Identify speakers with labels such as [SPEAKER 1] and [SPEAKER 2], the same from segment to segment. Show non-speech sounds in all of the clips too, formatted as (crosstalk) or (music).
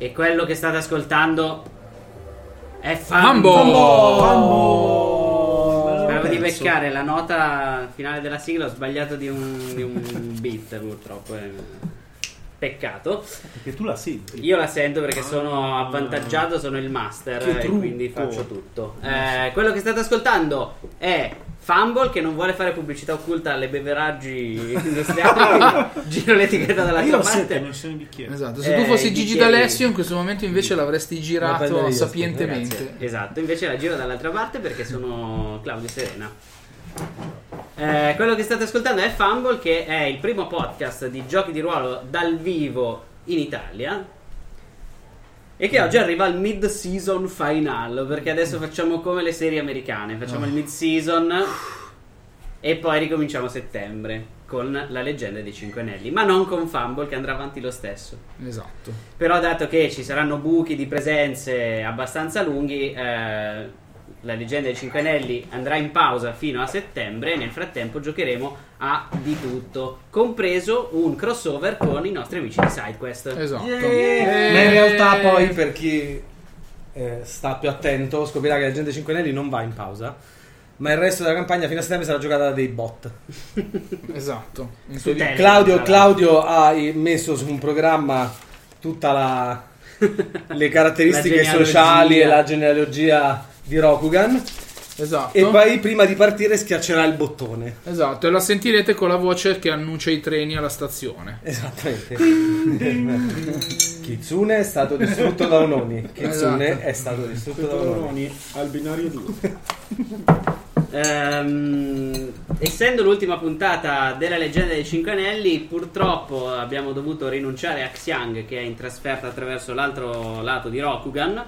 [SPEAKER 1] E quello che state ascoltando è Fambo.
[SPEAKER 2] Mambo!
[SPEAKER 1] Speravo di beccare la nota finale della sigla, ho sbagliato di un, di un beat purtroppo. eh. Peccato.
[SPEAKER 3] Perché tu la senti.
[SPEAKER 1] Io la sento perché sono avvantaggiato, sono il
[SPEAKER 3] Che
[SPEAKER 1] master e
[SPEAKER 3] trucco.
[SPEAKER 1] quindi faccio tutto. Eh, quello che state ascoltando è Fumble che non vuole fare pubblicità occulta alle beveraggi (laughs) industriali.
[SPEAKER 3] (laughs)
[SPEAKER 1] quindi giro l'etichetta
[SPEAKER 3] Io
[SPEAKER 1] dall'altra
[SPEAKER 3] lo sento,
[SPEAKER 1] parte.
[SPEAKER 3] non ci sono i bicchieri.
[SPEAKER 2] Esatto, se
[SPEAKER 1] Eh,
[SPEAKER 2] tu fossi
[SPEAKER 1] i
[SPEAKER 2] Gigi
[SPEAKER 1] bicchieri-
[SPEAKER 2] D'Alessio in questo momento invece l'avresti
[SPEAKER 4] La prendo
[SPEAKER 2] girato
[SPEAKER 4] io,
[SPEAKER 2] sapientemente.
[SPEAKER 1] Grazie. Esatto, invece la giro dall'altra parte perché sono Claudio e Serena. Eh, quello che state ascoltando è Fumble, che è il primo podcast di giochi di ruolo dal vivo in Italia. E che oggi arriva al mid-season final. Perché adesso facciamo come le serie americane: facciamo il mid-season e poi ricominciamo a settembre con la leggenda dei Cinque Anelli. Ma non con Fumble, che andrà avanti lo stesso.
[SPEAKER 2] Esatto.
[SPEAKER 1] Però dato che ci saranno buchi di presenze abbastanza lunghi, eh, la leggenda dei Cinque Anelli andrà in pausa fino a settembre e nel frattempo giocheremo a di tutto, compreso un crossover con i nostri amici di SideQuest.
[SPEAKER 2] Esatto.
[SPEAKER 4] Eh, Ma in realtà poi per chi eh, sta più attento scoprirà che la gente 5 anelli non va in pausa, ma il resto della campagna fino a settembre sarà giocata da dei bot.
[SPEAKER 2] Esatto. In
[SPEAKER 1] Su
[SPEAKER 2] teoria-
[SPEAKER 1] Telegram,
[SPEAKER 4] Claudio,
[SPEAKER 1] tra
[SPEAKER 4] Claudio ha i- messo su un programma tutta la le
[SPEAKER 1] La
[SPEAKER 4] caratteristiche
[SPEAKER 1] genealogia.
[SPEAKER 4] sociali e la genealogia di Rokugan
[SPEAKER 2] Esatto.
[SPEAKER 1] Ecco.
[SPEAKER 4] e poi prima di partire schiaccerà il bottone.
[SPEAKER 2] Esatto, e la sentirete con la voce che annuncia i treni alla stazione.
[SPEAKER 4] Esattamente. Kitsune è stato distrutto da un Oni. Kitsune
[SPEAKER 2] Esatto.
[SPEAKER 4] è stato distrutto da un Oni.
[SPEAKER 3] Peperoni al binario 2.
[SPEAKER 1] Ehm, essendo l'ultima puntata della leggenda dei Cinque Anelli, purtroppo abbiamo dovuto rinunciare a Xiang che è in trasferta attraverso l'altro lato di Rokugan.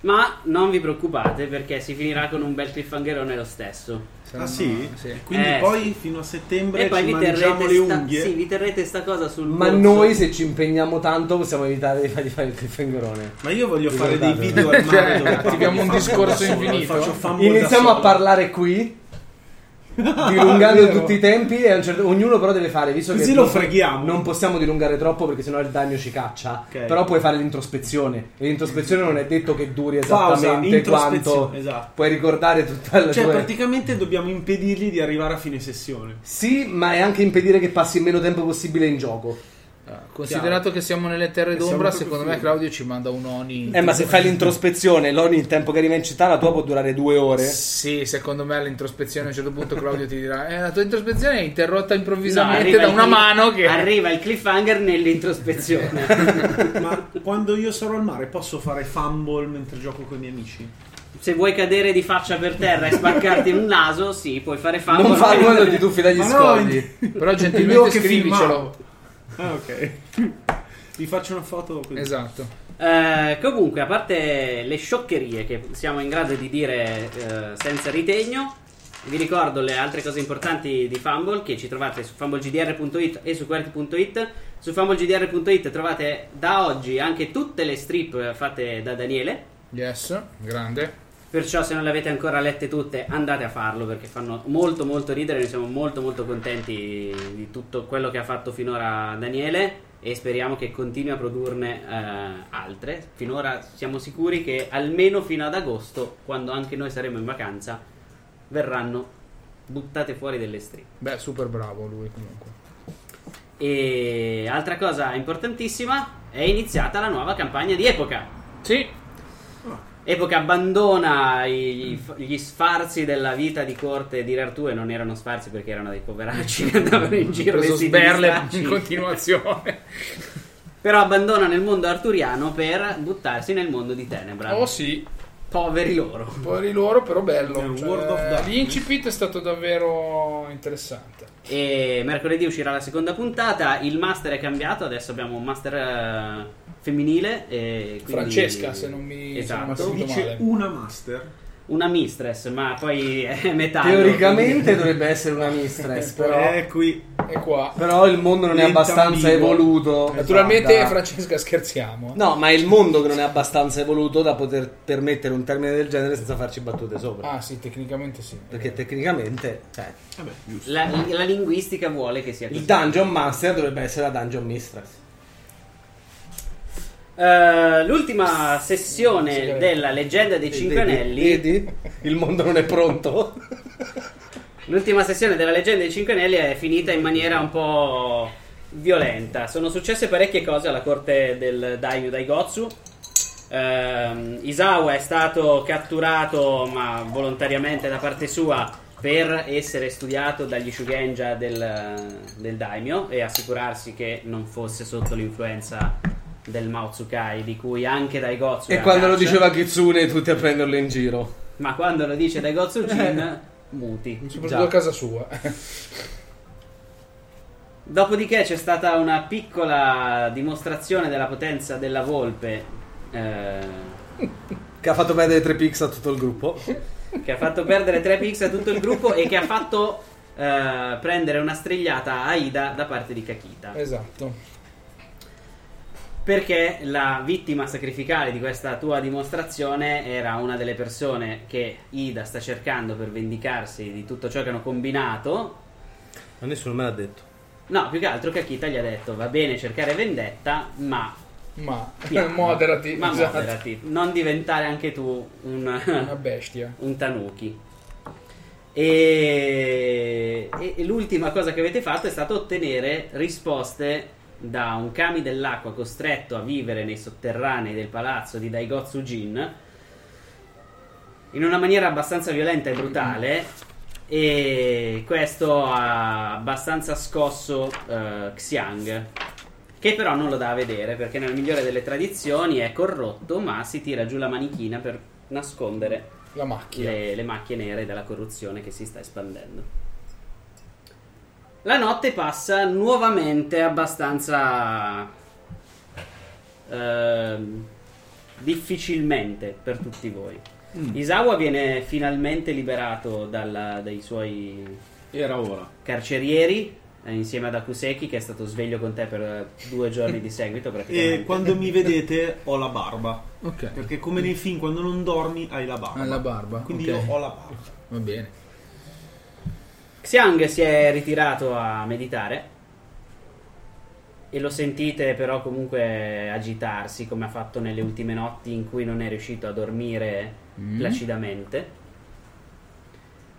[SPEAKER 1] Ma non vi preoccupate perché si finirà con un bel cliffhangerone lo stesso.
[SPEAKER 3] Ah sì?
[SPEAKER 2] Cioè, Sì.
[SPEAKER 3] Quindi
[SPEAKER 1] Eh,
[SPEAKER 3] poi fino a settembre
[SPEAKER 1] e poi
[SPEAKER 3] ci
[SPEAKER 1] vi
[SPEAKER 3] mangiamo le
[SPEAKER 1] terrete, sta,
[SPEAKER 3] unghie.
[SPEAKER 1] sì, vi terrete sta cosa sul
[SPEAKER 4] Ma
[SPEAKER 1] polso.
[SPEAKER 4] noi se ci impegniamo tanto possiamo evitare di fargli fare il cliffhangerone.
[SPEAKER 3] Ma io voglio fare dei
[SPEAKER 4] Ricordate.
[SPEAKER 3] video
[SPEAKER 2] (laughs)
[SPEAKER 3] al mare
[SPEAKER 2] Cioè,
[SPEAKER 3] dove parlo
[SPEAKER 2] attiviamo
[SPEAKER 3] di
[SPEAKER 2] un
[SPEAKER 3] Fumble
[SPEAKER 2] discorso
[SPEAKER 3] da solo,
[SPEAKER 2] infinito.
[SPEAKER 3] faccio Fumble da
[SPEAKER 4] Iniziamo a
[SPEAKER 3] solo.
[SPEAKER 4] parlare qui, dilungando
[SPEAKER 3] (laughs) Vero.
[SPEAKER 4] tutti i tempi e a un certo- ognuno però deve fare, visto
[SPEAKER 3] Così
[SPEAKER 4] che
[SPEAKER 3] lo
[SPEAKER 4] non-
[SPEAKER 3] freghiamo.
[SPEAKER 4] non possiamo dilungare troppo perché sennò il danno ci caccia,
[SPEAKER 3] Ok.
[SPEAKER 4] però puoi fare l'introspezione e l'introspezione non è detto che duri
[SPEAKER 3] Pausa,
[SPEAKER 4] esattamente
[SPEAKER 3] introspezione,
[SPEAKER 4] quanto
[SPEAKER 3] esatto.
[SPEAKER 4] puoi ricordare tutta la
[SPEAKER 3] Cioè,
[SPEAKER 4] tua...
[SPEAKER 3] praticamente dobbiamo impedirgli di arrivare a fine sessione.
[SPEAKER 4] Sì, ma è anche impedire che passi il meno tempo possibile in gioco.
[SPEAKER 2] Ah, Considerato che siamo nelle terre
[SPEAKER 3] Siamo
[SPEAKER 2] d'ombra,
[SPEAKER 3] proprio
[SPEAKER 2] secondo
[SPEAKER 3] così.
[SPEAKER 2] me Claudio ci manda un Oni.
[SPEAKER 4] Eh, ma se fai l'introspezione, l'oni il tempo che arriva in città, la tua può durare due ore.
[SPEAKER 2] Sì, secondo me all'introspezione a un certo punto Claudio ti dirà: eh, La tua introspezione è interrotta
[SPEAKER 1] No,
[SPEAKER 2] improvvisamente
[SPEAKER 1] arriva
[SPEAKER 2] da
[SPEAKER 1] il
[SPEAKER 2] una
[SPEAKER 1] cliff-
[SPEAKER 2] mano che.
[SPEAKER 1] Arriva il cliffhanger nell'introspezione.
[SPEAKER 3] (laughs) Ma quando io sarò al mare posso fare fumble mentre gioco con i miei amici?
[SPEAKER 1] se vuoi cadere di faccia per terra e spaccarti un naso, sì, puoi fare famo.
[SPEAKER 4] Non fa quello ti tuffi dagli
[SPEAKER 3] Ma no,
[SPEAKER 4] scogli.
[SPEAKER 3] (laughs)
[SPEAKER 2] Però
[SPEAKER 3] Io
[SPEAKER 2] gentilmente
[SPEAKER 3] che
[SPEAKER 2] scrivicelo.
[SPEAKER 3] Ah, ok. Vi faccio una foto così.
[SPEAKER 2] Esatto.
[SPEAKER 1] Eh, comunque, a parte le scioccherie che siamo in grado di dire eh, senza ritegno, vi ricordo le altre cose importanti di Fumble che ci trovate su fumblegdr.it e su querti.it. Su fumblegdr.it trovate da oggi anche tutte le strip eh, fatte da Daniele.
[SPEAKER 2] Yes, grande.
[SPEAKER 1] Perciò se non le avete ancora lette tutte andate a farlo perché fanno molto molto ridere, noi siamo molto molto contenti di tutto quello che ha fatto finora Daniele e speriamo che continui a produrne eh, altre. Finora siamo sicuri che almeno fino ad agosto, quando anche noi saremo in vacanza, verranno buttate fuori delle strisce.
[SPEAKER 2] Beh, super bravo lui comunque.
[SPEAKER 1] E altra cosa importantissima, è iniziata la nuova campagna di Epoca.
[SPEAKER 2] Sì,
[SPEAKER 1] Epoca abbandona i- gli sfarzi della vita di corte di Rartù e non erano sfarzi perché erano dei poveracci che andavano in
[SPEAKER 2] ho
[SPEAKER 1] giro
[SPEAKER 2] preso
[SPEAKER 1] vestiti di
[SPEAKER 2] sberle
[SPEAKER 1] stracci.
[SPEAKER 2] in continuazione.
[SPEAKER 1] Però abbandonano il mondo arturiano per buttarsi nel mondo di Tenebra.
[SPEAKER 2] Oh sì,
[SPEAKER 1] Poveri loro.
[SPEAKER 2] Poveri loro, però
[SPEAKER 3] È
[SPEAKER 2] bello.
[SPEAKER 3] un
[SPEAKER 2] Cioè,
[SPEAKER 3] World of Darkness.
[SPEAKER 2] l'incipit è stato davvero interessante.
[SPEAKER 1] E mercoledì uscirà la seconda puntata. Il master è cambiato, adesso abbiamo un master eh, femminile. e quindi-
[SPEAKER 2] Francesca, se non mi-
[SPEAKER 1] Esatto.
[SPEAKER 2] se non mi-
[SPEAKER 3] Dice
[SPEAKER 2] Male.
[SPEAKER 3] una master.
[SPEAKER 1] Una mistress, ma poi è metà.
[SPEAKER 4] Teoricamente dovrebbe essere una mistress, però,
[SPEAKER 3] Eh, qui.
[SPEAKER 2] E qua.
[SPEAKER 4] però il mondo non è
[SPEAKER 3] Diventa
[SPEAKER 4] abbastanza
[SPEAKER 3] ambiguo.
[SPEAKER 2] Esatto.
[SPEAKER 4] evoluto.
[SPEAKER 2] Naturalmente,
[SPEAKER 4] da-
[SPEAKER 2] Francesca, scherziamo.
[SPEAKER 4] Esatto. No, ma è il mondo che non è abbastanza evoluto da poter permettere un termine del genere senza farci battute sopra.
[SPEAKER 2] Ah sì, tecnicamente sì.
[SPEAKER 4] Perché tecnicamente, cioè,
[SPEAKER 3] Vabbè, giusto.
[SPEAKER 1] La, la linguistica vuole che sia così.
[SPEAKER 4] il Dungeon Master dovrebbe essere la Dungeon Mistress.
[SPEAKER 1] Eh, l'ultima sessione
[SPEAKER 4] Sì,
[SPEAKER 1] della leggenda dei Cinque
[SPEAKER 4] Vedi,
[SPEAKER 1] Anelli.
[SPEAKER 4] Vedi? Il mondo non è pronto.
[SPEAKER 1] L'ultima sessione della leggenda dei Cinque Anelli è finita in maniera un po' violenta. Sono successe parecchie cose alla corte del Daimyo Daigotsu. Ehm, Isawa è stato catturato, ma volontariamente da parte sua, per essere studiato dagli Shugenja del, del Daimyo e assicurarsi che non fosse sotto l'influenza del Maotsukai, di cui anche Daigotsu
[SPEAKER 4] e
[SPEAKER 1] era
[SPEAKER 4] quando
[SPEAKER 1] Cioè,
[SPEAKER 4] lo
[SPEAKER 1] caccia.
[SPEAKER 4] diceva Kitsune, tutti a prenderlo in giro.
[SPEAKER 1] Ma quando lo dice Daigotsu Jin, muti.
[SPEAKER 2] Soprattutto
[SPEAKER 4] Già.
[SPEAKER 2] a casa sua. (laughs)
[SPEAKER 1] Dopodiché c'è stata una piccola dimostrazione della potenza della volpe eh,
[SPEAKER 4] Che ha fatto perdere 3 pix a tutto il gruppo.
[SPEAKER 1] che ha fatto perdere 3 pix a tutto il gruppo e che ha fatto eh, prendere una strigliata a Aida da parte di Kakita.
[SPEAKER 2] esatto.
[SPEAKER 1] Perché la vittima sacrificale di questa tua dimostrazione era una delle persone che Ida sta cercando per vendicarsi di tutto ciò che hanno combinato.
[SPEAKER 4] Ma nessuno me l'ha detto.
[SPEAKER 1] No, più che altro Kakita gli ha detto va bene cercare vendetta, ma
[SPEAKER 2] Ma
[SPEAKER 1] piano.
[SPEAKER 2] moderati,
[SPEAKER 1] Ma
[SPEAKER 2] esatto.
[SPEAKER 1] moderati. Non diventare anche tu
[SPEAKER 2] Una
[SPEAKER 1] un,
[SPEAKER 2] bestia.
[SPEAKER 1] un tanuki. E, e- e l'ultima cosa che avete fatto è stata ottenere risposte da un kami dell'acqua costretto a vivere nei sotterranei del palazzo di Daigotsu Jin in una maniera abbastanza violenta e brutale e questo ha abbastanza scosso eh, Xiang che però non lo dà a vedere perché nella migliore delle tradizioni è corrotto ma si tira giù la manichina per nascondere
[SPEAKER 2] La macchina.
[SPEAKER 1] le, le macchie nere della corruzione che si sta espandendo. La notte passa nuovamente abbastanza ehm, difficilmente per tutti voi. Isawa viene finalmente liberato dalla- dai suoi
[SPEAKER 3] Era ora.
[SPEAKER 1] carcerieri eh, insieme ad Akuseki che è stato sveglio con te per eh, due giorni di seguito praticamente.
[SPEAKER 3] E quando mi vedete ho la barba.
[SPEAKER 2] Ok.
[SPEAKER 3] Perché come nei film, quando non dormi hai la barba.
[SPEAKER 2] Hai Ah, la barba,
[SPEAKER 3] Quindi
[SPEAKER 2] ok.
[SPEAKER 3] io ho la barba.
[SPEAKER 2] Va bene.
[SPEAKER 1] Xiang si è ritirato a meditare e lo sentite però comunque agitarsi come ha fatto nelle ultime notti in cui non è riuscito a dormire
[SPEAKER 2] Mm.
[SPEAKER 1] placidamente.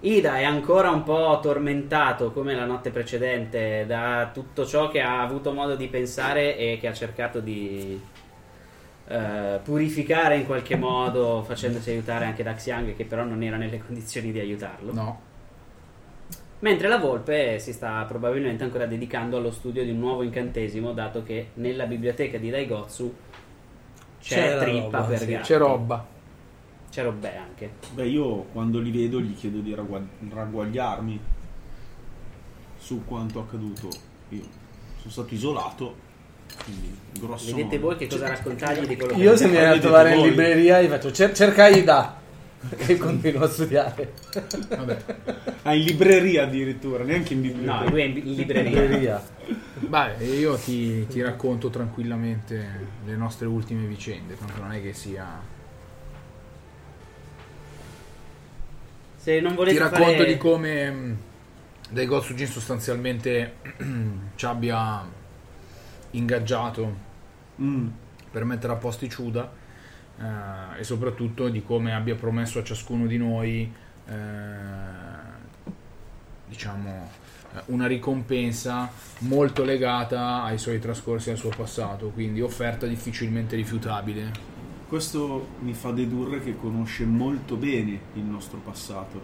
[SPEAKER 1] Ida è ancora un po' tormentato come la notte precedente da tutto ciò che ha avuto modo di pensare e che ha cercato di eh, purificare in qualche modo facendosi aiutare anche da Xiang che però non era nelle (laughs) condizioni di aiutarlo.
[SPEAKER 2] No.
[SPEAKER 1] Mentre la volpe si sta probabilmente ancora dedicando allo studio di un nuovo incantesimo, dato che nella biblioteca di Daigotsu c'è
[SPEAKER 4] C'è la
[SPEAKER 1] trippa
[SPEAKER 4] roba,
[SPEAKER 1] per
[SPEAKER 4] sì,
[SPEAKER 1] gatti.
[SPEAKER 2] C'è roba.
[SPEAKER 1] C'è robbè anche.
[SPEAKER 3] Beh, io quando li vedo gli chiedo di ragua- ragguagliarmi su quanto accaduto. Io sono stato isolato, quindi grosso
[SPEAKER 1] Vedete
[SPEAKER 3] modo.
[SPEAKER 1] voi che cosa raccontargli di quello che
[SPEAKER 4] Io se mi viene a
[SPEAKER 3] Vedete
[SPEAKER 4] trovare in
[SPEAKER 3] voi.
[SPEAKER 4] libreria gli faccio "Cer- cerca Ida. (laughs) E continuo a studiare.
[SPEAKER 2] Vabbè.
[SPEAKER 3] (laughs) Ah, in libreria addirittura, neanche in biblioteca.
[SPEAKER 1] No, lui è in in libreria.
[SPEAKER 4] Libreria.
[SPEAKER 2] Vabbè, io ti, ti racconto tranquillamente le nostre ultime vicende. Tanto non è che sia.
[SPEAKER 1] Se non
[SPEAKER 2] Ti
[SPEAKER 1] volete
[SPEAKER 2] racconto
[SPEAKER 1] fare...
[SPEAKER 2] di come mh, Dai Gotsujin sostanzialmente (clears throat) ci abbia ingaggiato
[SPEAKER 3] Mm.
[SPEAKER 2] per mettere a posto i Ciuda eh, e soprattutto di come abbia promesso a ciascuno di noi eh, diciamo eh, una ricompensa molto legata ai suoi trascorsi e al suo passato quindi offerta difficilmente rifiutabile
[SPEAKER 3] Questo mi fa dedurre che conosce molto bene il nostro passato.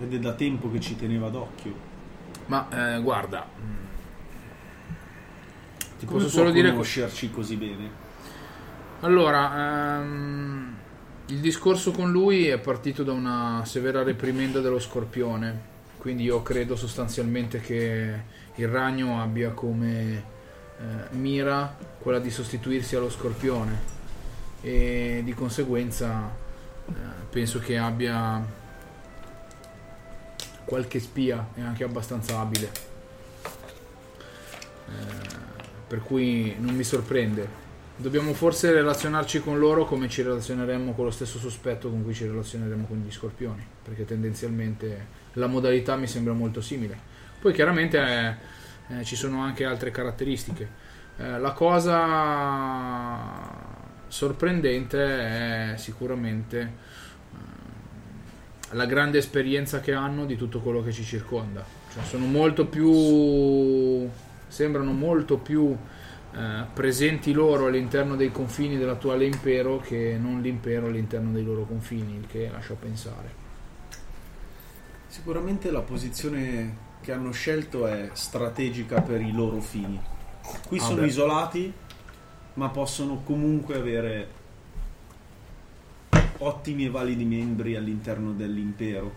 [SPEAKER 3] Ed è da tempo che ci teneva d'occhio.
[SPEAKER 2] ma eh, guarda mh, ti
[SPEAKER 3] Come
[SPEAKER 2] posso
[SPEAKER 3] può
[SPEAKER 2] solo dire que-
[SPEAKER 3] conoscerci così bene?
[SPEAKER 2] Allora, ehm, il discorso con lui è partito da una severa reprimenda dello scorpione, quindi io credo sostanzialmente che il ragno abbia come eh, mira quella di sostituirsi allo scorpione e di conseguenza eh, penso che abbia qualche spia e anche abbastanza abile. Eh, per cui non mi sorprende. Dobbiamo forse relazionarci con loro come ci relazioneremmo con lo stesso sospetto con cui ci relazioneremo con gli scorpioni, perché tendenzialmente la modalità mi sembra molto simile. Poi chiaramente eh, eh, ci sono anche altre caratteristiche. Eh, la cosa sorprendente è sicuramente eh, la grande esperienza che hanno di tutto quello che ci circonda. Cioè, sono molto più sembrano molto più eh, presenti loro all'interno dei confini dell'attuale impero che non l'impero all'interno dei loro confini, il che lascia pensare.
[SPEAKER 3] Sicuramente la posizione che hanno scelto è strategica per i loro fini. Qui
[SPEAKER 2] Ah,
[SPEAKER 3] sono
[SPEAKER 2] beh.
[SPEAKER 3] isolati, ma possono comunque avere ottimi e validi membri all'interno dell'impero.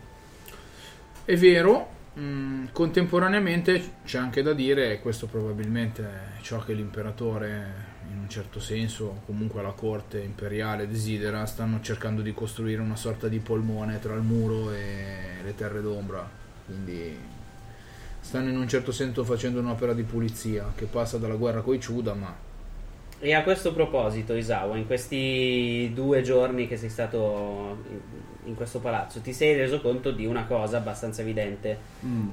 [SPEAKER 2] È vero, mh, contemporaneamente c'è anche da dire, e questo probabilmente è ciò che l'imperatore in un certo senso, o comunque la corte imperiale desidera, stanno cercando di costruire una sorta di polmone tra il muro e le terre d'ombra, quindi stanno in un certo senso facendo un'opera di pulizia che passa dalla guerra coi Ciuda, ma
[SPEAKER 1] E a questo proposito, Isawa, in questi due giorni che sei stato in- in questo palazzo, ti sei reso conto di una cosa abbastanza evidente.
[SPEAKER 3] Mm.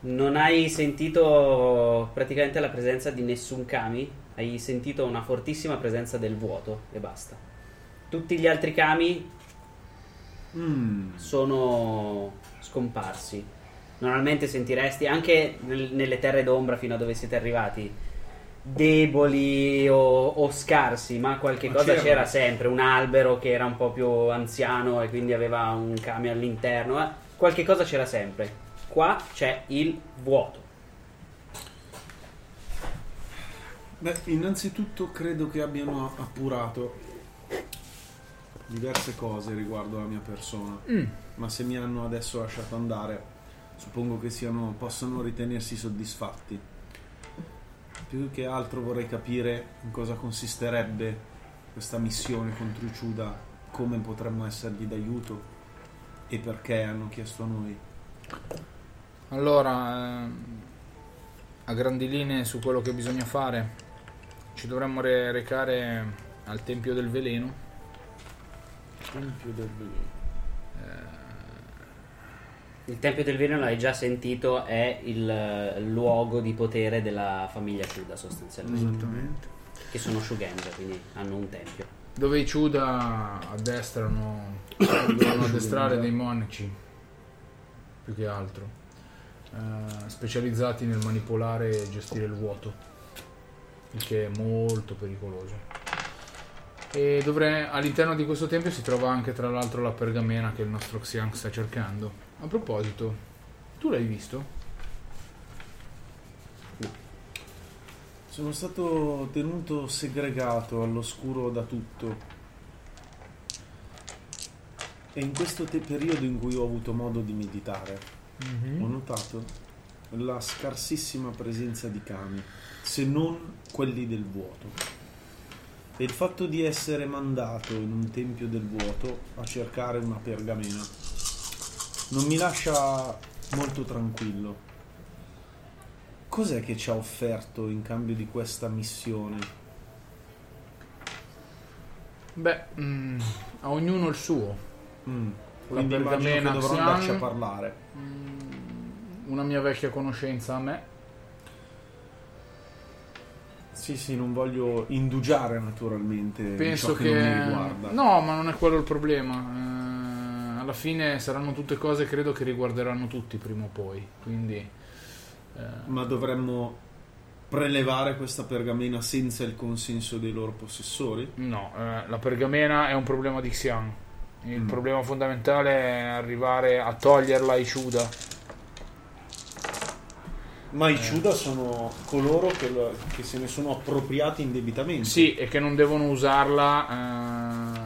[SPEAKER 1] Non hai sentito praticamente la presenza di nessun kami, hai sentito una fortissima presenza del vuoto e basta. Tutti gli altri kami
[SPEAKER 3] Mm.
[SPEAKER 1] sono scomparsi. Normalmente sentiresti anche nel- nelle terre d'ombra fino a dove siete arrivati deboli o, o scarsi, ma qualche
[SPEAKER 3] Ma
[SPEAKER 1] cosa c'era.
[SPEAKER 3] c'era.
[SPEAKER 1] sempre, un albero che era un po' più anziano e quindi aveva un camion all'interno, eh. qualche cosa c'era sempre. Qua c'è il vuoto.
[SPEAKER 3] Beh, innanzitutto credo che abbiano appurato diverse cose riguardo alla mia persona,
[SPEAKER 2] Mm.
[SPEAKER 3] ma se mi hanno adesso lasciato andare, suppongo che siano, possano ritenersi soddisfatti. Più che altro vorrei capire in cosa consisterebbe questa missione contro i Ciuda, come potremmo essergli d'aiuto e perché hanno chiesto a noi.
[SPEAKER 2] Allora, ehm, a grandi linee su quello che bisogna fare, ci dovremmo re- recare al Tempio del Veleno.
[SPEAKER 1] Eh, Il Tempio del Vino l'hai già sentito, è il eh, luogo di potere della famiglia Shuda sostanzialmente,
[SPEAKER 3] Mm.
[SPEAKER 2] Esattamente.
[SPEAKER 1] che sono Shugenja, quindi hanno un tempio.
[SPEAKER 2] Dove i Ciuda addestrano, devono addestrare dei monaci, più che altro, eh, specializzati nel manipolare e gestire il vuoto, il che è molto pericoloso. E dovre- all'interno di questo tempio si trova anche tra l'altro la pergamena che il nostro Xiang sta cercando. A proposito, tu l'hai visto?
[SPEAKER 3] Sono stato tenuto segregato all'oscuro da tutto. E in questo te- periodo in cui ho avuto modo di meditare, ho notato la scarsissima presenza di cani, se non quelli del vuoto. E il fatto di essere mandato in un tempio del vuoto a cercare una pergamena non mi lascia molto tranquillo. Cos'è che ci ha offerto in cambio di questa missione?
[SPEAKER 2] Beh, mm, a ognuno il suo.
[SPEAKER 3] Mm.
[SPEAKER 2] La
[SPEAKER 3] Quindi immagino
[SPEAKER 2] pergamena
[SPEAKER 3] che dovrò
[SPEAKER 2] Xian.
[SPEAKER 3] andarci a parlare.
[SPEAKER 2] Una mia vecchia conoscenza a me
[SPEAKER 3] Sì, sì, non voglio indugiare naturalmente in
[SPEAKER 2] Penso
[SPEAKER 3] ciò
[SPEAKER 2] che,
[SPEAKER 3] che, non mi riguarda.
[SPEAKER 2] no, ma non è quello il problema. Eh, alla fine saranno tutte cose credo che riguarderanno tutti prima o poi. Quindi eh,
[SPEAKER 3] Ma dovremmo prelevare questa pergamena senza il consenso dei loro possessori?
[SPEAKER 2] no, eh, la pergamena è un problema di Xian. Il
[SPEAKER 3] Mm.
[SPEAKER 2] problema fondamentale è arrivare a toglierla ai Ciuda.
[SPEAKER 3] Ma
[SPEAKER 2] Eh.
[SPEAKER 3] i Ciuda sono coloro che, lo- che se ne sono appropriati indebitamente.
[SPEAKER 2] Sì, e che non devono usarla. eh,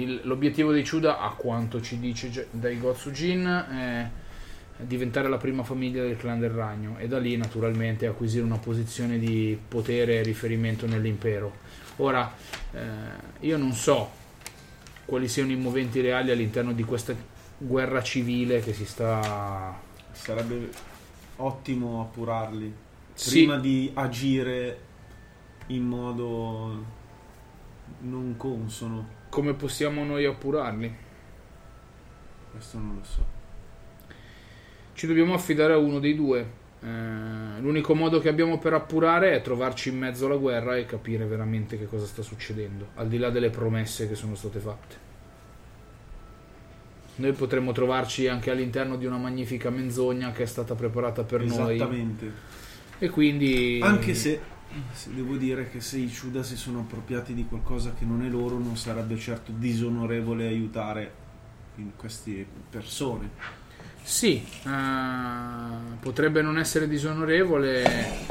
[SPEAKER 2] il- l'obiettivo dei Ciuda, a quanto ci dice Ge- dai Gotsujin, è diventare la prima famiglia del clan del ragno e da lì naturalmente acquisire una posizione di potere e riferimento nell'impero. Ora, eh, io non so quali siano i moventi reali all'interno di questa guerra civile che si sta...
[SPEAKER 3] Sarebbe ottimo appurarli
[SPEAKER 2] Sì.
[SPEAKER 3] prima di agire in modo non consono.
[SPEAKER 2] Come possiamo noi appurarli?
[SPEAKER 3] Questo non lo so.
[SPEAKER 2] Ci dobbiamo affidare a uno dei due. Eh, l'unico modo che abbiamo per appurare è trovarci in mezzo alla guerra e capire veramente che cosa sta succedendo, al di là delle promesse che sono state fatte. Noi potremmo trovarci anche all'interno di una magnifica menzogna che è stata preparata per noi.
[SPEAKER 3] Esattamente.
[SPEAKER 2] E quindi.
[SPEAKER 3] Anche se, se devo dire che se i Ciuda si sono appropriati di qualcosa che non è loro, non sarebbe certo disonorevole aiutare in queste persone.
[SPEAKER 2] Sì, eh, potrebbe non essere disonorevole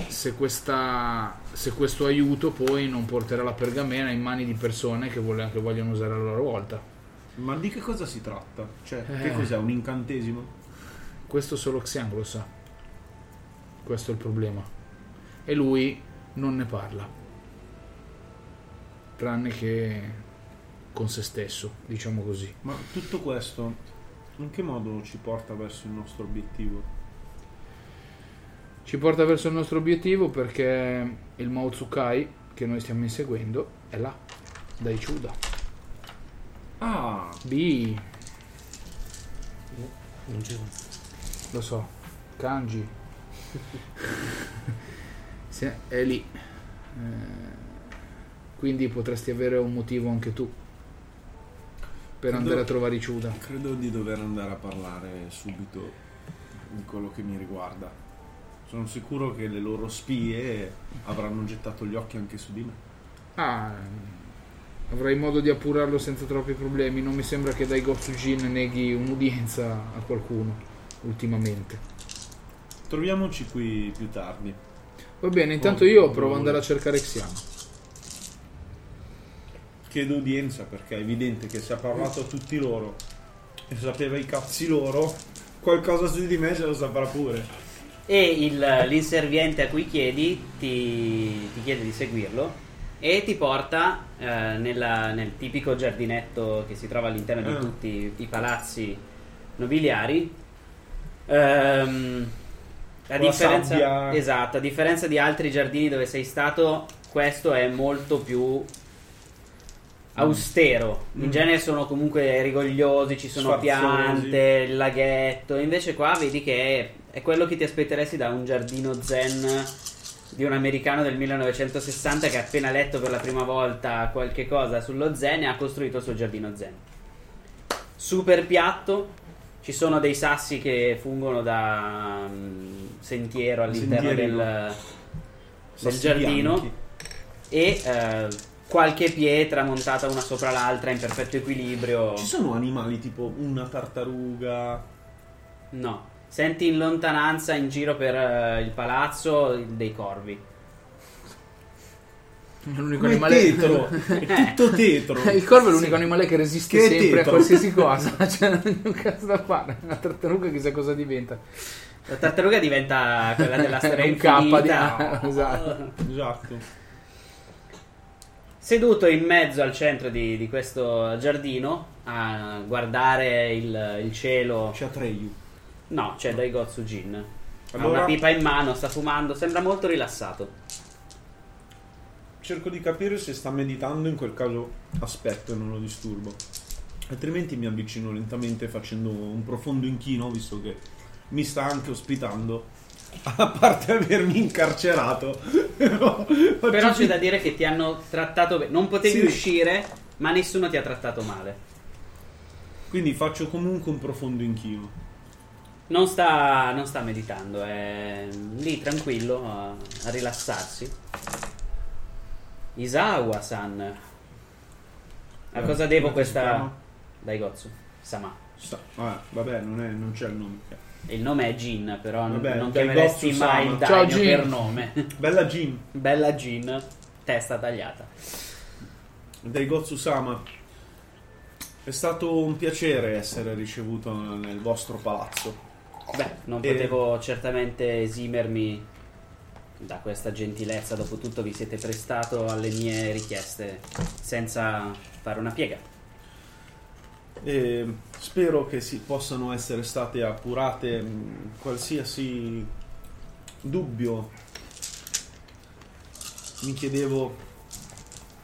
[SPEAKER 2] se, questa- se questo aiuto poi non porterà la pergamena in mani di persone che, vole- che vogliono usare a loro volta.
[SPEAKER 3] Ma di che cosa si tratta? Cioè,
[SPEAKER 2] Eh.
[SPEAKER 3] che cos'è? Un incantesimo?
[SPEAKER 2] Questo solo Xiang lo sa. Questo è il problema. E lui non ne parla. Tranne che con se stesso, diciamo così.
[SPEAKER 3] Ma tutto questo in che modo ci porta verso il nostro obiettivo?
[SPEAKER 2] Ci porta verso il nostro obiettivo perché il Maotsukai che noi stiamo inseguendo è là, dai Chuda.
[SPEAKER 3] Ah,
[SPEAKER 2] B,
[SPEAKER 4] Non ci sono.
[SPEAKER 2] lo so, Kanji. (laughs) Sì, è lì. Eh, quindi potresti avere un motivo anche tu per
[SPEAKER 3] Credo-
[SPEAKER 2] andare a trovare i Chuda.
[SPEAKER 3] credo di dover andare a parlare subito di quello che mi riguarda. Sono sicuro che le loro spie avranno gettato gli occhi anche su di me.
[SPEAKER 2] Ah, ehm, avrai modo di appurarlo senza troppi problemi. Non mi sembra che dai Gotsujin neghi un'udienza a qualcuno ultimamente.
[SPEAKER 3] Troviamoci qui più tardi.
[SPEAKER 2] Va bene, intanto
[SPEAKER 3] Oh,
[SPEAKER 2] io
[SPEAKER 3] no.
[SPEAKER 2] provo ad andare a cercare Xiang.
[SPEAKER 3] Chiedo udienza perché è evidente che se ha parlato a tutti loro e sapeva i cazzi loro, qualcosa su di me se lo saprà pure.
[SPEAKER 1] E il- l'inserviente a cui chiedi ti, ti chiede di seguirlo e ti porta eh, nella- nel tipico giardinetto che si trova all'interno di
[SPEAKER 3] Ah.
[SPEAKER 1] tutti i palazzi nobiliari. Ehm, a
[SPEAKER 3] Con la
[SPEAKER 1] differenza,
[SPEAKER 3] sabbia.
[SPEAKER 1] esatto, a differenza di altri giardini dove sei stato, questo è molto più Mm. austero. In
[SPEAKER 3] Mm.
[SPEAKER 1] genere sono comunque rigogliosi, ci sono
[SPEAKER 3] Sfarzosi.
[SPEAKER 1] piante, il laghetto. Invece qua vedi che è, è quello che ti aspetteresti da un giardino zen di un americano del 1960 che ha appena letto per la prima volta qualche cosa sullo zen e ha costruito il suo giardino zen. Super piatto, ci sono dei sassi che fungono da mm, sentiero all'interno
[SPEAKER 3] Sentierino.
[SPEAKER 1] del, del
[SPEAKER 3] Sassi
[SPEAKER 1] giardino
[SPEAKER 3] bianchi.
[SPEAKER 1] e eh, qualche pietra montata una sopra l'altra in perfetto equilibrio.
[SPEAKER 3] Ci sono animali tipo una tartaruga.
[SPEAKER 1] No, senti in lontananza in giro per eh, il palazzo dei corvi.
[SPEAKER 2] L'unico
[SPEAKER 3] Come tetro, è tutto tetro.
[SPEAKER 2] Eh, Il corvo è l'unico animale che resiste
[SPEAKER 3] Che è
[SPEAKER 2] sempre a
[SPEAKER 3] tetro.
[SPEAKER 2] (laughs) qualsiasi cosa. Cioè, non c'è un cazzo da fare. Una tartaruga chissà cosa diventa.
[SPEAKER 1] La tartaruga diventa quella
[SPEAKER 2] (laughs)
[SPEAKER 1] della storia
[SPEAKER 2] Un K di- (laughs)
[SPEAKER 1] infinita.
[SPEAKER 2] esatto.
[SPEAKER 3] Esatto.
[SPEAKER 1] (laughs) Seduto in mezzo al centro di, di questo giardino a guardare il, il cielo.
[SPEAKER 3] C'è Atreyu.
[SPEAKER 1] No, c'è Dai Gotsujin. Ha una
[SPEAKER 3] Allora
[SPEAKER 1] pipa in mano, sta fumando, sembra molto rilassato.
[SPEAKER 3] cerco di capire se sta meditando, in quel caso aspetto e non lo disturbo. Altrimenti mi avvicino lentamente facendo un profondo inchino, visto che mi sta anche ospitando. (laughs) A parte avermi incarcerato. (laughs)
[SPEAKER 1] Però c'è da dire che ti hanno trattato bene. Non potevi
[SPEAKER 3] Sì.
[SPEAKER 1] uscire, ma nessuno ti ha trattato male.
[SPEAKER 3] Quindi faccio comunque un profondo inchino.
[SPEAKER 1] Non sta, non sta meditando, è lì tranquillo a, a rilassarsi. Isawa-san. A
[SPEAKER 3] Eh,
[SPEAKER 1] cosa
[SPEAKER 3] come
[SPEAKER 1] devo
[SPEAKER 3] si
[SPEAKER 1] questa...
[SPEAKER 3] chiama?
[SPEAKER 1] Dai Gozzo, Sama.
[SPEAKER 3] Sta- ah, vabbè, non, è- non c'è il nome.
[SPEAKER 1] Il nome è Gin, però n-
[SPEAKER 3] Vabbè,
[SPEAKER 1] non
[SPEAKER 3] Dai
[SPEAKER 1] chiameresti
[SPEAKER 3] Gozzo
[SPEAKER 1] mai
[SPEAKER 3] Sama.
[SPEAKER 1] il
[SPEAKER 2] Ciao,
[SPEAKER 1] Daimyo
[SPEAKER 2] Gin.
[SPEAKER 1] per nome. (laughs)
[SPEAKER 3] Bella Jim.
[SPEAKER 1] Bella Gin, testa tagliata.
[SPEAKER 3] Dai Gotsu-sama, è stato un piacere essere ricevuto nel vostro palazzo.
[SPEAKER 1] Beh, non
[SPEAKER 3] Eh.
[SPEAKER 1] potevo certamente esimermi da questa gentilezza, dopo tutto vi siete prestato alle mie richieste senza fare una piega.
[SPEAKER 3] E spero che si possano essere state appurate mh, qualsiasi dubbio. Mi chiedevo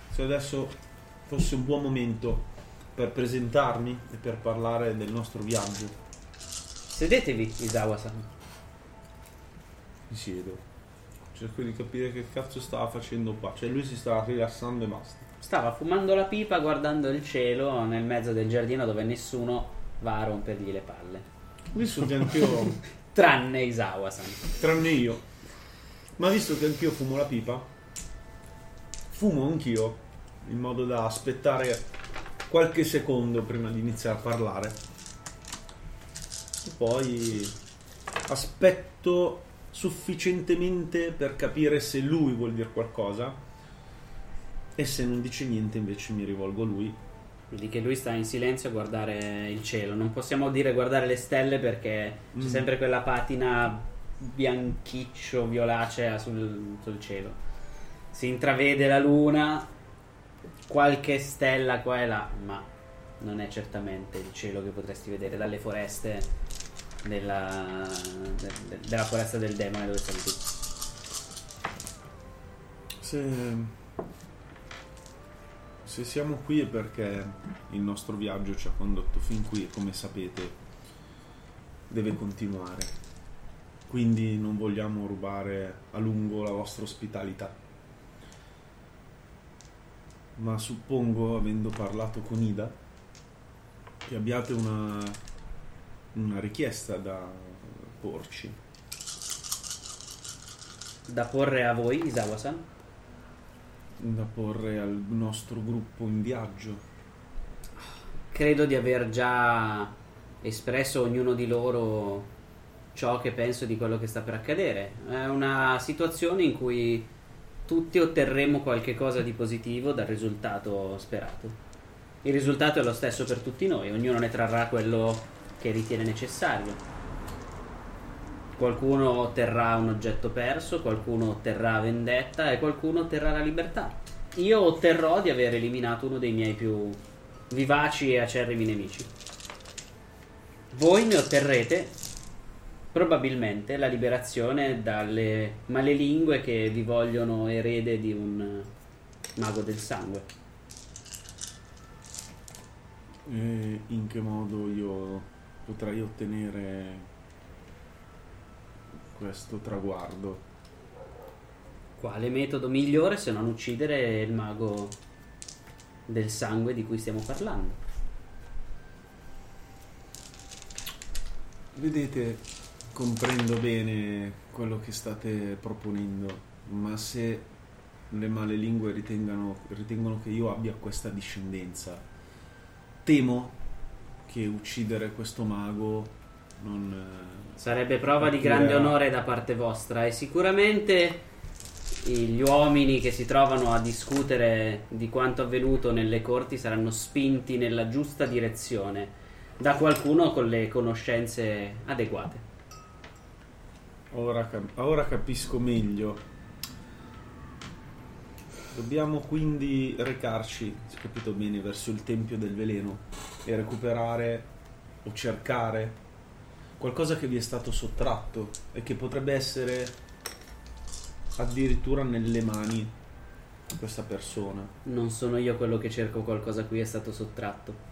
[SPEAKER 3] se adesso fosse un buon momento per presentarmi e per parlare del nostro viaggio.
[SPEAKER 1] Sedetevi, Isawa-san.
[SPEAKER 3] Mi siedo. Cerco di capire che cazzo stava facendo qua. Cioè lui si stava rilassando e basta.
[SPEAKER 1] Stava fumando la pipa guardando il cielo nel mezzo del giardino dove nessuno va a rompergli le palle.
[SPEAKER 3] Visto che anch'io...
[SPEAKER 1] Tranne Isawa-san.
[SPEAKER 3] tranne io. Ma visto che anch'io fumo la pipa, fumo anch'io in modo da aspettare qualche secondo prima di iniziare a parlare. E poi aspetto sufficientemente per capire se lui vuol dire qualcosa. E se non dice niente invece mi rivolgo a lui.
[SPEAKER 1] Di che lui sta in silenzio a guardare il cielo. Non possiamo dire guardare le stelle perché c'è
[SPEAKER 3] Mm.
[SPEAKER 1] sempre quella patina bianchiccio violacea sul, sul cielo. Si intravede la luna, qualche stella qua e là, ma non è certamente il cielo che potresti vedere dalle foreste della, de- de- della foresta del demone dove sei tu.
[SPEAKER 3] Se, se siamo qui è perché il nostro viaggio ci ha condotto fin qui e come sapete deve continuare. Quindi non vogliamo rubare a lungo la vostra ospitalità. Ma suppongo, avendo parlato con Ida, che abbiate una, una richiesta da porci.
[SPEAKER 1] Da porre a voi, Isawa-san?
[SPEAKER 3] Da porre al nostro gruppo in viaggio.
[SPEAKER 1] Credo di aver già espresso ognuno di loro ciò che penso di quello che sta per accadere. È una situazione in cui tutti otterremo qualche cosa di positivo dal risultato sperato. Il risultato è lo stesso per tutti noi, ognuno ne trarrà quello che ritiene necessario. Qualcuno otterrà un oggetto perso, qualcuno otterrà vendetta e qualcuno otterrà la libertà. Io otterrò di aver eliminato uno dei miei più vivaci e acerrimi nemici. Voi ne otterrete probabilmente la liberazione dalle malelingue che vi vogliono erede di un mago del sangue.
[SPEAKER 3] E in che modo io potrei ottenere questo traguardo?
[SPEAKER 1] Quale metodo migliore se non uccidere il mago del sangue di cui stiamo parlando?
[SPEAKER 3] Vedete, comprendo bene quello che state proponendo, ma se le malelingue ritengano- ritengono che io abbia questa discendenza, temo che uccidere questo mago non... eh,
[SPEAKER 1] Sarebbe prova di
[SPEAKER 3] Oppure-
[SPEAKER 1] grande onore da parte vostra e sicuramente i- gli uomini che si trovano a discutere di quanto avvenuto nelle corti saranno spinti nella giusta direzione da qualcuno con le conoscenze adeguate.
[SPEAKER 3] Ora, cap- ora capisco meglio. Dobbiamo quindi recarci, se ho capito bene, verso il Tempio del Veleno e recuperare o cercare qualcosa che vi è stato sottratto e che potrebbe essere addirittura nelle mani di questa persona.
[SPEAKER 1] Non sono io quello che cerco qualcosa a cui è stato sottratto,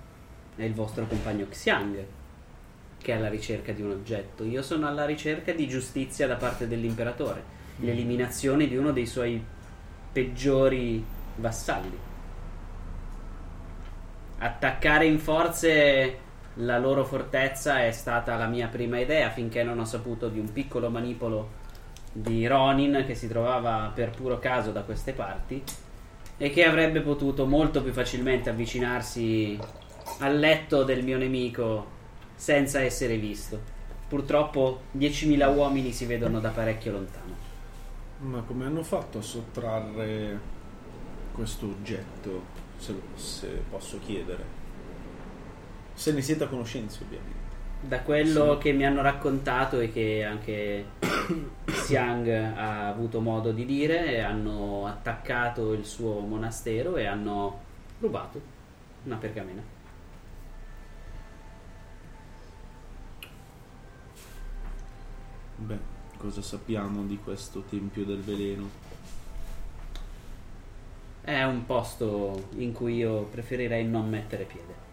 [SPEAKER 1] è il vostro compagno Xiang che è alla ricerca di un oggetto. Io sono alla ricerca di giustizia da parte dell'imperatore, l'eliminazione di uno dei suoi peggiori vassalli. Attaccare in forze la loro fortezza è stata la mia prima idea finché non ho saputo di un piccolo manipolo di Ronin che si trovava per puro caso da queste parti e che avrebbe potuto molto più facilmente avvicinarsi al letto del mio nemico senza essere visto. Purtroppo 10.000 uomini si vedono da parecchio lontano.
[SPEAKER 3] Ma come hanno fatto a sottrarre questo oggetto, se, lo- se posso chiedere? Se ne siete a conoscenza, ovviamente.
[SPEAKER 1] Da quello che mi hanno raccontato e che anche (coughs) Xiang ha avuto modo di dire, hanno attaccato il suo monastero e hanno rubato una pergamena.
[SPEAKER 3] Beh, cosa sappiamo di questo Tempio del Veleno?
[SPEAKER 1] È un posto in cui io preferirei non mettere piede.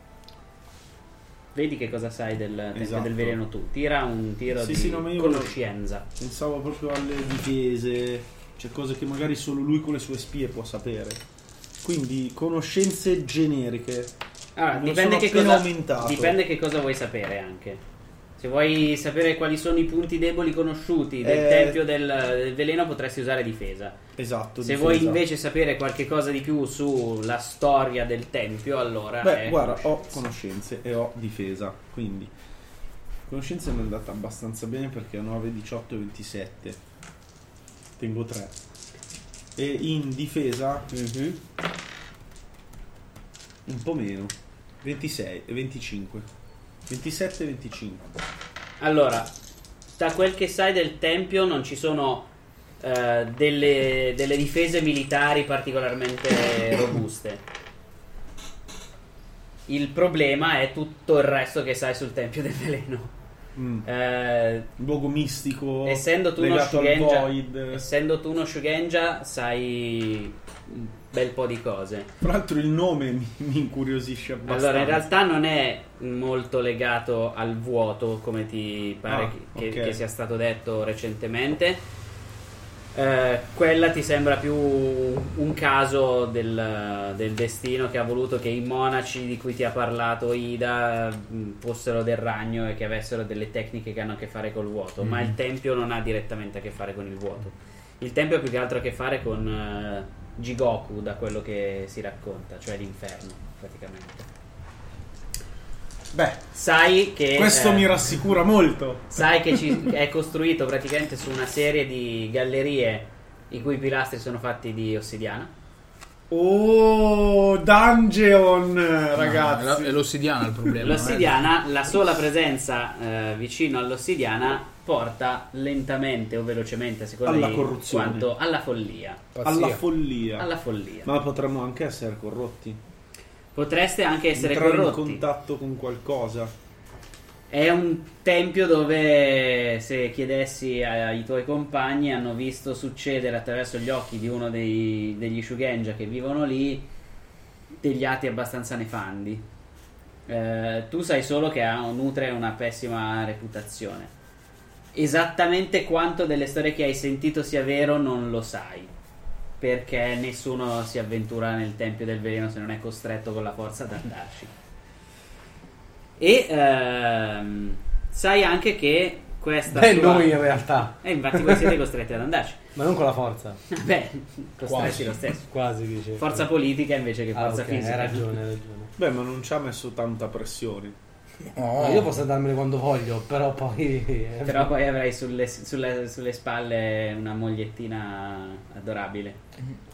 [SPEAKER 1] Vedi che cosa sai del tempio
[SPEAKER 3] Esatto.
[SPEAKER 1] del veleno tu. Tira un tiro
[SPEAKER 3] Sì,
[SPEAKER 1] di
[SPEAKER 3] sì, no, ma io volevo-
[SPEAKER 1] conoscenza.
[SPEAKER 3] Pensavo proprio alle difese, cioè cose che magari solo lui con le sue spie può sapere. Quindi conoscenze generiche.
[SPEAKER 1] Allora,
[SPEAKER 3] Ah, Non
[SPEAKER 1] Ah, dipende
[SPEAKER 3] sono
[SPEAKER 1] che,
[SPEAKER 3] appena
[SPEAKER 1] cosa,
[SPEAKER 3] aumentato.
[SPEAKER 1] dipende che cosa vuoi sapere anche. Se vuoi sapere quali sono i punti deboli conosciuti del
[SPEAKER 3] Eh.
[SPEAKER 1] tempio del, del veleno potresti usare difesa.
[SPEAKER 3] Esatto.
[SPEAKER 1] Se
[SPEAKER 3] difesa.
[SPEAKER 1] vuoi invece sapere qualche cosa di più sulla storia del tempio, allora...
[SPEAKER 3] Beh,
[SPEAKER 1] è
[SPEAKER 3] guarda, ho
[SPEAKER 1] conoscenza.
[SPEAKER 3] conoscenze e ho difesa, quindi... Conoscenze mi è andata abbastanza bene perché ho 9, 18 e 27. Tengo 3. E in difesa
[SPEAKER 1] Mhm.
[SPEAKER 3] un po' meno. 26 e 25. 27 e 25.
[SPEAKER 1] Allora, da quel che sai del tempio non ci sono eh, delle, delle difese militari particolarmente robuste. Il problema è tutto il resto che sai sul tempio del veleno.
[SPEAKER 3] Mm.
[SPEAKER 1] Eh,
[SPEAKER 3] Luogo mistico.
[SPEAKER 1] essendo, tu uno
[SPEAKER 3] legato al void.
[SPEAKER 1] Shugenja, essendo tu uno Shugenja sai un bel po' di cose.
[SPEAKER 3] Tra l'altro il nome mi, mi incuriosisce abbastanza.
[SPEAKER 1] Allora, in realtà non è molto legato al vuoto, come ti pare
[SPEAKER 3] Ah,
[SPEAKER 1] che,
[SPEAKER 3] ok.
[SPEAKER 1] che sia stato detto recentemente. Eh, quella ti sembra più un caso del, del destino che ha voluto che i monaci di cui ti ha parlato Ida mh, fossero del ragno e che avessero delle tecniche che hanno a che fare col vuoto, ma
[SPEAKER 3] Mm-hmm.
[SPEAKER 2] Mm.
[SPEAKER 1] il tempio non ha direttamente a che fare con il vuoto. Il tempio ha più che altro a che fare con eh, Jigoku, da quello che si racconta, cioè l'inferno praticamente.
[SPEAKER 3] Beh,
[SPEAKER 1] Sai che,
[SPEAKER 3] questo
[SPEAKER 1] eh,
[SPEAKER 3] mi rassicura molto.
[SPEAKER 1] sai che ci- è costruito praticamente su una serie di gallerie i cui pilastri sono fatti di ossidiana.
[SPEAKER 3] Oh, Dungeon,
[SPEAKER 2] Eh,
[SPEAKER 3] ragazzi.
[SPEAKER 2] No, è la- è l'ossidiana il
[SPEAKER 3] Eh,
[SPEAKER 2] problema. eh.
[SPEAKER 1] L'ossidiana, la sola presenza eh, vicino all'ossidiana porta lentamente o velocemente, secondo
[SPEAKER 3] Alla
[SPEAKER 1] me,
[SPEAKER 3] corruzione.
[SPEAKER 1] quanto alla follia.
[SPEAKER 2] eh.
[SPEAKER 3] Alla
[SPEAKER 2] Pazzia.
[SPEAKER 3] follia.
[SPEAKER 1] Alla follia.
[SPEAKER 3] Ma potremmo anche essere corrotti.
[SPEAKER 1] Potreste anche essere
[SPEAKER 3] Entrare in
[SPEAKER 1] corrotti.
[SPEAKER 3] contatto con qualcosa.
[SPEAKER 1] È un tempio dove se chiedessi ai tuoi compagni hanno visto succedere attraverso gli occhi di uno dei- degli Shugenja che vivono lì degli atti abbastanza nefandi. Eh, tu sai solo che ha, nutre una pessima reputazione. Esattamente quanto delle storie che hai sentito sia vero non lo sai, perché nessuno si avventura nel Tempio del Veleno se non è costretto con la forza ad andarci. E ehm, sai anche che questa...
[SPEAKER 4] Beh,
[SPEAKER 1] tua-
[SPEAKER 4] noi in realtà,
[SPEAKER 1] Eh, infatti voi
[SPEAKER 4] (laughs)
[SPEAKER 1] siete costretti ad andarci.
[SPEAKER 4] ma non con la forza.
[SPEAKER 1] Beh, costretti
[SPEAKER 2] Quasi.
[SPEAKER 1] lo stesso.
[SPEAKER 4] Quasi dice.
[SPEAKER 1] Forza politica invece che
[SPEAKER 4] Ah,
[SPEAKER 1] forza
[SPEAKER 4] ok,
[SPEAKER 1] fisica.
[SPEAKER 4] hai ragione, hai ragione.
[SPEAKER 3] Beh, ma non ci ha messo tanta pressione.
[SPEAKER 2] No,
[SPEAKER 4] No, io posso andarmene quando voglio, però poi. eh,
[SPEAKER 1] Però poi avrai sulle, sulle- sulle spalle una mogliettina adorabile.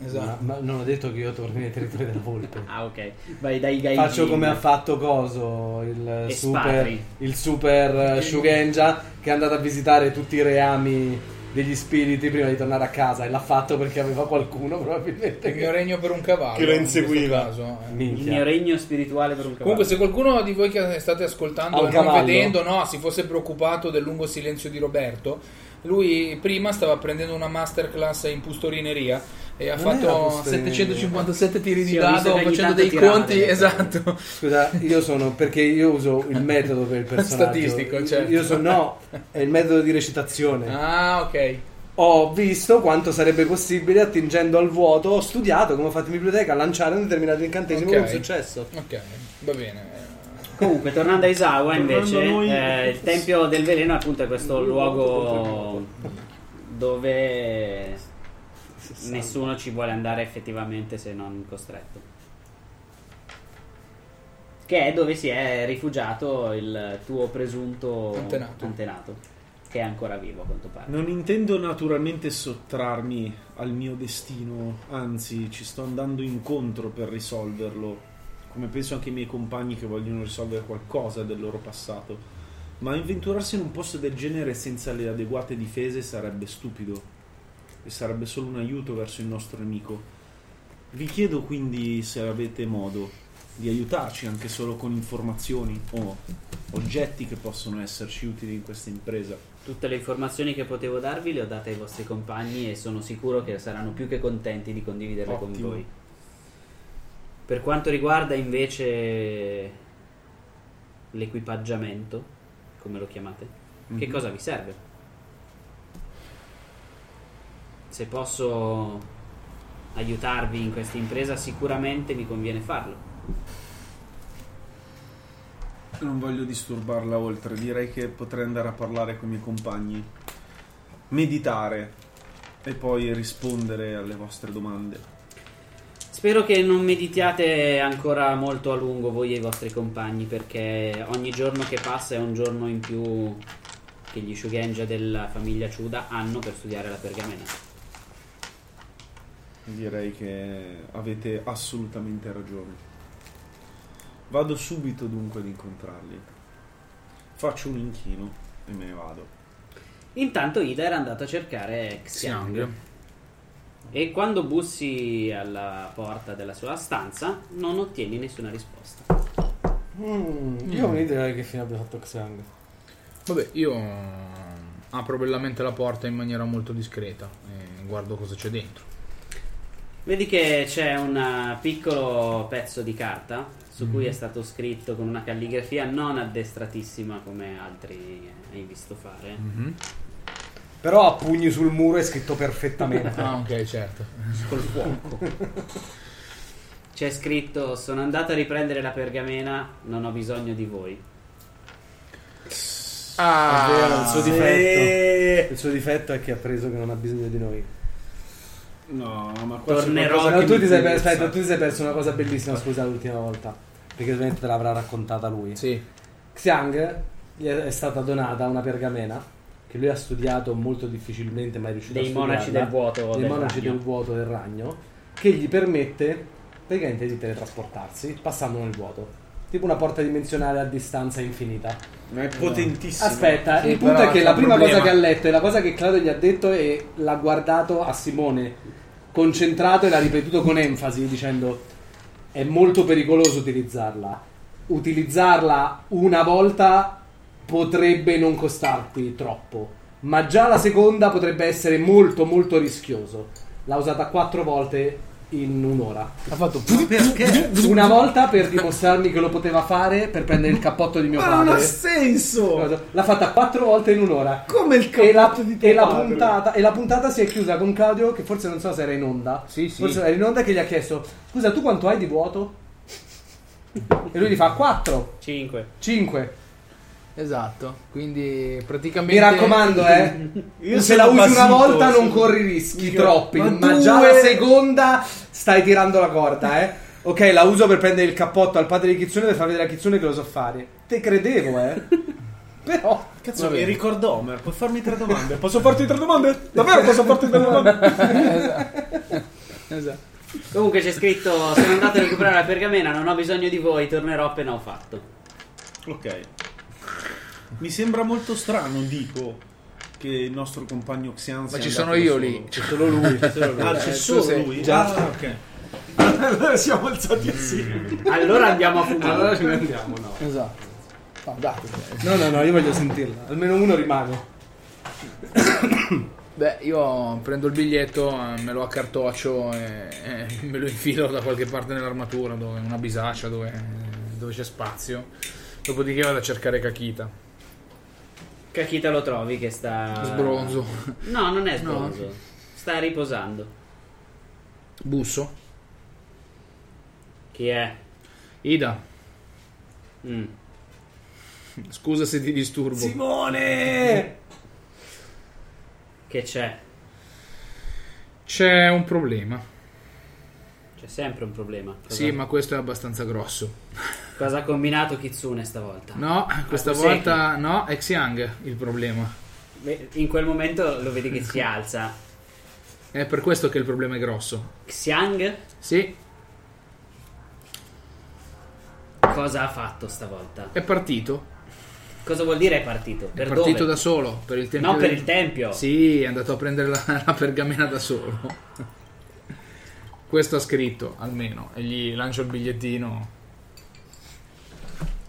[SPEAKER 2] Esatto.
[SPEAKER 4] Ma, ma non ho detto che io torni nei territori della volpe.
[SPEAKER 1] Ah, ok. Vai dai gaijin.
[SPEAKER 4] Faccio come ha fatto Coso, il
[SPEAKER 1] E
[SPEAKER 4] super,
[SPEAKER 1] spari.
[SPEAKER 4] il super eh, Shugenja che è andato a visitare tutti i reami degli spiriti prima di tornare a casa e l'ha fatto perché aveva qualcuno (laughs) probabilmente
[SPEAKER 2] Il mio
[SPEAKER 4] che...
[SPEAKER 2] regno per un cavallo.
[SPEAKER 5] Che lo
[SPEAKER 2] in questo
[SPEAKER 5] inseguiva.
[SPEAKER 2] caso, eh.
[SPEAKER 1] Il mio
[SPEAKER 4] Minchia.
[SPEAKER 1] regno spirituale per un cavallo.
[SPEAKER 2] Comunque, se qualcuno di voi che state
[SPEAKER 4] Ha
[SPEAKER 2] ascoltando
[SPEAKER 4] un
[SPEAKER 2] e non
[SPEAKER 4] cavallo.
[SPEAKER 2] vedendo, no, si fosse preoccupato del lungo silenzio di Roberto, lui prima stava prendendo una masterclass in pustorineria e ha
[SPEAKER 4] Non era
[SPEAKER 2] fatto
[SPEAKER 4] pustorineria.
[SPEAKER 2] 757 tiri di
[SPEAKER 1] Sì, ho visto che
[SPEAKER 2] dado
[SPEAKER 1] ogni
[SPEAKER 2] facendo
[SPEAKER 1] tanto
[SPEAKER 2] dei
[SPEAKER 1] tirava
[SPEAKER 2] conti.
[SPEAKER 1] delle
[SPEAKER 2] Esatto.
[SPEAKER 4] Scusa, io sono perché io uso
[SPEAKER 2] (laughs)
[SPEAKER 4] il metodo per il personaggio.
[SPEAKER 2] Statistico, certo.
[SPEAKER 4] Io sono no, è il metodo di recitazione.
[SPEAKER 2] (laughs) Ah, ok.
[SPEAKER 4] Ho visto quanto sarebbe possibile attingendo al vuoto, ho studiato come ho fatto in biblioteca a lanciare un determinato incantesimo
[SPEAKER 2] Ok.
[SPEAKER 4] con successo.
[SPEAKER 2] Ok, va bene.
[SPEAKER 1] Comunque, tornando a Isawa
[SPEAKER 3] Tornando
[SPEAKER 1] invece,
[SPEAKER 3] a noi-
[SPEAKER 1] eh, il Tempio del Veleno appunto è questo luogo dove nessuno ci vuole andare effettivamente se non costretto. Che è dove si è rifugiato il tuo presunto
[SPEAKER 2] Antenato.
[SPEAKER 1] antenato, che è ancora vivo a quanto pare.
[SPEAKER 3] Non intendo naturalmente sottrarmi al mio destino, anzi ci sto andando incontro per risolverlo, come penso anche i miei compagni che vogliono risolvere qualcosa del loro passato. Ma avventurarsi in un posto del genere senza le adeguate difese sarebbe stupido e sarebbe solo un aiuto verso il nostro nemico. Vi chiedo quindi se avete modo di aiutarci anche solo con informazioni o oggetti che possono esserci utili in questa impresa.
[SPEAKER 1] Tutte le informazioni che potevo darvi le ho date ai vostri compagni e sono sicuro che saranno più che contenti di condividerle
[SPEAKER 3] Ottimo.
[SPEAKER 1] con voi. Per quanto riguarda invece l'equipaggiamento, come lo chiamate, che
[SPEAKER 3] Mhm.
[SPEAKER 1] cosa vi serve? Se posso aiutarvi in questa impresa, sicuramente mi conviene farlo.
[SPEAKER 3] Non voglio disturbarla oltre, direi che potrei andare a parlare con i miei compagni, meditare e poi rispondere alle vostre domande.
[SPEAKER 1] Spero che non meditiate ancora molto a lungo voi e i vostri compagni perché ogni giorno che passa è un giorno in più che gli Shugenja della famiglia Ciuda hanno per studiare la pergamena.
[SPEAKER 3] Direi che avete assolutamente ragione. Vado subito dunque ad incontrarli. Faccio un inchino e me ne vado.
[SPEAKER 1] Intanto Ida era andata a cercare Xiang
[SPEAKER 2] Xiang.
[SPEAKER 1] e quando bussi alla porta della sua stanza non ottieni nessuna risposta.
[SPEAKER 4] Mm, io ho un'idea che fine abbia fatto Xiang.
[SPEAKER 2] Vabbè, io eh, apro bellamente la porta in maniera molto discreta e guardo cosa c'è dentro.
[SPEAKER 1] Vedi che c'è un piccolo pezzo di carta su cui è stato scritto con una calligrafia non addestratissima come altri hai visto fare.
[SPEAKER 2] Mhm.
[SPEAKER 4] Però a pugni sul muro è
[SPEAKER 1] (laughs)
[SPEAKER 4] scritto perfettamente.
[SPEAKER 2] Ah, ok, certo.
[SPEAKER 1] Col fuoco. C'è scritto: Sono andata a riprendere la pergamena, non ho bisogno di voi.
[SPEAKER 2] Ah,
[SPEAKER 4] È vero, il suo
[SPEAKER 2] sì.
[SPEAKER 4] difetto. Il suo difetto è che ha preso che non ha bisogno di noi.
[SPEAKER 3] No, ma qua c'è
[SPEAKER 1] Tornerò.
[SPEAKER 3] qualcosa
[SPEAKER 4] No,
[SPEAKER 3] che
[SPEAKER 4] tu
[SPEAKER 3] mi
[SPEAKER 4] ti sei per-
[SPEAKER 3] interessa.
[SPEAKER 4] aspetta, tu ti sei perso una cosa bellissima, scusa, l'ultima volta. Perché ovviamente te l'avrà raccontata lui.
[SPEAKER 2] Sì.
[SPEAKER 4] Xiang gli è è stata donata una pergamena che lui ha studiato molto difficilmente, ma è riuscito
[SPEAKER 1] Dei
[SPEAKER 4] a studiarla.
[SPEAKER 1] monaci del vuoto.
[SPEAKER 4] dei
[SPEAKER 1] del
[SPEAKER 4] monaci
[SPEAKER 1] ragno.
[SPEAKER 4] del vuoto del ragno, che gli permette praticamente di teletrasportarsi passando nel vuoto. Tipo una porta dimensionale a distanza infinita.
[SPEAKER 3] Ma è potentissimo.
[SPEAKER 4] Aspetta,
[SPEAKER 2] Sì,
[SPEAKER 4] il punto
[SPEAKER 2] però
[SPEAKER 4] è che
[SPEAKER 2] c'è
[SPEAKER 4] la
[SPEAKER 2] un
[SPEAKER 4] prima
[SPEAKER 2] problema.
[SPEAKER 4] cosa che ha letto e la cosa che Claudio gli ha detto e l'ha guardato a Simone concentrato e l'ha ripetuto con enfasi dicendo è molto pericoloso utilizzarla. Utilizzarla una volta potrebbe non costarti troppo, ma già la seconda potrebbe essere molto molto rischioso. L'ha usata quattro volte in un'ora.
[SPEAKER 2] Ha fatto
[SPEAKER 3] Perché?
[SPEAKER 4] Una volta per dimostrarmi che lo poteva fare per prendere il cappotto di mio
[SPEAKER 2] Ah,
[SPEAKER 3] Ma non ha
[SPEAKER 4] padre.
[SPEAKER 3] senso!
[SPEAKER 4] L'ha fatta quattro volte in un'ora.
[SPEAKER 3] Come il
[SPEAKER 4] E la,
[SPEAKER 3] cappotto di tuo
[SPEAKER 4] e, la
[SPEAKER 3] padre?
[SPEAKER 4] puntata, e la puntata si è chiusa con Claudio che forse non so se era in onda.
[SPEAKER 2] Sì, sì.
[SPEAKER 4] Forse era in onda che gli ha chiesto, scusa tu quanto hai di vuoto? e lui gli fa 4,
[SPEAKER 1] Cinque.
[SPEAKER 4] 5.
[SPEAKER 2] Esatto, quindi praticamente...
[SPEAKER 4] Mi raccomando eh.
[SPEAKER 3] (laughs) Io
[SPEAKER 4] se
[SPEAKER 3] sono
[SPEAKER 4] la usi
[SPEAKER 3] basito,
[SPEAKER 4] una volta
[SPEAKER 3] sono-
[SPEAKER 4] non corri rischi
[SPEAKER 3] Io-
[SPEAKER 4] troppi,
[SPEAKER 3] ma
[SPEAKER 4] ma, già la
[SPEAKER 3] due-
[SPEAKER 4] seconda stai tirando la corda eh. Ok, la uso per prendere il cappotto al padre di Kitsune per far vedere a Kitsune che lo so fare. Te credevo eh.
[SPEAKER 3] (laughs)
[SPEAKER 4] Però...
[SPEAKER 3] Cazzo,
[SPEAKER 2] Va
[SPEAKER 3] mi
[SPEAKER 2] bene.
[SPEAKER 3] ricordo Homer, puoi farmi tre domande? Posso farti tre domande? Davvero posso farti tre domande?
[SPEAKER 2] Esatto.
[SPEAKER 1] Comunque c'è scritto: Sono andata a recuperare la pergamena, non ho bisogno di voi, tornerò appena ho fatto.
[SPEAKER 3] (laughs) ok. Mi sembra molto strano, dico, che il nostro compagno Xian
[SPEAKER 2] Ma
[SPEAKER 3] sia
[SPEAKER 2] ci
[SPEAKER 3] andato
[SPEAKER 2] sono
[SPEAKER 3] da
[SPEAKER 2] io
[SPEAKER 3] solo.
[SPEAKER 2] lì.
[SPEAKER 4] C'è solo lui.
[SPEAKER 3] Ah, c'è
[SPEAKER 2] Eh, tu
[SPEAKER 3] solo
[SPEAKER 2] sei-
[SPEAKER 3] lui?
[SPEAKER 4] già.
[SPEAKER 3] Ah, ok. Mm. Allora siamo alzati assieme.
[SPEAKER 1] Allora andiamo a fumare.
[SPEAKER 4] ne andiamo, no.
[SPEAKER 2] Esatto. No, dai.
[SPEAKER 4] Ah. No, no, no, io voglio sentirla. Almeno uno rimane.
[SPEAKER 2] Beh, io prendo il biglietto, eh, me lo accartoccio e, e (laughs) me lo infilo da qualche parte nell'armatura, dove, in una bisaccia dove, dove c'è spazio. Dopodiché vado a cercare Kakita.
[SPEAKER 1] Kakita lo trovi che
[SPEAKER 4] Eh.
[SPEAKER 1] sta.
[SPEAKER 2] Sbronzo.
[SPEAKER 1] No, non è sbronzo. Sta riposando.
[SPEAKER 2] Busso.
[SPEAKER 1] Chi è?
[SPEAKER 2] Ida,
[SPEAKER 1] Mm.
[SPEAKER 2] scusa se ti disturbo.
[SPEAKER 4] Simone!
[SPEAKER 1] Che c'è?
[SPEAKER 2] C'è un problema.
[SPEAKER 1] C'è sempre un problema. Cosa,
[SPEAKER 2] Sì, ma questo è abbastanza grosso.
[SPEAKER 1] cosa ha combinato Kitsune stavolta?
[SPEAKER 2] No,
[SPEAKER 4] Ah,
[SPEAKER 2] questa
[SPEAKER 1] tu
[SPEAKER 4] Ecco,
[SPEAKER 1] sei
[SPEAKER 2] volta no, è Xiang il problema.
[SPEAKER 1] Beh, In quel momento lo vedi che si alza.
[SPEAKER 2] È per questo che il problema è grosso.
[SPEAKER 1] Xiang
[SPEAKER 2] Sì,
[SPEAKER 1] cosa ha fatto stavolta?
[SPEAKER 2] è partito.
[SPEAKER 1] Cosa vuol dire è partito?
[SPEAKER 2] È
[SPEAKER 1] Per
[SPEAKER 2] partito
[SPEAKER 1] dove?
[SPEAKER 2] da solo per il tempio.
[SPEAKER 1] No, per
[SPEAKER 2] del-
[SPEAKER 1] il tempio.
[SPEAKER 2] Sì, è andato a prendere la, (laughs) la pergamena da solo. (laughs) Questo ha scritto, almeno, e gli lancio il bigliettino.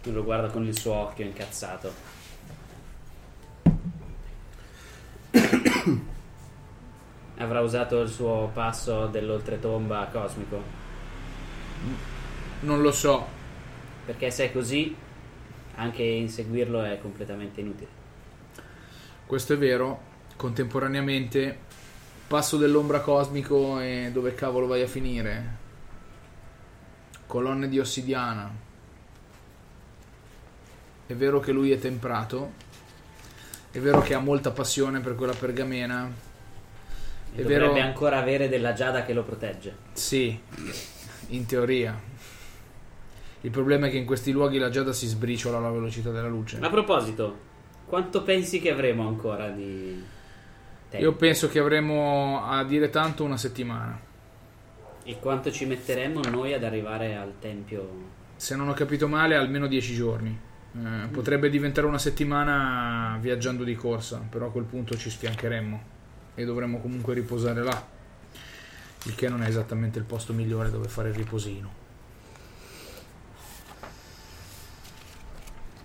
[SPEAKER 1] Tu lo guarda con il suo occhio incazzato.
[SPEAKER 2] (coughs)
[SPEAKER 1] Avrà usato il suo passo dell'oltretomba cosmico.
[SPEAKER 2] Non lo so,
[SPEAKER 1] Perché se è così, anche inseguirlo è completamente inutile.
[SPEAKER 2] Questo è vero. Contemporaneamente, passo dell'ombra cosmico e dove cavolo vai a finire? Colonne di ossidiana. È vero che lui è temprato. È vero che ha molta passione per quella pergamena.
[SPEAKER 1] E
[SPEAKER 2] È
[SPEAKER 1] dovrebbe
[SPEAKER 2] vero.
[SPEAKER 1] ancora avere della giada che lo protegge.
[SPEAKER 2] Sì, in teoria. Il problema è che in questi luoghi la giada si sbriciola alla velocità della luce.
[SPEAKER 1] A proposito, quanto pensi che avremo ancora di tempo?
[SPEAKER 2] Io penso che avremo a dire tanto una settimana.
[SPEAKER 1] E quanto ci metteremo noi ad arrivare al tempio?
[SPEAKER 2] Se non ho capito male, almeno 10 giorni. Eh, potrebbe diventare una settimana viaggiando di corsa, però a quel punto ci sfiancheremmo e dovremmo comunque riposare là. Il che non è esattamente il posto migliore dove fare il riposino.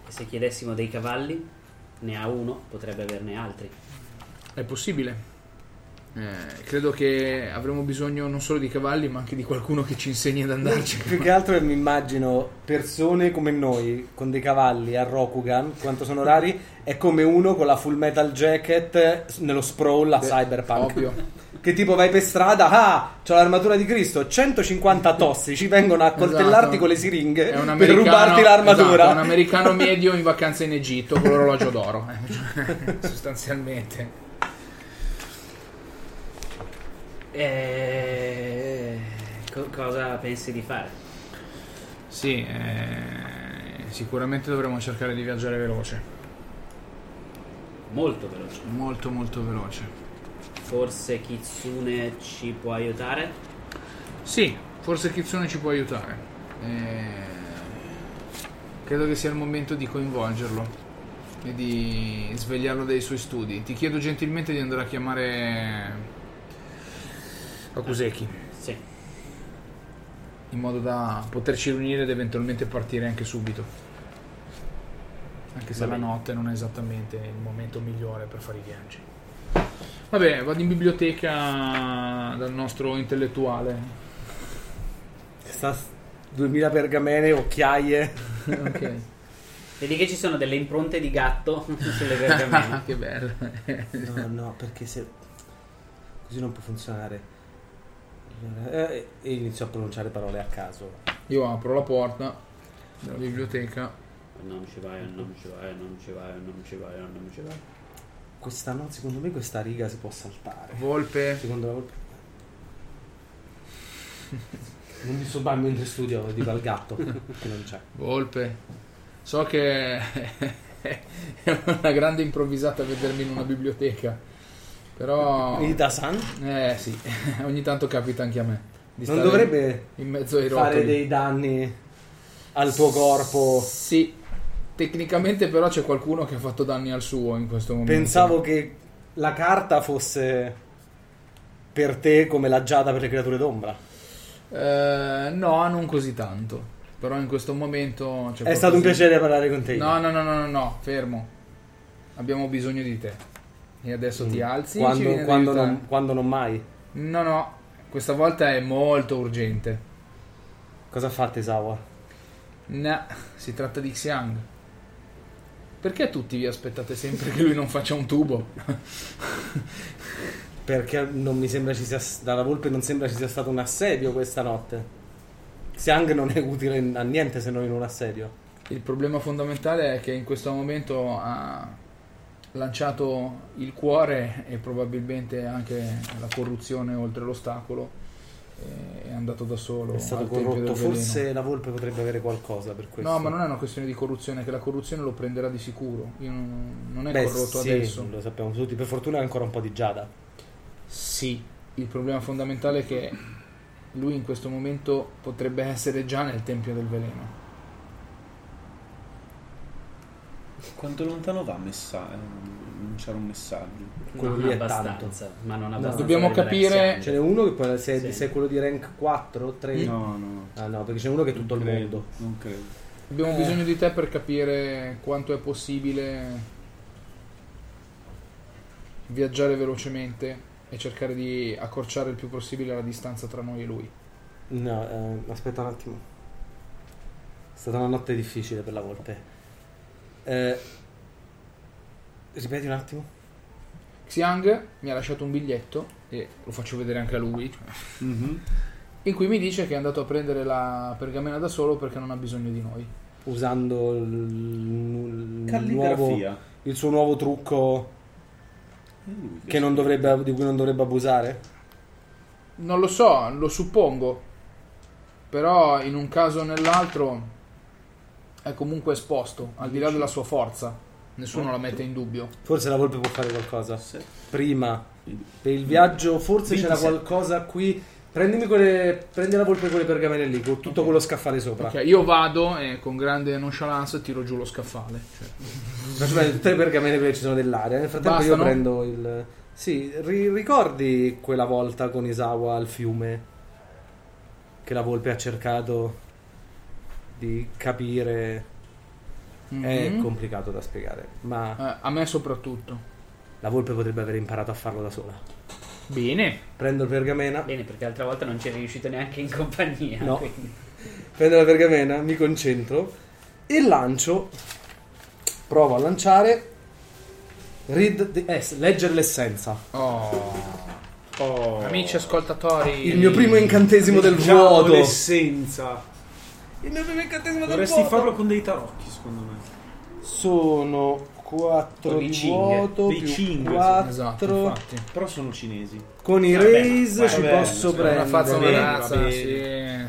[SPEAKER 1] E se chiedessimo dei cavalli, ne ha uno, potrebbe averne altri.
[SPEAKER 2] È possibile. Eh, credo che avremo bisogno non solo di cavalli, ma anche di qualcuno che ci insegni ad andarci.
[SPEAKER 4] Più che altro mi immagino persone come noi con dei cavalli a Rokugan, quanto sono rari, è come uno con la full metal jacket nello sprawl a cyberpunk.
[SPEAKER 2] (laughs) Ovvio.
[SPEAKER 4] Che tipo vai per strada, ah, c'ho l'armatura di Cristo, 150 tossici vengono a coltellarti
[SPEAKER 2] Esatto.
[SPEAKER 4] con le siringhe
[SPEAKER 2] È un
[SPEAKER 4] per
[SPEAKER 2] americano-
[SPEAKER 4] rubarti l'armatura.
[SPEAKER 2] esatto, un
[SPEAKER 4] (laughs)
[SPEAKER 2] americano medio in vacanza in Egitto con l'orologio d'oro, eh, (laughs) sostanzialmente.
[SPEAKER 1] E... co- cosa pensi di fare?
[SPEAKER 2] Sì, eh, sicuramente dovremo cercare di viaggiare veloce,
[SPEAKER 1] Molto veloce.
[SPEAKER 2] molto molto veloce.
[SPEAKER 1] Forse Kitsune ci può aiutare?
[SPEAKER 2] Sì, forse Kitsune ci può aiutare. Eh, credo che sia il momento di coinvolgerlo e di svegliarlo dai suoi studi. Ti chiedo gentilmente di andare a chiamare Akuseki.
[SPEAKER 1] Sì.
[SPEAKER 2] in modo da poterci riunire ed eventualmente partire anche subito. Anche se
[SPEAKER 1] Va
[SPEAKER 2] la
[SPEAKER 1] bene.
[SPEAKER 2] notte non è esattamente il momento migliore per fare i viaggi. Vabbè, vado in biblioteca dal nostro intellettuale.
[SPEAKER 1] (laughs)
[SPEAKER 4] Sta s- 2000 pergamene, occhiaie.
[SPEAKER 2] Ok.
[SPEAKER 1] Vedi che ci sono delle impronte di gatto (laughs) sulle pergamene.
[SPEAKER 2] Ah, (laughs) che bello.
[SPEAKER 4] No, no, perché se. Così non può funzionare. Eh, E inizio a pronunciare parole a caso.
[SPEAKER 2] Io apro la porta della biblioteca.
[SPEAKER 1] Non ci vai, non ci vai, non ci vai, non ci vai, non ci vai.
[SPEAKER 4] Questa no, secondo me questa riga si può saltare.
[SPEAKER 2] Volpe.
[SPEAKER 4] Secondo la volpe. Non disturbarmi mentre studio, dico al gatto che non c'è.
[SPEAKER 2] Volpe. So che (laughs) è una grande improvvisata vedermi in una biblioteca. Però...
[SPEAKER 4] Ida-san
[SPEAKER 2] Eh sì, (laughs) ogni tanto capita anche a me. Di
[SPEAKER 4] non
[SPEAKER 2] stare
[SPEAKER 4] dovrebbe
[SPEAKER 2] in mezzo ai
[SPEAKER 4] fare
[SPEAKER 2] rotoli.
[SPEAKER 4] dei danni al tuo corpo.
[SPEAKER 2] Sì, tecnicamente però c'è qualcuno che ha fatto danni al suo in questo momento.
[SPEAKER 4] Pensavo che la carta fosse per te come la giada per le creature d'ombra.
[SPEAKER 2] Eh, no, non così tanto. Però in questo momento c'è
[SPEAKER 4] È stato un
[SPEAKER 2] qualcosa-
[SPEAKER 4] piacere parlare con te.
[SPEAKER 2] No, no, no, no, no, no, fermo. Abbiamo bisogno di te. E adesso ti alzi. e ci vieni
[SPEAKER 4] Mm. quando,
[SPEAKER 2] ad
[SPEAKER 4] quando
[SPEAKER 2] aiutare.
[SPEAKER 4] non, quando non mai.
[SPEAKER 2] No, no, questa volta è molto urgente.
[SPEAKER 4] Cosa ha fatto Isawa?
[SPEAKER 2] No, si tratta di Xiang. Perché tutti vi aspettate sempre che lui non faccia un tubo?
[SPEAKER 4] Perché non mi sembra ci sia. Dalla volpe non sembra ci sia stato un assedio questa notte. Xiang non è utile in- a niente se non in un assedio.
[SPEAKER 2] Il problema fondamentale è che in questo momento ha lanciato il cuore e probabilmente anche la corruzione oltre l'ostacolo. e È andato da solo.
[SPEAKER 4] È stato
[SPEAKER 2] al Tempio
[SPEAKER 4] corrotto.
[SPEAKER 2] del Veleno.
[SPEAKER 4] Forse la volpe potrebbe avere qualcosa per questo.
[SPEAKER 2] No, ma non è una questione di corruzione, che la corruzione lo prenderà di sicuro. Io non, non è
[SPEAKER 4] Beh,
[SPEAKER 2] corrotto
[SPEAKER 4] sì,
[SPEAKER 2] adesso.
[SPEAKER 4] Lo sappiamo tutti. Per fortuna è ancora un po' di giada.
[SPEAKER 2] Sì, il problema fondamentale è che lui in questo momento potrebbe essere già nel Tempio del Veleno.
[SPEAKER 3] Quanto lontano va messa- eh, Non c'era un messaggio.
[SPEAKER 4] Quello
[SPEAKER 1] non
[SPEAKER 4] lì è
[SPEAKER 1] abbastanza, ma non abbastanza.
[SPEAKER 2] Dobbiamo
[SPEAKER 1] per liberare
[SPEAKER 2] capire-
[SPEAKER 1] Xiang.
[SPEAKER 4] Ce n'è uno che poi se,
[SPEAKER 1] Sì.
[SPEAKER 4] se è quello di rank 4 o 3.
[SPEAKER 3] Eh, No, no.
[SPEAKER 4] Ah no, perché c'è uno che è tutto il
[SPEAKER 3] non credo,
[SPEAKER 4] mondo.
[SPEAKER 3] Non credo.
[SPEAKER 2] Abbiamo
[SPEAKER 4] Eh.
[SPEAKER 2] bisogno di te per capire quanto è possibile viaggiare velocemente e cercare di accorciare il più possibile la distanza tra noi e lui.
[SPEAKER 4] ehm, No, eh, aspetta un attimo. È stata una notte difficile per la volpe. Eh, ripeti un attimo.
[SPEAKER 2] Xiang mi ha lasciato un biglietto e lo faccio vedere anche a lui cioè,
[SPEAKER 3] Mhm.
[SPEAKER 2] in cui mi dice che è andato a prendere la pergamena da solo perché non ha bisogno di noi
[SPEAKER 4] Usando il, nu- il nuovo,
[SPEAKER 3] Calligrafia.
[SPEAKER 4] il suo nuovo trucco
[SPEAKER 3] E lui
[SPEAKER 4] che non dovrebbe, di cui non dovrebbe abusare.
[SPEAKER 2] non lo so lo suppongo però in un caso o nell'altro è comunque esposto al di là della sua forza nessuno la mette in dubbio
[SPEAKER 4] Forse la volpe può fare qualcosa.
[SPEAKER 3] Se-
[SPEAKER 4] Prima, per il viaggio, forse c'era
[SPEAKER 3] 27.
[SPEAKER 4] qualcosa qui. Prendimi quelle. Prendi la volpe con le pergamene lì, con tutto quello scaffale sopra.
[SPEAKER 2] Ok, io vado e con grande nonchalance tiro giù lo scaffale cioè,
[SPEAKER 4] Faccio prendere tutte le pergamene perché ci sono dell'aria. Nel frattempo io
[SPEAKER 2] Bastano?
[SPEAKER 4] prendo il. Sì, ri- ricordi quella volta con Isawa al fiume? Che la volpe ha cercato di capire. È
[SPEAKER 2] mhm.
[SPEAKER 4] complicato da spiegare, ma
[SPEAKER 2] Eh, a me soprattutto
[SPEAKER 4] la volpe potrebbe aver imparato a farlo da sola.
[SPEAKER 2] bene
[SPEAKER 4] Prendo la pergamena,
[SPEAKER 1] Bene, perché l'altra volta non c'eri riuscito neanche in (laughs) compagnia.
[SPEAKER 4] No.
[SPEAKER 1] quindi.
[SPEAKER 4] prendo la pergamena, mi concentro e lancio. Provo a lanciare. Read the ess- leggere l'essenza.
[SPEAKER 2] oh
[SPEAKER 3] Oh.
[SPEAKER 2] Amici ascoltatori,
[SPEAKER 4] Il mio primo incantesimo del
[SPEAKER 3] Leggiamo
[SPEAKER 4] vuoto.
[SPEAKER 3] Diciamo l'essenza.
[SPEAKER 4] Il mio primo incantesimo del
[SPEAKER 3] Dovresti
[SPEAKER 4] vuoto.
[SPEAKER 3] farlo con dei tarocchi, secondo me.
[SPEAKER 4] Sono 4
[SPEAKER 1] Con i
[SPEAKER 4] di
[SPEAKER 1] cing.
[SPEAKER 4] vuoto
[SPEAKER 3] Dei
[SPEAKER 4] più
[SPEAKER 3] cing,
[SPEAKER 4] 4.
[SPEAKER 2] Esatto, infatti.
[SPEAKER 3] Però sono cinesi.
[SPEAKER 4] Con i
[SPEAKER 1] Vabbè,
[SPEAKER 4] raise
[SPEAKER 1] vabbè,
[SPEAKER 4] ci
[SPEAKER 3] vabbè,
[SPEAKER 4] posso
[SPEAKER 3] se
[SPEAKER 2] Una fazza una
[SPEAKER 4] prendere
[SPEAKER 3] bene, va
[SPEAKER 2] razza,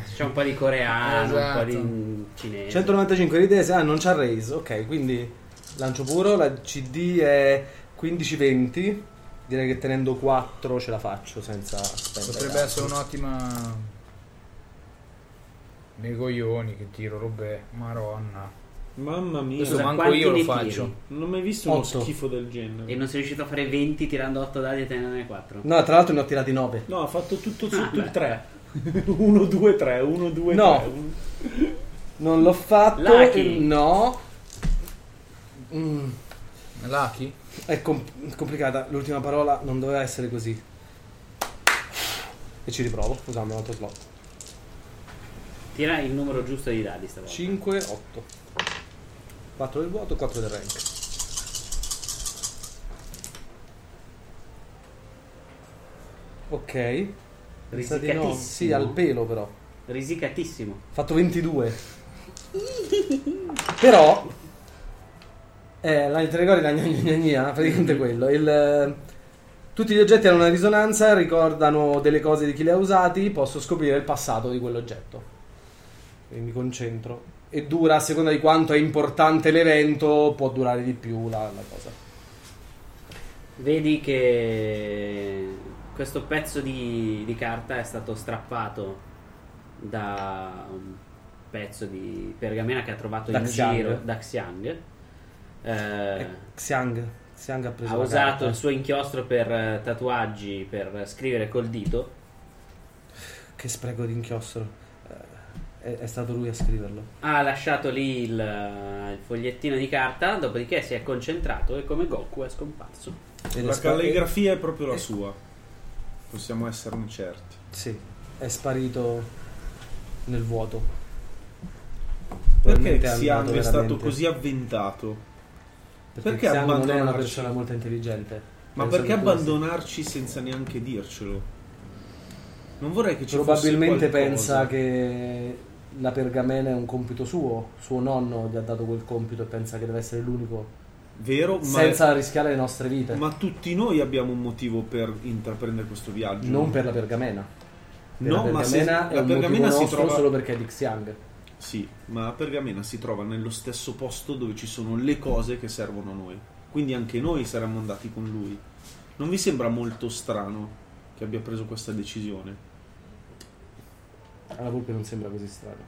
[SPEAKER 2] sì.
[SPEAKER 1] C'è un po' di coreano,
[SPEAKER 2] Esatto.
[SPEAKER 1] un po' di cinese.
[SPEAKER 4] 195 di tese, ah non c'ha raise, ok, quindi lancio puro, la CD è 15-20, direi che tenendo 4 ce la faccio senza spendere.
[SPEAKER 2] Potrebbe essere un'ottima. Nei coglioni che tiro, robè, maronna.
[SPEAKER 3] Mamma mia.
[SPEAKER 2] Questo
[SPEAKER 1] Scusa,
[SPEAKER 2] manco
[SPEAKER 1] quanti
[SPEAKER 2] io lo
[SPEAKER 1] ne
[SPEAKER 2] faccio.
[SPEAKER 1] tiri?
[SPEAKER 3] Non ho mai visto uno
[SPEAKER 4] Otto.
[SPEAKER 3] schifo del
[SPEAKER 1] E
[SPEAKER 3] genere.
[SPEAKER 1] non sei riuscito a fare 20 tirando 8 dadi e tenendone 4.
[SPEAKER 4] No, tra l'altro ne ho tirati 9.
[SPEAKER 3] No, ha fatto tutto
[SPEAKER 1] Ah,
[SPEAKER 3] sotto
[SPEAKER 1] beh.
[SPEAKER 3] il 3. (laughs) 1, 2, 3, 1, 2,
[SPEAKER 4] No.
[SPEAKER 3] 3. un-
[SPEAKER 4] Non l'ho fatto,
[SPEAKER 1] Lucky.
[SPEAKER 4] no. Mm,
[SPEAKER 2] Lucky?
[SPEAKER 4] è com- complicata, l'ultima parola non doveva essere così. E ci riprovo, usando un altro slot.
[SPEAKER 1] Tira il numero giusto di dadi stavolta.
[SPEAKER 4] 5, 8. 4 del vuoto, 4 del rank. Ok. Pensa di
[SPEAKER 1] Risicatissimo.
[SPEAKER 4] No. Sì, al pelo però. Ho
[SPEAKER 1] Risicatissimo.
[SPEAKER 4] fatto 22. però... Eh, la te ricordi la gna gna gna gna? Praticamente quello. Il, eh, tutti gli oggetti hanno una risonanza, ricordano delle cose di chi li ha usati, posso scoprire il passato di quell'oggetto. E mi concentro. E dura, a seconda di quanto è importante l'evento, può durare di più la, la cosa.
[SPEAKER 1] Vedi che questo pezzo di, di carta è stato strappato da un pezzo di pergamena che ha trovato
[SPEAKER 4] Da
[SPEAKER 1] in
[SPEAKER 4] Xiang.
[SPEAKER 1] giro da Xiang. Eh,
[SPEAKER 4] E Xiang. Xiang ha preso
[SPEAKER 1] ha
[SPEAKER 4] la
[SPEAKER 1] usato
[SPEAKER 4] carta.
[SPEAKER 1] il suo inchiostro per eh, tatuaggi, per scrivere col dito.
[SPEAKER 4] Che spreco di inchiostro. Eh, È, è stato lui a scriverlo.
[SPEAKER 1] Ha lasciato lì il, eh, il fogliettino di carta, dopodiché si è concentrato e come Goku è scomparso.
[SPEAKER 4] Ed è
[SPEAKER 3] La
[SPEAKER 4] spa-
[SPEAKER 3] calligrafia è proprio la sua. Possiamo esserne certi.
[SPEAKER 4] eh, Sì, è sparito nel vuoto.
[SPEAKER 3] Perché
[SPEAKER 4] Probabilmente è
[SPEAKER 3] Xiang
[SPEAKER 4] andato
[SPEAKER 3] è stato
[SPEAKER 4] veramente-
[SPEAKER 3] così avventato?
[SPEAKER 4] Perché,
[SPEAKER 3] Perché
[SPEAKER 4] Xiang non è una
[SPEAKER 3] abbandonarci?
[SPEAKER 4] persona molto intelligente.
[SPEAKER 3] Ma
[SPEAKER 4] Penso
[SPEAKER 3] perché
[SPEAKER 4] che questo-
[SPEAKER 3] abbandonarci senza neanche dircelo? Non vorrei che ci
[SPEAKER 4] Probabilmente
[SPEAKER 3] fosse qualcosa.
[SPEAKER 4] pensa che la pergamena è un compito suo. Suo nonno gli ha dato quel compito e pensa che deve essere l'unico.
[SPEAKER 3] Vero, ma,
[SPEAKER 4] Senza rischiare le nostre vite.
[SPEAKER 3] ma tutti noi abbiamo un motivo per intraprendere questo viaggio.
[SPEAKER 4] Non per la pergamena. Per
[SPEAKER 3] No,
[SPEAKER 4] la
[SPEAKER 3] ma se-
[SPEAKER 4] pergamena è
[SPEAKER 3] la
[SPEAKER 4] un
[SPEAKER 3] pergamena
[SPEAKER 4] motivo
[SPEAKER 3] si
[SPEAKER 4] nostro
[SPEAKER 3] trova-
[SPEAKER 4] solo perché è di Xiang.
[SPEAKER 3] Sì, ma la pergamena si trova nello stesso posto dove ci sono le cose che servono a noi. Quindi anche noi saremmo andati con lui. Non vi sembra molto strano che abbia preso questa decisione?
[SPEAKER 4] Alla volpe non sembra così strano.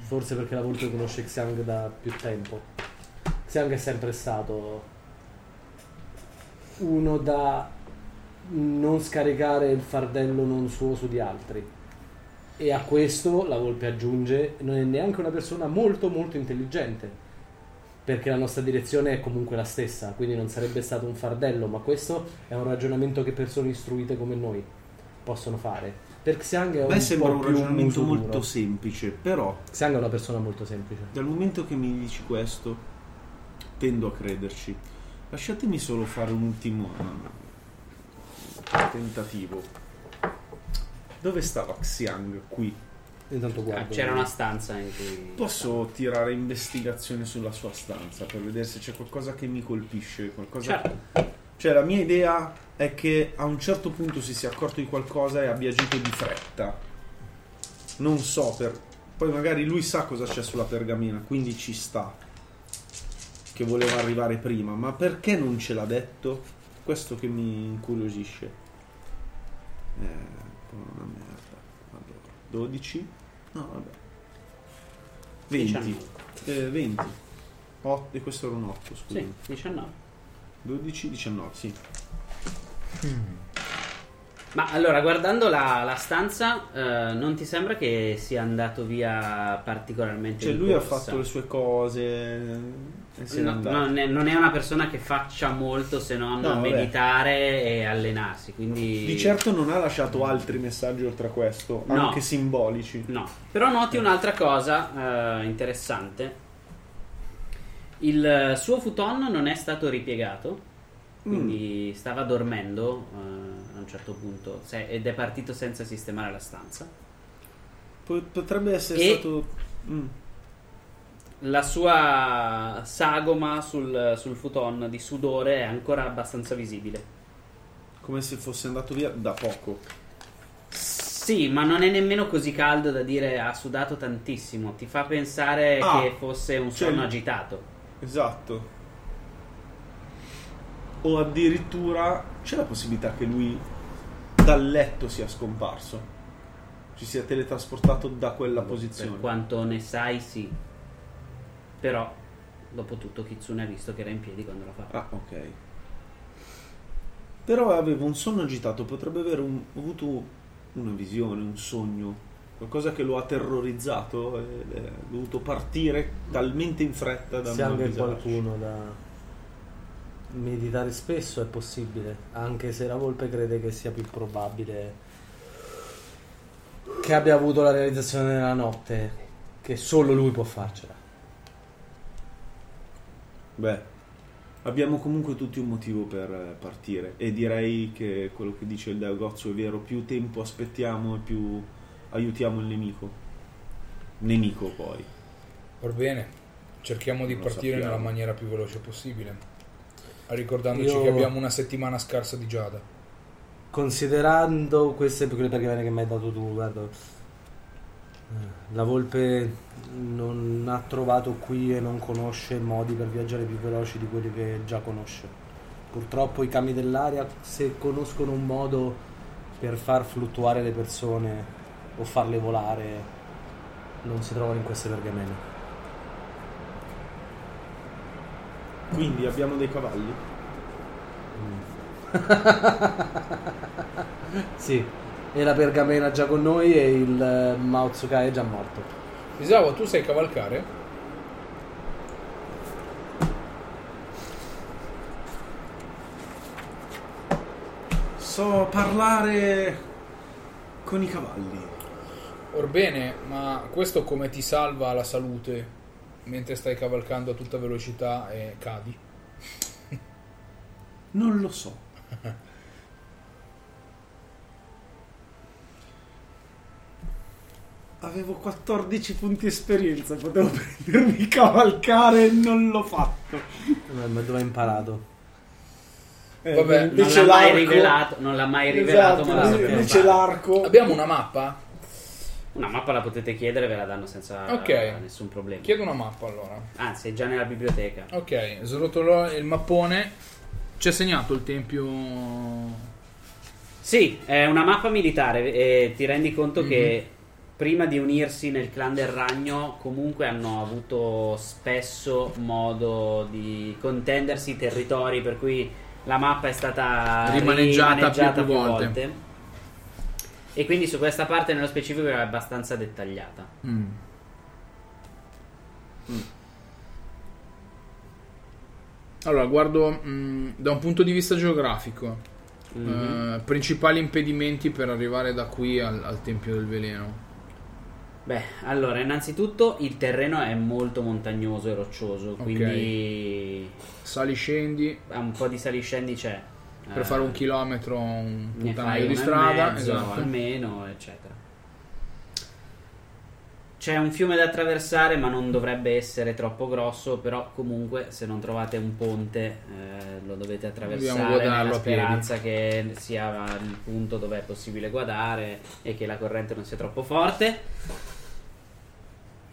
[SPEAKER 4] Forse perché la volpe conosce Xiang da più tempo. Xiang è sempre stato uno da non scaricare il fardello non suo su di altri. E a questo la volpe aggiunge non è neanche una persona molto molto intelligente. Perché la nostra direzione è comunque la stessa, quindi non sarebbe stato un fardello, ma questo è un ragionamento che persone istruite come noi possono fare. Per Xiang è
[SPEAKER 3] A
[SPEAKER 4] un,
[SPEAKER 3] me sembra
[SPEAKER 4] po'
[SPEAKER 3] un
[SPEAKER 4] più
[SPEAKER 3] ragionamento
[SPEAKER 4] muso duro.
[SPEAKER 3] molto semplice, però
[SPEAKER 4] Xiang è una persona molto semplice.
[SPEAKER 3] dal momento che mi dici questo, tendo a crederci. Lasciatemi solo fare un ultimo eh, tentativo. Dove stava Xiang qui?
[SPEAKER 4] Intanto
[SPEAKER 1] Ah,
[SPEAKER 4] guardo.
[SPEAKER 1] c'era una stanza in cui.
[SPEAKER 3] Posso tirare investigazione sulla sua stanza per vedere se c'è qualcosa che mi colpisce, qualcosa
[SPEAKER 1] Certo.
[SPEAKER 3] Cioè, la mia idea è che a un certo punto si sia accorto di qualcosa e abbia agito di fretta. Non so, per... poi magari lui sa cosa c'è sulla pergamena, quindi ci sta. Che voleva arrivare prima, ma perché non ce l'ha detto? Questo che mi incuriosisce. Eh, una merda. Allora, 12? No, vabbè. 20.
[SPEAKER 1] 19.
[SPEAKER 3] Eh, 20. Otto- e questo era un 8, scusa.
[SPEAKER 1] Sì, 19.
[SPEAKER 3] 12, 19, sì.
[SPEAKER 1] Ma allora, guardando la, la stanza, eh, non ti sembra che sia andato via particolarmente
[SPEAKER 3] Cioè
[SPEAKER 1] in
[SPEAKER 3] lui ha
[SPEAKER 1] corsa?
[SPEAKER 3] fatto le sue cose eh, e se n'è
[SPEAKER 1] No,
[SPEAKER 3] andato.
[SPEAKER 1] non, è, non è una persona che faccia molto se non
[SPEAKER 3] No, vabbè.
[SPEAKER 1] meditare e allenarsi, quindi...
[SPEAKER 3] Di certo non ha lasciato altri messaggi oltre a questo,
[SPEAKER 1] No.
[SPEAKER 3] anche simbolici.
[SPEAKER 1] No, però noti un'altra cosa eh, interessante. Il eh, suo futon non è stato ripiegato, quindi
[SPEAKER 3] Mm.
[SPEAKER 1] stava dormendo eh, a un certo punto se- ed è partito senza sistemare la stanza.
[SPEAKER 3] Po- potrebbe essere
[SPEAKER 1] E-
[SPEAKER 3] stato... Mm.
[SPEAKER 1] La sua sagoma sul, sul futon di sudore è ancora abbastanza visibile.
[SPEAKER 3] come se fosse andato via da poco.
[SPEAKER 1] Sì, ma non è nemmeno così caldo da dire ha sudato tantissimo. Ti fa pensare
[SPEAKER 3] Ah,
[SPEAKER 1] che fosse un
[SPEAKER 3] cioè-
[SPEAKER 1] sonno agitato.
[SPEAKER 3] Esatto. O addirittura c'è la possibilità che lui dal letto sia scomparso. Ci sia teletrasportato da quella
[SPEAKER 1] Per
[SPEAKER 3] posizione.
[SPEAKER 1] quanto ne sai, sì. Però, dopo tutto, Kitsune ha visto che era in piedi quando l'ha fatto.
[SPEAKER 3] Ah, ok. Però avevo un sonno agitato, potrebbe aver un- avuto una visione, un sogno, qualcosa che lo ha terrorizzato e è dovuto partire talmente in fretta da
[SPEAKER 5] Se
[SPEAKER 3] non
[SPEAKER 5] anche
[SPEAKER 3] avvisarci.
[SPEAKER 5] qualcuno da meditare spesso è possibile, anche se la volpe crede che sia più probabile che abbia avuto la realizzazione nella notte, che solo lui può farcela.
[SPEAKER 3] Beh, abbiamo comunque tutti un motivo per eh, partire e direi che quello che dice il Dagozzo è vero, più tempo aspettiamo e più aiutiamo il nemico. Nemico poi.
[SPEAKER 2] Va bene, cerchiamo di
[SPEAKER 3] Non lo
[SPEAKER 2] partire
[SPEAKER 3] sappiamo.
[SPEAKER 2] nella maniera più veloce possibile, ricordandoci
[SPEAKER 5] Io-
[SPEAKER 2] che abbiamo una settimana scarsa di giada.
[SPEAKER 5] Considerando queste piccole pergamene che mi hai dato tu, guarda, eh, la volpe non ha trovato qui e non conosce modi per viaggiare più veloci di quelli che già conosce. Purtroppo i cami dell'aria, se conoscono un modo per far fluttuare le persone o farle volare, non si trovano in queste pergamene.
[SPEAKER 3] Quindi abbiamo dei cavalli?
[SPEAKER 5] Sì, e la pergamena già con noi e il eh, Maotsukai è già morto.
[SPEAKER 2] Isawa, tu sai cavalcare?
[SPEAKER 3] So parlare con i cavalli.
[SPEAKER 2] Orbene, ma questo come ti salva la salute mentre stai cavalcando a tutta velocità e cadi?
[SPEAKER 3] Non lo so. (laughs) Avevo 14 punti esperienza, potevo prendermi cavalcare e non l'ho fatto.
[SPEAKER 5] Eh, Ma dove hai imparato?
[SPEAKER 3] Eh,
[SPEAKER 2] Vabbè,
[SPEAKER 3] lui-
[SPEAKER 1] Non
[SPEAKER 3] lui c'è
[SPEAKER 1] l'ha mai
[SPEAKER 3] l'arco.
[SPEAKER 1] rivelato, non l'ha mai rivelato,
[SPEAKER 3] Esatto,
[SPEAKER 1] ma la
[SPEAKER 3] lui-
[SPEAKER 1] sappiamo
[SPEAKER 3] lui c'è
[SPEAKER 1] fare.
[SPEAKER 3] l'arco.
[SPEAKER 2] Abbiamo una mappa?
[SPEAKER 1] Una mappa la potete chiedere, ve la danno senza
[SPEAKER 2] Ok.
[SPEAKER 1] eh, nessun problema.
[SPEAKER 2] Chiedo una mappa allora.
[SPEAKER 1] Anzi, è già nella biblioteca.
[SPEAKER 2] Ok, srotolò il mappone. C'è segnato il Mm. tempio
[SPEAKER 1] Sì, è una mappa militare e ti rendi conto
[SPEAKER 2] Mhm.
[SPEAKER 1] che prima di unirsi nel clan del ragno comunque hanno avuto spesso modo di contendersi i territori per cui la mappa è stata
[SPEAKER 2] Rimaneggiata più
[SPEAKER 1] rimaneggiata
[SPEAKER 2] più volte.
[SPEAKER 1] E quindi su questa parte nello specifico è abbastanza dettagliata.
[SPEAKER 2] Mm. Allora, guardo mm, da un punto di vista geografico.
[SPEAKER 1] Mhm.
[SPEAKER 2] eh, principali impedimenti per arrivare da qui al, al Tempio del Veleno.
[SPEAKER 1] Beh, allora, innanzitutto il terreno è molto montagnoso e roccioso, quindi
[SPEAKER 2] Sali, scendi
[SPEAKER 1] ha un po' di saliscendi c'è.
[SPEAKER 2] per
[SPEAKER 1] Eh,
[SPEAKER 2] fare un chilometro,
[SPEAKER 1] Mm, ne
[SPEAKER 2] un
[SPEAKER 1] fai
[SPEAKER 2] puttanaio di
[SPEAKER 1] uno e
[SPEAKER 2] strada.
[SPEAKER 1] mezzo, eh.
[SPEAKER 2] Esatto.
[SPEAKER 1] almeno, eccetera. C'è un fiume da attraversare, ma non dovrebbe essere troppo grosso, però comunque se non trovate un ponte eh, lo dovete
[SPEAKER 2] Dobbiamo
[SPEAKER 1] attraversare
[SPEAKER 2] guadarlo
[SPEAKER 1] nella
[SPEAKER 2] a piedi.
[SPEAKER 1] speranza che sia il punto dove è possibile guardare e che la corrente non sia troppo forte.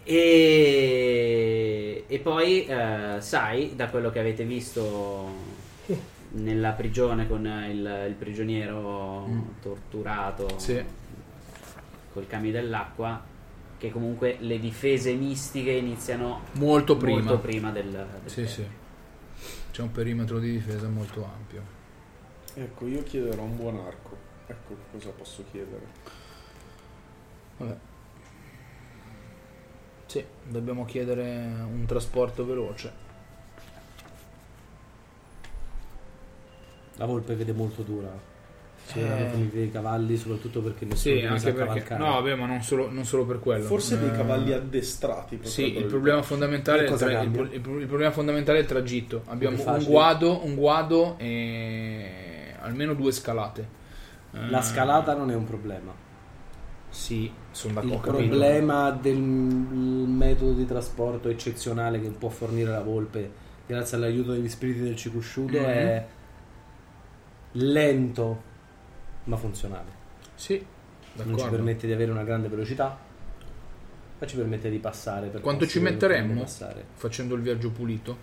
[SPEAKER 1] E, e poi eh, sai, da quello che avete visto nella prigione con il, il prigioniero
[SPEAKER 2] Mm.
[SPEAKER 1] torturato
[SPEAKER 2] Sì.
[SPEAKER 1] col camion dell'acqua, che comunque le difese mistiche iniziano
[SPEAKER 2] Molto prima.
[SPEAKER 1] molto prima del... del
[SPEAKER 2] Sì, sì. C'è un perimetro di difesa molto ampio.
[SPEAKER 3] Ecco, io chiederò un buon arco. Ecco cosa posso chiedere.
[SPEAKER 2] Vabbè. Sì, dobbiamo chiedere un trasporto veloce.
[SPEAKER 4] La volpe vede molto dura. Se
[SPEAKER 2] Eh.
[SPEAKER 4] avete dei cavalli, soprattutto perché nessuno
[SPEAKER 2] Sì,
[SPEAKER 4] ne sa
[SPEAKER 2] anche perché...
[SPEAKER 4] cavalcare.
[SPEAKER 2] No, vabbè, ma non solo, non solo per quello.
[SPEAKER 3] Forse
[SPEAKER 2] Eh,
[SPEAKER 3] dei cavalli addestrati.
[SPEAKER 2] Sì, il
[SPEAKER 3] potrebbero
[SPEAKER 2] problema fondamentale è il,
[SPEAKER 4] Cosa
[SPEAKER 2] tra- il
[SPEAKER 4] cambia?
[SPEAKER 2] pro- il pro- il problema fondamentale è il tragitto. Abbiamo un
[SPEAKER 4] facile.
[SPEAKER 2] guado, un guado e almeno due scalate. Eh,
[SPEAKER 4] La scalata non è un problema.
[SPEAKER 2] Sì, sono
[SPEAKER 4] Il
[SPEAKER 2] d'accordo. ho capito.
[SPEAKER 4] problema del il metodo di trasporto eccezionale che può fornire la volpe, grazie all'aiuto degli spiriti del Cicusciuto,
[SPEAKER 2] Mhm.
[SPEAKER 4] è lento ma funzionale.
[SPEAKER 2] Sì,
[SPEAKER 4] Non ci
[SPEAKER 2] d'accordo.
[SPEAKER 4] permette di avere una grande velocità, ma ci permette di passare. Per
[SPEAKER 2] Quanto ci
[SPEAKER 4] posti dove dobbiamo
[SPEAKER 2] metteremmo?
[SPEAKER 4] Passare.
[SPEAKER 2] Facendo il viaggio pulito.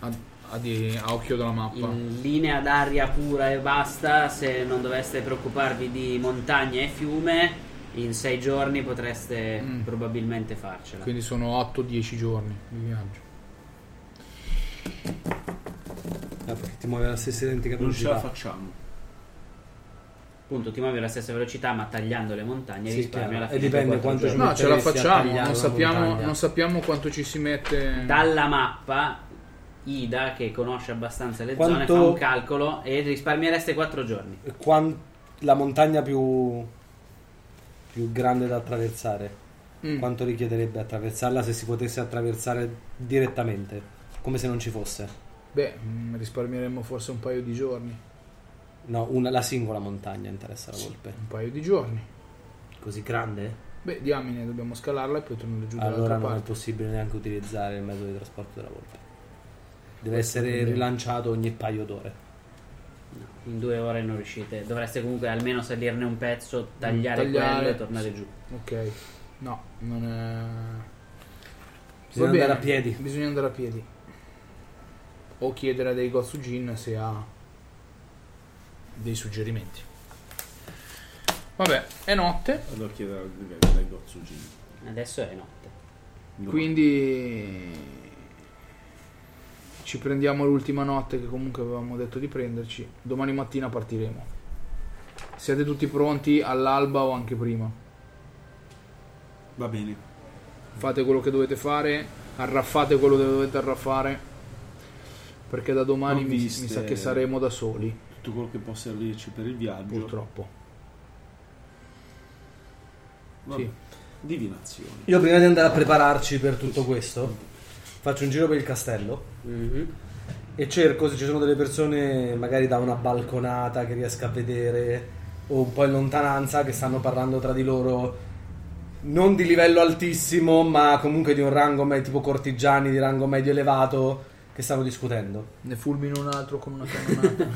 [SPEAKER 2] A, a di- a occhio dalla mappa.
[SPEAKER 1] In linea d'aria pura e basta, se non doveste preoccuparvi di montagna e fiume, in sei giorni potreste
[SPEAKER 2] Mm.
[SPEAKER 1] probabilmente farcela.
[SPEAKER 2] Quindi sono 8-10 giorni di viaggio.
[SPEAKER 4] Ah, perché ti muove alla stessa identica
[SPEAKER 3] Non ce la
[SPEAKER 4] velocità.
[SPEAKER 3] facciamo.
[SPEAKER 1] Appunto, ti muovi alla stessa velocità, ma tagliando le montagne
[SPEAKER 4] Sì,
[SPEAKER 1] risparmi
[SPEAKER 4] chiaro.
[SPEAKER 1] alla
[SPEAKER 4] E
[SPEAKER 1] fine.
[SPEAKER 4] dipende
[SPEAKER 1] quattro
[SPEAKER 4] quanto
[SPEAKER 1] giorni.
[SPEAKER 4] ci
[SPEAKER 2] No, ce la
[SPEAKER 4] metteresti a
[SPEAKER 2] facciamo.
[SPEAKER 4] tagliare
[SPEAKER 2] Non
[SPEAKER 4] una
[SPEAKER 2] sappiamo,
[SPEAKER 4] montagna?
[SPEAKER 2] non sappiamo quanto ci si mette.
[SPEAKER 1] dalla mappa Ida che conosce abbastanza le zone
[SPEAKER 4] Quanto-
[SPEAKER 1] fa un calcolo e risparmiereste 4 giorni
[SPEAKER 4] E quan- la montagna più, più grande da attraversare.
[SPEAKER 2] Mm.
[SPEAKER 4] Quanto richiederebbe attraversarla se si potesse attraversare direttamente, come se non ci fosse?
[SPEAKER 2] Beh, mm, risparmieremmo forse un paio di giorni.
[SPEAKER 4] No, una- la singola montagna interessa la volpe.
[SPEAKER 2] Un paio di giorni.
[SPEAKER 4] Così grande?
[SPEAKER 2] Beh, diamine, dobbiamo scalarla e poi tornare giù
[SPEAKER 4] Allora
[SPEAKER 2] dall'altra
[SPEAKER 4] non è
[SPEAKER 2] parte.
[SPEAKER 4] possibile neanche utilizzare il metodo di trasporto della volpe. Deve essere
[SPEAKER 2] problema.
[SPEAKER 4] rilanciato ogni paio d'ore.
[SPEAKER 1] No, in due ore non riuscite dovreste comunque almeno salirne un pezzo
[SPEAKER 4] Mm,
[SPEAKER 1] tagliare,
[SPEAKER 2] tagliare,
[SPEAKER 1] quello e tornare giù
[SPEAKER 2] Ok. No, non è.
[SPEAKER 4] Bisogna
[SPEAKER 2] Va bene,
[SPEAKER 4] andare a piedi.
[SPEAKER 2] Bisogna andare a piedi. O chiedere a dei Gotsujin se ha dei suggerimenti. Vabbè, è notte,
[SPEAKER 3] Vado a chiedere al al Gotsujin.
[SPEAKER 1] adesso è notte
[SPEAKER 3] No.
[SPEAKER 2] quindi ci prendiamo l'ultima notte che comunque avevamo detto di prenderci. Domani mattina partiremo. Siete tutti pronti all'alba o anche prima?
[SPEAKER 3] Va bene.
[SPEAKER 2] fate quello che dovete fare, arraffate quello che dovete arraffare. Perché da domani
[SPEAKER 3] Non
[SPEAKER 2] mi, mi
[SPEAKER 3] viste-
[SPEAKER 2] sa che saremo da soli,
[SPEAKER 3] Tutto quello che può servirci per il viaggio.
[SPEAKER 2] purtroppo.
[SPEAKER 3] Vabbè.
[SPEAKER 2] Sì.
[SPEAKER 3] Divinazioni.
[SPEAKER 4] Io prima di andare a prepararci per tutto questo, faccio un giro per il castello. Mhm.
[SPEAKER 1] (laughs)
[SPEAKER 4] e cerco se ci sono delle persone magari da una balconata che riesca a vedere o un po' in lontananza che stanno parlando tra di loro non di livello altissimo ma comunque di un rango me- tipo cortigiani di rango medio elevato che stanno discutendo
[SPEAKER 2] Ne fulmino un altro con una (laughs) cannonata.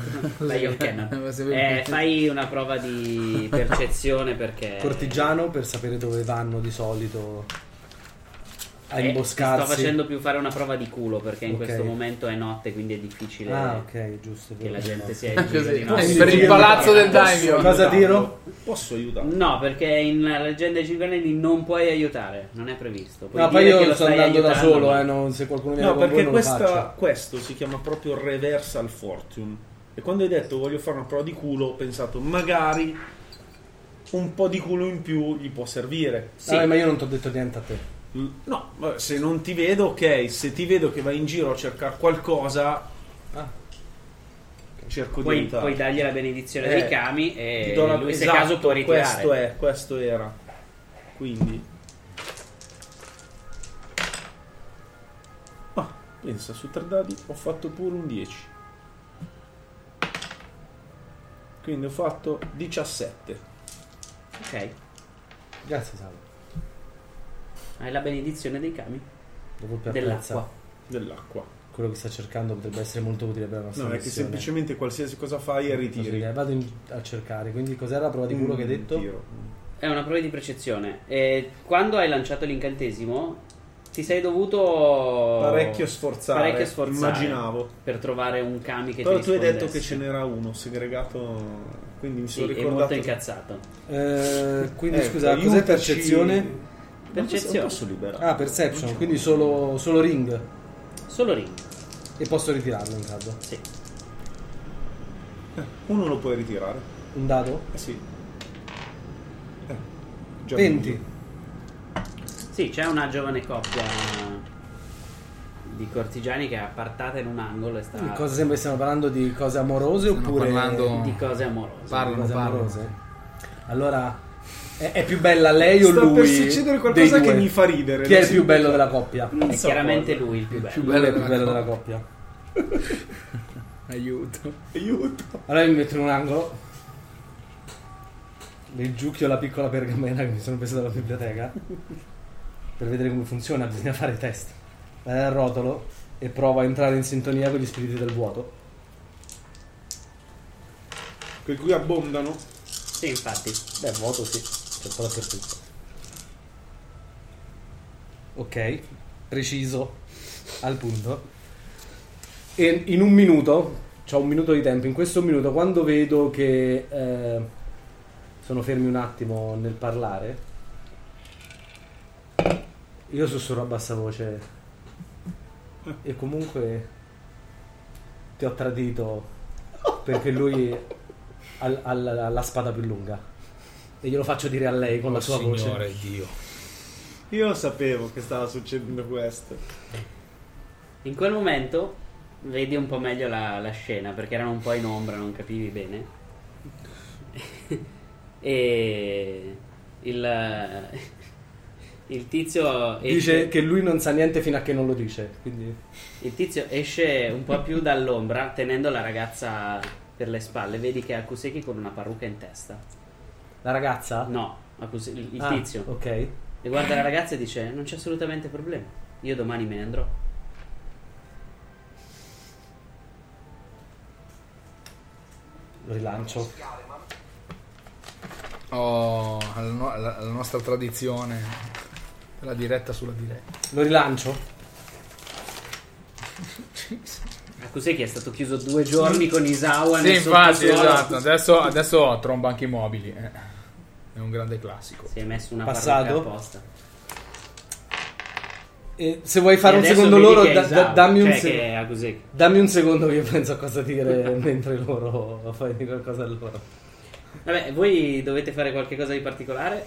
[SPEAKER 1] Dai, ok,
[SPEAKER 4] (laughs)
[SPEAKER 1] no.
[SPEAKER 2] Ma se-
[SPEAKER 1] Eh, fai una prova di percezione perché
[SPEAKER 4] cortigiano per sapere dove vanno di solito a
[SPEAKER 1] Eh, ti
[SPEAKER 4] imboscarsi
[SPEAKER 1] sto facendo più fare una prova di culo perché in
[SPEAKER 4] Ok.
[SPEAKER 1] questo momento è notte quindi è difficile
[SPEAKER 4] ah ok giusto
[SPEAKER 1] che la
[SPEAKER 4] vero.
[SPEAKER 1] gente sia in giro
[SPEAKER 2] Così.
[SPEAKER 1] di
[SPEAKER 2] Eh,
[SPEAKER 1] notte.
[SPEAKER 2] per il palazzo del
[SPEAKER 3] Posso
[SPEAKER 2] daimyo.
[SPEAKER 4] Cosa
[SPEAKER 3] aiutarlo? Posso aiutarlo?
[SPEAKER 1] Cioè, No, perché in Leggenda dei Cinque Anelli non puoi aiutare, non è previsto. Puoi
[SPEAKER 4] no poi
[SPEAKER 1] dire che
[SPEAKER 4] io
[SPEAKER 1] lo
[SPEAKER 4] sto
[SPEAKER 1] stai
[SPEAKER 4] andando da
[SPEAKER 1] aiutando,
[SPEAKER 4] solo
[SPEAKER 1] ma-
[SPEAKER 4] eh, non- se qualcuno viene
[SPEAKER 3] No,
[SPEAKER 4] con voi
[SPEAKER 3] perché
[SPEAKER 4] non
[SPEAKER 3] questa-
[SPEAKER 4] lo faccio
[SPEAKER 3] questo si chiama proprio reversal fortune. E quando hai detto voglio fare una prova di culo, ho pensato magari un po' di culo in più gli può servire.
[SPEAKER 1] Sì.
[SPEAKER 4] Vabbè, Ah, ma io non ti ho detto niente a te
[SPEAKER 3] Mm, No, vabbè, se non ti vedo, ok. Se ti vedo che vai in giro a cercare qualcosa,
[SPEAKER 4] Ah.
[SPEAKER 3] cerco di
[SPEAKER 1] Puoi,
[SPEAKER 3] aiutare.
[SPEAKER 1] puoi dargli la benedizione
[SPEAKER 3] Eh,
[SPEAKER 1] dei kami
[SPEAKER 3] ti
[SPEAKER 1] e
[SPEAKER 3] do la-
[SPEAKER 1] lui se
[SPEAKER 3] esatto,
[SPEAKER 1] caso può ritirare.
[SPEAKER 3] Questo è, questo era. Quindi... Ah, pensa, su tre dadi ho fatto pure un 10. Quindi ho fatto 17.
[SPEAKER 1] Ok.
[SPEAKER 4] Grazie, Salo.
[SPEAKER 1] Hai la benedizione dei kami.
[SPEAKER 4] Dopo per
[SPEAKER 1] Dell'acqua.
[SPEAKER 3] dell'acqua.
[SPEAKER 4] quello che sta cercando potrebbe essere molto utile per la nostra
[SPEAKER 3] No, è che
[SPEAKER 4] missione.
[SPEAKER 3] semplicemente qualsiasi cosa fai e
[SPEAKER 4] Cosa
[SPEAKER 3] ritiri. Mm,
[SPEAKER 4] dire? Vado in- a cercare, quindi cos'era la prova di culo che hai
[SPEAKER 3] Un
[SPEAKER 4] detto?
[SPEAKER 3] tiro.
[SPEAKER 1] È una prova di percezione. E quando hai lanciato l'incantesimo, ti sei dovuto
[SPEAKER 3] Parecchio sforzare.
[SPEAKER 1] Oh. parecchio sforzare.
[SPEAKER 3] Immaginavo.
[SPEAKER 1] per trovare un kami che
[SPEAKER 3] Però
[SPEAKER 1] ti
[SPEAKER 3] tu hai detto che
[SPEAKER 1] rispondesse.
[SPEAKER 3] ce n'era uno segregato, quindi mi
[SPEAKER 1] Sì,
[SPEAKER 3] sono
[SPEAKER 1] è
[SPEAKER 3] ricordato.
[SPEAKER 1] molto incazzato.
[SPEAKER 4] Eh, quindi
[SPEAKER 3] Ecco,
[SPEAKER 4] scusa, cos'è
[SPEAKER 3] aiutaci.
[SPEAKER 4] percezione?
[SPEAKER 3] Non posso, non
[SPEAKER 1] Percezione.
[SPEAKER 3] posso liberare.
[SPEAKER 4] Ah, perception, quindi solo, solo ring.
[SPEAKER 1] Solo ring.
[SPEAKER 4] E posso ritirarlo in caso.
[SPEAKER 1] Sì.
[SPEAKER 3] Uno lo puoi ritirare.
[SPEAKER 4] Un dado?
[SPEAKER 3] Eh sì. Eh, già
[SPEAKER 4] 20.
[SPEAKER 3] meglio.
[SPEAKER 1] Sì, c'è una giovane coppia di cortigiani che è appartata in un angolo e sta
[SPEAKER 4] Eh, Di Cosa sembra che stiamo parlando di cose amorose
[SPEAKER 2] Stiamo
[SPEAKER 4] oppure
[SPEAKER 2] parlando-
[SPEAKER 1] di cose amorose.
[SPEAKER 4] di
[SPEAKER 2] Parlano,
[SPEAKER 4] cose
[SPEAKER 2] parlano.
[SPEAKER 4] amorose? Allora è, è più bella lei o
[SPEAKER 3] Sta
[SPEAKER 4] lui?
[SPEAKER 3] per succedere qualcosa
[SPEAKER 4] dei
[SPEAKER 3] che
[SPEAKER 4] due?
[SPEAKER 3] mi fa ridere.
[SPEAKER 4] Chi è
[SPEAKER 3] non
[SPEAKER 4] il
[SPEAKER 3] so
[SPEAKER 4] più bello
[SPEAKER 3] cosa.
[SPEAKER 4] della coppia?
[SPEAKER 1] È
[SPEAKER 3] so
[SPEAKER 1] chiaramente
[SPEAKER 3] cosa.
[SPEAKER 1] lui il più bello.
[SPEAKER 2] più
[SPEAKER 4] Lui è
[SPEAKER 2] bello
[SPEAKER 4] il più bello della
[SPEAKER 2] coppia.
[SPEAKER 4] coppia.
[SPEAKER 2] Aiuto.
[SPEAKER 3] (laughs) Aiuto.
[SPEAKER 4] Allora io mi metto in un angolo. Riggiucchio la piccola pergamena che mi sono preso dalla biblioteca. per vedere come funziona, bisogna fare i test. Vado al rotolo e provo a entrare in sintonia con gli spiriti del vuoto.
[SPEAKER 3] Che qui abbondano.
[SPEAKER 1] Sì, infatti.
[SPEAKER 4] Beh, vuoto sì, c'è un po' dappertutto. Ok, preciso, al punto. E in un minuto, ho un minuto di tempo, in questo minuto quando vedo che eh, sono fermi un attimo nel parlare, io sussurro a bassa voce e comunque ti ho tradito perché lui ha, ha la- ha la spada più lunga. E glielo faccio dire a lei con la
[SPEAKER 2] Oh,
[SPEAKER 4] sua voce.
[SPEAKER 2] Dio.
[SPEAKER 3] Io sapevo che stava succedendo questo.
[SPEAKER 1] In quel momento vedi un po' meglio la, la scena perché erano un po' in ombra, non capivi bene. (laughs) e il, (laughs) il tizio esce-
[SPEAKER 4] Dice che lui non sa niente fino a che non lo dice. Quindi
[SPEAKER 1] Il tizio esce un po' più dall'ombra tenendo la ragazza per le spalle. Vedi che è Akuseki con una parrucca in testa.
[SPEAKER 4] la ragazza.
[SPEAKER 1] No, Akuse- il, il
[SPEAKER 4] Ah,
[SPEAKER 1] tizio.
[SPEAKER 4] Ok.
[SPEAKER 1] E guarda la ragazza e dice: Non c'è assolutamente problema. Io domani me ne andrò.
[SPEAKER 4] Lo rilancio.
[SPEAKER 2] Oh, alla, no- alla- alla nostra tradizione. La diretta sulla diretta.
[SPEAKER 4] Lo rilancio.
[SPEAKER 1] Akuseki è stato chiuso due giorni con Isawa
[SPEAKER 2] Sì,
[SPEAKER 1] nel
[SPEAKER 2] infatti,
[SPEAKER 1] sottosuolo.
[SPEAKER 2] esatto. Adesso, adesso tromba anche i mobili. eh. È un grande classico.
[SPEAKER 1] Si è messo una
[SPEAKER 4] Passato.
[SPEAKER 1] parrucca apposta.
[SPEAKER 4] E se vuoi fare
[SPEAKER 1] E
[SPEAKER 4] un
[SPEAKER 1] adesso
[SPEAKER 4] secondo
[SPEAKER 1] vedi
[SPEAKER 4] loro,
[SPEAKER 1] che è
[SPEAKER 4] da- da-
[SPEAKER 1] Isawa,
[SPEAKER 4] dammi, un
[SPEAKER 1] cioè
[SPEAKER 4] se-
[SPEAKER 1] che è Akuseki.
[SPEAKER 4] dammi un secondo che io penso a cosa
[SPEAKER 1] (laughs)
[SPEAKER 4] dire mentre loro (laughs) fai qualcosa a loro.
[SPEAKER 1] Vabbè, voi dovete fare qualche cosa di particolare?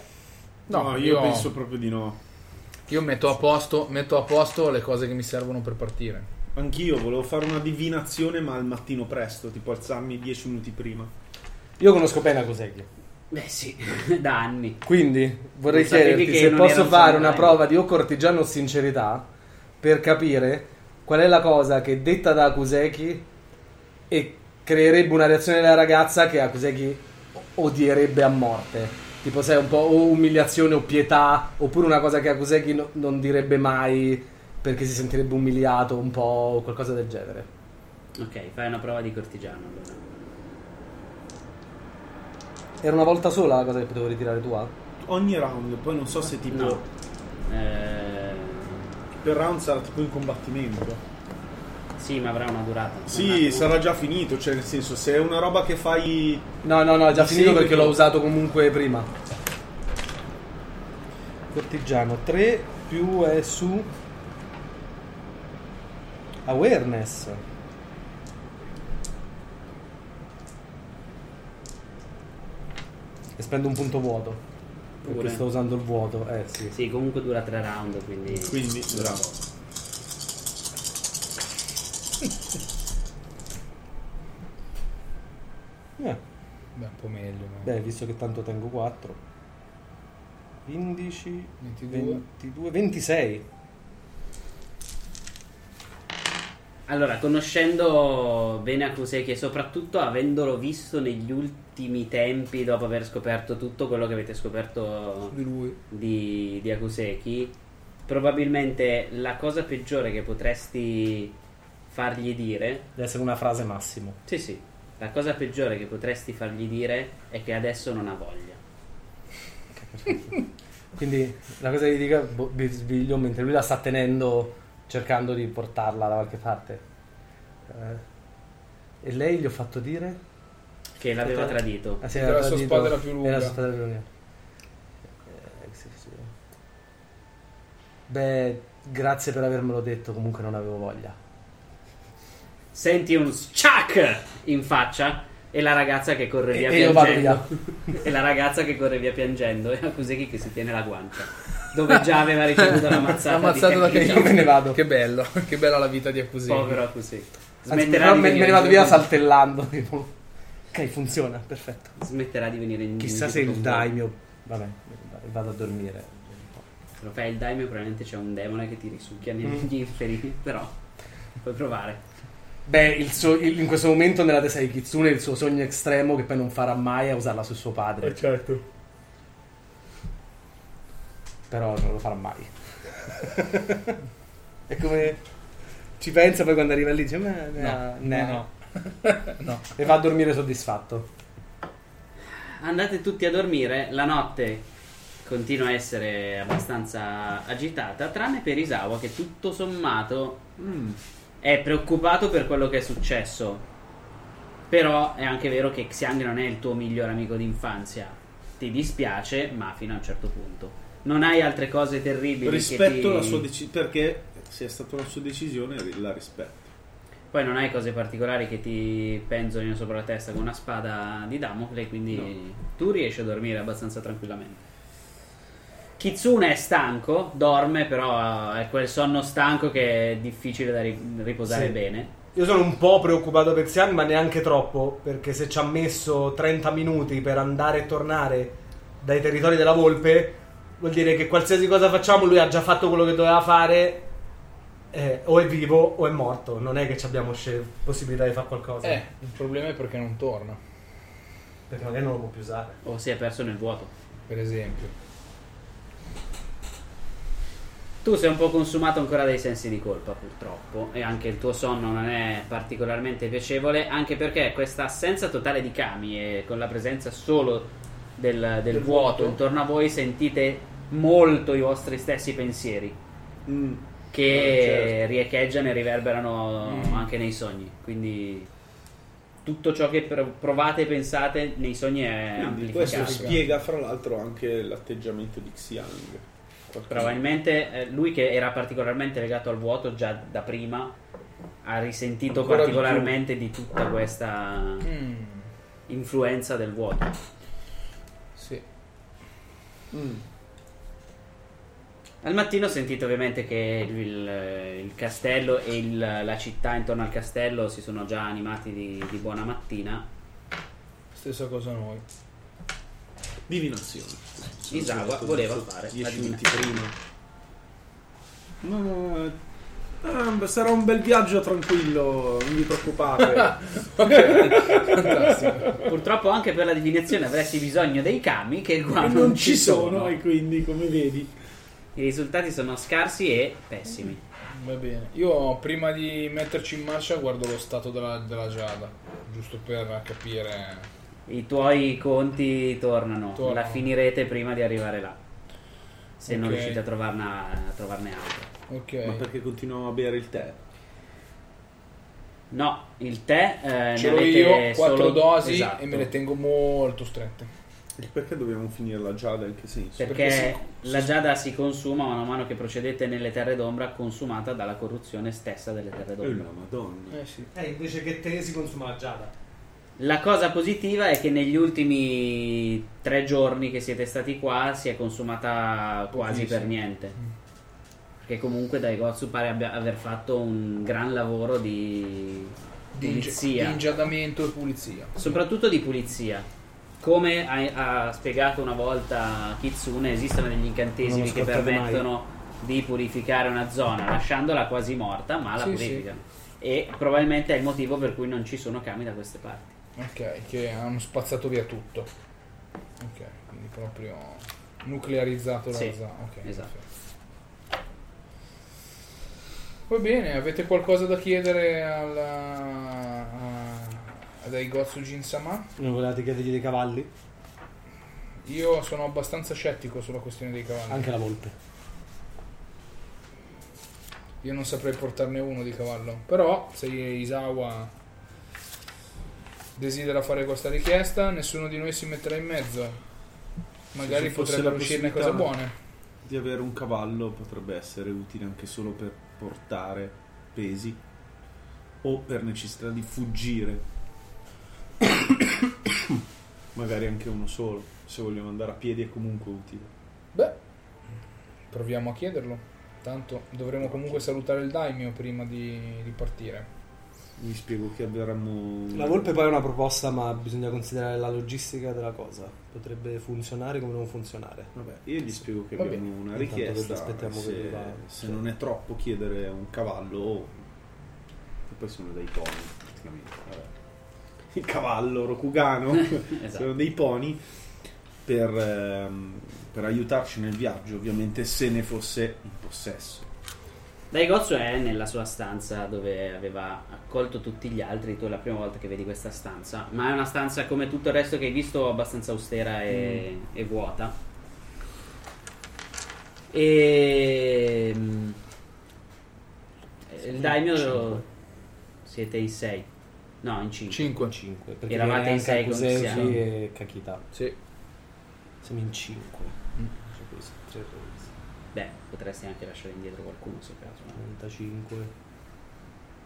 [SPEAKER 2] No,
[SPEAKER 3] io
[SPEAKER 2] io-
[SPEAKER 3] penso proprio di no.
[SPEAKER 2] Io metto a posto, metto a posto le cose che mi servono per partire.
[SPEAKER 3] Anch'io volevo fare una divinazione, ma al mattino presto, tipo alzarmi 10 minuti prima.
[SPEAKER 4] Io conosco bene Koseki.
[SPEAKER 1] Beh, sì, (laughs) da anni.
[SPEAKER 4] Quindi vorrei
[SPEAKER 1] Non sapevi
[SPEAKER 4] chiederti
[SPEAKER 1] che
[SPEAKER 4] se
[SPEAKER 1] non
[SPEAKER 4] posso
[SPEAKER 1] erano
[SPEAKER 4] fare
[SPEAKER 1] samurai.
[SPEAKER 4] una prova di o cortigiano o sincerità per capire qual è la cosa che detta da Akuseki e creerebbe una reazione della ragazza che Akuseki odierebbe a morte. Tipo sai un po' o umiliazione o pietà oppure una cosa che Akuseki no- non direbbe mai perché si sentirebbe umiliato un po' o qualcosa del genere.
[SPEAKER 1] Ok, fai una prova di cortigiano allora.
[SPEAKER 4] Era una volta sola la cosa che potevo ritirare tua?
[SPEAKER 3] Ogni round, poi non so se tipo
[SPEAKER 1] No. Eh,
[SPEAKER 3] per round sarà tipo in combattimento.
[SPEAKER 1] sì, ma avrà una durata. Un
[SPEAKER 3] Sì,
[SPEAKER 1] attimo.
[SPEAKER 3] sarà già finito, cioè nel senso se è una roba che fai
[SPEAKER 4] No, no, no, è già
[SPEAKER 3] Di
[SPEAKER 4] finito
[SPEAKER 3] seguito.
[SPEAKER 4] perché l'ho usato comunque prima. Cortigiano 3 più è su awareness. E spendo un punto vuoto. Perché
[SPEAKER 1] Pure.
[SPEAKER 4] sto usando il vuoto, eh sì.
[SPEAKER 1] Sì, comunque dura tre round, quindi...
[SPEAKER 3] quindi bravo.
[SPEAKER 4] Eh,
[SPEAKER 2] Beh, un po' meglio. ma-
[SPEAKER 4] Eh, beh, visto che tanto tengo 4.
[SPEAKER 5] 15,
[SPEAKER 2] 22.
[SPEAKER 5] 22, 26.
[SPEAKER 1] Allora, conoscendo bene Akuseki e soprattutto avendolo visto negli ultimi tempi dopo aver scoperto tutto quello che avete scoperto
[SPEAKER 2] Di lui.
[SPEAKER 1] di, di Akuseki, probabilmente la cosa peggiore che potresti fargli dire
[SPEAKER 5] Deve essere una frase massimo.
[SPEAKER 1] Sì, sì. La cosa peggiore che potresti fargli dire è che adesso non ha voglia.
[SPEAKER 5] Quindi la cosa che gli dica boh, bisbiglio mentre lui la sta tenendo, cercando di portarla da qualche parte. Eh, e lei gli ho fatto dire?
[SPEAKER 1] Che l'aveva
[SPEAKER 5] Aspetta.
[SPEAKER 1] tradito.
[SPEAKER 5] Ah, sì,
[SPEAKER 2] Era
[SPEAKER 5] era
[SPEAKER 2] la sua
[SPEAKER 5] dito-
[SPEAKER 2] spada più lunga.
[SPEAKER 5] Era la sua spada più lunga. Eh, sì, sì. Beh, grazie per avermelo detto, comunque non avevo voglia.
[SPEAKER 1] Senti un sciac in faccia e la ragazza che corre via
[SPEAKER 5] E- e io vado
[SPEAKER 1] piangendo. (laughs) e la ragazza che corre via piangendo e Akuseki che si tiene la guancia. Dove già aveva ricevuto la mazzata. di
[SPEAKER 2] Ammazzato da
[SPEAKER 1] Kakito.
[SPEAKER 5] Io me ne vado.
[SPEAKER 2] Che bello, (laughs) che bella la vita di Acusini.
[SPEAKER 1] Povero Akuseki.
[SPEAKER 5] Anzi,
[SPEAKER 1] Smetterà
[SPEAKER 5] però
[SPEAKER 1] di
[SPEAKER 5] me,
[SPEAKER 1] venire
[SPEAKER 5] me ne
[SPEAKER 1] in
[SPEAKER 5] vado
[SPEAKER 1] giro
[SPEAKER 5] via
[SPEAKER 1] con-
[SPEAKER 5] saltellando. (laughs) tipo. Ok, funziona, perfetto.
[SPEAKER 1] Smetterà di venire in
[SPEAKER 5] Chissà
[SPEAKER 1] giro
[SPEAKER 5] se il
[SPEAKER 1] con voi.
[SPEAKER 5] daimyo. Vabbè, vado a dormire.
[SPEAKER 1] Se lo fai il daimyo probabilmente c'è un demone che ti risucchia
[SPEAKER 5] Mm.
[SPEAKER 1] negli inferi, però puoi provare.
[SPEAKER 5] Beh, il suo- il- in questo momento nella testa di Kitsune il suo sogno estremo che poi non farà mai è usarla su suo padre.
[SPEAKER 2] certo.
[SPEAKER 5] Però non lo farà mai. (laughs) è come... Ci pensa poi quando arriva lì dice...
[SPEAKER 2] No,
[SPEAKER 5] "Ma- ne-
[SPEAKER 2] no, (laughs) No.
[SPEAKER 5] E va a dormire soddisfatto.
[SPEAKER 1] Andate tutti a dormire, la notte continua a essere abbastanza agitata, tranne per Isawa che tutto sommato
[SPEAKER 3] Mm.
[SPEAKER 1] è preoccupato per quello che è successo. Però è anche vero che Xiang non è il tuo miglior amico d'infanzia. Ti dispiace, ma fino a un certo punto. Non hai altre cose terribili che ti...
[SPEAKER 3] Rispetto la sua decisione, perché se è stata una sua decisione la rispetto.
[SPEAKER 1] Poi non hai cose particolari che ti penzolino sopra la testa con una spada di Damocle, quindi tu riesci a dormire abbastanza tranquillamente. Kitsune è stanco, dorme, però è quel sonno stanco che è difficile da ri- riposare
[SPEAKER 5] Sì.
[SPEAKER 1] bene.
[SPEAKER 6] Io sono un po' preoccupato per Xian, ma neanche troppo, perché se ci ha messo 30 minuti per andare e tornare dai territori della volpe, vuol dire che qualsiasi cosa facciamo lui ha già fatto quello che doveva fare, eh, o è vivo o è morto, non è che ci abbiamo scel- possibilità di fare qualcosa,
[SPEAKER 2] Eh, il problema è perché non torna,
[SPEAKER 6] perché magari non lo può più usare.
[SPEAKER 1] O si è perso nel vuoto.
[SPEAKER 2] per esempio.
[SPEAKER 1] Tu sei un po' consumato ancora dai sensi di colpa, purtroppo, e anche il tuo sonno non è particolarmente piacevole, anche perché questa assenza totale di Kami e con la presenza solo del, del vuoto intorno a voi sentite molto i vostri stessi pensieri
[SPEAKER 3] Mm.
[SPEAKER 1] che
[SPEAKER 2] Eh, certo.
[SPEAKER 1] riecheggiano e riverberano
[SPEAKER 2] Mm.
[SPEAKER 1] anche nei sogni, quindi tutto ciò che pro- provate e pensate nei sogni è
[SPEAKER 3] Quindi questo
[SPEAKER 1] amplificato.
[SPEAKER 3] spiega fra l'altro anche l'atteggiamento di Xiang. Qualcuno-
[SPEAKER 1] Probabilmente eh, lui che era particolarmente legato al vuoto già da prima ha risentito
[SPEAKER 2] Ancora di
[SPEAKER 1] particolarmente di, tutta questa
[SPEAKER 2] Mm,
[SPEAKER 1] influenza del vuoto.
[SPEAKER 2] sì.
[SPEAKER 3] Mm.
[SPEAKER 1] Al mattino sentite ovviamente che il, il- il castello e il- la città intorno al castello si sono già animati di, di buona mattina.
[SPEAKER 2] Stessa cosa noi.
[SPEAKER 3] Divinazione.
[SPEAKER 1] Isawa
[SPEAKER 3] Sono
[SPEAKER 1] voleva
[SPEAKER 3] sotto
[SPEAKER 1] fare la
[SPEAKER 3] 10 minuti prima. Ma- ah, sarà un bel viaggio tranquillo, non vi
[SPEAKER 1] (laughs)
[SPEAKER 3] preoccupate.
[SPEAKER 2] (laughs) Fantastico.
[SPEAKER 1] Purtroppo anche per la divinazione avresti bisogno dei kami che qua
[SPEAKER 3] E non ci sono ecco. e quindi come vedi
[SPEAKER 1] I risultati sono scarsi e pessimi.
[SPEAKER 2] Va bene. Io prima di metterci in marcia guardo lo stato della, della giada, giusto per capire.
[SPEAKER 1] I tuoi conti tornano,
[SPEAKER 2] Tornano.
[SPEAKER 1] la finirete prima di arrivare là. Se non
[SPEAKER 2] Ok.
[SPEAKER 1] riuscite a, trovarna- a trovarne altre.
[SPEAKER 2] Ok.
[SPEAKER 3] ma perché continuiamo a bere il tè
[SPEAKER 1] No, il tè eh,
[SPEAKER 2] Ce
[SPEAKER 1] ne
[SPEAKER 2] l'ho
[SPEAKER 1] avete
[SPEAKER 2] io,
[SPEAKER 1] solo...
[SPEAKER 2] quattro dosi
[SPEAKER 1] Esatto.
[SPEAKER 2] e me le tengo molto strette.
[SPEAKER 3] E perché dobbiamo finire la giada in che senso
[SPEAKER 1] Perché,
[SPEAKER 2] perché si-
[SPEAKER 1] la giada si consuma man mano che procedete nelle terre d'ombra, consumata dalla corruzione stessa delle terre
[SPEAKER 3] Eh,
[SPEAKER 1] d'ombra.
[SPEAKER 3] la madonna
[SPEAKER 2] Eh sì.
[SPEAKER 6] Eh, invece che te si consuma la giada.
[SPEAKER 1] La cosa positiva è che negli ultimi tre giorni che siete stati qua si è consumata quasi
[SPEAKER 2] Pochissimo.
[SPEAKER 1] per niente.
[SPEAKER 2] Mm.
[SPEAKER 1] Perché comunque Daigotsu pare abbia aver fatto un gran lavoro di
[SPEAKER 2] Di ingi-
[SPEAKER 1] pulizia.
[SPEAKER 2] di ingiadamento e pulizia.
[SPEAKER 1] soprattutto di pulizia. Come ha, ha spiegato una volta Kitsune, esistono degli
[SPEAKER 6] Non
[SPEAKER 1] incantesimi
[SPEAKER 6] lo
[SPEAKER 1] che
[SPEAKER 6] scordate mai.
[SPEAKER 1] permettono di purificare una zona, lasciandola quasi morta, ma la
[SPEAKER 2] Sì,
[SPEAKER 1] purificano. E probabilmente è il motivo per cui non ci sono kami da queste parti.
[SPEAKER 2] Ok, che hanno spazzato via tutto. Ok, quindi proprio nuclearizzato la
[SPEAKER 1] Sì,
[SPEAKER 2] zona. Ok,
[SPEAKER 1] esatto.
[SPEAKER 2] perfetto. Va bene, avete qualcosa da chiedere alla, a, ad Aigozu Jin-sama?
[SPEAKER 5] Non volevate chiedergli dei cavalli?
[SPEAKER 2] Io sono abbastanza scettico sulla questione dei cavalli.
[SPEAKER 5] Anche la volpe.
[SPEAKER 2] Io non saprei portarne uno di cavallo. Però, se Isawa desidera fare questa richiesta, nessuno di noi si metterà in mezzo. Magari
[SPEAKER 3] ci fosse
[SPEAKER 2] potrebbero
[SPEAKER 3] la
[SPEAKER 2] uscirne cose
[SPEAKER 3] possibilità.
[SPEAKER 2] buone.
[SPEAKER 3] Di avere un cavallo potrebbe essere utile anche solo per portare pesi o per necessità di fuggire. (coughs) Magari anche uno solo. Se vogliamo andare a piedi è comunque utile.
[SPEAKER 2] Beh, proviamo a chiederlo. Tanto dovremo comunque salutare il daimyo prima di, di partire.
[SPEAKER 3] Mi spiego che avremmo.
[SPEAKER 5] La volpe poi è una proposta, ma bisogna considerare la logistica della cosa. Potrebbe funzionare come non funzionare.
[SPEAKER 3] Vabbè, io gli spiego che
[SPEAKER 2] Va
[SPEAKER 3] abbiamo una
[SPEAKER 5] Intanto che
[SPEAKER 3] richiesta.
[SPEAKER 5] aspettiamo che
[SPEAKER 3] se,
[SPEAKER 5] arriva- cioè.
[SPEAKER 3] se
[SPEAKER 5] sì.
[SPEAKER 3] non è troppo chiedere un cavallo, o- che poi sono dei pony, praticamente. vabbè. Il cavallo
[SPEAKER 5] (laughs)
[SPEAKER 3] rokugano, sono
[SPEAKER 1] Esatto.
[SPEAKER 3] dei pony, per, ehm, per aiutarci nel viaggio, ovviamente, se ne fosse in possesso.
[SPEAKER 1] Daigotsu è nella sua stanza dove aveva accolto tutti gli altri, tu è la prima volta che vedi questa stanza, ma è una stanza come tutto il resto che hai visto abbastanza austera e, e vuota. E mm, il daimyo siete in 6. No, in 5.
[SPEAKER 2] 5.
[SPEAKER 5] 5. Perché
[SPEAKER 1] Eravate
[SPEAKER 5] viene
[SPEAKER 1] in
[SPEAKER 5] anche
[SPEAKER 1] sei con
[SPEAKER 5] Kuseshi
[SPEAKER 1] Siano.
[SPEAKER 5] e Kakita.
[SPEAKER 2] Sì.
[SPEAKER 5] Siamo in 5.
[SPEAKER 2] Mm.
[SPEAKER 1] Beh, potresti anche lasciare indietro qualcuno se caso. no?
[SPEAKER 5] 35.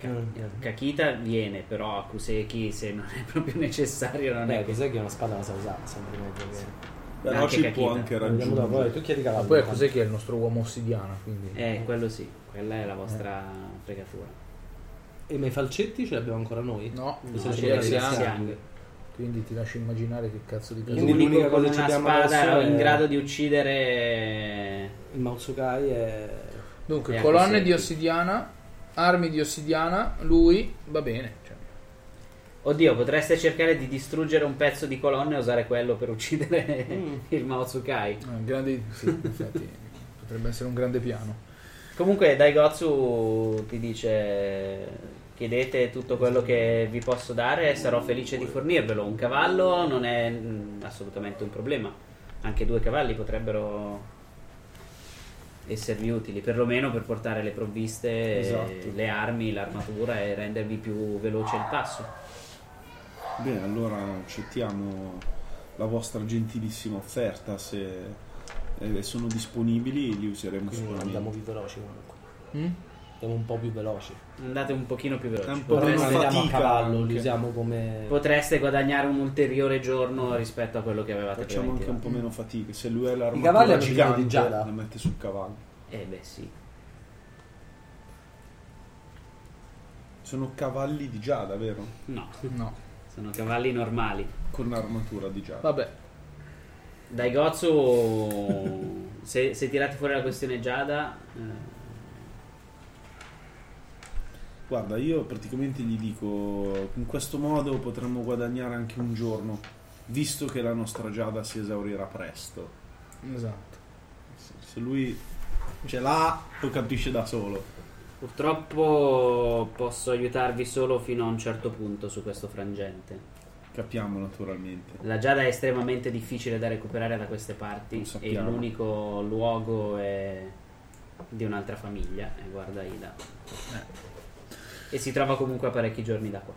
[SPEAKER 1] Ka-
[SPEAKER 5] Mm.
[SPEAKER 1] Kakita viene, però a Kuseki se non è proprio necessario non
[SPEAKER 5] Beh,
[SPEAKER 1] è
[SPEAKER 5] cos'è che una spada la sa usare? Sempre meglio che.
[SPEAKER 3] Però
[SPEAKER 1] Anche
[SPEAKER 3] ci
[SPEAKER 1] Kakita.
[SPEAKER 3] può anche
[SPEAKER 5] Andiamo dopo,
[SPEAKER 3] raggiungere.
[SPEAKER 5] dai, tu chiedi cavallo.
[SPEAKER 2] poi cos'è che è il nostro uomo ossidiana, quindi...
[SPEAKER 1] Eh, quello sì, quella è la vostra fregatura.
[SPEAKER 5] E ma i falcetti ce li abbiamo ancora noi?
[SPEAKER 2] No,
[SPEAKER 1] No,
[SPEAKER 5] Questa
[SPEAKER 2] non
[SPEAKER 5] ce
[SPEAKER 2] ci
[SPEAKER 5] li
[SPEAKER 2] resti
[SPEAKER 5] abbiamo.
[SPEAKER 2] anche.
[SPEAKER 1] siamo.
[SPEAKER 2] Quindi ti lascio immaginare che cazzo di casino.
[SPEAKER 5] Quindi
[SPEAKER 1] L'unico
[SPEAKER 5] l'unica
[SPEAKER 1] con
[SPEAKER 5] cosa che
[SPEAKER 1] una
[SPEAKER 5] abbiamo
[SPEAKER 1] spada
[SPEAKER 5] adesso è-
[SPEAKER 1] in grado di uccidere
[SPEAKER 5] Il Mautsukai è.
[SPEAKER 2] Dunque,
[SPEAKER 1] Eh,
[SPEAKER 2] colonne
[SPEAKER 1] sì.
[SPEAKER 2] di ossidiana, armi di ossidiana, lui va bene. cioè.
[SPEAKER 1] Oddio, potreste cercare di distruggere un pezzo di colonna e usare quello per uccidere
[SPEAKER 5] Mm.
[SPEAKER 1] (laughs) il Maotsukai.
[SPEAKER 2] Ah, grandi- (laughs) sì, in effetti, potrebbe essere un grande piano.
[SPEAKER 1] Comunque Daigotsu ti dice chiedete tutto quello che vi posso dare e sarò felice di fornirvelo. Un cavallo non è mm, assolutamente un problema. Anche due cavalli potrebbero esservi utili, perlomeno per portare le provviste,
[SPEAKER 3] Esatto.
[SPEAKER 1] le armi, l'armatura e rendervi più veloce il passo.
[SPEAKER 3] Bene, allora accettiamo la vostra gentilissima offerta. Se eh, sono disponibili, li useremo
[SPEAKER 5] Quindi
[SPEAKER 3] sicuramente.
[SPEAKER 5] andiamo più veloci comunque.
[SPEAKER 2] Mm?
[SPEAKER 5] Andiamo un po' più veloci.
[SPEAKER 1] Andate un pochino più veloci.
[SPEAKER 3] È un po'
[SPEAKER 5] Però
[SPEAKER 3] meno
[SPEAKER 5] non
[SPEAKER 1] Potreste,
[SPEAKER 5] andiamo a
[SPEAKER 3] fatica
[SPEAKER 5] cavallo,
[SPEAKER 3] anche.
[SPEAKER 5] li usiamo come.
[SPEAKER 1] potreste guadagnare un ulteriore giorno rispetto a quello che avevate
[SPEAKER 3] Facciamo anche un
[SPEAKER 1] preventivato.
[SPEAKER 3] po' meno fatica. Se lui è l'armatura
[SPEAKER 5] cavalli hanno bisogno
[SPEAKER 3] gigante,
[SPEAKER 5] di giada.
[SPEAKER 3] la mette sul cavallo.
[SPEAKER 1] Eh beh sì.
[SPEAKER 3] Sono cavalli di giada, vero?
[SPEAKER 1] No,
[SPEAKER 2] No,
[SPEAKER 1] sono cavalli normali.
[SPEAKER 3] Con l'armatura di giada.
[SPEAKER 2] vabbè.
[SPEAKER 1] Dai Gozzo, se, se tirate fuori la questione Giada, eh,
[SPEAKER 3] Guarda, io praticamente gli dico: in questo modo potremmo guadagnare anche un giorno, visto che la nostra giada si esaurirà presto.
[SPEAKER 2] Esatto.
[SPEAKER 3] Se- Se lui ce l'ha, lo capisce da solo.
[SPEAKER 1] purtroppo posso aiutarvi solo fino a un certo punto su questo frangente.
[SPEAKER 3] Capiamo naturalmente.
[SPEAKER 1] La Giada è estremamente difficile da recuperare da queste
[SPEAKER 3] Lo
[SPEAKER 1] parti e
[SPEAKER 3] sappiamo.
[SPEAKER 1] l'unico luogo è di un'altra famiglia, e guarda Ida. E si trova comunque a parecchi giorni da qua.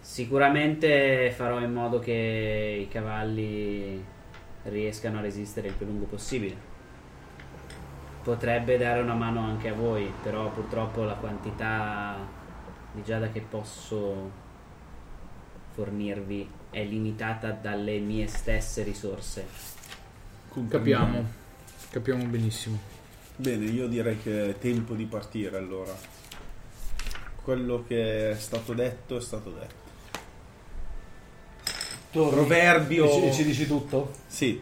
[SPEAKER 1] Sicuramente farò in modo che i cavalli riescano a resistere il più lungo possibile. Potrebbe dare una mano anche a voi, però purtroppo la quantità di giada che posso fornirvi è limitata dalle mie stesse risorse.
[SPEAKER 2] Capiamo. Capiamo benissimo.
[SPEAKER 3] Bene, io direi che è tempo di partire allora. Quello che è stato detto è stato detto.
[SPEAKER 4] Torni.
[SPEAKER 3] Proverbio-
[SPEAKER 4] E ci, e ci dici tutto?
[SPEAKER 3] Sì,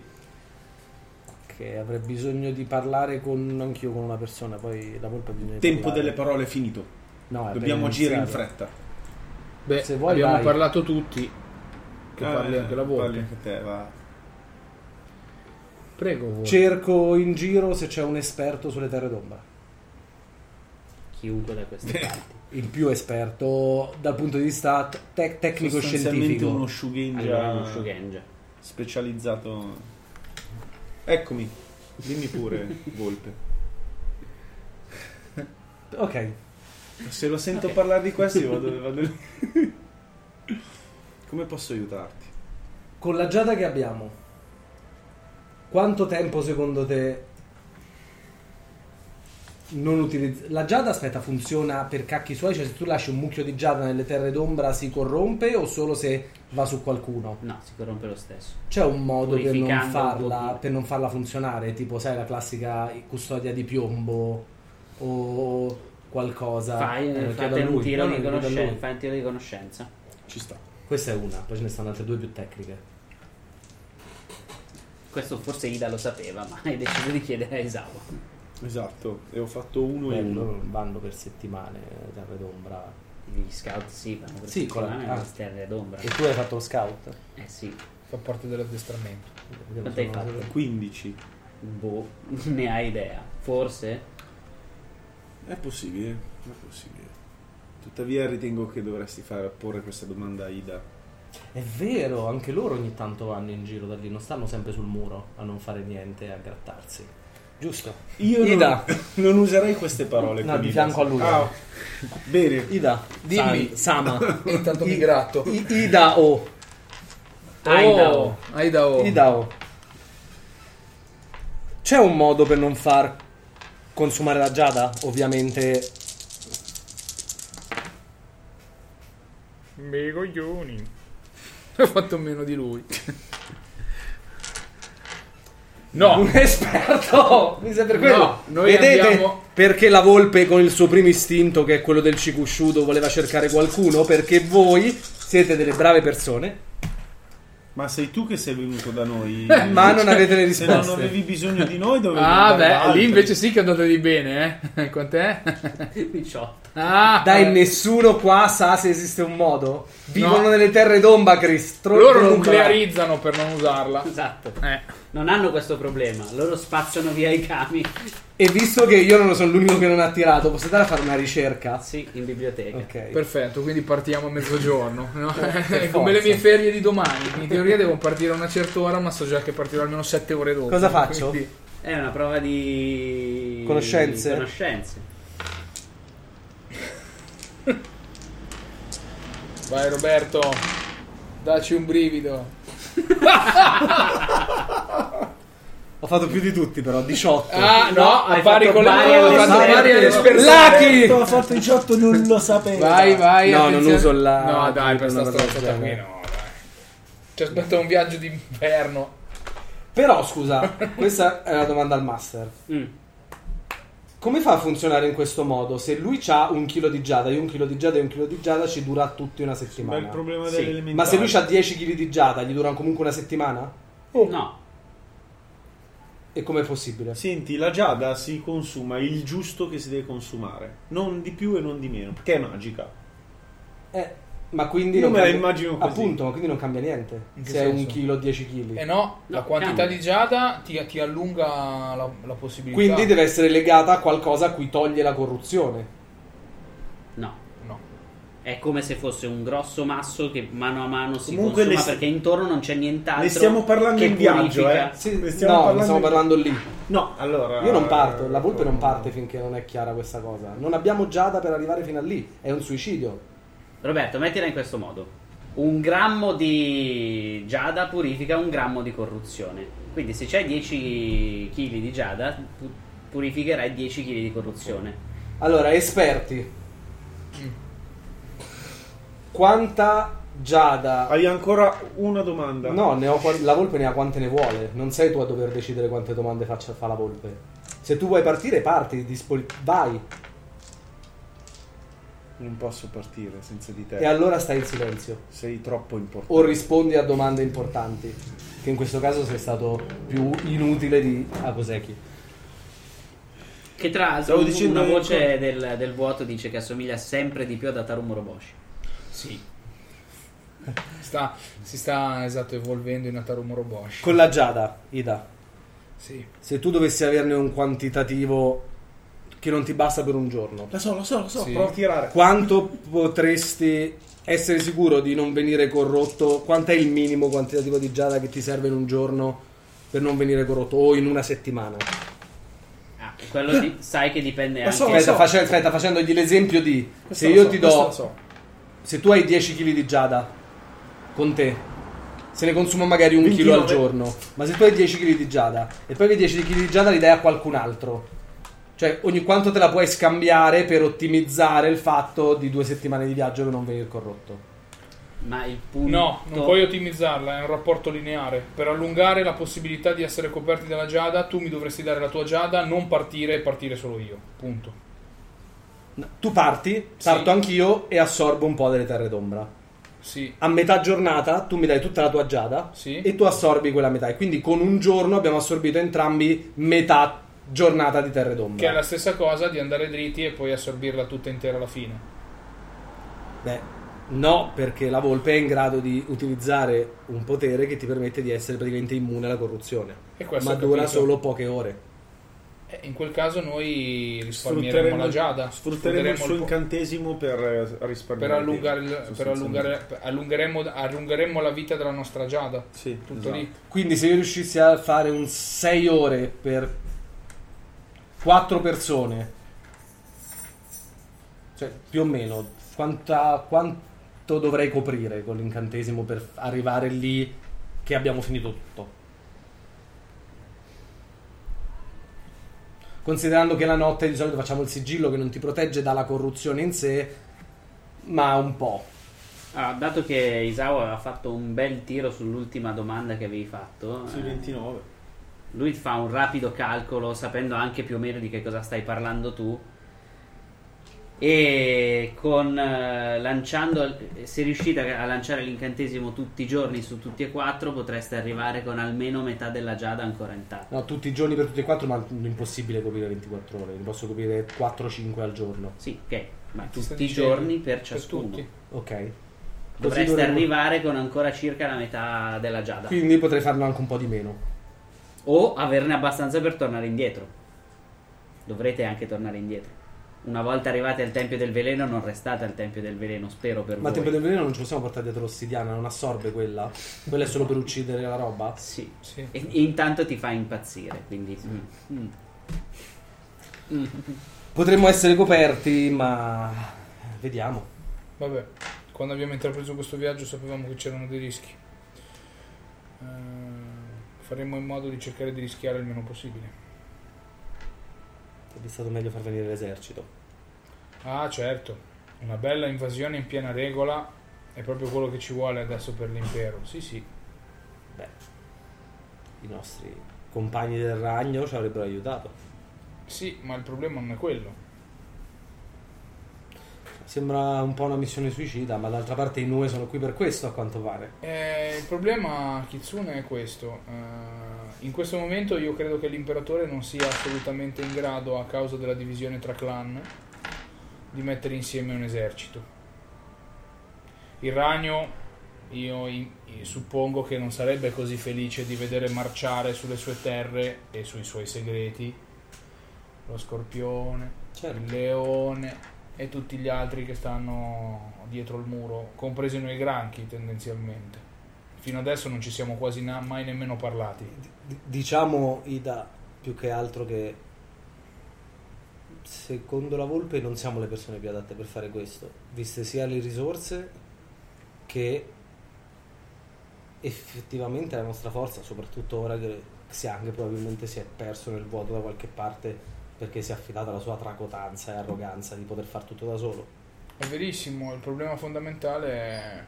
[SPEAKER 4] Che avrei bisogno di parlare con anch'io con una persona, poi la volpe bisogna
[SPEAKER 3] tempo
[SPEAKER 4] parlare.
[SPEAKER 3] delle parole è finito.
[SPEAKER 2] Ah,
[SPEAKER 4] No, è
[SPEAKER 3] Dobbiamo
[SPEAKER 4] appena
[SPEAKER 3] agire in
[SPEAKER 4] iniziato.
[SPEAKER 3] fretta.
[SPEAKER 2] Beh,
[SPEAKER 4] Se vuoi
[SPEAKER 2] abbiamo
[SPEAKER 4] vai.
[SPEAKER 2] parlato tutti. Che
[SPEAKER 3] Ah,
[SPEAKER 2] parli
[SPEAKER 3] eh,
[SPEAKER 2] anche la
[SPEAKER 3] Parli
[SPEAKER 2] volpe.
[SPEAKER 3] anche te, va.
[SPEAKER 2] Prego, volpe.
[SPEAKER 4] Cerco in giro se c'è un esperto sulle terre d'ombra.
[SPEAKER 1] Chiunque da queste parti.
[SPEAKER 4] Il più esperto dal punto di vista te-
[SPEAKER 3] Sostanzialmente
[SPEAKER 4] tecnico-scientifico.
[SPEAKER 3] uno Shugenja
[SPEAKER 1] Allora, uno Shugenja.
[SPEAKER 3] specializzato. Eccomi, dimmi pure, (laughs) volpe.
[SPEAKER 4] Ok,
[SPEAKER 3] Se lo sento parlare di questo, io vado, vado lì. (laughs) Come posso aiutarti?
[SPEAKER 4] con la giada che abbiamo, quanto tempo secondo te non utilizzi... La giada, aspetta, funziona per cacchi suoi? Cioè se tu lasci un mucchio di giada nelle terre d'ombra si corrompe o solo se va su qualcuno?
[SPEAKER 1] No, si corrompe lo stesso.
[SPEAKER 4] C'è un modo per non,
[SPEAKER 1] Purificando un
[SPEAKER 4] farla,
[SPEAKER 1] pochino.
[SPEAKER 4] per non farla funzionare, tipo sai la classica custodia di piombo o qualcosa.
[SPEAKER 1] Fai,
[SPEAKER 4] Eh,
[SPEAKER 1] fate
[SPEAKER 4] chiedo a
[SPEAKER 1] un
[SPEAKER 4] lui.
[SPEAKER 1] tiro
[SPEAKER 4] No,
[SPEAKER 1] di
[SPEAKER 4] no, chiedo a lui.
[SPEAKER 1] conoscenza. Fai un tiro di conoscenza.
[SPEAKER 3] Ci sta.
[SPEAKER 4] Questa è una, poi ce ne stanno altre due più tecniche.
[SPEAKER 1] Questo forse Ida lo sapeva, ma hai deciso di chiedere a Isawa.
[SPEAKER 3] Esatto, e ho fatto uno e
[SPEAKER 4] Beh,
[SPEAKER 3] uno.
[SPEAKER 4] loro vanno per settimane, eh, terre d'ombra.
[SPEAKER 1] Gli scout sì, fanno per
[SPEAKER 4] Sì, con la-
[SPEAKER 1] settimane,
[SPEAKER 4] ah.
[SPEAKER 1] le terre d'ombra.
[SPEAKER 4] E tu hai fatto lo scout?
[SPEAKER 1] Eh sì,
[SPEAKER 2] Fa parte dell'addestramento.
[SPEAKER 1] Quanto hai fatto?
[SPEAKER 3] 15.
[SPEAKER 1] boh, (laughs) ne hai idea. Forse? (laughs)
[SPEAKER 3] È possibile, è possibile. Tuttavia ritengo che dovresti fare porre questa domanda a Ida.
[SPEAKER 4] È vero, anche loro ogni tanto vanno in giro da lì, non stanno sempre sul muro a non fare niente, a grattarsi. Giusto.
[SPEAKER 3] Io non- (laughs)
[SPEAKER 4] Ida.
[SPEAKER 3] Non, userei queste parole.
[SPEAKER 4] No,
[SPEAKER 3] con
[SPEAKER 4] di
[SPEAKER 3] Ida.
[SPEAKER 4] fianco a lui.
[SPEAKER 3] Ah, bene.
[SPEAKER 4] Ida,
[SPEAKER 2] Dimmi.
[SPEAKER 4] San- Sama.
[SPEAKER 2] (laughs) (laughs) Intanto
[SPEAKER 4] mi
[SPEAKER 2] gratto. Oh,
[SPEAKER 4] I- Ida o.
[SPEAKER 1] Aidao.
[SPEAKER 2] Aidao.
[SPEAKER 4] Idao. C'è un modo per non far consumare la giada? Ovviamente.
[SPEAKER 2] Me coglioni. (laughs) Ho fatto meno di lui. No,
[SPEAKER 4] Un esperto! (laughs) Mi sa per quello.
[SPEAKER 2] No, noi
[SPEAKER 4] Vedete
[SPEAKER 2] abbiamo-
[SPEAKER 4] perché la volpe con il suo primo istinto, che è quello del cicusciuto, voleva cercare qualcuno? Perché voi siete delle brave persone,
[SPEAKER 3] Ma sei tu che sei venuto da noi?
[SPEAKER 4] ma non avete le
[SPEAKER 3] Se non
[SPEAKER 4] risposte.
[SPEAKER 3] avevi bisogno di noi dovevi
[SPEAKER 2] ah
[SPEAKER 3] andare
[SPEAKER 2] beh,
[SPEAKER 3] da altri.
[SPEAKER 2] lì invece sì che andate di bene, eh. (laughs) Quant'è?
[SPEAKER 1] 18.
[SPEAKER 2] Ah,
[SPEAKER 4] Dai,
[SPEAKER 2] eh.
[SPEAKER 4] nessuno qua sa se esiste un modo. Vivono
[SPEAKER 2] No.
[SPEAKER 4] nelle terre d'omba, Chris. Tro-
[SPEAKER 2] Loro
[SPEAKER 4] trombola.
[SPEAKER 2] nuclearizzano per non usarla.
[SPEAKER 1] Esatto.
[SPEAKER 2] Eh.
[SPEAKER 1] Non hanno questo problema. Loro spazzano via i cami.
[SPEAKER 4] E visto che io non sono l'unico che non ha tirato, posso andare a fare una ricerca?
[SPEAKER 1] Sì, in biblioteca.
[SPEAKER 4] Ok.
[SPEAKER 2] Perfetto, quindi partiamo a mezzogiorno. no? È (laughs)
[SPEAKER 4] forza.
[SPEAKER 2] come le mie ferie di domani. In teoria devo partire a una certa ora, ma so già che partirò almeno 7 ore dopo.
[SPEAKER 4] Cosa faccio?
[SPEAKER 2] Quindi-
[SPEAKER 1] È una prova di
[SPEAKER 4] Conoscenze?
[SPEAKER 1] di conoscenze.
[SPEAKER 2] Vai Roberto, dacci un brivido.
[SPEAKER 4] Ho fatto più di tutti, però. 18.
[SPEAKER 2] Ah no,
[SPEAKER 1] no,
[SPEAKER 2] a
[SPEAKER 1] hai
[SPEAKER 2] pari
[SPEAKER 1] fatto
[SPEAKER 2] con le
[SPEAKER 1] pari alle
[SPEAKER 2] ho fatto
[SPEAKER 1] esperte.
[SPEAKER 2] pari alle esperte.
[SPEAKER 4] Lucky!
[SPEAKER 3] Ho fatto 18, non lo sapevo.
[SPEAKER 2] Vai, vai.
[SPEAKER 4] No, non
[SPEAKER 2] attenzione.
[SPEAKER 4] uso la-
[SPEAKER 2] No, dai, per
[SPEAKER 4] una
[SPEAKER 2] sta
[SPEAKER 4] cosa del
[SPEAKER 2] stronzata qui
[SPEAKER 4] genere.
[SPEAKER 2] no, dai. Ci aspetta un viaggio d'inverno.
[SPEAKER 4] Però, scusa,
[SPEAKER 2] (laughs)
[SPEAKER 4] questa è una domanda al master.
[SPEAKER 1] Mm.
[SPEAKER 4] Come fa a funzionare in questo modo? Se lui ha un chilo di giada, io un chilo di giada e un chilo di giada, ci dura tutti una
[SPEAKER 3] Ma il
[SPEAKER 4] settimana.
[SPEAKER 3] problema
[SPEAKER 1] Sì.
[SPEAKER 3] dell'elementare.
[SPEAKER 4] Ma se lui ha 10 kg di giada, gli durano comunque una settimana?
[SPEAKER 3] Oh.
[SPEAKER 1] No,
[SPEAKER 4] E com'è possibile?
[SPEAKER 3] Senti, la giada si consuma il giusto che si deve consumare, non di più e non di meno, perché è magica.
[SPEAKER 4] Eh, ma quindi
[SPEAKER 3] Io
[SPEAKER 4] non
[SPEAKER 3] me la
[SPEAKER 4] cambia-
[SPEAKER 3] immagino così.
[SPEAKER 4] Appunto, ma quindi non cambia niente.
[SPEAKER 2] In che
[SPEAKER 4] Se è un
[SPEAKER 2] senso?
[SPEAKER 4] chilo, 10 kg.
[SPEAKER 2] E Eh no, la
[SPEAKER 1] No,
[SPEAKER 2] quantità
[SPEAKER 1] cambia.
[SPEAKER 2] di giada ti, ti allunga la, la possibilità.
[SPEAKER 4] Quindi deve essere legata a qualcosa a cui toglie la corruzione.
[SPEAKER 1] no.
[SPEAKER 2] No.
[SPEAKER 1] È come se fosse un grosso masso che mano a mano si
[SPEAKER 3] Comunque
[SPEAKER 1] consuma
[SPEAKER 3] le st-
[SPEAKER 1] perché intorno non c'è nient'altro.
[SPEAKER 3] Ne stiamo parlando
[SPEAKER 1] che
[SPEAKER 3] in viaggio,
[SPEAKER 1] purifica.
[SPEAKER 3] eh.
[SPEAKER 4] Sì,
[SPEAKER 3] Ne
[SPEAKER 4] no, non stiamo parlando lì.
[SPEAKER 3] No, allora eh,
[SPEAKER 4] Io non parto, la volpe
[SPEAKER 3] ecco.
[SPEAKER 4] non parte finché non è chiara questa cosa. Non abbiamo Giada per arrivare fino a lì. È un suicidio.
[SPEAKER 1] Roberto, mettila in questo modo. Un grammo di giada purifica un grammo di corruzione. Quindi se c'hai 10 kg di giada, pu- purificherai 10 kg di corruzione.
[SPEAKER 4] Allora, esperti. Quanta Giada
[SPEAKER 3] Hai ancora una domanda?
[SPEAKER 4] No, ne ho qua- la volpe ne ha quante ne vuole. Non sei tu a dover decidere quante domande faccia, fa la volpe. Se tu vuoi partire, parti. dispo- vai.
[SPEAKER 3] Non posso partire senza di te.
[SPEAKER 4] E allora stai in silenzio.
[SPEAKER 3] Sei troppo importante.
[SPEAKER 4] O rispondi a domande importanti. Che in questo caso sei stato più inutile di Akoseki.
[SPEAKER 1] Che tra l'altro
[SPEAKER 3] Stavo
[SPEAKER 1] un-
[SPEAKER 3] dicendo
[SPEAKER 1] una
[SPEAKER 3] che-
[SPEAKER 1] voce del, del vuoto dice che assomiglia sempre di più ad Ataru Moroboshi.
[SPEAKER 2] Sì. Sta, si sta esatto evolvendo in Ataru Moroboshi.
[SPEAKER 4] Con la Giada, Ida.
[SPEAKER 2] Sì.
[SPEAKER 4] Se tu dovessi averne un quantitativo che non ti basta per un giorno,
[SPEAKER 3] La so, la so, la so.
[SPEAKER 2] Sì.
[SPEAKER 3] Provo a tirare.
[SPEAKER 4] quanto potresti essere sicuro di non venire corrotto? Quanto è il minimo quantitativo di Giada che ti serve in un giorno per non venire corrotto o in una settimana?
[SPEAKER 1] Ah, quello
[SPEAKER 3] (laughs)
[SPEAKER 1] di- sai che dipende
[SPEAKER 3] Ma
[SPEAKER 1] anche.
[SPEAKER 3] so-
[SPEAKER 4] Aspetta, face- aspetta, facendogli l'esempio di se io ti do se tu hai 10 kg di giada con te, se ne consuma magari un chilo al
[SPEAKER 3] 29.
[SPEAKER 4] giorno, ma se tu hai 10 kg di giada e poi che 10 kg di giada li dai a qualcun altro, cioè ogni quanto te la puoi scambiare per ottimizzare il fatto di due settimane di viaggio che non venire corrotto.
[SPEAKER 1] Ma il punto.
[SPEAKER 2] No, non puoi ottimizzarla, è un rapporto lineare. Per allungare la possibilità di essere coperti dalla giada, tu mi dovresti dare la tua giada, non partire e partire solo io. Punto.
[SPEAKER 4] No, Tu parti, parto anch'io e assorbo un po' delle terre d'ombra.
[SPEAKER 2] Sì.
[SPEAKER 4] A metà giornata tu mi dai tutta la tua giada
[SPEAKER 2] Sì.
[SPEAKER 4] e tu assorbi quella metà. E quindi con un giorno abbiamo assorbito entrambi metà giornata di terre d'ombra.
[SPEAKER 2] Che è la stessa cosa di andare dritti e poi assorbirla tutta intera alla fine.
[SPEAKER 4] Beh, no, perché la volpe è in grado di utilizzare un potere che ti permette di essere praticamente immune alla corruzione.
[SPEAKER 2] E questo
[SPEAKER 4] Ma
[SPEAKER 2] ho
[SPEAKER 4] dura
[SPEAKER 2] capito.
[SPEAKER 4] solo poche ore.
[SPEAKER 2] Eh, in quel caso noi risparmieremo
[SPEAKER 3] Sfrutteremo,
[SPEAKER 2] la giada.
[SPEAKER 3] sfrutteremo il suo
[SPEAKER 2] po-
[SPEAKER 3] incantesimo per eh, risparmiare.
[SPEAKER 2] Per allungare, il-
[SPEAKER 3] tempo,
[SPEAKER 2] per
[SPEAKER 3] sostanzialmente.
[SPEAKER 2] allungare per- allungheremo, allungheremo la vita della nostra giada.
[SPEAKER 3] Sì,
[SPEAKER 2] Tutto
[SPEAKER 3] esatto.
[SPEAKER 2] lì.
[SPEAKER 4] Quindi se io riuscissi a fare un 6 ore per 4 persone, cioè più o meno, quanta- quanto dovrei coprire con l'incantesimo per arrivare lì che abbiamo finito tutto? Considerando che la notte di solito facciamo il sigillo che non ti protegge dalla corruzione in sé, ma un po'.
[SPEAKER 1] Allora, Ah, dato che Isao aveva fatto un bel tiro sull'ultima domanda che avevi fatto,
[SPEAKER 3] Sì,
[SPEAKER 1] eh,
[SPEAKER 3] 29.
[SPEAKER 1] lui fa un rapido calcolo, sapendo anche più o meno di che cosa stai parlando tu. E con eh, lanciando, eh, se riuscite a lanciare l'incantesimo tutti i giorni su tutti e quattro, potreste arrivare con almeno metà della giada ancora intatta.
[SPEAKER 4] No, tutti i giorni per tutti e quattro, ma è impossibile coprire 24 ore, ne posso coprire 4-5 al giorno.
[SPEAKER 1] Sì, ok, ma
[SPEAKER 2] Ti sto
[SPEAKER 1] tutti i
[SPEAKER 2] dicendo,
[SPEAKER 1] giorni per
[SPEAKER 2] per
[SPEAKER 1] ciascuno.
[SPEAKER 2] tutti.
[SPEAKER 4] Ok.
[SPEAKER 1] Dovreste
[SPEAKER 4] Così dovremmo-
[SPEAKER 1] arrivare con ancora circa la metà della giada.
[SPEAKER 4] Quindi potrei farlo anche un po' di meno.
[SPEAKER 1] O averne abbastanza per tornare indietro. Dovrete anche tornare indietro. Una volta arrivati al Tempio del Veleno, non restate al Tempio del Veleno, spero per
[SPEAKER 4] Ma
[SPEAKER 1] voi.
[SPEAKER 4] Tempio del Veleno non ci possiamo portare dietro l'ossidiana, non assorbe quella. Quella è solo per uccidere la roba.
[SPEAKER 1] Sì.
[SPEAKER 2] Sì.
[SPEAKER 1] E intanto ti fa impazzire, quindi... Mm. Mm.
[SPEAKER 4] Potremmo essere coperti, ma vediamo.
[SPEAKER 2] Vabbè, quando abbiamo intrapreso questo viaggio sapevamo che c'erano dei rischi. Eh, faremo in modo di cercare di rischiare il meno possibile.
[SPEAKER 4] Sarebbe stato meglio far venire l'esercito.
[SPEAKER 2] Ah, certo, una bella invasione in piena regola è proprio quello che ci vuole adesso per l'impero. Sì, sì.
[SPEAKER 4] Beh, i nostri compagni del ragno ci avrebbero aiutato.
[SPEAKER 2] Sì, ma il problema non è quello.
[SPEAKER 4] Sembra un po' una missione suicida, ma d'altra parte i Nue sono qui per questo, a quanto pare.
[SPEAKER 2] Eh, il problema, Kitsune, è questo. Eh, in questo momento io credo che l'imperatore non sia assolutamente in grado, a causa della divisione tra clan, di mettere insieme un esercito. Il ragno, io in- io suppongo che non sarebbe così felice di vedere marciare sulle sue terre e sui suoi segreti lo scorpione,
[SPEAKER 4] Certo.
[SPEAKER 2] il leone e tutti gli altri che stanno dietro il muro, compresi noi granchi tendenzialmente. Fino adesso non ci siamo quasi na- mai nemmeno parlati.
[SPEAKER 4] D- Diciamo Ida più che altro che secondo la Volpe non siamo le persone più adatte per fare questo, viste sia le risorse che effettivamente la nostra forza, soprattutto ora che Xiang probabilmente si è perso nel vuoto da qualche parte perché si è affidata alla sua tracotanza e arroganza di poter far tutto da solo.
[SPEAKER 2] È verissimo, il problema fondamentale è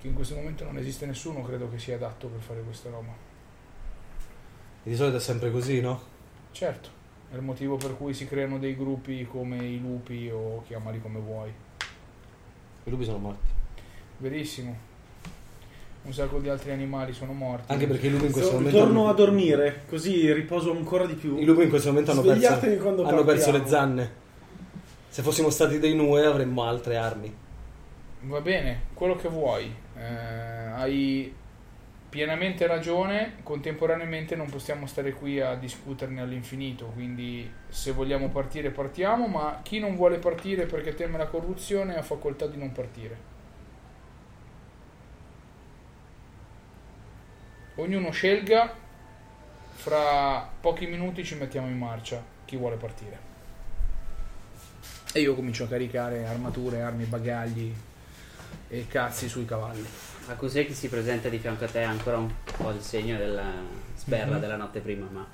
[SPEAKER 2] che in questo momento non esiste nessuno, credo che sia adatto per fare questa roba.
[SPEAKER 4] E di solito è sempre così, no?
[SPEAKER 2] Certo, è il motivo per cui si creano dei gruppi come i lupi o chiamali come vuoi.
[SPEAKER 5] I lupi sono morti.
[SPEAKER 2] Verissimo. Un sacco di altri animali sono morti.
[SPEAKER 5] Anche perché i lupi in questo
[SPEAKER 3] So-
[SPEAKER 5] momento.
[SPEAKER 3] torno a dormire, così riposo ancora di più.
[SPEAKER 6] I lupi in questo momento hanno
[SPEAKER 3] Svegliatevi
[SPEAKER 6] perso,
[SPEAKER 3] quando
[SPEAKER 6] hanno perso
[SPEAKER 3] partiamo.
[SPEAKER 6] le zanne. Se fossimo stati dei Nue avremmo altre armi.
[SPEAKER 1] Eh,
[SPEAKER 2] Va bene, quello che vuoi. Eh, hai pienamente ragione, contemporaneamente non possiamo stare qui a discuterne all'infinito, quindi se vogliamo partire partiamo, ma chi non vuole partire perché teme la corruzione ha facoltà di non partire. Ognuno scelga, fra pochi minuti ci mettiamo in marcia chi vuole partire. E io comincio a caricare armature, armi, bagagli e cazzi sui cavalli.
[SPEAKER 1] A cos'è che si presenta di fianco a te ha ancora un po' il segno della sberla
[SPEAKER 2] Mhm.
[SPEAKER 1] della notte prima, ma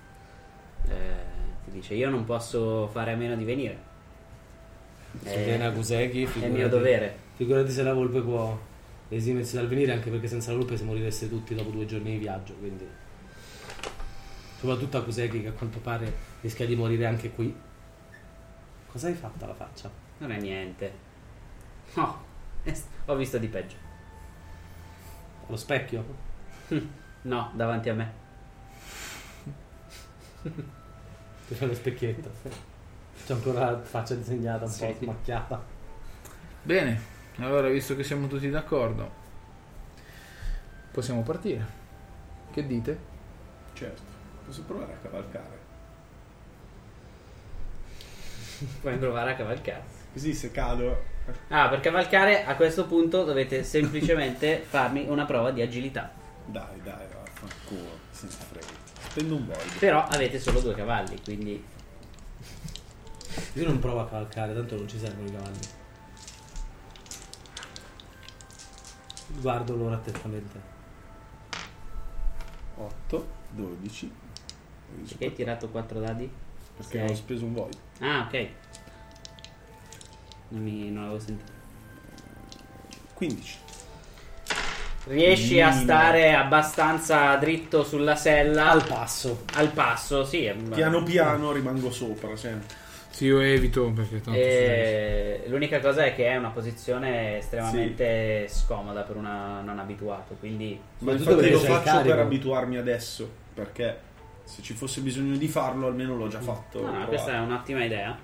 [SPEAKER 1] eh, ti dice io non posso fare a meno di venire. Eh,
[SPEAKER 5] Se viene a Guseghi,
[SPEAKER 1] è
[SPEAKER 4] eh,
[SPEAKER 5] figurati.
[SPEAKER 1] mio dovere.
[SPEAKER 5] Figurati se la volpe può esimersi dal venire, anche perché senza la volpe si morireste tutti dopo due giorni di viaggio, quindi. Soprattutto a Kuseki che a quanto pare rischia di morire anche qui. Cosa hai fatto alla faccia?
[SPEAKER 1] Non è niente. No, (laughs) ho visto di peggio.
[SPEAKER 5] Allo specchio?
[SPEAKER 1] No, davanti a me.
[SPEAKER 5] Ti fai
[SPEAKER 1] (laughs)
[SPEAKER 5] lo specchietto. C'è ancora la faccia disegnata, un po'
[SPEAKER 1] Sì.
[SPEAKER 5] smacchiata.
[SPEAKER 2] Bene, allora visto che siamo tutti d'accordo, possiamo partire. Che dite?
[SPEAKER 3] Certo, posso provare a cavalcare.
[SPEAKER 1] Puoi provare a cavalcare.
[SPEAKER 3] Così se cado...
[SPEAKER 1] Ah, per cavalcare a questo punto dovete (laughs) semplicemente farmi una prova di agilità.
[SPEAKER 3] Dai, dai, vaffanculo, senza frega. Spendo un void.
[SPEAKER 1] Però avete solo due cavalli, quindi
[SPEAKER 5] Io non provo a cavalcare, tanto non ci servono i cavalli. Guardo loro attentamente.
[SPEAKER 3] 8, 12.
[SPEAKER 1] perché hai tirato quattro dadi?
[SPEAKER 3] Perché
[SPEAKER 1] Sei.
[SPEAKER 3] ho speso un void.
[SPEAKER 1] Ah, ok. Non, mi, non l'avevo sentito.
[SPEAKER 3] 15.
[SPEAKER 1] Riesci a
[SPEAKER 3] Minimo.
[SPEAKER 1] stare abbastanza dritto sulla sella
[SPEAKER 5] Al
[SPEAKER 1] al,
[SPEAKER 5] passo.
[SPEAKER 1] al passo, sì. è-
[SPEAKER 3] Piano piano rimango sopra, cioè. sempre.
[SPEAKER 2] Sì, io evito perché tanto...
[SPEAKER 1] E l'unica cosa è che è una posizione estremamente scomoda per una non abituato, quindi Ah,
[SPEAKER 3] Ma
[SPEAKER 5] Soprattutto
[SPEAKER 3] infatti
[SPEAKER 5] perché
[SPEAKER 3] lo
[SPEAKER 5] c'è il
[SPEAKER 3] faccio
[SPEAKER 5] carico.
[SPEAKER 3] per abituarmi adesso, perché se ci fosse bisogno di farlo almeno l'ho già fatto.
[SPEAKER 1] No, no,
[SPEAKER 3] Ho
[SPEAKER 1] questa è
[SPEAKER 3] provato.
[SPEAKER 1] un'ottima idea.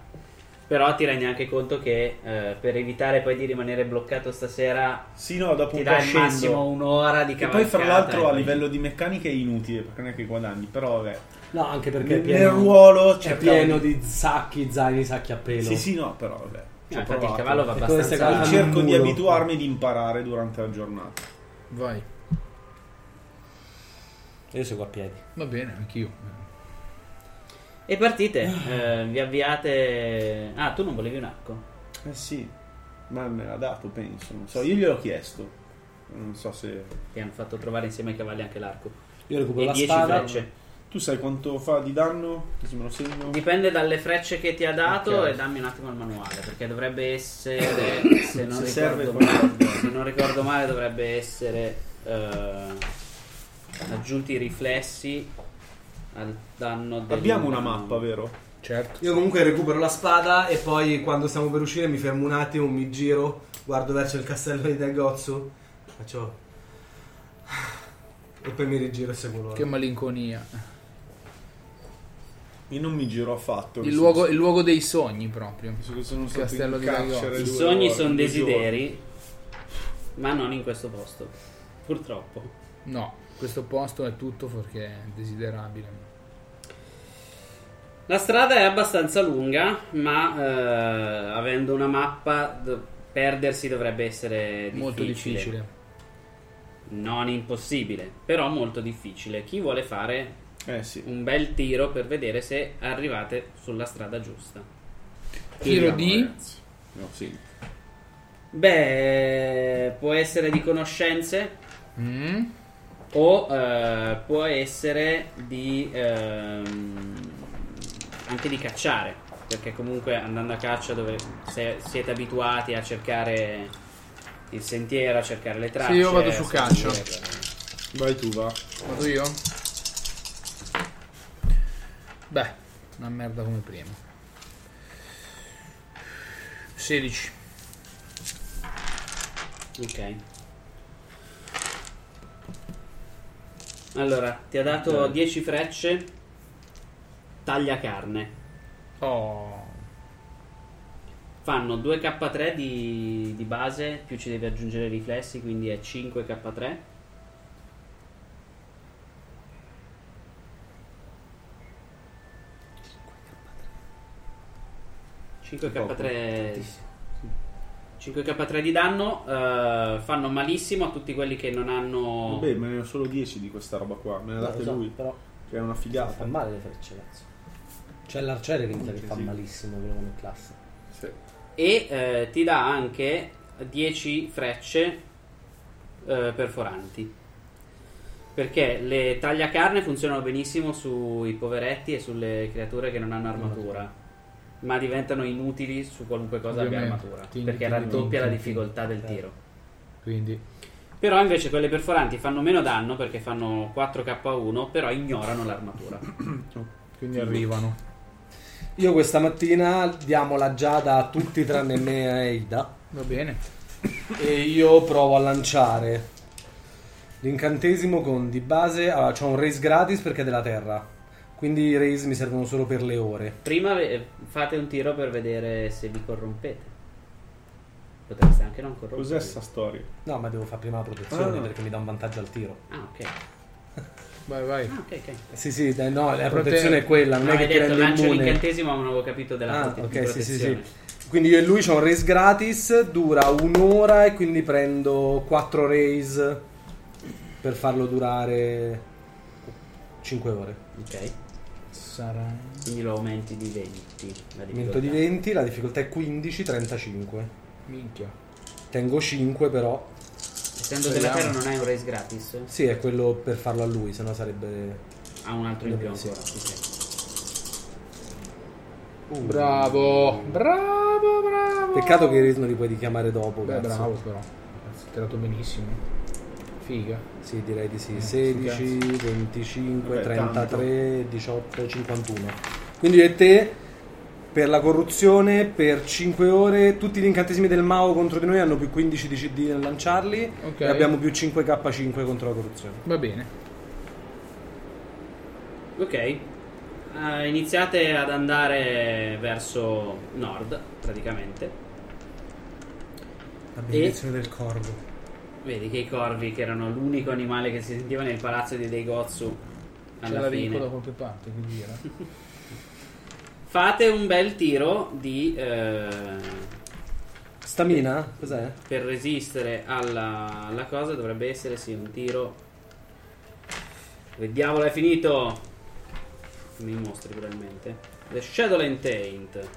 [SPEAKER 1] Però ti rendi anche conto che eh, per evitare poi di rimanere bloccato stasera
[SPEAKER 3] Sì, no, dopo
[SPEAKER 1] ti
[SPEAKER 3] un
[SPEAKER 1] dà
[SPEAKER 3] po'
[SPEAKER 1] il
[SPEAKER 3] scendo.
[SPEAKER 1] massimo un'ora di
[SPEAKER 3] Che
[SPEAKER 1] cavalcata. ecco.
[SPEAKER 3] poi fra l'altro
[SPEAKER 1] e
[SPEAKER 3] a
[SPEAKER 1] eh, poi-
[SPEAKER 3] livello di meccanica è inutile, perché non è che guadagni, però vabbè.
[SPEAKER 5] No, anche perché
[SPEAKER 3] Nel,
[SPEAKER 5] è
[SPEAKER 3] nel
[SPEAKER 5] pieno,
[SPEAKER 3] ruolo
[SPEAKER 5] è
[SPEAKER 3] cercavo
[SPEAKER 5] pieno di sacchi, zaini, sacchi a pelo.
[SPEAKER 3] Sì, sì, no, però vabbè.
[SPEAKER 1] Eh,
[SPEAKER 3] ci ho
[SPEAKER 1] infatti il
[SPEAKER 3] provato.
[SPEAKER 1] cavallo va
[SPEAKER 5] E queste
[SPEAKER 1] abbastanza...
[SPEAKER 5] cavalli-
[SPEAKER 3] Cerco
[SPEAKER 5] al
[SPEAKER 3] di
[SPEAKER 5] muro.
[SPEAKER 3] abituarmi e di imparare durante la giornata.
[SPEAKER 2] Vai,
[SPEAKER 5] Io seguo a piedi.
[SPEAKER 2] va bene, anch'io.
[SPEAKER 1] E partite,
[SPEAKER 3] Ah.
[SPEAKER 1] eh, vi avviate... Ah, tu non volevi un arco?
[SPEAKER 3] Eh sì, ma me l'ha dato, penso. Non so, io gliel'ho chiesto. Non so se.
[SPEAKER 1] Ti hanno fatto trovare insieme ai cavalli anche l'arco.
[SPEAKER 5] Io recupero
[SPEAKER 1] E
[SPEAKER 5] la
[SPEAKER 1] 10
[SPEAKER 5] spada.
[SPEAKER 1] frecce.
[SPEAKER 3] Tu sai quanto fa di danno? Così me lo segno.
[SPEAKER 1] Dipende dalle frecce che ti ha dato
[SPEAKER 3] Ok.
[SPEAKER 1] e dammi un attimo il manuale, perché dovrebbe essere... Se non,
[SPEAKER 3] (coughs) Se serve
[SPEAKER 1] ricordo,
[SPEAKER 3] qualcosa.
[SPEAKER 1] male, se non ricordo male dovrebbe essere... eh, aggiunti i riflessi al danno del...
[SPEAKER 3] Abbiamo una mappa, vero?
[SPEAKER 2] Certo.
[SPEAKER 6] Io comunque recupero la spada e poi quando stiamo per uscire mi fermo un attimo, mi giro, guardo verso il castello di Dagozzo, faccio... E poi mi rigiro e seguo loro.
[SPEAKER 2] Che malinconia.
[SPEAKER 3] Io non mi giro affatto.
[SPEAKER 2] Il
[SPEAKER 3] visto
[SPEAKER 2] luogo,
[SPEAKER 3] che-
[SPEAKER 2] il luogo dei sogni proprio.
[SPEAKER 3] visto che sono stato
[SPEAKER 2] Castello
[SPEAKER 3] in
[SPEAKER 2] di
[SPEAKER 3] carcere
[SPEAKER 2] Ragazzi.
[SPEAKER 1] I
[SPEAKER 3] due
[SPEAKER 1] sogni
[SPEAKER 3] ore,
[SPEAKER 1] sono
[SPEAKER 3] due giorni.
[SPEAKER 1] desideri, ma non in questo posto. Purtroppo.
[SPEAKER 2] No, questo posto è tutto perché è desiderabile.
[SPEAKER 1] La strada è abbastanza lunga, ma eh, avendo una mappa do- perdersi dovrebbe essere
[SPEAKER 2] Molto difficile.
[SPEAKER 1] Non impossibile, però molto difficile. Chi vuole fare
[SPEAKER 3] Eh sì.
[SPEAKER 1] un bel tiro per vedere se arrivate sulla strada giusta.
[SPEAKER 2] Tiro di...
[SPEAKER 3] Ragazzi. No, sì.
[SPEAKER 1] Beh, può essere di conoscenze,
[SPEAKER 2] Mm?
[SPEAKER 1] O eh, può essere di ehm, anche di cacciare, perché comunque andando a caccia dove se- siete abituati a cercare il sentiero, a cercare le tracce.
[SPEAKER 2] io vado
[SPEAKER 1] a
[SPEAKER 2] su
[SPEAKER 1] seguire-
[SPEAKER 2] caccia.
[SPEAKER 3] Vai tu, va.
[SPEAKER 2] Vado io? Beh, una merda come prima. 16.
[SPEAKER 1] Ok. Allora, ti ha dato 10 frecce. Taglia carne.
[SPEAKER 2] Oh.
[SPEAKER 1] Fanno 2k3 di, di base, più ci devi aggiungere i riflessi, quindi è 5k3.
[SPEAKER 2] Poco,
[SPEAKER 1] 5k3 5k3 di danno eh, fanno malissimo a tutti quelli che non hanno
[SPEAKER 3] Vabbè, me ne ho solo 10 di questa roba qua. Me ne ha date
[SPEAKER 5] Lo so,
[SPEAKER 3] lui.
[SPEAKER 5] Però
[SPEAKER 3] Che è una
[SPEAKER 5] fa
[SPEAKER 3] figata.
[SPEAKER 5] male le frecce, cazzo. C'è l'arciere che, che fa
[SPEAKER 3] sì.
[SPEAKER 5] malissimo quello come classe.
[SPEAKER 3] Sì.
[SPEAKER 1] e eh, ti dà anche 10 frecce eh, perforanti perché le tagliacarne funzionano benissimo sui poveretti e sulle creature che non hanno armatura ma diventano inutili su qualunque cosa abbia
[SPEAKER 2] Ovviamente.
[SPEAKER 1] armatura
[SPEAKER 2] Ti-
[SPEAKER 1] perché
[SPEAKER 2] ti-
[SPEAKER 1] raddoppia
[SPEAKER 2] ti- certo.
[SPEAKER 1] la
[SPEAKER 2] ti-
[SPEAKER 1] difficoltà del tiro
[SPEAKER 2] Quindi,
[SPEAKER 1] Però invece quelle perforanti fanno meno danno perché fanno 4k1, però ignorano l'armatura.
[SPEAKER 2] quindi arrivano.
[SPEAKER 5] Io questa mattina diamo la giada a tutti tranne me e a Eida.
[SPEAKER 2] Va bene.
[SPEAKER 5] E io provo a lanciare l'incantesimo con di base. Allora, c'ho un raise gratis perché è della terra. Quindi i raise mi servono solo per le ore.
[SPEAKER 1] Prima ve- fate un tiro per vedere se vi corrompete. Potreste anche non corrompervi.
[SPEAKER 3] Cos'è sta storia?
[SPEAKER 5] No, ma devo fare prima la protezione
[SPEAKER 3] Ah.
[SPEAKER 5] perché mi dà un vantaggio al tiro.
[SPEAKER 1] Ah, ok.
[SPEAKER 2] Vai, vai.
[SPEAKER 1] Ah, ok, ok.
[SPEAKER 5] Sì, sì, dai, no, la
[SPEAKER 2] Prote-
[SPEAKER 5] protezione è quella, non
[SPEAKER 1] Non
[SPEAKER 5] è che
[SPEAKER 1] hai
[SPEAKER 5] ti
[SPEAKER 1] detto
[SPEAKER 5] rende
[SPEAKER 1] lancio
[SPEAKER 5] immune.
[SPEAKER 1] l'incantesimo, ma non avevo capito della
[SPEAKER 5] Ah,
[SPEAKER 1] prote- di
[SPEAKER 5] ok, sì, sì,
[SPEAKER 1] protezione.
[SPEAKER 5] sì. Quindi io e lui c'ho un raise gratis, dura un'ora e quindi prendo 4 raise per farlo durare 5 ore.
[SPEAKER 1] Ok.
[SPEAKER 2] Sarà.
[SPEAKER 1] Quindi lo aumenti di 20. La
[SPEAKER 5] Aumento di
[SPEAKER 1] difficoltà.
[SPEAKER 5] 20, la difficoltà è 15, 35.
[SPEAKER 2] Minchia.
[SPEAKER 5] Tengo 5 però.
[SPEAKER 1] Essendo della terra
[SPEAKER 2] Speriamo.
[SPEAKER 1] non hai un raise gratis.
[SPEAKER 5] Sì, è quello per farlo a lui, sennò sarebbe...
[SPEAKER 1] Ha un altro in più
[SPEAKER 5] Sì.
[SPEAKER 1] ancora. ok.
[SPEAKER 2] Bravo. Bravo, bravo.
[SPEAKER 5] Peccato che i Raise non li puoi richiamare dopo.
[SPEAKER 2] Beh,
[SPEAKER 5] cazzo.
[SPEAKER 2] bravo però. Cazzo, tirato benissimo. Figa.
[SPEAKER 5] Sì, direi di sì.
[SPEAKER 2] Eh,
[SPEAKER 5] 16, 25,
[SPEAKER 3] Vabbè,
[SPEAKER 5] 33, 18, 51. Quindi io e te, per la corruzione, per 5 ore, tutti gli incantesimi del Mao contro di noi hanno più 15 di CD nel lanciarli
[SPEAKER 2] Ok.
[SPEAKER 5] e abbiamo più 5k5 contro la corruzione.
[SPEAKER 2] Va bene.
[SPEAKER 1] Ok. Eh, iniziate ad andare verso nord, praticamente.
[SPEAKER 5] La
[SPEAKER 1] benedizione
[SPEAKER 5] del corvo.
[SPEAKER 1] Vedi che i corvi, che erano l'unico animale che si sentiva nel palazzo di Deigotsu,
[SPEAKER 2] C'è
[SPEAKER 1] alla
[SPEAKER 2] la
[SPEAKER 1] fine.
[SPEAKER 2] vinco da qualche parte che gira.
[SPEAKER 1] Fate un bel tiro di. eh,
[SPEAKER 5] Stamina? Cos'è?
[SPEAKER 1] per resistere alla, alla cosa dovrebbe essere sì un tiro. Che diavolo è finito! Mi mostri probabilmente. The Shadowland Taint.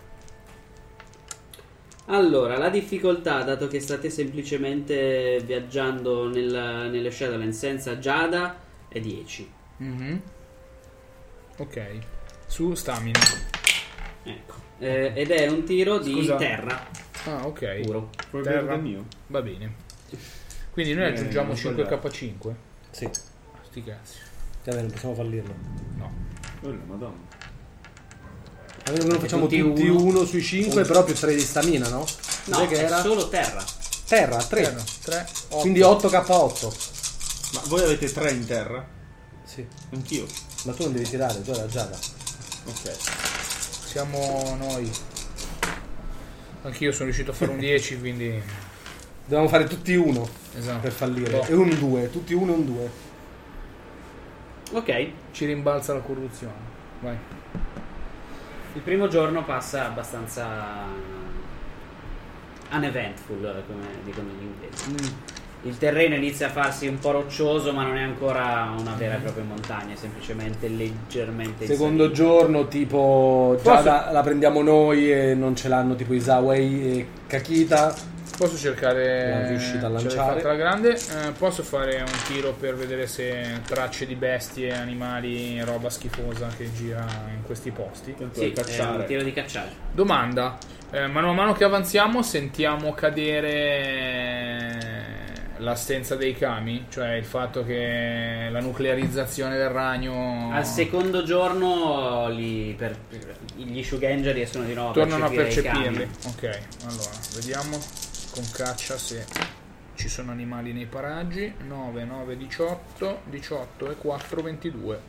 [SPEAKER 1] Allora, la difficoltà, dato che state semplicemente viaggiando nella- nelle Shadowland senza Giada, è 10.
[SPEAKER 2] Mhm. Ok. Su stamina.
[SPEAKER 1] Ecco. Eh, ed è un tiro di
[SPEAKER 3] Scusa.
[SPEAKER 1] terra
[SPEAKER 2] Ah, ok.
[SPEAKER 1] puro.
[SPEAKER 3] Puoi
[SPEAKER 2] Terra.
[SPEAKER 3] bere del mio?
[SPEAKER 2] Va bene. Quindi noi
[SPEAKER 3] Eh,
[SPEAKER 2] aggiungiamo
[SPEAKER 3] non
[SPEAKER 2] 5k5.
[SPEAKER 5] Sì.
[SPEAKER 2] Ah, Sti cazzi.
[SPEAKER 5] Vabbè, Cioè, non possiamo fallirlo.
[SPEAKER 2] No.
[SPEAKER 3] Oh, la madonna.
[SPEAKER 5] Almeno che non facciamo
[SPEAKER 1] Tutti
[SPEAKER 5] tutti,
[SPEAKER 1] uno.
[SPEAKER 5] uno. su 5, però più 3 di stamina, no?
[SPEAKER 1] No,
[SPEAKER 5] Cos'è che
[SPEAKER 1] è
[SPEAKER 5] era?
[SPEAKER 1] solo terra.
[SPEAKER 5] Terra, 3.
[SPEAKER 2] Eh, 3, 8.
[SPEAKER 5] Quindi 8k8.
[SPEAKER 3] Ma voi avete tre in terra?
[SPEAKER 5] Sì.
[SPEAKER 3] Anch'io.
[SPEAKER 5] Ma tu non devi tirare, tu hai la giada.
[SPEAKER 3] Ok.
[SPEAKER 2] Siamo noi. Anch'io sono riuscito a fare un 10, quindi...
[SPEAKER 5] Dobbiamo fare tutti uno
[SPEAKER 2] Esatto.
[SPEAKER 5] per fallire.
[SPEAKER 2] Boh.
[SPEAKER 5] E un 2, tutti uno e un 2.
[SPEAKER 1] Ok,
[SPEAKER 2] Ci rimbalza la corruzione. Vai.
[SPEAKER 1] Il primo giorno passa abbastanza eh, uneventful, come dicono gli inglesi. Il terreno inizia a farsi un po' roccioso, ma non è ancora una vera e propria montagna, è semplicemente leggermente in
[SPEAKER 5] Secondo
[SPEAKER 1] salita.
[SPEAKER 5] giorno, tipo, giada la prendiamo noi e non ce l'hanno tipo Isaway e Kakita.
[SPEAKER 2] Posso cercare...
[SPEAKER 5] Non è riuscita a
[SPEAKER 2] ce l'hai
[SPEAKER 5] lanciare.
[SPEAKER 2] fatta la grande. Eh, posso fare un tiro per vedere se tracce di bestie, animali, roba schifosa che gira in questi posti.
[SPEAKER 3] Tanto
[SPEAKER 1] Sì, eh,
[SPEAKER 3] è
[SPEAKER 1] è un
[SPEAKER 3] cacciare.
[SPEAKER 1] tiro di cacciare.
[SPEAKER 2] Domanda, eh, mano a mano che avanziamo sentiamo cadere eh, l'assenza dei kami, cioè il fatto che la nuclearizzazione del ragno
[SPEAKER 1] Al secondo giorno li- per- per- gli Shugenja riescono di nuovo
[SPEAKER 2] tornano a
[SPEAKER 1] percepire i
[SPEAKER 2] percepirli.
[SPEAKER 1] cani.
[SPEAKER 2] Ok, allora vediamo con caccia se Ci sono animali nei paraggi. 9, 9, 18, 18 e 4, 22.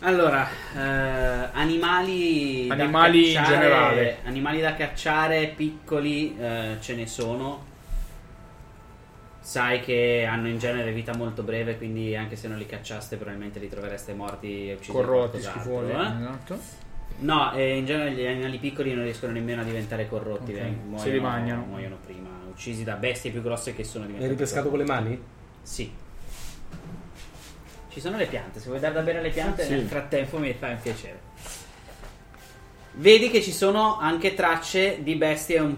[SPEAKER 1] Allora, eh, animali, da
[SPEAKER 2] Animali in
[SPEAKER 1] cacciare-
[SPEAKER 2] generale.
[SPEAKER 1] Animali da cacciare piccoli eh, ce ne sono. Sai che hanno in genere vita molto breve, quindi anche se non li cacciaste probabilmente li trovereste morti e uccisi da
[SPEAKER 2] Corrotti,
[SPEAKER 1] qualcos'altro,
[SPEAKER 2] schifosi.
[SPEAKER 1] eh.
[SPEAKER 2] Esatto.
[SPEAKER 1] No, eh, in genere gli animali piccoli non riescono nemmeno a diventare corrotti,
[SPEAKER 2] Ok,
[SPEAKER 1] eh,
[SPEAKER 2] se
[SPEAKER 1] muoiono,
[SPEAKER 2] li mangiano.
[SPEAKER 1] muoiono prima, uccisi da bestie più grosse che sono diventate.
[SPEAKER 5] Hai ripescato con le mani?
[SPEAKER 1] corrotti. Sì. Ci sono le piante, se vuoi dar da bere alle piante nel frattempo mi fa un piacere. Vedi che ci sono anche tracce di bestie un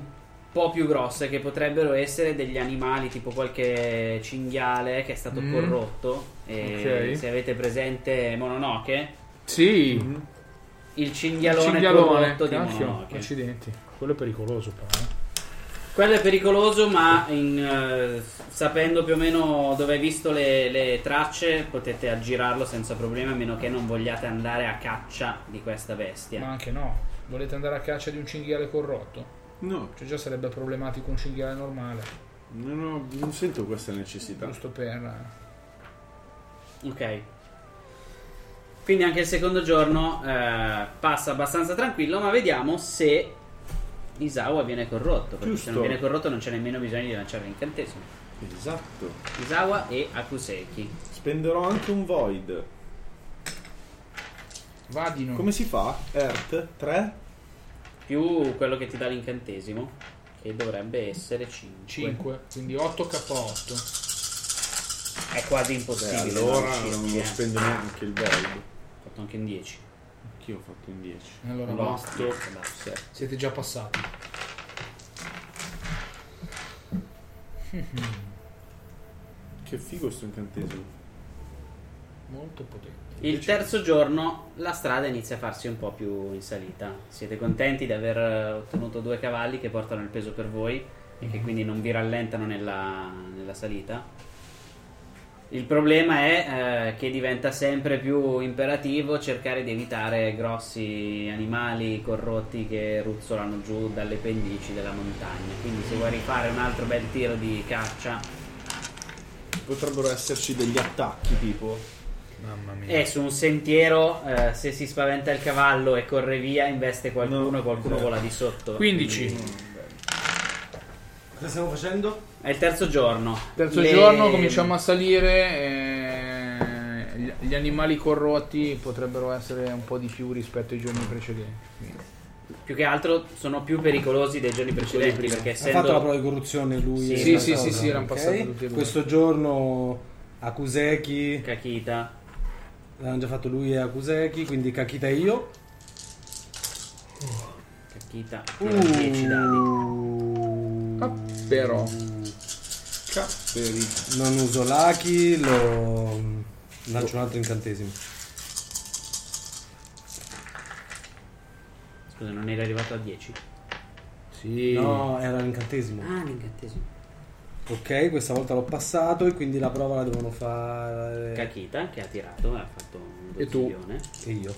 [SPEAKER 1] po' più grosse che potrebbero essere degli animali, tipo qualche cinghiale che è stato
[SPEAKER 2] Mm.
[SPEAKER 1] corrotto. E
[SPEAKER 2] Ok.
[SPEAKER 1] se avete presente Mononoke,
[SPEAKER 2] Sì,
[SPEAKER 3] Mm?
[SPEAKER 1] il
[SPEAKER 2] il
[SPEAKER 1] cinghialone,
[SPEAKER 2] cinghialone.
[SPEAKER 1] corrotto di
[SPEAKER 2] Cacchio,
[SPEAKER 1] Mononoke.
[SPEAKER 2] accidenti. Quello è pericoloso però. eh.
[SPEAKER 1] Quello è pericoloso, ma in, eh, sapendo più o meno dove hai visto le, le tracce, potete aggirarlo senza problemi, a meno che non vogliate andare a caccia di questa bestia.
[SPEAKER 2] Ma anche no. Volete andare a caccia di un cinghiale corrotto?
[SPEAKER 3] No,
[SPEAKER 2] Cioè già sarebbe problematico un cinghiale normale.
[SPEAKER 3] non, ho- non sento questa necessità.
[SPEAKER 2] Giusto per... eh,
[SPEAKER 1] Ok. Quindi anche il secondo giorno eh, passa abbastanza tranquillo, ma vediamo se Isawa viene corrotto. Perché se
[SPEAKER 3] Giusto.
[SPEAKER 1] non viene corrotto non c'è nemmeno bisogno di lanciare l'incantesimo.
[SPEAKER 3] Esatto.
[SPEAKER 1] Isawa e Akuseki.
[SPEAKER 3] Spenderò anche un void.
[SPEAKER 2] Vadino.
[SPEAKER 3] Come si fa? Earth 3?
[SPEAKER 1] Più quello che ti dà l'incantesimo, che dovrebbe essere 5.
[SPEAKER 2] 5, quindi 8 K8.
[SPEAKER 1] È quasi impossibile.
[SPEAKER 3] allora
[SPEAKER 1] no?
[SPEAKER 3] non
[SPEAKER 1] Sì,
[SPEAKER 3] lo
[SPEAKER 1] eh.
[SPEAKER 3] spendo neanche il void.
[SPEAKER 1] Ho fatto anche un 10.
[SPEAKER 3] Anch'io ho fatto un 10.
[SPEAKER 2] Allora, basta.
[SPEAKER 1] L'otto.
[SPEAKER 2] Siete già passati.
[SPEAKER 3] Che figo sto incantesimo.
[SPEAKER 2] Molto potente.
[SPEAKER 1] Il terzo giorno la strada inizia a farsi un po' più in salita. Siete contenti di aver eh, ottenuto due cavalli che portano il peso per voi e che quindi non vi rallentano nella, nella salita? Il problema è eh, che diventa sempre più imperativo cercare di evitare grossi animali corrotti che ruzzolano giù dalle pendici della montagna. Quindi se vuoi rifare un altro bel tiro di caccia
[SPEAKER 3] Potrebbero esserci degli attacchi tipo.
[SPEAKER 2] Mamma mia.
[SPEAKER 1] E su un sentiero, eh, se si spaventa il cavallo e corre via, investe qualcuno,
[SPEAKER 3] No,
[SPEAKER 1] qualcuno
[SPEAKER 3] esatto.
[SPEAKER 1] vola di sotto.
[SPEAKER 2] 15.
[SPEAKER 6] Cosa stiamo facendo?
[SPEAKER 1] È il terzo giorno.
[SPEAKER 2] Terzo
[SPEAKER 1] Le-
[SPEAKER 2] giorno cominciamo a salire. eh, gli- Gli animali corrotti potrebbero essere un po' di più rispetto ai giorni precedenti.
[SPEAKER 1] Più che altro sono più pericolosi dei giorni precedenti, perché
[SPEAKER 5] Ha fatto la
[SPEAKER 1] essendo...
[SPEAKER 5] prova di corruzione lui?
[SPEAKER 1] Sì,
[SPEAKER 5] e
[SPEAKER 1] sì,
[SPEAKER 5] qualcosa,
[SPEAKER 2] sì, sì, erano
[SPEAKER 5] ok?
[SPEAKER 2] passati tutti e due.
[SPEAKER 5] Questo giorno Akuseki,
[SPEAKER 1] Kakita.
[SPEAKER 5] l'hanno già fatto lui e Akuseki, quindi Kakita e io.
[SPEAKER 1] Kakita.
[SPEAKER 5] Uh.
[SPEAKER 1] 10 dadi.
[SPEAKER 2] Ah, però.
[SPEAKER 3] Casperi.
[SPEAKER 5] Non uso l'Aki, lo mm, lancio un altro incantesimo.
[SPEAKER 1] Scusa, non eri arrivato a 10?
[SPEAKER 2] Sì.
[SPEAKER 5] No, era l'incantesimo.
[SPEAKER 1] Ah, l'incantesimo.
[SPEAKER 5] Ok, questa volta l'ho passato e quindi la prova la devono fare
[SPEAKER 1] Kakita, che ha tirato, ha fatto un
[SPEAKER 2] E tu?
[SPEAKER 1] dozziglione.
[SPEAKER 5] e io.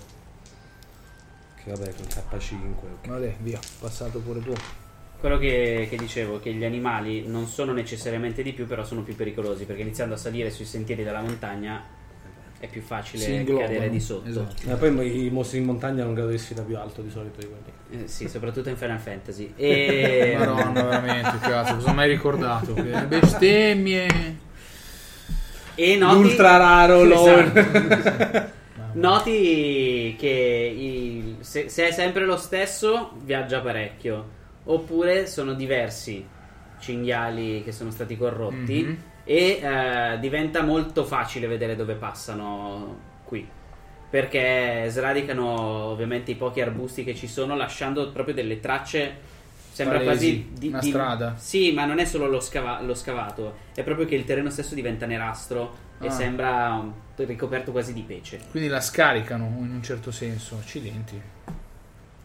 [SPEAKER 5] Che vabbè, con K5. ok.
[SPEAKER 2] Vabbè, via. Passato pure tu.
[SPEAKER 1] Quello che, che dicevo, che gli animali non sono necessariamente di più, però sono più pericolosi, perché iniziando a salire sui sentieri della montagna è più facile
[SPEAKER 2] Si inglobano.
[SPEAKER 1] cadere di sotto.
[SPEAKER 2] Esatto.
[SPEAKER 5] Ma poi i mostri in montagna hanno un grado di sfida più alto di solito di quelli.
[SPEAKER 1] Eh, sì, soprattutto in Final
[SPEAKER 2] (laughs)
[SPEAKER 1] Fantasy. E...
[SPEAKER 2] Madonna, veramente, cazzo. Cosa ho mai ricordato? Che bestemmie.
[SPEAKER 1] e noti...
[SPEAKER 5] L'ultra raro,
[SPEAKER 1] Esatto.
[SPEAKER 5] lo-
[SPEAKER 2] Esatto.
[SPEAKER 1] (laughs) Noti che il- se, se è sempre lo stesso, viaggia parecchio. Oppure sono diversi cinghiali che sono stati corrotti.
[SPEAKER 2] Mhm.
[SPEAKER 1] E eh, diventa molto facile vedere dove passano qui. Perché sradicano ovviamente i pochi arbusti che ci sono, lasciando proprio delle tracce. Sembra
[SPEAKER 2] Palesi,
[SPEAKER 1] quasi di,
[SPEAKER 2] una
[SPEAKER 1] di-
[SPEAKER 2] strada.
[SPEAKER 1] Sì, ma non è solo lo, scava- lo scavato, è proprio che il terreno stesso diventa nerastro e
[SPEAKER 2] Ah.
[SPEAKER 1] sembra um, ricoperto quasi di pece.
[SPEAKER 2] Quindi la scaricano in un certo senso. Accidenti.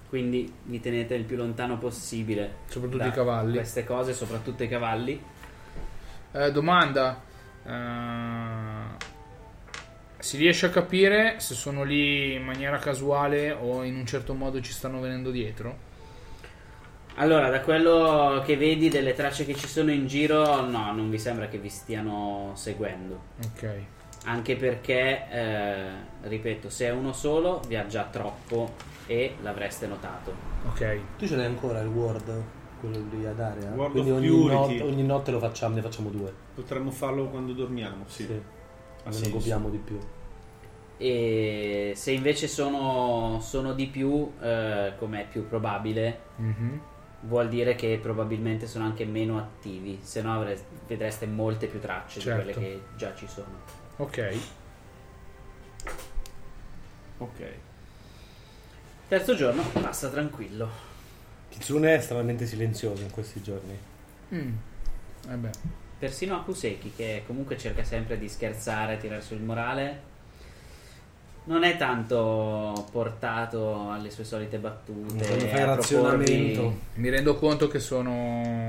[SPEAKER 1] Quindi vi tenete il più lontano possibile.
[SPEAKER 2] Soprattutto
[SPEAKER 1] da
[SPEAKER 2] i cavalli.
[SPEAKER 1] Queste cose, soprattutto i cavalli.
[SPEAKER 2] Eh, domanda. Eh, si riesce a capire se sono lì in maniera casuale o in un certo modo ci stanno venendo dietro?
[SPEAKER 1] Allora, da quello che vedi delle tracce che ci sono in giro, no, non vi sembra che vi stiano seguendo.
[SPEAKER 2] Ok.
[SPEAKER 1] Anche perché, eh, ripeto, se è uno solo viaggia troppo e l'avreste notato.
[SPEAKER 2] Ok.
[SPEAKER 5] Tu ce l'hai ancora il Word, quello lì ad area.
[SPEAKER 3] Word
[SPEAKER 5] Quindi
[SPEAKER 3] of
[SPEAKER 5] ogni,
[SPEAKER 3] Purity.
[SPEAKER 5] not- ogni notte lo facciamo, ne facciamo due.
[SPEAKER 3] Potremmo farlo quando dormiamo, sì.
[SPEAKER 5] Almeno
[SPEAKER 3] senso.
[SPEAKER 5] copiamo di più.
[SPEAKER 1] E se invece sono, sono di più, eh, come è più probabile,
[SPEAKER 2] Mhm.
[SPEAKER 1] vuol dire che probabilmente sono anche meno attivi, se no avre- vedreste molte più tracce di
[SPEAKER 2] Certo.
[SPEAKER 1] quelle che già ci sono.
[SPEAKER 2] Ok.
[SPEAKER 3] Ok.
[SPEAKER 1] Terzo giorno passa tranquillo.
[SPEAKER 6] Kitsune è estremamente silenzioso in questi giorni.
[SPEAKER 2] Mm. Eh beh.
[SPEAKER 1] Persino Akuseki, che comunque cerca sempre di scherzare, tirare sul morale, non è tanto portato alle sue solite battute.
[SPEAKER 6] Quando fai
[SPEAKER 1] a
[SPEAKER 6] razionamento.
[SPEAKER 1] proporvi-
[SPEAKER 2] Mi rendo conto che sono.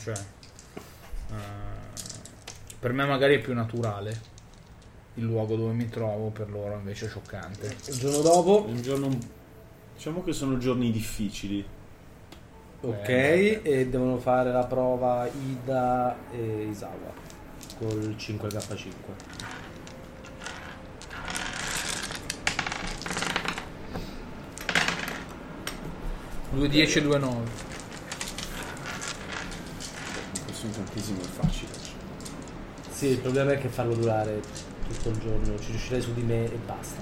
[SPEAKER 2] cioè. eh, per me magari è più naturale il luogo dove mi trovo, per loro invece è scioccante.
[SPEAKER 5] Il giorno dopo,
[SPEAKER 3] È un giorno. Diciamo che sono giorni difficili.
[SPEAKER 5] ok,
[SPEAKER 2] Bene.
[SPEAKER 5] e devono fare la prova Ida e Isawa col 5K5.
[SPEAKER 2] Due 10 e 2 9.
[SPEAKER 3] Questo incantesimo è facile. cioè.
[SPEAKER 5] Sì, il problema è che farlo durare tutto il giorno, ci riuscirei su di me e basta,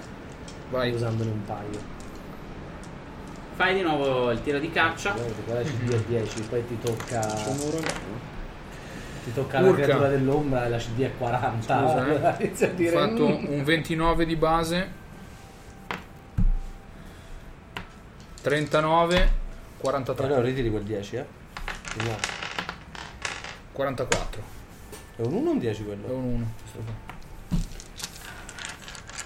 [SPEAKER 2] Vai.
[SPEAKER 5] usandone un paio.
[SPEAKER 1] Fai di nuovo il tiro di caccia.
[SPEAKER 5] Guarda, guarda, ci 2
[SPEAKER 2] Mhm.
[SPEAKER 5] a 10, poi ti tocca
[SPEAKER 3] Facciamo un regalo?
[SPEAKER 5] ti tocca la
[SPEAKER 2] Urca.
[SPEAKER 5] creatura dell'ombra e la CD è 40.
[SPEAKER 2] Scusa, eh.
[SPEAKER 5] Allora inizi a
[SPEAKER 2] Ho
[SPEAKER 5] dire
[SPEAKER 2] fatto
[SPEAKER 5] "Mm".
[SPEAKER 2] un 29 di base. 39.
[SPEAKER 5] Eh
[SPEAKER 2] 43.
[SPEAKER 5] no, ritiri quel 10, eh. No,
[SPEAKER 2] 44.
[SPEAKER 5] è un 1 o un 10
[SPEAKER 2] È
[SPEAKER 5] quello?
[SPEAKER 2] un 1.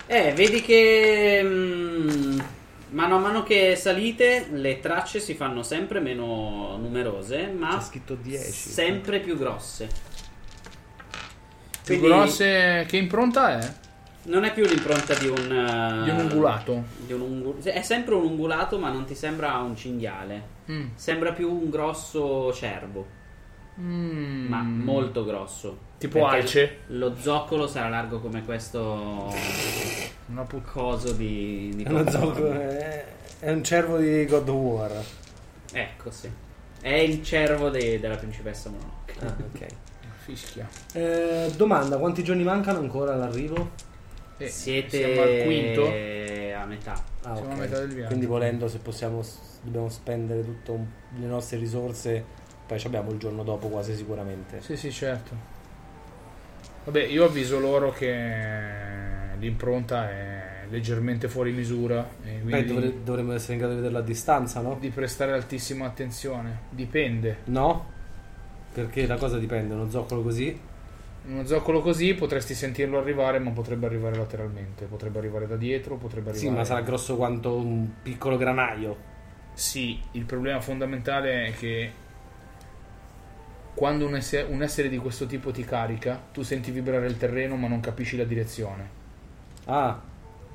[SPEAKER 1] Eh, vedi che mm, mano a mano che salite le tracce si fanno sempre meno numerose,
[SPEAKER 5] C'è
[SPEAKER 1] ma
[SPEAKER 5] scritto 10. (laughs)
[SPEAKER 1] sempre più grosse.
[SPEAKER 2] Più
[SPEAKER 1] Quindi
[SPEAKER 2] grosse. Che impronta è?
[SPEAKER 1] Non è più l'impronta di un... eh,
[SPEAKER 2] Di un ungulato.
[SPEAKER 1] di un ungu- È sempre un ungulato, ma non ti sembra un cinghiale.
[SPEAKER 2] Mm.
[SPEAKER 1] Sembra più un grosso cervo,
[SPEAKER 2] Mm.
[SPEAKER 1] ma molto grosso.
[SPEAKER 2] Tipo
[SPEAKER 1] Perché
[SPEAKER 2] alce?
[SPEAKER 1] Lo zoccolo sarà largo come questo
[SPEAKER 2] Una puttana.
[SPEAKER 1] coso di, di
[SPEAKER 5] È, uno
[SPEAKER 1] popcorn.
[SPEAKER 5] zocco- è- è un cervo di God of War.
[SPEAKER 1] Ecco, sì. È il cervo de- della principessa Mononoke.
[SPEAKER 5] Ah, ok.
[SPEAKER 2] Fischia.
[SPEAKER 5] Eh, domanda, quanti giorni mancano ancora all'arrivo?
[SPEAKER 2] Eh,
[SPEAKER 1] Siete
[SPEAKER 2] Siamo al quinto.
[SPEAKER 1] a metà.
[SPEAKER 5] Ah,
[SPEAKER 2] Siamo
[SPEAKER 5] ok.
[SPEAKER 2] a metà del viaggio.
[SPEAKER 5] Quindi volendo, se possiamo, s- dobbiamo spendere tutte le nostre risorse, poi ci abbiamo il giorno dopo quasi sicuramente.
[SPEAKER 2] Sì, sì, certo. Vabbè, io avviso loro che l'impronta è leggermente fuori misura. E quindi
[SPEAKER 5] Beh, dovre- dovremmo essere in grado di vederla a distanza, no?
[SPEAKER 2] di prestare altissima attenzione. Dipende.
[SPEAKER 5] No? Perché la cosa dipende, uno zoccolo così
[SPEAKER 2] Uno zoccolo così potresti sentirlo arrivare, ma potrebbe arrivare lateralmente. Potrebbe arrivare da dietro, potrebbe arrivare.
[SPEAKER 5] Sì, ma sarà grosso quanto un piccolo granaio.
[SPEAKER 2] Sì, il problema fondamentale è che quando un, esse- un essere di questo tipo ti carica, tu senti vibrare il terreno ma non capisci la direzione.
[SPEAKER 5] Ah,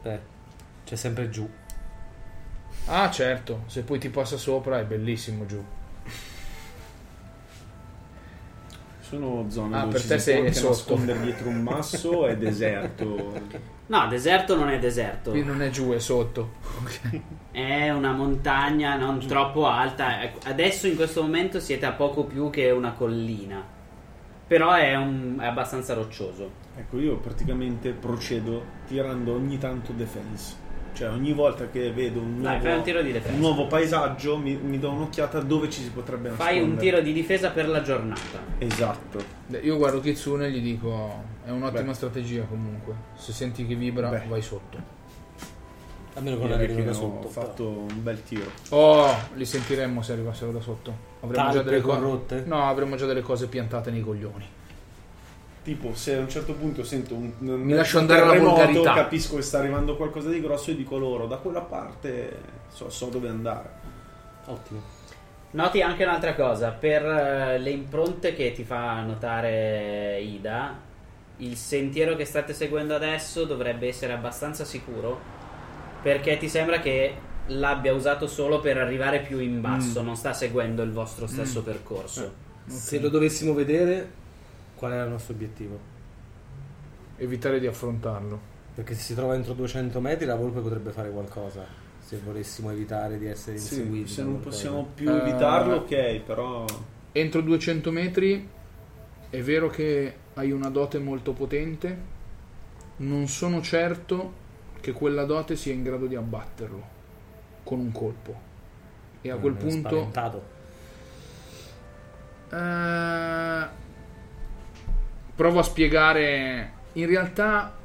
[SPEAKER 5] beh, c'è sempre giù.
[SPEAKER 2] Ah, certo, se poi ti passa sopra è bellissimo giù.
[SPEAKER 3] Sono zone
[SPEAKER 2] Ah,
[SPEAKER 3] dove
[SPEAKER 2] per
[SPEAKER 3] ci
[SPEAKER 2] te
[SPEAKER 3] si
[SPEAKER 2] sei
[SPEAKER 3] può anche
[SPEAKER 1] (laughs)
[SPEAKER 2] sotto.
[SPEAKER 3] nascondere dietro un masso è deserto.
[SPEAKER 1] No, deserto non è deserto.
[SPEAKER 2] Qui non è giù, è sotto.
[SPEAKER 1] È una montagna non troppo alta. Ecco, Adesso in questo momento siete a poco più che una collina. Però è, un- è abbastanza roccioso.
[SPEAKER 3] Ecco, io praticamente procedo tirando ogni tanto defense. Cioè, ogni volta che vedo un
[SPEAKER 1] Dai,
[SPEAKER 3] nuovo,
[SPEAKER 1] fai un tiro di difesa.
[SPEAKER 3] un nuovo paesaggio, mi, mi do un'occhiata dove ci si potrebbe
[SPEAKER 1] Fai
[SPEAKER 3] nascondere.
[SPEAKER 1] un tiro di difesa per la giornata.
[SPEAKER 3] Esatto.
[SPEAKER 2] Beh, Io guardo Kitsune e gli dico: è un'ottima
[SPEAKER 3] Beh.
[SPEAKER 2] strategia comunque. Se senti che vibra,
[SPEAKER 3] Beh.
[SPEAKER 2] vai sotto.
[SPEAKER 5] Almeno con
[SPEAKER 3] Direi
[SPEAKER 5] l'arrivo
[SPEAKER 3] che
[SPEAKER 5] da
[SPEAKER 3] ho
[SPEAKER 5] sotto.
[SPEAKER 3] fatto un bel tiro.
[SPEAKER 2] Oh, li sentiremmo se arrivassero da sotto. Avremmo già
[SPEAKER 5] Talpe
[SPEAKER 2] delle co-
[SPEAKER 5] corrotte?
[SPEAKER 2] No, avremmo già delle cose piantate nei coglioni.
[SPEAKER 3] Tipo, se a un certo punto sento un.
[SPEAKER 2] Mi lascio andare alla
[SPEAKER 3] terremoto,
[SPEAKER 2] volgarità.
[SPEAKER 3] Capisco che sta arrivando qualcosa di grosso e dico loro: da quella parte so, so dove andare.
[SPEAKER 5] Ottimo.
[SPEAKER 1] Noti anche un'altra cosa, per eh, le impronte che ti fa notare Ida, il sentiero che state seguendo adesso dovrebbe essere abbastanza sicuro perché ti sembra che l'abbia usato solo per arrivare più in
[SPEAKER 5] Mm.
[SPEAKER 1] basso, non sta seguendo il vostro stesso percorso.
[SPEAKER 5] Se lo dovessimo vedere, qual era il nostro obiettivo?
[SPEAKER 2] Evitare di affrontarlo.
[SPEAKER 5] Perché se si trova entro 200 metri la volpe potrebbe fare qualcosa. Se volessimo evitare di essere
[SPEAKER 3] Sì,
[SPEAKER 5] inseguiti.
[SPEAKER 3] se
[SPEAKER 5] da
[SPEAKER 3] non
[SPEAKER 5] qualcosa.
[SPEAKER 3] possiamo più
[SPEAKER 2] Eh,
[SPEAKER 3] evitarlo, ok, però
[SPEAKER 2] Entro 200 metri è vero che hai una dote molto potente, non sono certo che quella dote sia in grado di abbatterlo con un colpo. E a quel
[SPEAKER 5] Eh, Non è
[SPEAKER 2] punto
[SPEAKER 5] spaventato.
[SPEAKER 2] Eh, provo a spiegare. In realtà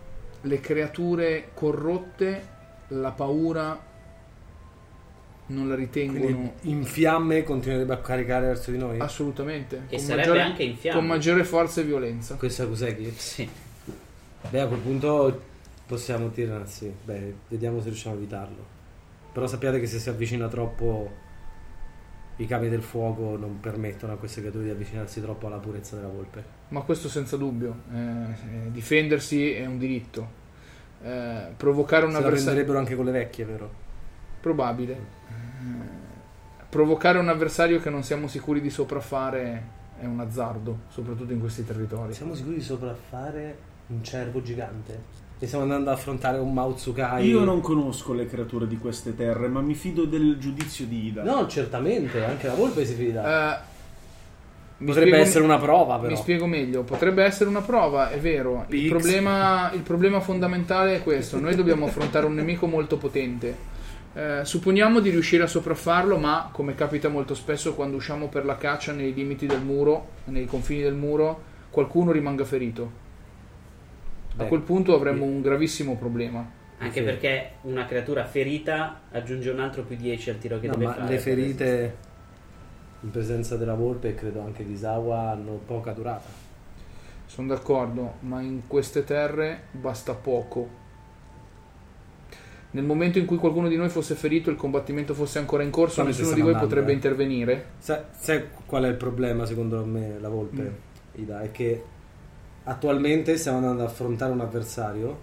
[SPEAKER 2] le creature corrotte la paura non la ritengono
[SPEAKER 5] Quindi eh, in fiamme continuerebbe a caricare verso di noi?
[SPEAKER 2] assolutamente.
[SPEAKER 1] E sarebbe anche in fiamme.
[SPEAKER 2] Con maggiore forza e violenza.
[SPEAKER 5] Questa cos'è che...
[SPEAKER 1] Sì.
[SPEAKER 5] Beh, a quel punto possiamo tirarsi. Beh, vediamo se riusciamo a evitarlo. Però sappiate che se si avvicina troppo i cavi del fuoco non permettono a queste creature di avvicinarsi troppo alla purezza della volpe.
[SPEAKER 2] Ma questo senza dubbio. eh, eh, difendersi è un diritto. Eh, provocare un
[SPEAKER 5] Se la
[SPEAKER 2] avversario.
[SPEAKER 5] prenderebbero anche con le vecchie, vero?
[SPEAKER 2] Probabile. Eh, Provocare un avversario che non siamo sicuri di sopraffare è un azzardo, soprattutto in questi territori.
[SPEAKER 5] Siamo sicuri di sopraffare un cervo gigante? E stiamo andando ad affrontare un Mautsukai?
[SPEAKER 3] io non conosco le creature di queste terre, ma mi fido del giudizio di Ida.
[SPEAKER 5] No, certamente, anche la volpe si fida.
[SPEAKER 2] Eh, mi
[SPEAKER 5] Potrebbe
[SPEAKER 2] spiego-
[SPEAKER 5] essere una prova, però.
[SPEAKER 2] Mi spiego meglio, potrebbe essere una prova, è vero. Il problema, il problema fondamentale è questo: noi dobbiamo affrontare un nemico molto potente. Eh, supponiamo di riuscire a sopraffarlo, ma come capita molto spesso quando usciamo per la caccia nei limiti del muro, nei confini del muro, qualcuno rimanga ferito. A
[SPEAKER 5] Beh,
[SPEAKER 2] quel punto avremmo un gravissimo problema.
[SPEAKER 1] Anche
[SPEAKER 5] Sì.
[SPEAKER 1] perché una creatura ferita aggiunge un altro più 10 al tiro che
[SPEAKER 5] No,
[SPEAKER 1] deve
[SPEAKER 5] ma
[SPEAKER 1] fare.
[SPEAKER 5] le ferite in presenza della volpe e credo anche di Sawa hanno poca durata.
[SPEAKER 2] Sono d'accordo, ma in queste terre basta poco. Nel momento in cui qualcuno di noi fosse ferito e il combattimento fosse ancora in corso,
[SPEAKER 5] Quando
[SPEAKER 2] nessuno
[SPEAKER 5] ci
[SPEAKER 2] di voi
[SPEAKER 5] stanno andando,
[SPEAKER 2] potrebbe
[SPEAKER 5] eh.
[SPEAKER 2] intervenire.
[SPEAKER 5] Sai, sai qual è il problema secondo me la volpe, Ida? È che attualmente stiamo andando ad affrontare un avversario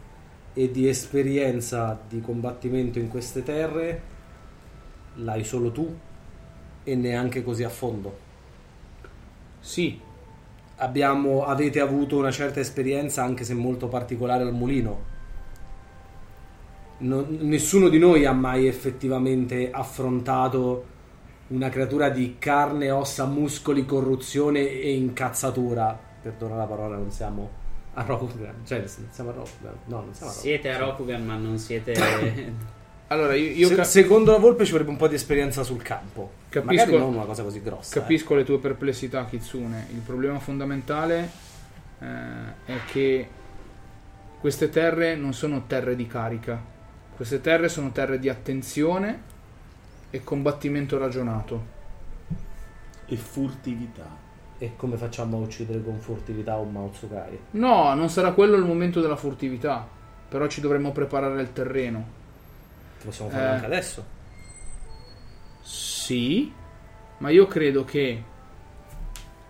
[SPEAKER 5] e di esperienza di combattimento in queste terre l'hai solo tu e neanche così a fondo.
[SPEAKER 2] Sì,
[SPEAKER 5] Abbiamo- avete avuto una certa esperienza, anche se molto particolare, al mulino. Non- nessuno di noi ha mai effettivamente affrontato una creatura di carne, ossa, muscoli, corruzione e incazzatura. Perdona la parola, non siamo a Rokugan. Cioè, siamo a Rokugan. No, non siamo a Rokugan.
[SPEAKER 1] Siete a Rokugan, ma non
[SPEAKER 5] (laughs)
[SPEAKER 1] siete.
[SPEAKER 2] allora io, io
[SPEAKER 5] Se-
[SPEAKER 2] ca-
[SPEAKER 5] secondo la Volpe ci vorrebbe un po' di esperienza sul campo.
[SPEAKER 2] Capisco-
[SPEAKER 5] Magari non una cosa così grossa.
[SPEAKER 2] capisco le tue perplessità, Kitsune. Il problema fondamentale eh, è che queste terre non sono terre di carica, queste terre sono terre di attenzione e combattimento ragionato.
[SPEAKER 3] E furtività.
[SPEAKER 5] eh. E come facciamo a uccidere con furtività un Mautsukai?
[SPEAKER 2] No, non sarà quello il momento della furtività, però ci dovremmo preparare il terreno.
[SPEAKER 5] Possiamo farlo
[SPEAKER 2] Eh.
[SPEAKER 5] anche adesso.
[SPEAKER 2] Sì, ma io credo che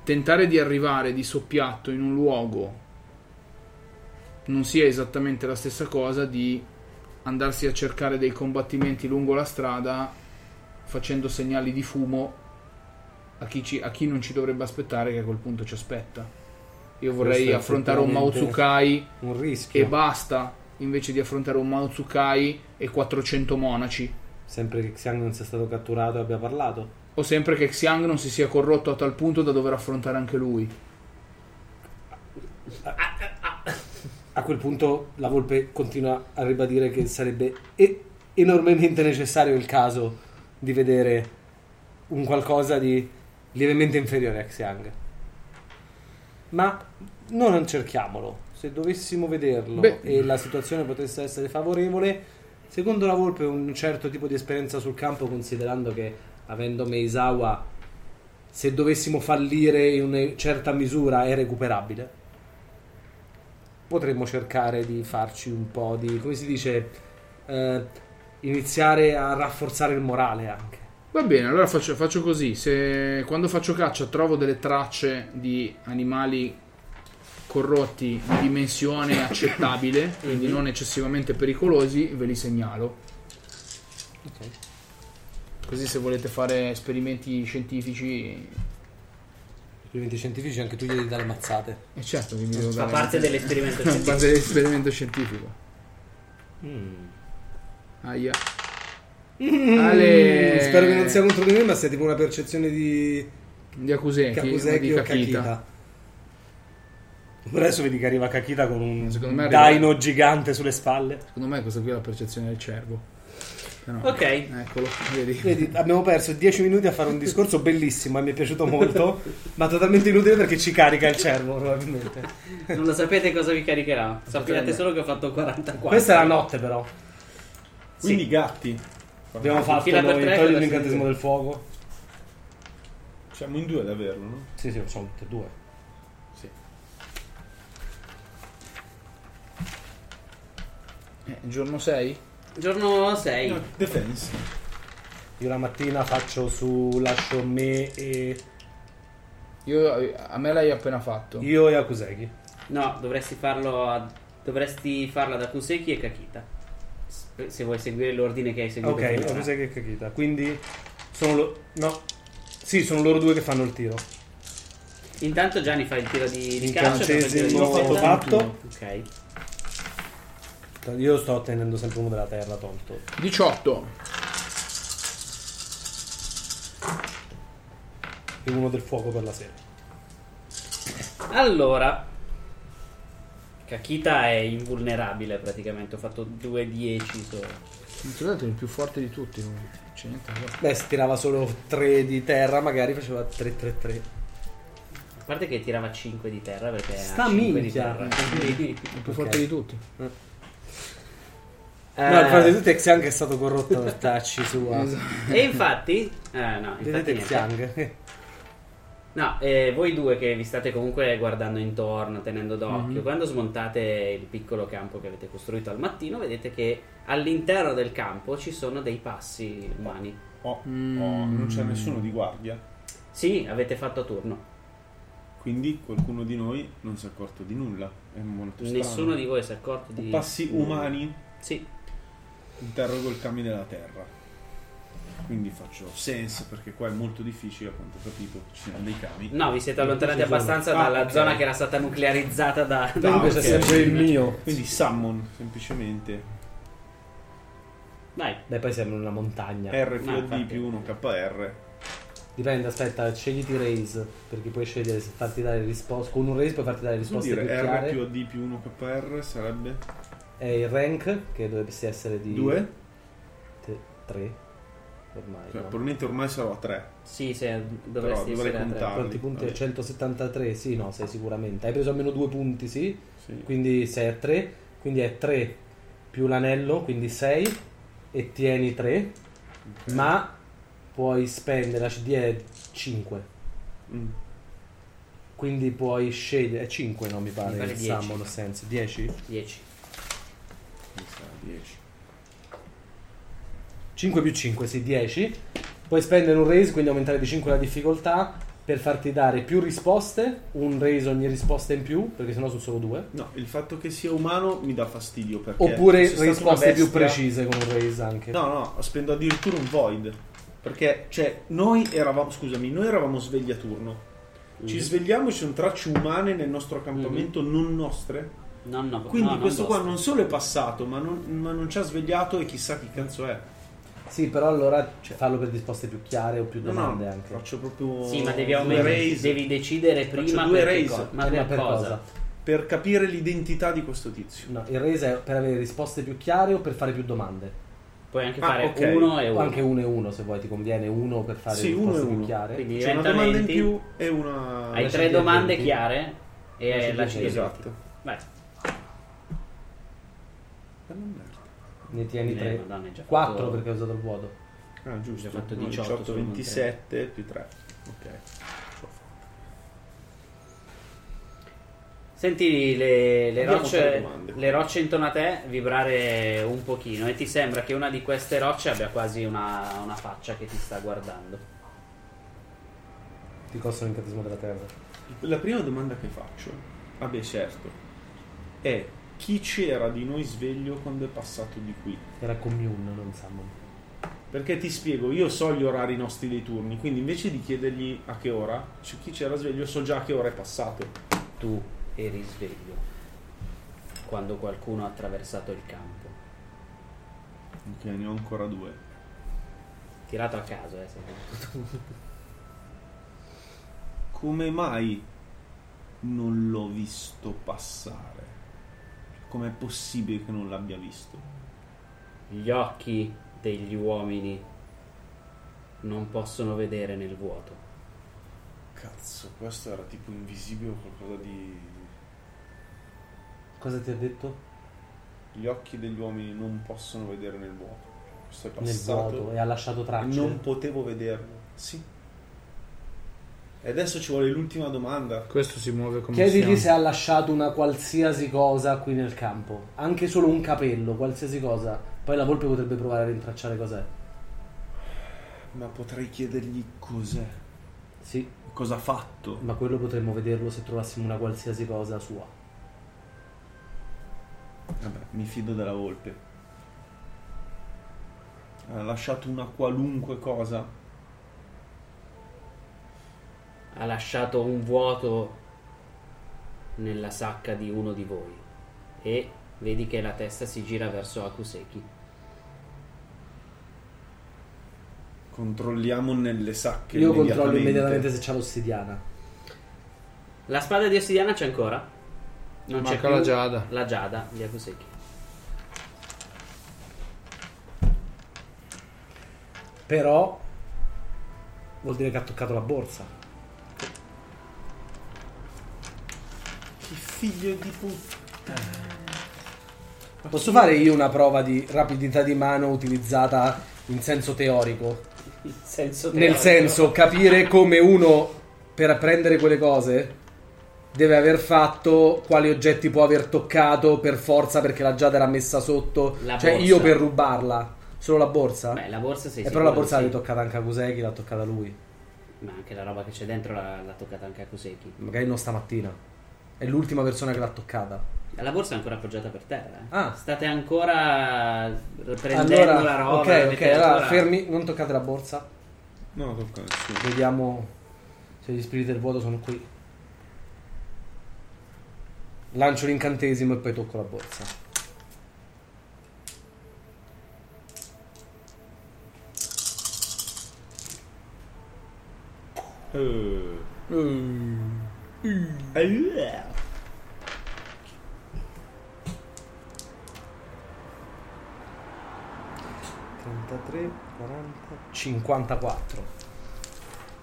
[SPEAKER 2] tentare di arrivare di soppiatto in un luogo non sia esattamente la stessa cosa di andarsi a cercare dei combattimenti lungo la strada facendo segnali di fumo a chi, ci- a chi non ci dovrebbe aspettare che a quel punto ci aspetta. Io vorrei
[SPEAKER 5] Questo è
[SPEAKER 2] affrontare un
[SPEAKER 5] effettivamente-
[SPEAKER 2] Mautsukai
[SPEAKER 5] Un
[SPEAKER 2] e
[SPEAKER 5] rischio.
[SPEAKER 2] basta invece di affrontare un Mautsukai e 400 monaci.
[SPEAKER 5] eh. Sempre che Xiang non sia stato catturato e abbia parlato.
[SPEAKER 2] O sempre che Xiang non si sia corrotto a tal punto da dover affrontare anche lui.
[SPEAKER 5] A quel punto la volpe continua a ribadire che sarebbe e- enormemente necessario il caso di vedere un qualcosa di lievemente inferiore a Xiang. Ma non cerchiamolo. Se dovessimo vederlo
[SPEAKER 2] Beh.
[SPEAKER 5] e la situazione potesse essere favorevole, secondo la volpe un certo tipo di esperienza sul campo, considerando che avendo Meisawa, se dovessimo fallire in una certa misura, è recuperabile potremmo cercare di farci un po' di, come si dice, eh, iniziare a rafforzare il morale anche.
[SPEAKER 2] Va bene, allora faccio, faccio così. Se quando faccio caccia trovo delle tracce di animali corrotti di dimensione
[SPEAKER 1] Mhm.
[SPEAKER 2] accettabile, quindi non eccessivamente pericolosi, ve li segnalo. Così se volete fare esperimenti scientifici...
[SPEAKER 5] Esperimenti scientifici anche tu gli devi dare mazzate.
[SPEAKER 2] E certo che mi devo
[SPEAKER 1] Fa
[SPEAKER 2] dare...
[SPEAKER 1] parte
[SPEAKER 2] (laughs)
[SPEAKER 5] (laughs)
[SPEAKER 1] dell'esperimento
[SPEAKER 2] fa parte
[SPEAKER 1] scientifico.
[SPEAKER 2] dell'esperimento scientifico.
[SPEAKER 1] Mm.
[SPEAKER 2] Aia.
[SPEAKER 5] Mm,
[SPEAKER 2] Ale...
[SPEAKER 5] Spero che non sia contro di me, ma sia tipo una percezione di
[SPEAKER 2] Di Akuseki o di
[SPEAKER 5] Kakuseki o
[SPEAKER 2] Kakita.
[SPEAKER 5] Kakita. Adesso vedi che arriva Kakita con un
[SPEAKER 2] Secondo me arriva-
[SPEAKER 5] daino gigante sulle spalle.
[SPEAKER 2] Secondo me questa qui è la percezione del cervo. Però-
[SPEAKER 1] Ok.
[SPEAKER 2] Eccolo, vedi.
[SPEAKER 5] Vedi, abbiamo perso 10 minuti
[SPEAKER 2] (laughs)
[SPEAKER 5] a fare un discorso bellissimo e mi è piaciuto molto, ma totalmente inutile perché ci carica il cervo probabilmente.
[SPEAKER 1] Non lo sapete cosa vi caricherà. Sappiate solo che ho fatto 44.
[SPEAKER 5] Questa è la notte però.
[SPEAKER 3] Quindi gatti.
[SPEAKER 5] Abbiamo fatto
[SPEAKER 1] Fila per
[SPEAKER 5] noi,
[SPEAKER 1] tre,
[SPEAKER 5] togli
[SPEAKER 1] cosa
[SPEAKER 5] l'incantesimo
[SPEAKER 1] significa?
[SPEAKER 5] del fuoco.
[SPEAKER 3] Siamo in due ad averlo, no?
[SPEAKER 5] Sì, sì, sono tutte e due.
[SPEAKER 3] Sì.
[SPEAKER 2] Eh, giorno 6?
[SPEAKER 1] Giorno 6.
[SPEAKER 3] Defense.
[SPEAKER 5] Io la mattina faccio su lascio me e
[SPEAKER 2] Io, a me l'hai appena fatto.
[SPEAKER 5] io e Akuseki.
[SPEAKER 1] No, dovresti farlo a- dovresti farla da Kuseki e Kakita. S- Se vuoi seguire l'ordine che hai seguito
[SPEAKER 5] Ok,
[SPEAKER 1] prima.
[SPEAKER 5] Akuseki e Kakita. Quindi sono loro no. Sì, sono loro due che fanno il tiro.
[SPEAKER 1] Intanto Gianni fa il tiro di, di calcio dopo il tiro di
[SPEAKER 5] Incantesimo fatto
[SPEAKER 1] difesa.
[SPEAKER 5] fatto.
[SPEAKER 1] Ok.
[SPEAKER 5] Io sto tenendo sempre uno della terra tonto.
[SPEAKER 2] 18.
[SPEAKER 5] E uno del fuoco per la sera.
[SPEAKER 1] Allora Kakita è invulnerabile praticamente, ho fatto 2-10 solo.
[SPEAKER 2] Non ti ho detto, è il più forte di tutti. non C'è niente da fare.
[SPEAKER 5] Beh, si tirava solo 3 di terra, magari faceva 3-3-3.
[SPEAKER 1] A parte che tirava 5 di terra perché
[SPEAKER 5] Sta
[SPEAKER 1] ha 5 di
[SPEAKER 5] minchia.
[SPEAKER 1] terra.
[SPEAKER 2] È il più
[SPEAKER 5] Ok.
[SPEAKER 2] forte di tutti.
[SPEAKER 5] (laughs) No, il fatto di
[SPEAKER 1] Eh,
[SPEAKER 5] tutto è Xiang è stato corrotto per
[SPEAKER 3] (laughs)
[SPEAKER 5] tacci sua.
[SPEAKER 3] Esatto.
[SPEAKER 1] e infatti, eh, no, infatti
[SPEAKER 5] Vedete
[SPEAKER 1] niente.
[SPEAKER 5] Xiang?
[SPEAKER 1] No, eh, voi due che vi state comunque guardando intorno, tenendo d'occhio,
[SPEAKER 3] Mhm.
[SPEAKER 1] quando smontate il piccolo campo che avete costruito al mattino, vedete che all'interno del campo ci sono dei passi umani.
[SPEAKER 3] Oh,
[SPEAKER 2] Mm.
[SPEAKER 3] oh, non c'è nessuno di guardia.
[SPEAKER 1] Sì, avete fatto a turno.
[SPEAKER 3] Quindi qualcuno di noi non si è accorto di nulla. È molto strano.
[SPEAKER 1] Nessuno di voi si è accorto di...
[SPEAKER 3] Passi umani
[SPEAKER 1] Sì.
[SPEAKER 3] interrogo il cami della terra. Quindi faccio sense perché qua è molto difficile, a quanto ho capito, ci sono dei cami.
[SPEAKER 1] No, vi siete allontanati
[SPEAKER 5] Ci sono.
[SPEAKER 1] abbastanza
[SPEAKER 3] Ah,
[SPEAKER 1] dalla
[SPEAKER 3] ok.
[SPEAKER 1] zona che era stata nuclearizzata da...
[SPEAKER 3] Ah, ok.
[SPEAKER 5] Invece è sempre il mio.
[SPEAKER 3] Quindi summon semplicemente
[SPEAKER 1] Dai,
[SPEAKER 5] Beh, poi sembra una montagna.
[SPEAKER 1] No,
[SPEAKER 3] R più D
[SPEAKER 1] infatti.
[SPEAKER 3] più 1 KR.
[SPEAKER 5] Dipende, aspetta, scegliti raise, perché puoi scegliere se farti dare risposte. Con un raise puoi farti dare
[SPEAKER 3] Vuol
[SPEAKER 5] risposte più
[SPEAKER 3] dire R
[SPEAKER 5] chiare.
[SPEAKER 3] più D più 1 KR sarebbe
[SPEAKER 5] È il rank, che dovrebbe essere di
[SPEAKER 3] 2?
[SPEAKER 5] 3. Ormai.
[SPEAKER 3] Cioè,
[SPEAKER 5] no?
[SPEAKER 3] probabilmente ormai sarò a 3.
[SPEAKER 1] sì, se
[SPEAKER 3] Però
[SPEAKER 1] dovresti essere... a
[SPEAKER 3] dovrei
[SPEAKER 1] tre.
[SPEAKER 3] contarli.
[SPEAKER 5] Quanti punti?
[SPEAKER 3] Vabbè,
[SPEAKER 5] 173, sì, no, sei sicuramente. Hai preso almeno due punti, sì.
[SPEAKER 3] sì.
[SPEAKER 5] Quindi sei a 3. Quindi è 3 più l'anello, quindi 6. E tieni 3. Ma puoi spendere, la CD è 5.
[SPEAKER 3] Mm.
[SPEAKER 5] Quindi puoi scegliere. È 5, no, mi pare.
[SPEAKER 1] Mi pare
[SPEAKER 5] il
[SPEAKER 1] 10.
[SPEAKER 5] Summon senso. 10?
[SPEAKER 1] 10.
[SPEAKER 3] Mi sa 10.
[SPEAKER 5] 5 più 5, sì, 10. Puoi spendere un raise, quindi aumentare di 5 la difficoltà per farti dare più risposte, un raise ogni risposta in più, perché sennò sono solo due.
[SPEAKER 3] No, il fatto che sia umano mi dà fastidio perché
[SPEAKER 5] Oppure
[SPEAKER 3] se è stata una
[SPEAKER 5] risposte più
[SPEAKER 3] bestia-
[SPEAKER 5] precise con un raise anche.
[SPEAKER 3] No, no, spendo addirittura un void. Perché, cioè, noi eravamo, scusami, noi eravamo svegli a turno. Ci
[SPEAKER 1] Mm.
[SPEAKER 3] svegliamo, ci sono tracce umane nel nostro accampamento, non nostre.
[SPEAKER 1] Mm-hmm. No, no,
[SPEAKER 3] Quindi
[SPEAKER 1] no, non
[SPEAKER 3] questo qua
[SPEAKER 1] basta.
[SPEAKER 3] non solo è passato, ma non, ma non ci ha svegliato e chissà chi cazzo è.
[SPEAKER 5] Sì, però allora cioè, farlo per risposte più chiare o più
[SPEAKER 3] No,
[SPEAKER 5] domande
[SPEAKER 3] no,
[SPEAKER 5] anche.
[SPEAKER 3] faccio proprio
[SPEAKER 1] Sì, ma devi,
[SPEAKER 3] due
[SPEAKER 1] aumentare-
[SPEAKER 3] raise
[SPEAKER 1] devi decidere
[SPEAKER 3] Faccio
[SPEAKER 1] prima
[SPEAKER 3] due
[SPEAKER 1] per che
[SPEAKER 3] raise. Cioè,
[SPEAKER 1] cosa. Ma
[SPEAKER 5] Prima
[SPEAKER 1] per cosa?
[SPEAKER 3] per capire l'identità di questo tizio.
[SPEAKER 5] No, il raise è per avere risposte più chiare o per fare più domande.
[SPEAKER 1] Puoi anche
[SPEAKER 3] Ah,
[SPEAKER 1] fare
[SPEAKER 3] ok.
[SPEAKER 1] uno e
[SPEAKER 5] O
[SPEAKER 1] Eh, uno.
[SPEAKER 5] anche uno e uno, se vuoi, ti conviene uno per fare
[SPEAKER 3] Sì, uno
[SPEAKER 5] risposte
[SPEAKER 3] e
[SPEAKER 5] più
[SPEAKER 3] uno.
[SPEAKER 5] chiare.
[SPEAKER 1] Quindi
[SPEAKER 3] C'è una
[SPEAKER 1] diventa
[SPEAKER 3] domanda in
[SPEAKER 1] 20.
[SPEAKER 3] più e una...
[SPEAKER 1] Hai
[SPEAKER 5] La
[SPEAKER 1] tre
[SPEAKER 5] CD
[SPEAKER 1] domande
[SPEAKER 5] 20.
[SPEAKER 1] chiare e
[SPEAKER 5] La
[SPEAKER 1] la
[SPEAKER 5] CD
[SPEAKER 1] CD.
[SPEAKER 3] Esatto.
[SPEAKER 1] Vai.
[SPEAKER 3] Eh, non merda.
[SPEAKER 5] Ne tieni
[SPEAKER 1] Eh,
[SPEAKER 5] tre.
[SPEAKER 1] Madonna, hai già fatto-
[SPEAKER 5] 4 perché ho usato il vuoto.
[SPEAKER 3] Ah, giusto.
[SPEAKER 1] Ho fatto
[SPEAKER 3] No,
[SPEAKER 1] 18,
[SPEAKER 3] 18
[SPEAKER 1] solo con
[SPEAKER 3] 27 più 3. Ok.
[SPEAKER 1] Senti le, le
[SPEAKER 3] Andiamo con le
[SPEAKER 1] rocce,
[SPEAKER 3] domande.
[SPEAKER 1] le rocce intorno a te vibrare un pochino e ti sembra che una di queste rocce abbia quasi una, una faccia che ti sta guardando.
[SPEAKER 5] Ti costa l'incantesimo della terra.
[SPEAKER 3] La prima domanda che faccio, vabbè certo, è chi c'era di noi sveglio quando è passato di qui?
[SPEAKER 5] Era commune, non Summon.
[SPEAKER 3] Perché ti spiego, io so gli orari nostri dei turni, quindi invece di chiedergli a che ora, su chi c'era sveglio, so già a che ora è passato.
[SPEAKER 1] Tu eri sveglio quando qualcuno ha attraversato il campo.
[SPEAKER 3] Ok, ne ho ancora due.
[SPEAKER 1] Tirato a caso, eh. sempre.
[SPEAKER 3] Come mai non l'ho visto passare? Com'è possibile che non l'abbia visto?
[SPEAKER 1] Gli occhi degli uomini non possono vedere nel vuoto.
[SPEAKER 3] Cazzo, questo era tipo invisibile o qualcosa di...
[SPEAKER 5] Cosa ti ha detto?
[SPEAKER 3] Gli occhi degli uomini non possono vedere nel vuoto. Questo è
[SPEAKER 5] Nel vuoto
[SPEAKER 3] passato
[SPEAKER 5] e ha lasciato
[SPEAKER 3] e
[SPEAKER 5] tracce.
[SPEAKER 3] non potevo vederlo. Sì. E adesso ci vuole l'ultima domanda.
[SPEAKER 2] Questo si muove come
[SPEAKER 5] Chiedigli se
[SPEAKER 2] siamo.
[SPEAKER 5] ha lasciato una qualsiasi cosa qui nel campo, anche solo un capello, qualsiasi cosa. Poi la volpe potrebbe provare a rintracciare cos'è.
[SPEAKER 3] Ma potrei chiedergli cos'è?
[SPEAKER 5] Sì,
[SPEAKER 3] Cosa ha fatto?
[SPEAKER 5] ma quello potremmo vederlo se trovassimo una qualsiasi cosa sua.
[SPEAKER 3] Vabbè, mi fido della volpe. Ha lasciato una qualunque cosa.
[SPEAKER 1] Ha lasciato un vuoto nella sacca di uno di voi. E vedi che la testa si gira verso Akuseki.
[SPEAKER 3] Controlliamo nelle sacche.
[SPEAKER 5] Io controllo immediatamente se c'ha l'ossidiana.
[SPEAKER 1] La spada di ossidiana c'è ancora? Non
[SPEAKER 2] Manca
[SPEAKER 1] c'è più
[SPEAKER 2] la giada.
[SPEAKER 1] La giada di Akuseki.
[SPEAKER 5] Però vuol dire che ha toccato la borsa.
[SPEAKER 3] Che figlio di puttana.
[SPEAKER 5] Posso fare io una prova di rapidità di mano utilizzata in senso teorico? Nel senso, capire come uno per prendere quelle cose deve aver fatto, quali oggetti può aver toccato per forza perché la giada era messa sotto.
[SPEAKER 1] La
[SPEAKER 5] cioè,
[SPEAKER 1] borsa.
[SPEAKER 5] io per rubarla, solo la borsa?
[SPEAKER 1] Beh, la borsa sei
[SPEAKER 5] e Eh, però la
[SPEAKER 1] sicuro,
[SPEAKER 5] borsa
[SPEAKER 1] sì.
[SPEAKER 5] l'ha toccata anche a Kuseki, l'ha toccata lui.
[SPEAKER 1] Ma anche la roba che c'è dentro l'ha, l'ha toccata anche Akuseki.
[SPEAKER 5] Magari non stamattina. È l'ultima persona che l'ha toccata.
[SPEAKER 1] La borsa è ancora appoggiata per terra. eh.
[SPEAKER 5] Ah.
[SPEAKER 1] State ancora prendendo
[SPEAKER 5] allora,
[SPEAKER 1] la roba. la
[SPEAKER 5] ok, ok,
[SPEAKER 1] mettete
[SPEAKER 5] allora
[SPEAKER 1] ancora-
[SPEAKER 5] fermi, non toccate la borsa.
[SPEAKER 3] No, tocca a nessuno.
[SPEAKER 5] Vediamo se gli spiriti del vuoto sono qui. Lancio l'incantesimo e poi tocco la borsa.
[SPEAKER 3] Eh.
[SPEAKER 5] Sì. 54.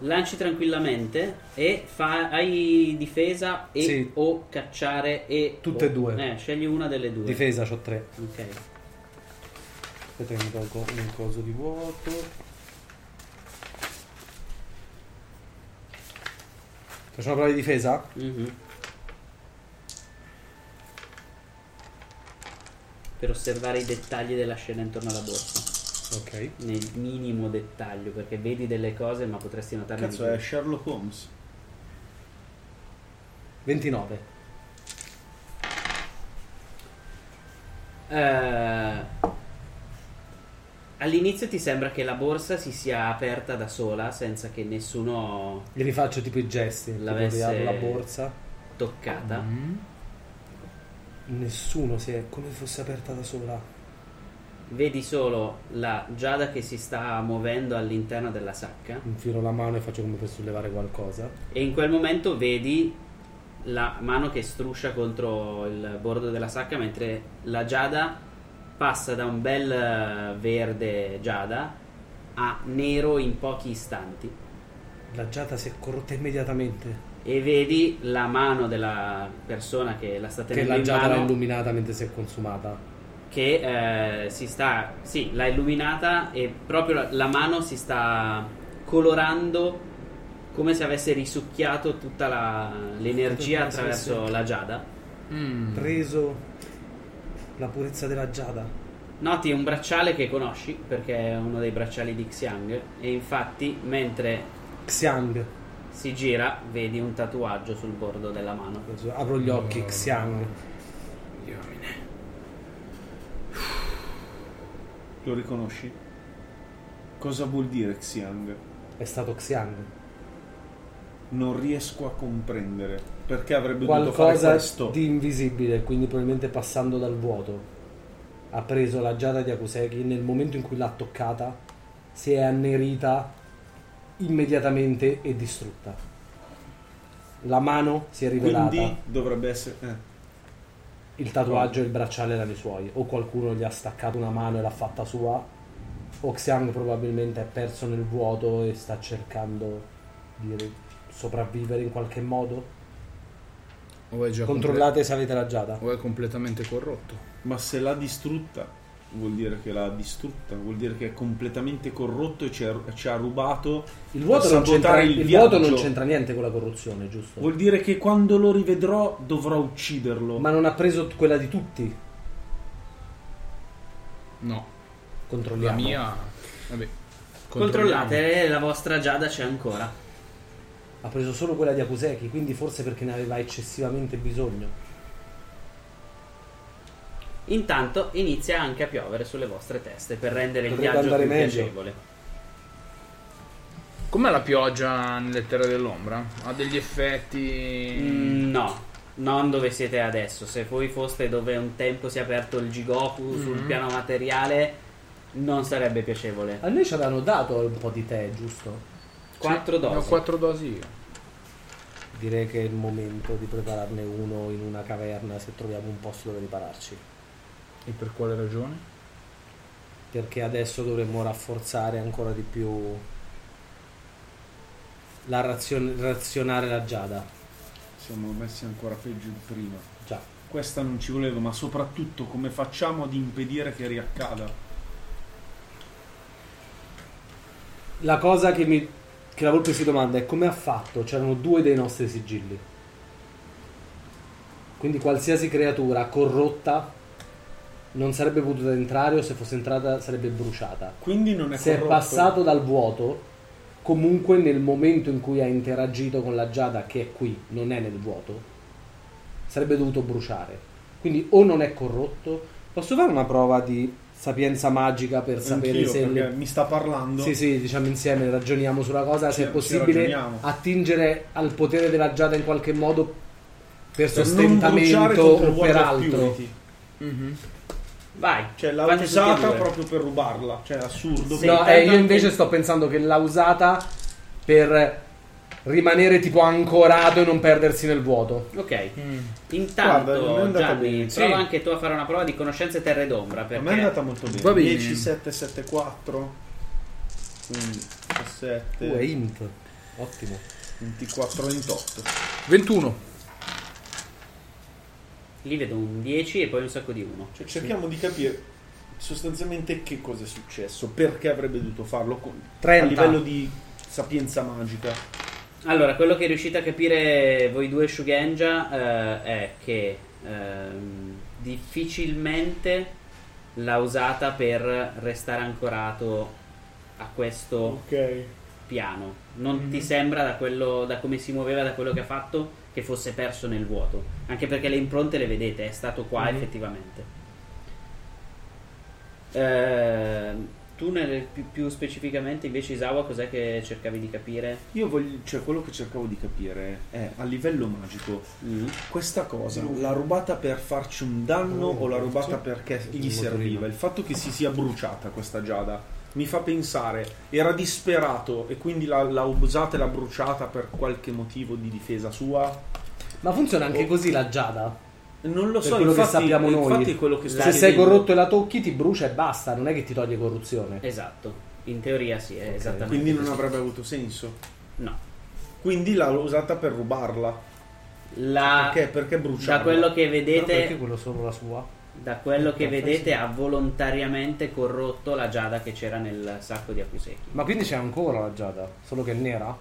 [SPEAKER 1] Lanci tranquillamente e fa- hai difesa e
[SPEAKER 5] Sì.
[SPEAKER 1] o cacciare e...
[SPEAKER 5] Tutte e
[SPEAKER 1] o-
[SPEAKER 5] due.
[SPEAKER 1] Eh, scegli una delle due.
[SPEAKER 5] Difesa, c'ho 3.
[SPEAKER 1] Ok.
[SPEAKER 5] Aspetta che mi tolgo un coso di vuoto. Faccio una prova di difesa?
[SPEAKER 1] Mhm. Per osservare i dettagli della scena intorno alla borsa.
[SPEAKER 5] Ok.
[SPEAKER 1] Nel minimo dettaglio, perché vedi delle cose ma potresti notarne
[SPEAKER 3] Cazzo,
[SPEAKER 1] di
[SPEAKER 3] è
[SPEAKER 1] più.
[SPEAKER 3] Sherlock Holmes.
[SPEAKER 5] 29.
[SPEAKER 1] Eh, all'inizio ti sembra che la borsa si sia aperta da sola senza che nessuno
[SPEAKER 5] Gli rifaccio tipo i gesti. tipo
[SPEAKER 1] L'avesse-
[SPEAKER 5] di apro la borsa.
[SPEAKER 1] toccata.
[SPEAKER 2] Mm.
[SPEAKER 5] Nessuno si è come fosse aperta da sola.
[SPEAKER 1] Vedi solo la giada che si sta muovendo all'interno della sacca
[SPEAKER 5] Infilo la mano e faccio come per sollevare qualcosa.
[SPEAKER 1] e in quel momento vedi la mano che struscia contro il bordo della sacca mentre la giada passa da un bel eh, verde giada a nero in pochi istanti.
[SPEAKER 5] La giada si è corrotta immediatamente.
[SPEAKER 1] e vedi la mano della persona che la sta
[SPEAKER 5] Che
[SPEAKER 1] tenendo
[SPEAKER 5] la
[SPEAKER 1] in
[SPEAKER 5] giada l'ha
[SPEAKER 1] mano Mm.
[SPEAKER 5] illuminata mentre si è consumata.
[SPEAKER 1] che eh, si sta sì l'ha illuminata e proprio la, la mano si sta colorando come se avesse risucchiato tutta la- l'energia
[SPEAKER 5] Come se avesse-
[SPEAKER 1] attraverso la giada
[SPEAKER 2] Mm.
[SPEAKER 5] Preso la purezza della giada.
[SPEAKER 1] Noti un bracciale che conosci perché è uno dei bracciali di Xiang e infatti mentre
[SPEAKER 5] Xiang.
[SPEAKER 1] si gira vedi un tatuaggio sul bordo della mano.
[SPEAKER 5] Apro gli occhi, Xiang.
[SPEAKER 3] Lo riconosci? Cosa vuol dire Xiang?
[SPEAKER 5] È stato Xiang.
[SPEAKER 3] Non riesco a comprendere perché avrebbe dovuto fare
[SPEAKER 5] Qualcosa
[SPEAKER 3] questo.
[SPEAKER 5] di invisibile, quindi probabilmente passando dal vuoto. Ha preso la giada di Akuseki nel momento in cui l'ha toccata, si è annerita immediatamente e distrutta. La mano si è rivelata.
[SPEAKER 3] Quindi dovrebbe essere. eh.
[SPEAKER 5] il tatuaggio e il bracciale erano i suoi, o qualcuno gli ha staccato una mano e l'ha fatta sua, o Xiang probabilmente è perso nel vuoto e sta cercando di ri- sopravvivere in qualche modo.
[SPEAKER 2] O è già
[SPEAKER 5] Controllate se avete la giada.
[SPEAKER 2] comple- o è completamente corrotto.
[SPEAKER 3] Ma se l'ha distrutta, vuol dire che l'ha distrutta, vuol dire che è completamente corrotto e ci ha, ci ha rubato.
[SPEAKER 5] Il vuoto,
[SPEAKER 3] per
[SPEAKER 5] non c'entra,
[SPEAKER 3] sabotare
[SPEAKER 5] il
[SPEAKER 3] il
[SPEAKER 5] vuoto
[SPEAKER 3] viaggio.
[SPEAKER 5] non c'entra niente con la corruzione, giusto?
[SPEAKER 3] Vuol dire che quando lo rivedrò dovrò ucciderlo.
[SPEAKER 5] Ma non ha preso quella di tutti.
[SPEAKER 2] No, la
[SPEAKER 5] Controlliamo.
[SPEAKER 2] mia... Vabbè. controlliamo.
[SPEAKER 1] Controllate, eh, la vostra giada c'è ancora.
[SPEAKER 5] Ha preso solo quella di Akuseki, quindi forse perché ne aveva eccessivamente bisogno.
[SPEAKER 1] Intanto inizia anche a piovere sulle vostre teste per rendere il
[SPEAKER 5] Potrebbe
[SPEAKER 1] viaggio
[SPEAKER 5] andare
[SPEAKER 1] più
[SPEAKER 5] meglio.
[SPEAKER 1] piacevole.
[SPEAKER 2] Com'è la pioggia nelle terre dell'ombra? Ha degli effetti...
[SPEAKER 1] Mm, no, non dove siete adesso. Se voi foste dove un tempo si è aperto il Jigoku sul
[SPEAKER 3] Mm.
[SPEAKER 1] piano materiale, non sarebbe piacevole.
[SPEAKER 5] A noi ci avevano dato un po' di tè, giusto?
[SPEAKER 1] 4
[SPEAKER 2] Ne ho
[SPEAKER 1] dosi.
[SPEAKER 2] quattro dosi io.
[SPEAKER 5] Direi che è il momento di prepararne uno in una caverna se troviamo un posto dove ripararci.
[SPEAKER 2] E per quale ragione?
[SPEAKER 5] Perché adesso dovremmo rafforzare ancora di più la razio- razionare la giada.
[SPEAKER 3] Siamo messi ancora peggio di prima.
[SPEAKER 5] Già.
[SPEAKER 3] Questa non ci volevo, ma soprattutto come facciamo ad impedire che riaccada?
[SPEAKER 5] La cosa che, mi, che la volpe si domanda è come ha fatto? C'erano due dei nostri sigilli. Quindi qualsiasi creatura corrotta non sarebbe potuta entrare o se fosse entrata sarebbe bruciata.
[SPEAKER 3] Quindi non è
[SPEAKER 5] se è
[SPEAKER 3] corrotto.
[SPEAKER 5] passato dal vuoto, comunque nel momento in cui ha interagito con la giada che è qui, non è nel vuoto, sarebbe dovuto bruciare. Quindi o non è corrotto. Posso fare una prova di sapienza magica per sapere
[SPEAKER 3] Anch'io,
[SPEAKER 5] se le-
[SPEAKER 3] perché mi sta parlando.
[SPEAKER 5] Sì, sì, diciamo insieme, ragioniamo sulla cosa,
[SPEAKER 3] Sì,
[SPEAKER 5] se è
[SPEAKER 3] ci
[SPEAKER 5] possibile
[SPEAKER 3] ragioniamo.
[SPEAKER 5] attingere al potere della giada in qualche modo per
[SPEAKER 3] Per non bruciare
[SPEAKER 5] sostentamento
[SPEAKER 3] contro il
[SPEAKER 5] o
[SPEAKER 3] World
[SPEAKER 5] per
[SPEAKER 3] of
[SPEAKER 5] altro.
[SPEAKER 3] Purity.
[SPEAKER 1] Vai,
[SPEAKER 3] Cioè l'ha
[SPEAKER 1] fate tutti e
[SPEAKER 3] usata
[SPEAKER 1] due.
[SPEAKER 3] proprio per rubarla. Cioè è assurdo.
[SPEAKER 5] No, eh, io invece sto pensando che l'ha usata per rimanere tipo ancorato e non perdersi nel vuoto.
[SPEAKER 1] Ok,
[SPEAKER 3] Guarda, non è
[SPEAKER 1] intanto
[SPEAKER 3] andata
[SPEAKER 1] Gianni,
[SPEAKER 3] bene.
[SPEAKER 1] prova
[SPEAKER 2] Sì.
[SPEAKER 1] anche tu a fare una prova di conoscenze terre d'ombra
[SPEAKER 3] A me è
[SPEAKER 1] perché
[SPEAKER 3] andata molto bene.
[SPEAKER 2] Va bene.
[SPEAKER 3] 10, 7, 7, 4. Quindi 17,
[SPEAKER 5] Uh, è int. Ottimo.
[SPEAKER 3] 24, 28.
[SPEAKER 2] 21.
[SPEAKER 1] lì vedo un 10 e poi un sacco di 1.
[SPEAKER 3] Cioè, cerchiamo di capire sostanzialmente che cosa è successo, perché avrebbe dovuto farlo con- a
[SPEAKER 5] 30.
[SPEAKER 3] livello di sapienza magica.
[SPEAKER 1] Allora, quello che riuscite a capire voi due Shugenja eh, è che ehm, difficilmente l'ha usata per restare ancorato a questo
[SPEAKER 3] Ok.
[SPEAKER 1] piano. Non ti sembra da, quello, da come si muoveva, da quello che ha fatto, che fosse perso nel vuoto. Anche perché le impronte le vedete, è stato qua effettivamente. Ehm, tu nel- più, più specificamente invece Isawa cos'è che cercavi di capire?
[SPEAKER 3] Io voglio, cioè, quello che cercavo di capire è a livello magico,
[SPEAKER 5] Mm-hmm.
[SPEAKER 1] Mm.
[SPEAKER 3] questa cosa l'ha rubata per farci un danno o l'ha rubata perché gli serviva? Il fatto che si sia bruciata questa giada mi fa pensare, era disperato e quindi l'ha, l'ha usata e l'ha bruciata per qualche motivo di difesa sua?
[SPEAKER 5] Ma funziona anche così la giada?
[SPEAKER 3] Oh. Non lo
[SPEAKER 5] Per
[SPEAKER 3] so,
[SPEAKER 5] quello che
[SPEAKER 3] infatti,
[SPEAKER 5] sappiamo noi.
[SPEAKER 3] infatti è quello che sto
[SPEAKER 5] Se sei
[SPEAKER 3] chiedendo.
[SPEAKER 5] corrotto e la tocchi ti brucia e basta, non è che ti toglie corruzione.
[SPEAKER 1] Esatto. In teoria sì, è esattamente.
[SPEAKER 3] Quindi non
[SPEAKER 1] così.
[SPEAKER 3] avrebbe avuto senso.
[SPEAKER 1] No.
[SPEAKER 3] Quindi l'ha usata per rubarla.
[SPEAKER 5] Ah.
[SPEAKER 1] La-
[SPEAKER 3] Perché? Perché bruciarla?
[SPEAKER 1] da quello che
[SPEAKER 5] Però perché
[SPEAKER 1] vedete,
[SPEAKER 5] quello solo la sua?
[SPEAKER 1] da quello che
[SPEAKER 5] Eh, forse
[SPEAKER 1] vedete
[SPEAKER 5] sì.
[SPEAKER 1] ha volontariamente corrotto la giada che c'era nel sacco di Akuseki.
[SPEAKER 5] Ma quindi c'è ancora la giada, solo che è nera?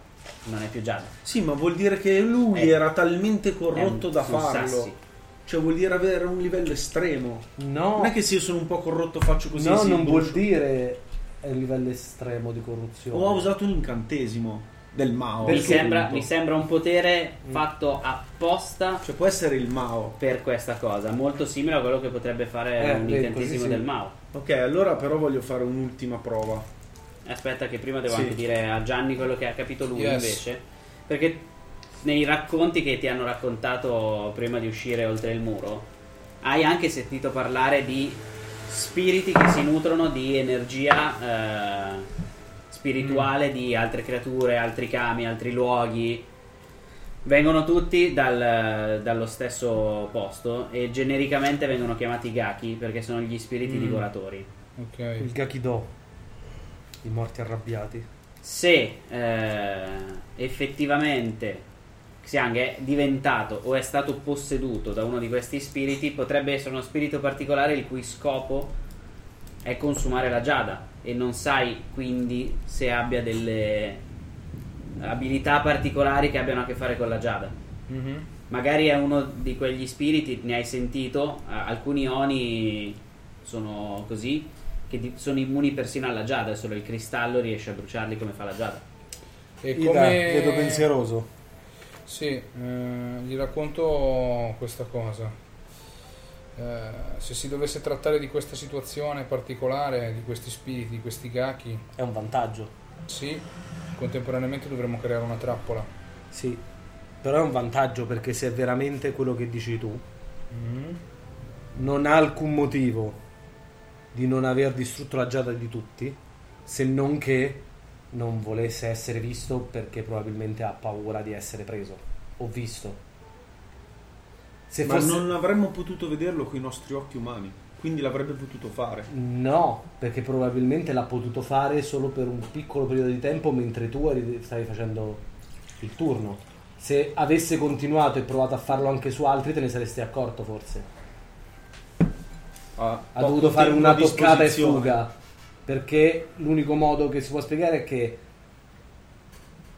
[SPEAKER 1] Non è più giada.
[SPEAKER 3] Sì, ma vuol dire che lui
[SPEAKER 1] Eh.
[SPEAKER 3] era talmente corrotto
[SPEAKER 5] Eh,
[SPEAKER 1] È un-
[SPEAKER 3] da
[SPEAKER 1] sono
[SPEAKER 3] farlo.
[SPEAKER 1] sassi.
[SPEAKER 3] Cioè vuol dire avere un livello estremo.
[SPEAKER 5] No.
[SPEAKER 3] Non è che se io sono un po' corrotto faccio così.
[SPEAKER 5] no,
[SPEAKER 3] sì,
[SPEAKER 5] non
[SPEAKER 3] brucio.
[SPEAKER 5] vuol dire è il livello estremo di corruzione.
[SPEAKER 3] O ha usato un incantesimo del Mao.
[SPEAKER 1] Mi
[SPEAKER 5] Perché Mm.
[SPEAKER 1] sembra,
[SPEAKER 5] punto?
[SPEAKER 1] mi sembra un potere fatto apposta
[SPEAKER 3] Cioè può essere il Mao.
[SPEAKER 1] per questa cosa, molto simile a quello che potrebbe fare
[SPEAKER 5] Eh,
[SPEAKER 1] un
[SPEAKER 5] vedi,
[SPEAKER 1] incantesimo
[SPEAKER 5] così sì.
[SPEAKER 1] del Mao.
[SPEAKER 3] Ok, allora però voglio fare un'ultima prova.
[SPEAKER 1] Aspetta, che prima devo
[SPEAKER 3] Sì.
[SPEAKER 1] anche dire a Gianni quello che ha capito lui
[SPEAKER 2] Yes.
[SPEAKER 1] invece. Perché nei racconti che ti hanno raccontato prima di uscire oltre il muro, hai anche sentito parlare di spiriti che si nutrono di energia eh,
[SPEAKER 2] Mm.
[SPEAKER 1] spirituale di altre creature, altri cami, altri luoghi. Vengono tutti dal- dallo stesso posto e genericamente vengono chiamati Gaki perché sono gli spiriti
[SPEAKER 2] Mm.
[SPEAKER 1] divoratori.
[SPEAKER 2] Ok.
[SPEAKER 5] Il Gakido. I morti arrabbiati.
[SPEAKER 1] se eh, effettivamente Xiang è diventato o è stato posseduto da uno di questi spiriti, potrebbe essere uno spirito particolare il cui scopo è consumare la giada e non sai quindi se abbia delle abilità particolari che abbiano a che fare con la giada.
[SPEAKER 2] Mhm.
[SPEAKER 1] Magari è uno di quegli spiriti, ne hai sentito, a- alcuni oni sono così, che di- sono immuni persino alla giada, solo il cristallo riesce a bruciarli come fa la giada.
[SPEAKER 2] E
[SPEAKER 3] Ida,
[SPEAKER 2] come...
[SPEAKER 3] vedo pensieroso.
[SPEAKER 2] Sì, eh, gli racconto questa cosa. Eh, se si dovesse trattare di questa situazione particolare, di questi spiriti, di questi gaki,
[SPEAKER 5] È un vantaggio.
[SPEAKER 2] sì, contemporaneamente dovremmo creare una trappola.
[SPEAKER 5] Sì. Però è un vantaggio perché se è veramente quello che dici tu,
[SPEAKER 2] Mm.
[SPEAKER 5] non ha alcun motivo di non aver distrutto la giada di tutti, se non che non volesse essere visto perché probabilmente ha paura di essere preso o visto. Se
[SPEAKER 3] Ma
[SPEAKER 5] fosse...
[SPEAKER 3] non avremmo potuto vederlo con i nostri occhi umani, quindi l'avrebbe potuto fare.
[SPEAKER 5] No, perché probabilmente l'ha potuto fare solo per un piccolo periodo di tempo mentre tu eri- stavi facendo il turno. Se avesse continuato e provato a farlo anche su altri, te ne saresti accorto forse.
[SPEAKER 3] Ha,
[SPEAKER 5] ha
[SPEAKER 3] poco
[SPEAKER 5] dovuto fare
[SPEAKER 3] tempo
[SPEAKER 5] una
[SPEAKER 3] a
[SPEAKER 5] toccata e
[SPEAKER 3] disposizione.
[SPEAKER 5] fuga perché l'unico modo che si può spiegare è che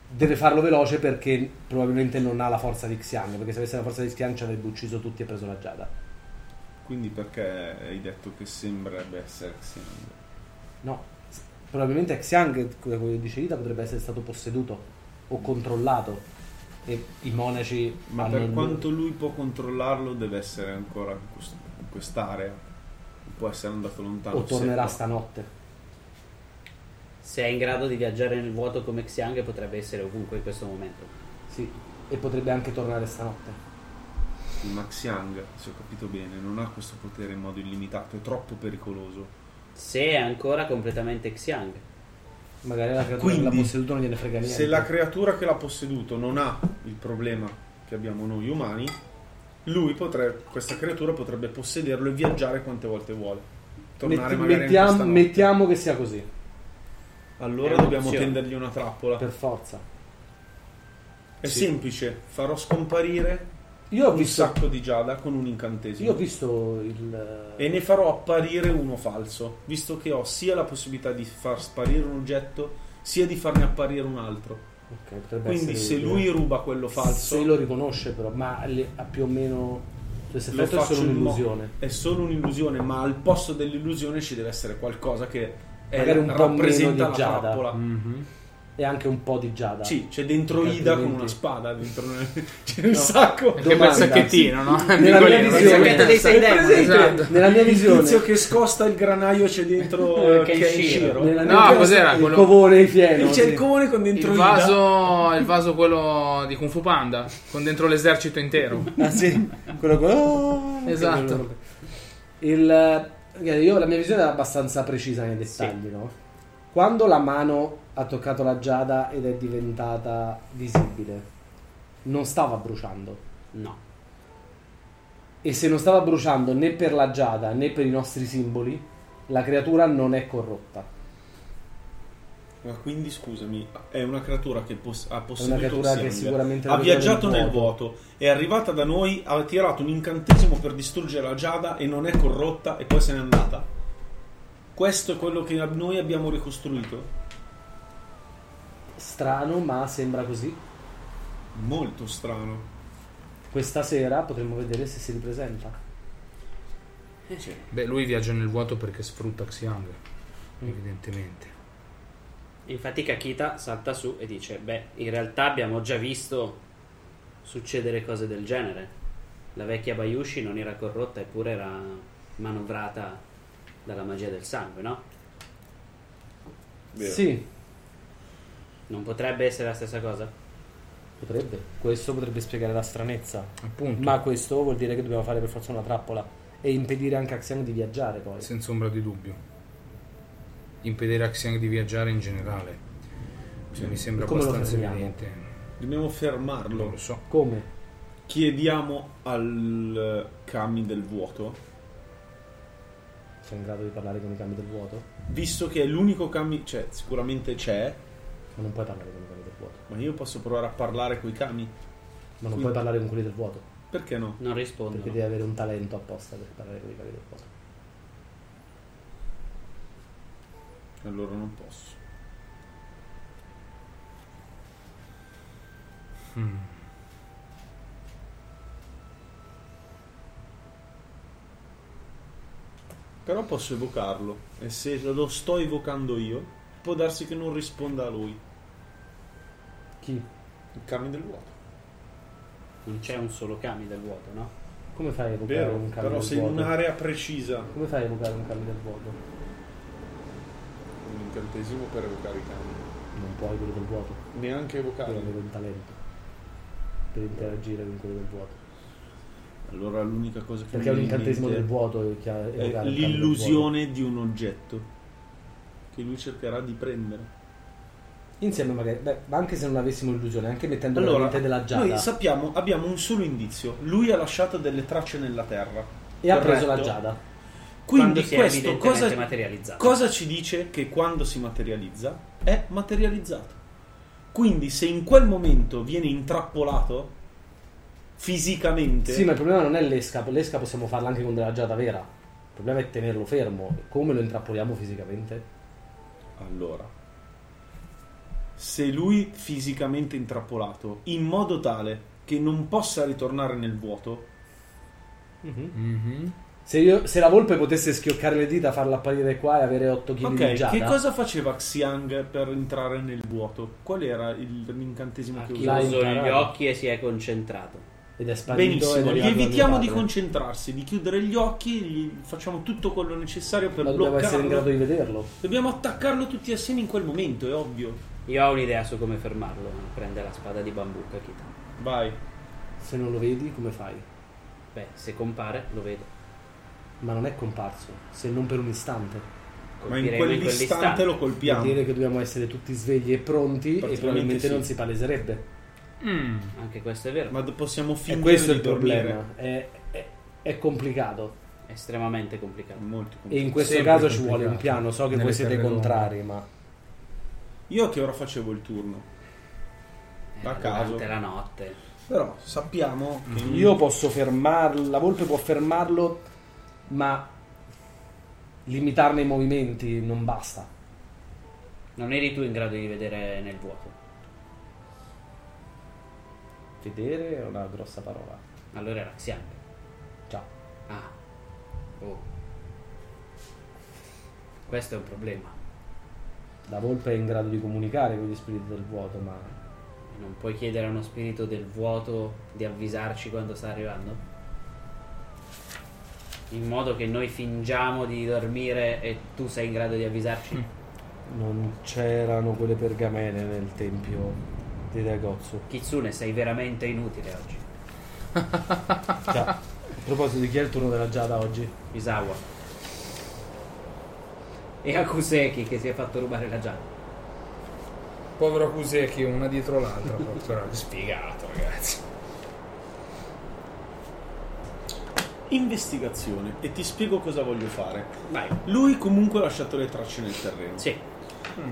[SPEAKER 5] deve farlo veloce perché probabilmente non ha la forza di Xiang perché se avesse la forza di Xiang ci avrebbe ucciso tutti e preso la giada
[SPEAKER 3] Quindi perché hai detto che sembrerebbe essere Xing?
[SPEAKER 5] no s- probabilmente Xiang da quello che dice Ida potrebbe essere stato posseduto o controllato e i monaci
[SPEAKER 3] Ma
[SPEAKER 5] hanno
[SPEAKER 3] per
[SPEAKER 5] il-
[SPEAKER 3] quanto lui può controllarlo deve essere ancora in quest- in quest'area. Non Può essere andato lontano.
[SPEAKER 5] o tornerà
[SPEAKER 3] se-
[SPEAKER 5] stanotte
[SPEAKER 1] Se è in grado di viaggiare nel vuoto come Xiang potrebbe essere ovunque in questo momento.
[SPEAKER 5] sì e potrebbe anche tornare stanotte
[SPEAKER 3] Il Max Yang, se ho capito bene, non ha questo potere in modo illimitato, è troppo pericoloso.
[SPEAKER 1] Se è ancora completamente Xiang.
[SPEAKER 5] magari la creatura che l'ha
[SPEAKER 3] Quindi,
[SPEAKER 5] posseduto non gliene frega niente
[SPEAKER 3] Se la creatura che l'ha posseduto non ha il problema che abbiamo noi umani, lui potrebbe, questa creatura potrebbe possederlo e viaggiare quante volte vuole. Tornare
[SPEAKER 5] Metti-
[SPEAKER 3] magari anche
[SPEAKER 5] mettiamo,
[SPEAKER 3] stanotte.
[SPEAKER 5] mettiamo che sia così
[SPEAKER 1] È
[SPEAKER 3] Allora
[SPEAKER 1] un'opzione.
[SPEAKER 3] dobbiamo tendergli una trappola.
[SPEAKER 5] per forza
[SPEAKER 3] È
[SPEAKER 2] Sì.
[SPEAKER 3] semplice, farò scomparire
[SPEAKER 5] Io ho
[SPEAKER 3] un
[SPEAKER 5] visto,
[SPEAKER 3] sacco di giada con un incantesimo.
[SPEAKER 5] io ho visto il.
[SPEAKER 3] E ne farò apparire uno falso, visto che ho sia la possibilità di far sparire un oggetto, sia di farne apparire un altro.
[SPEAKER 5] Ok, potrebbe
[SPEAKER 3] Quindi
[SPEAKER 5] essere
[SPEAKER 3] se
[SPEAKER 5] utile.
[SPEAKER 3] lui ruba quello falso,
[SPEAKER 5] Se lo riconosce, però, ma le- ha più o meno. Cioè, se
[SPEAKER 3] lo
[SPEAKER 5] effetto è
[SPEAKER 3] faccio
[SPEAKER 5] solo
[SPEAKER 3] in mo-
[SPEAKER 5] un'illusione.
[SPEAKER 3] È solo un'illusione, ma al posto dell'illusione ci deve essere qualcosa che è-
[SPEAKER 5] Magari un po' meno Mm. di
[SPEAKER 3] rappresenta la
[SPEAKER 5] Giada.
[SPEAKER 3] trappola.
[SPEAKER 5] E anche un po' di Giada.
[SPEAKER 3] Sì, c'è dentro
[SPEAKER 5] Perché
[SPEAKER 3] Ida con
[SPEAKER 5] Cioè, altrimenti-
[SPEAKER 3] una spada, dentro
[SPEAKER 5] (laughs)
[SPEAKER 3] c'è un sacco.
[SPEAKER 2] Anche bel
[SPEAKER 5] Domanda.
[SPEAKER 2] sacchettino, no? (laughs)
[SPEAKER 5] Nella mia
[SPEAKER 2] Piccolino,
[SPEAKER 5] visione-
[SPEAKER 2] piccolino.
[SPEAKER 1] Sacchetto dei sei demoni.
[SPEAKER 2] Esatto.
[SPEAKER 5] Nella mia
[SPEAKER 3] Il tizio
[SPEAKER 5] visione.
[SPEAKER 3] che scosta il granaio
[SPEAKER 2] (laughs)
[SPEAKER 3] c'è dentro eh,
[SPEAKER 1] Kenshiro.
[SPEAKER 3] Kenshiro.
[SPEAKER 5] Nella
[SPEAKER 2] No,
[SPEAKER 5] mia testa,
[SPEAKER 2] cos'era
[SPEAKER 5] Il
[SPEAKER 2] quello-
[SPEAKER 5] covone di fieno.
[SPEAKER 3] E c'è
[SPEAKER 5] sì.
[SPEAKER 3] il cone con dentro
[SPEAKER 2] Il
[SPEAKER 3] Ida.
[SPEAKER 2] vaso, il vaso quello di Kung Fu Panda, con dentro l'esercito intero.
[SPEAKER 5] Ah, sì. Quello con- oh, che
[SPEAKER 2] Esatto.
[SPEAKER 5] bello. Il. ragazzi, Io la mia visione era abbastanza precisa nei dettagli, no? Quando la mano ha toccato la giada ed è diventata visibile, non stava bruciando.
[SPEAKER 1] No.
[SPEAKER 5] E se non stava bruciando né per la giada né per i nostri simboli, la creatura non è corrotta.
[SPEAKER 3] Ma quindi scusami, è una creatura che pos- ha
[SPEAKER 5] È una
[SPEAKER 3] posseduto
[SPEAKER 5] creatura
[SPEAKER 3] Xiang,
[SPEAKER 5] che sicuramente
[SPEAKER 3] ha
[SPEAKER 5] la vediamo
[SPEAKER 3] viaggiato
[SPEAKER 5] nel
[SPEAKER 3] nel vuoto, è arrivata da noi, ha tirato un incantesimo per distruggere la giada e non è corrotta e poi se n'è andata. Questo è quello che ab- noi abbiamo ricostruito.
[SPEAKER 5] Strano, ma sembra così.
[SPEAKER 3] Molto strano.
[SPEAKER 5] Questa sera potremo vedere se si ripresenta.
[SPEAKER 3] Eh, certo.
[SPEAKER 2] Beh, lui viaggia nel vuoto perché sfrutta Xiang, evidentemente.
[SPEAKER 1] Infatti Kakita salta su e dice, beh, in realtà abbiamo già visto succedere cose del genere. La vecchia Bayushi non era corrotta eppure era manovrata dalla magia del sangue, no?
[SPEAKER 7] Vero.
[SPEAKER 5] Sì,
[SPEAKER 1] Non potrebbe essere la stessa cosa?
[SPEAKER 5] potrebbe. Questo potrebbe spiegare la stranezza.
[SPEAKER 2] Appunto.
[SPEAKER 5] Ma questo vuol dire che dobbiamo fare per forza una trappola. E impedire anche a Xiang di viaggiare poi.
[SPEAKER 2] Senza ombra di dubbio. Impedire a Xiang di viaggiare in generale. Cioè, mi sembra
[SPEAKER 5] Come lo
[SPEAKER 2] abbastanza
[SPEAKER 5] fermiamo?
[SPEAKER 2] evidente.
[SPEAKER 3] Dobbiamo
[SPEAKER 2] Non
[SPEAKER 3] fermarlo.
[SPEAKER 2] lo so.
[SPEAKER 5] Come?
[SPEAKER 3] Chiediamo al eh, Kami del vuoto,
[SPEAKER 5] Sono in grado di parlare con i cambi del vuoto?
[SPEAKER 3] visto che è l'unico Kami, cioè sicuramente c'è,
[SPEAKER 5] Ma non puoi parlare con i cambi del vuoto.
[SPEAKER 3] ma io posso provare a parlare coi Kami?
[SPEAKER 5] Ma non
[SPEAKER 3] Quindi-
[SPEAKER 5] puoi parlare con quelli del vuoto.
[SPEAKER 3] Perché no?
[SPEAKER 1] Non
[SPEAKER 5] Perché
[SPEAKER 1] rispondono.
[SPEAKER 5] devi avere un talento apposta per parlare con i cambi del vuoto.
[SPEAKER 3] Allora non posso.
[SPEAKER 5] Hmm.
[SPEAKER 3] Però posso evocarlo e se lo sto evocando io, può darsi che non risponda a lui.
[SPEAKER 5] Chi?
[SPEAKER 3] Il camion del vuoto.
[SPEAKER 1] Non c'è un solo kami del vuoto, no?
[SPEAKER 5] Come fai a evocare
[SPEAKER 3] Vero,
[SPEAKER 5] un cambio
[SPEAKER 3] però
[SPEAKER 5] del
[SPEAKER 3] sei in
[SPEAKER 5] vuoto?
[SPEAKER 3] un'area precisa.
[SPEAKER 5] Come fai a evocare un cambio del vuoto?
[SPEAKER 3] Un incantesimo per evocare i camion.
[SPEAKER 5] Non puoi quello del vuoto.
[SPEAKER 3] Neanche
[SPEAKER 5] Devi
[SPEAKER 3] evocarlo.
[SPEAKER 5] avere un talento per interagire con quello del vuoto.
[SPEAKER 3] Allora l'unica cosa che
[SPEAKER 5] Perché è
[SPEAKER 3] mi
[SPEAKER 5] un
[SPEAKER 3] viene in
[SPEAKER 5] incantesimo
[SPEAKER 3] mente
[SPEAKER 5] del vuoto e che ha evocare il
[SPEAKER 3] è
[SPEAKER 5] cambio del vuoto.
[SPEAKER 3] Eh, l'illusione di un oggetto che lui cercherà di prendere.
[SPEAKER 5] Insieme magari, beh, ma anche se non avessimo illusione, anche mettendo la mente della giada.
[SPEAKER 3] noi sappiamo, abbiamo un solo indizio. Lui ha lasciato delle tracce nella terra.
[SPEAKER 5] e ha preso
[SPEAKER 3] Corretto.
[SPEAKER 5] la giada.
[SPEAKER 3] Quindi
[SPEAKER 1] Quando si è
[SPEAKER 3] questo
[SPEAKER 1] evidentemente
[SPEAKER 3] cosa,
[SPEAKER 1] materializzato.
[SPEAKER 3] cosa ci dice? Che quando si materializza è materializzato. Quindi se in quel momento viene intrappolato fisicamente,
[SPEAKER 5] Sì, ma il problema non è l'esca, l'esca possiamo farla anche con della giada vera. Il problema è tenerlo fermo. Come lo intrappoliamo fisicamente?
[SPEAKER 3] allora se lui fisicamente è intrappolato in modo tale che non possa ritornare nel vuoto,
[SPEAKER 2] Mhm.
[SPEAKER 5] Se, io- se la volpe potesse schioccare le dita, farla apparire qua e avere 8 kg
[SPEAKER 3] ok,
[SPEAKER 5] di giada,
[SPEAKER 3] che cosa faceva Xiang per entrare nel vuoto? Qual era il- l'incantesimo
[SPEAKER 1] Ha
[SPEAKER 3] che
[SPEAKER 5] L'ha
[SPEAKER 3] usava?
[SPEAKER 1] chiuso gli
[SPEAKER 5] imparato.
[SPEAKER 1] occhi e si è concentrato.
[SPEAKER 5] ed è sparito. ed
[SPEAKER 3] Benissimo,
[SPEAKER 5] è
[SPEAKER 3] gli
[SPEAKER 5] arrivato
[SPEAKER 3] evitiamo
[SPEAKER 5] mio
[SPEAKER 3] di
[SPEAKER 5] padre.
[SPEAKER 3] concentrarsi, di chiudere gli occhi, gli facciamo tutto quello necessario per
[SPEAKER 5] Ma dobbiamo essere in
[SPEAKER 3] bloccarlo.
[SPEAKER 5] grado di vederlo.
[SPEAKER 3] Dobbiamo attaccarlo tutti assieme in quel momento, è ovvio.
[SPEAKER 1] Io ho un'idea su come fermarlo. Prende la spada di bambù, Kakita.
[SPEAKER 3] Vai.
[SPEAKER 5] Se non lo vedi, come fai?
[SPEAKER 1] Beh, se compare, lo vedo.
[SPEAKER 5] Ma non è comparso, se non per un istante.
[SPEAKER 3] Ma in
[SPEAKER 1] Colpiremo
[SPEAKER 3] quell'istante lo
[SPEAKER 5] Vuol
[SPEAKER 3] colpiamo.
[SPEAKER 5] dire che dobbiamo essere tutti svegli e pronti e
[SPEAKER 3] Praticamente
[SPEAKER 5] probabilmente
[SPEAKER 3] sì.
[SPEAKER 5] non si paleserebbe.
[SPEAKER 2] Mm.
[SPEAKER 1] Anche questo è vero.
[SPEAKER 3] Ma do- possiamo
[SPEAKER 5] E
[SPEAKER 3] fingere
[SPEAKER 5] questo è
[SPEAKER 3] di
[SPEAKER 5] il
[SPEAKER 3] dormire.
[SPEAKER 5] problema. È, è- è complicato.
[SPEAKER 1] Estremamente complicato.
[SPEAKER 3] È molto
[SPEAKER 5] E in
[SPEAKER 3] complicato.
[SPEAKER 5] questo
[SPEAKER 2] Sempre
[SPEAKER 5] caso ci
[SPEAKER 2] complicato.
[SPEAKER 5] vuole un piano. So che
[SPEAKER 2] Nelle
[SPEAKER 5] voi siete
[SPEAKER 2] terre d'ombra.
[SPEAKER 5] contrari, ma
[SPEAKER 3] Io a che ora facevo il turno? A caso.
[SPEAKER 1] Durante la notte.
[SPEAKER 3] Però sappiamo che
[SPEAKER 2] Mm.
[SPEAKER 5] io posso fermarlo. La volpe può fermarlo, ma limitarne i movimenti non basta.
[SPEAKER 1] Non eri tu in grado di vedere nel vuoto.
[SPEAKER 5] Vedere è una grossa parola.
[SPEAKER 1] Allora era Xiang.
[SPEAKER 5] Ciao.
[SPEAKER 1] Ah. Oh. Questo è un problema.
[SPEAKER 5] La volpe è in grado di comunicare con gli spiriti del vuoto, ma
[SPEAKER 1] Non puoi chiedere a uno spirito del vuoto di avvisarci quando sta arrivando? In modo che noi fingiamo di dormire e tu sei in grado di avvisarci?
[SPEAKER 5] non c'erano quelle pergamene nel tempio di Dagozzo.
[SPEAKER 1] Kitsune, sei veramente inutile oggi.
[SPEAKER 3] (laughs)
[SPEAKER 5] Già, a proposito di chi è il turno della Giada oggi?
[SPEAKER 1] Isawa. E Akuseki che si è fatto rubare la giada.
[SPEAKER 2] Povero Kuseki, una dietro l'altra. proprio. Sfigato, ragazzi.
[SPEAKER 5] Mm.
[SPEAKER 3] investigazione e ti spiego cosa voglio fare.
[SPEAKER 1] Vai.
[SPEAKER 3] Lui comunque ha lasciato le tracce nel terreno.
[SPEAKER 1] Sì.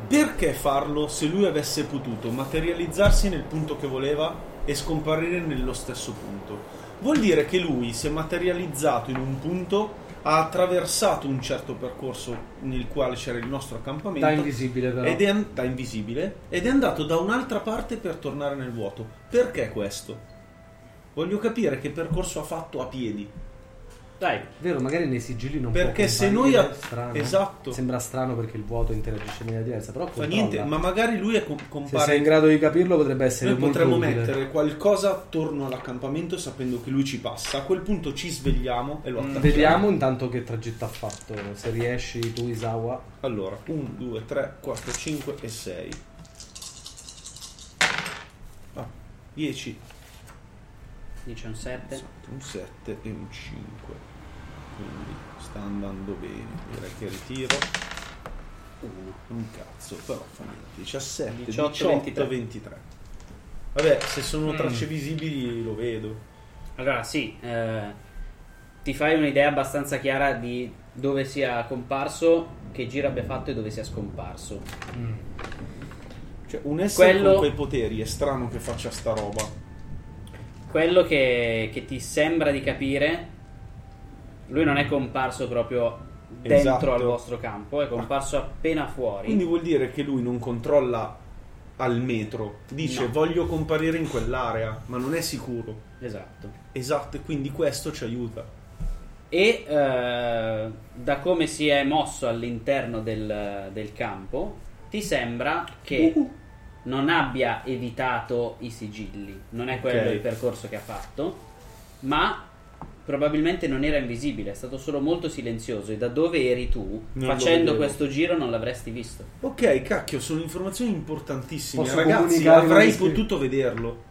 [SPEAKER 3] Perché farlo se lui avesse potuto materializzarsi nel punto che voleva e scomparire nello stesso punto? Vuol dire che lui si è materializzato in un punto, ha attraversato un certo percorso nel quale c'era il nostro accampamento
[SPEAKER 5] Da invisibile però.
[SPEAKER 3] ed è an- da invisibile ed è andato da un'altra parte per tornare nel vuoto. Perché questo? Voglio capire che percorso ha fatto a piedi.
[SPEAKER 1] Dai.
[SPEAKER 5] Vero, magari nei sigilli non
[SPEAKER 3] Perché
[SPEAKER 5] può
[SPEAKER 3] se
[SPEAKER 5] contare,
[SPEAKER 3] noi a-
[SPEAKER 5] è strano. eh?
[SPEAKER 3] esatto.
[SPEAKER 5] Sembra strano perché il vuoto interagisce in maniera diversa, però
[SPEAKER 3] Fa
[SPEAKER 5] controlla.
[SPEAKER 3] niente, ma magari lui è com-
[SPEAKER 5] se sei in
[SPEAKER 3] compare.
[SPEAKER 5] grado di capirlo potrebbe essere
[SPEAKER 3] Noi
[SPEAKER 5] molto
[SPEAKER 3] potremmo
[SPEAKER 5] utile.
[SPEAKER 3] mettere qualcosa attorno all'accampamento sapendo che lui ci passa. A quel punto ci svegliamo e lo
[SPEAKER 5] Mm.
[SPEAKER 3] attacchiamo.
[SPEAKER 5] Vediamo intanto che tragitto ha fatto, se riesci tu Isawa.
[SPEAKER 3] Allora, 1, 2, 3, 4, 5 e 6. Ah, 10,
[SPEAKER 1] Dice un
[SPEAKER 5] Eh.
[SPEAKER 1] 7.
[SPEAKER 3] un 7 e un 5. Quindi sta andando bene. Direi che ritiro. Uno, Un cazzo, però fa niente. 17,
[SPEAKER 1] 18,
[SPEAKER 3] 18,
[SPEAKER 1] 23.
[SPEAKER 3] 23. Vabbè, se sono tracce visibili lo vedo.
[SPEAKER 1] Allora, sì, eh, ti fai un'idea abbastanza chiara di dove sia comparso, che giro abbia fatto e dove sia scomparso.
[SPEAKER 3] Cioè, un essere
[SPEAKER 1] Quello-
[SPEAKER 3] con quei poteri è strano che faccia sta roba.
[SPEAKER 1] Quello che, che ti sembra di capire, lui non è comparso proprio dentro
[SPEAKER 3] Esatto.
[SPEAKER 1] al vostro campo, è comparso appena fuori.
[SPEAKER 3] Quindi vuol dire che lui non controlla al metro. Dice
[SPEAKER 1] No.
[SPEAKER 3] voglio comparire in quell'area, ma non è sicuro.
[SPEAKER 1] Esatto.
[SPEAKER 3] Esatto, e quindi questo ci aiuta.
[SPEAKER 1] E eh, da come si è mosso all'interno del, del campo, ti sembra che
[SPEAKER 3] Uh-huh.
[SPEAKER 1] non abbia evitato i sigilli, non è quello
[SPEAKER 3] Ok.
[SPEAKER 1] il percorso che ha fatto, ma probabilmente non era invisibile, è stato solo molto silenzioso e da dove eri tu,
[SPEAKER 3] Non lo
[SPEAKER 1] facendo
[SPEAKER 3] vedevo.
[SPEAKER 1] questo giro non l'avresti visto.
[SPEAKER 3] Ok, cacchio, sono informazioni importantissime.
[SPEAKER 4] Posso
[SPEAKER 3] Ragazzi,
[SPEAKER 4] comunicare con gli
[SPEAKER 3] avrei
[SPEAKER 4] spiriti.
[SPEAKER 3] potuto vederlo.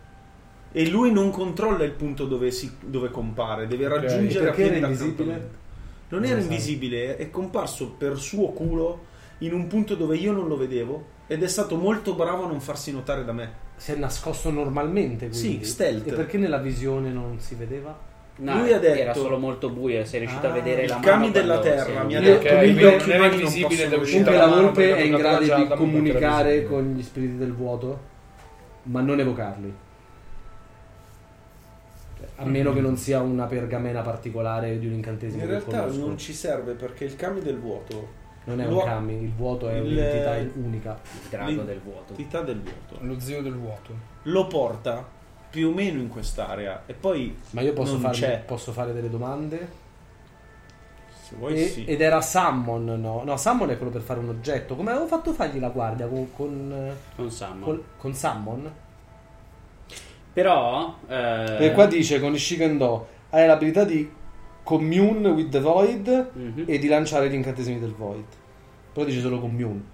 [SPEAKER 3] E lui non controlla il punto dove, si- dove compare, deve raggiungere
[SPEAKER 4] perché
[SPEAKER 3] appena
[SPEAKER 4] era
[SPEAKER 3] l'accampamento.
[SPEAKER 4] invisibile?
[SPEAKER 3] Non era
[SPEAKER 5] Esatto.
[SPEAKER 3] invisibile, è comparso per suo culo in un punto dove io non lo vedevo ed è stato molto bravo a non farsi notare da me.
[SPEAKER 5] Si è nascosto normalmente quindi.
[SPEAKER 3] Sì, stealth.
[SPEAKER 5] E perché nella visione non si vedeva?
[SPEAKER 1] No,
[SPEAKER 3] Lui ha detto-
[SPEAKER 1] era solo molto buio, sei riuscito a
[SPEAKER 5] Ah,
[SPEAKER 1] vedere la
[SPEAKER 3] Il
[SPEAKER 1] mano.
[SPEAKER 3] cami della
[SPEAKER 1] quando
[SPEAKER 3] terra
[SPEAKER 1] sei-
[SPEAKER 3] mi ha
[SPEAKER 4] Io-
[SPEAKER 3] detto che gli
[SPEAKER 4] comunque
[SPEAKER 3] occhi
[SPEAKER 7] non era
[SPEAKER 3] umani non
[SPEAKER 7] invisibile
[SPEAKER 3] possono
[SPEAKER 7] dall'uscita
[SPEAKER 3] uscire.
[SPEAKER 4] Comunque
[SPEAKER 7] dalla
[SPEAKER 4] la
[SPEAKER 7] mano,
[SPEAKER 4] volpe
[SPEAKER 7] perché
[SPEAKER 4] è in
[SPEAKER 7] non
[SPEAKER 4] grado
[SPEAKER 7] era
[SPEAKER 4] di
[SPEAKER 7] gialla, ma non era
[SPEAKER 4] comunicare
[SPEAKER 7] visibile.
[SPEAKER 4] con gli spiriti del vuoto, ma non evocarli.
[SPEAKER 5] A meno che non sia una pergamena particolare di un incantesimo
[SPEAKER 3] In
[SPEAKER 5] che
[SPEAKER 3] realtà
[SPEAKER 5] conosco.
[SPEAKER 3] non ci serve perché il cami del vuoto
[SPEAKER 5] Non è
[SPEAKER 3] lo-
[SPEAKER 5] un kami, il vuoto è
[SPEAKER 3] il-
[SPEAKER 5] un'entità unica.
[SPEAKER 1] Il drago del vuoto.
[SPEAKER 3] l'entità del vuoto
[SPEAKER 2] Lo zio del vuoto.
[SPEAKER 3] lo porta più o meno in quest'area e poi
[SPEAKER 5] Ma io posso,
[SPEAKER 3] Non
[SPEAKER 5] farmi,
[SPEAKER 3] c'è.
[SPEAKER 5] posso fare delle domande?
[SPEAKER 3] se vuoi
[SPEAKER 5] E-
[SPEAKER 3] sì
[SPEAKER 5] Ed era Summon, no? No, Summon è quello per fare un oggetto. Come avevo fatto fargli la guardia con, con,
[SPEAKER 1] Non sa, ma-
[SPEAKER 5] con, con Summon?
[SPEAKER 1] Però... eh,
[SPEAKER 4] E qua dice con Ishigendo hai l'abilità di commune with the void
[SPEAKER 1] mhm.
[SPEAKER 4] e di lanciare gli incantesimi del void.
[SPEAKER 5] Però dice solo commune.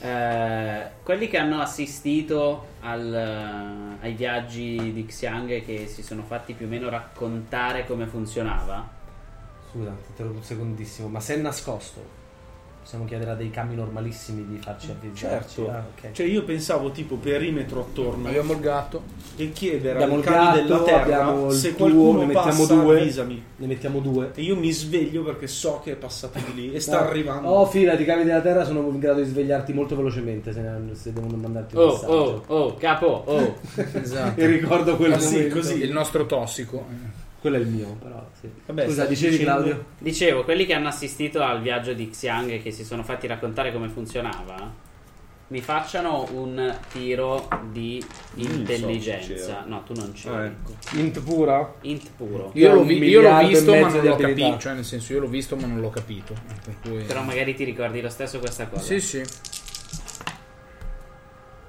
[SPEAKER 1] Eh, quelli che hanno assistito al, eh, ai viaggi di Xiang e che si sono fatti più o meno raccontare come funzionava,
[SPEAKER 5] Scusa, ti interrompo un secondissimo, ma se è nascosto? Possiamo chiedere a dei kami normalissimi di farci avvicinarci.
[SPEAKER 3] certo
[SPEAKER 5] Ah, ok.
[SPEAKER 3] cioè io pensavo tipo perimetro attorno
[SPEAKER 2] Abbiamo il gatto.
[SPEAKER 3] e chiedere
[SPEAKER 5] abbiamo
[SPEAKER 3] al
[SPEAKER 5] il
[SPEAKER 3] cami della
[SPEAKER 5] gatto, abbiamo
[SPEAKER 3] terra
[SPEAKER 5] il
[SPEAKER 3] se
[SPEAKER 5] tuo,
[SPEAKER 3] qualcuno
[SPEAKER 5] ne mettiamo
[SPEAKER 3] passa
[SPEAKER 5] due.
[SPEAKER 3] avvisami
[SPEAKER 5] Ne mettiamo due.
[SPEAKER 3] e io mi sveglio perché so che è passato di lì e sta
[SPEAKER 5] No.
[SPEAKER 3] arrivando
[SPEAKER 5] Oh, fila, i kami della terra sono in grado di svegliarti molto velocemente se, ne- se devono mandarti un
[SPEAKER 1] oh,
[SPEAKER 5] messaggio.
[SPEAKER 1] oh, oh, capo, oh,
[SPEAKER 2] Esatto.
[SPEAKER 5] E ricordo quello
[SPEAKER 3] Ah, sì,
[SPEAKER 5] momento.
[SPEAKER 3] così.
[SPEAKER 2] Il nostro tossico.
[SPEAKER 5] Quello è il mio, però. Sì.
[SPEAKER 3] Vabbè,
[SPEAKER 5] Scusa,
[SPEAKER 3] stavi
[SPEAKER 5] dicevi
[SPEAKER 3] dicendo-
[SPEAKER 5] Claudio?
[SPEAKER 1] Dicevo, quelli che hanno assistito al viaggio di Xiang e che si sono fatti raccontare come funzionava, mi facciano un tiro di
[SPEAKER 3] so se
[SPEAKER 1] intelligenza.
[SPEAKER 3] c'era.
[SPEAKER 1] no, tu non c'eri.
[SPEAKER 3] Ah, ecco.
[SPEAKER 4] Int pura?
[SPEAKER 1] Int puro.
[SPEAKER 2] Io,
[SPEAKER 4] Io
[SPEAKER 2] l'ho,
[SPEAKER 4] un
[SPEAKER 2] vi- io l'ho
[SPEAKER 4] miliardo e
[SPEAKER 2] visto ma
[SPEAKER 4] mezzo
[SPEAKER 2] non
[SPEAKER 4] di
[SPEAKER 2] l'ho
[SPEAKER 4] abilità.
[SPEAKER 2] capito. Cioè, nel senso, io l'ho visto ma non l'ho capito. Per cui...
[SPEAKER 1] Però magari ti ricordi lo stesso questa cosa.
[SPEAKER 2] Sì, sì.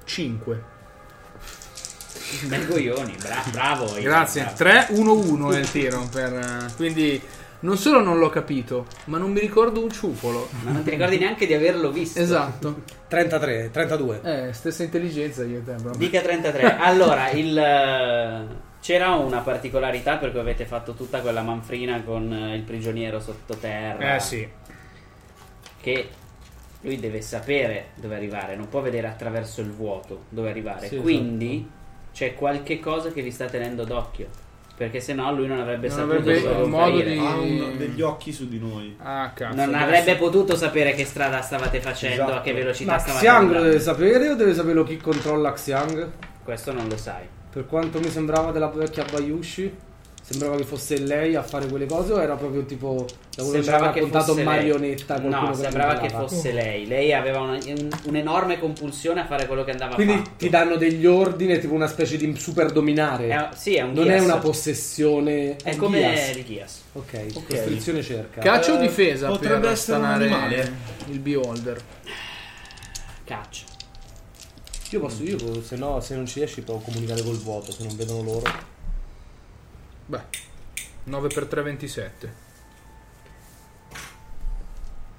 [SPEAKER 2] 5.
[SPEAKER 1] Bel coglioni, bra- bravo. Ivan,
[SPEAKER 2] Grazie.
[SPEAKER 1] bravo.
[SPEAKER 2] 3-1-1 è il tiro. Per, eh, quindi non solo non l'ho capito, ma non mi ricordo un ciupolo.
[SPEAKER 1] Ma non ti ricordi neanche di averlo visto.
[SPEAKER 2] Esatto.
[SPEAKER 5] 33, 32.
[SPEAKER 2] Eh, stessa intelligenza io e te, proprio.
[SPEAKER 1] Dica
[SPEAKER 2] (laughs)
[SPEAKER 1] 33. Allora, il, eh, c'era una particolarità per cui avete fatto tutta quella manfrina con eh, il prigioniero sottoterra.
[SPEAKER 2] Eh sì.
[SPEAKER 1] Che lui deve sapere dove arrivare, non può vedere attraverso il vuoto dove arrivare.
[SPEAKER 5] Sì,
[SPEAKER 1] Quindi
[SPEAKER 2] esatto.
[SPEAKER 1] c'è qualche cosa che vi sta tenendo d'occhio. Perché se no lui non avrebbe
[SPEAKER 2] Non
[SPEAKER 1] saputo
[SPEAKER 5] eh,
[SPEAKER 2] avrebbe
[SPEAKER 1] dove
[SPEAKER 2] il modo
[SPEAKER 1] comparire.
[SPEAKER 2] di-
[SPEAKER 3] ha un- degli occhi su di noi
[SPEAKER 2] Ah, cazzo. Esatto.
[SPEAKER 1] Non
[SPEAKER 2] adesso-
[SPEAKER 1] avrebbe potuto sapere che strada stavate facendo, a che velocità
[SPEAKER 4] Ma
[SPEAKER 1] stavate
[SPEAKER 4] Xiang lo
[SPEAKER 1] andando.
[SPEAKER 4] deve sapere o deve saperlo chi controlla Xiang?
[SPEAKER 1] Questo non lo sai.
[SPEAKER 4] Per quanto mi sembrava della vecchia Bayushi.
[SPEAKER 5] Sembrava che fosse lei a fare quelle cose o era proprio tipo da quello che ci
[SPEAKER 1] Sembrava
[SPEAKER 5] aveva
[SPEAKER 1] che
[SPEAKER 5] raccontato
[SPEAKER 1] fosse lei.
[SPEAKER 5] marionetta
[SPEAKER 1] No,
[SPEAKER 5] qualcuno che la
[SPEAKER 1] sembrava che
[SPEAKER 5] controllava?
[SPEAKER 1] fosse lei. Lei aveva una- un- un'enorme compulsione a fare quello che andava
[SPEAKER 5] Quindi
[SPEAKER 1] fatto.
[SPEAKER 5] ti danno degli ordini, è tipo una specie di super dominare.
[SPEAKER 1] È- sì, è un
[SPEAKER 5] non
[SPEAKER 1] Diaz.
[SPEAKER 5] è una possessione.
[SPEAKER 1] È
[SPEAKER 5] un
[SPEAKER 1] come
[SPEAKER 5] Diaz.
[SPEAKER 1] di Ghias.
[SPEAKER 5] Ok, costrizione cerca.
[SPEAKER 2] Caccia o
[SPEAKER 3] Eh,
[SPEAKER 2] difesa
[SPEAKER 3] potrebbe
[SPEAKER 2] per
[SPEAKER 3] essere un
[SPEAKER 2] stanare
[SPEAKER 3] animale.
[SPEAKER 2] il beholder?
[SPEAKER 1] Caccia.
[SPEAKER 5] Io posso, io se no, se non ci riesci, provo a comunicare col vuoto, se non vedono loro.
[SPEAKER 2] Beh, 9 x 3 27.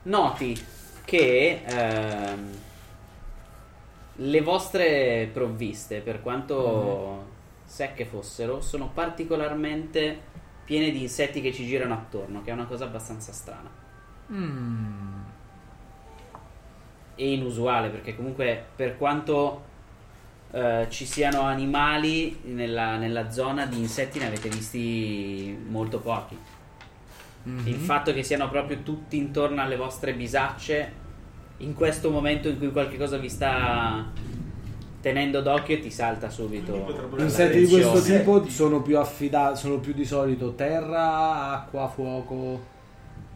[SPEAKER 1] Noti che ehm, le vostre provviste, per quanto
[SPEAKER 5] Mm-hmm.
[SPEAKER 1] secche fossero, sono particolarmente piene di insetti che ci girano attorno, che è una cosa abbastanza strana.
[SPEAKER 2] Mm.
[SPEAKER 1] e inusuale perché comunque per quanto eh, ci siano animali nella, nella zona di insetti ne avete visti molto pochi
[SPEAKER 5] Mm-hmm.
[SPEAKER 1] il fatto che siano proprio tutti intorno alle vostre bisacce in questo momento in cui qualche cosa vi sta tenendo d'occhio ti salta subito
[SPEAKER 3] Quindi potrebbero
[SPEAKER 1] la
[SPEAKER 5] Insetti di questo
[SPEAKER 1] attenzione.
[SPEAKER 5] tipo sono più affidati, sono più di solito terra, acqua, fuoco,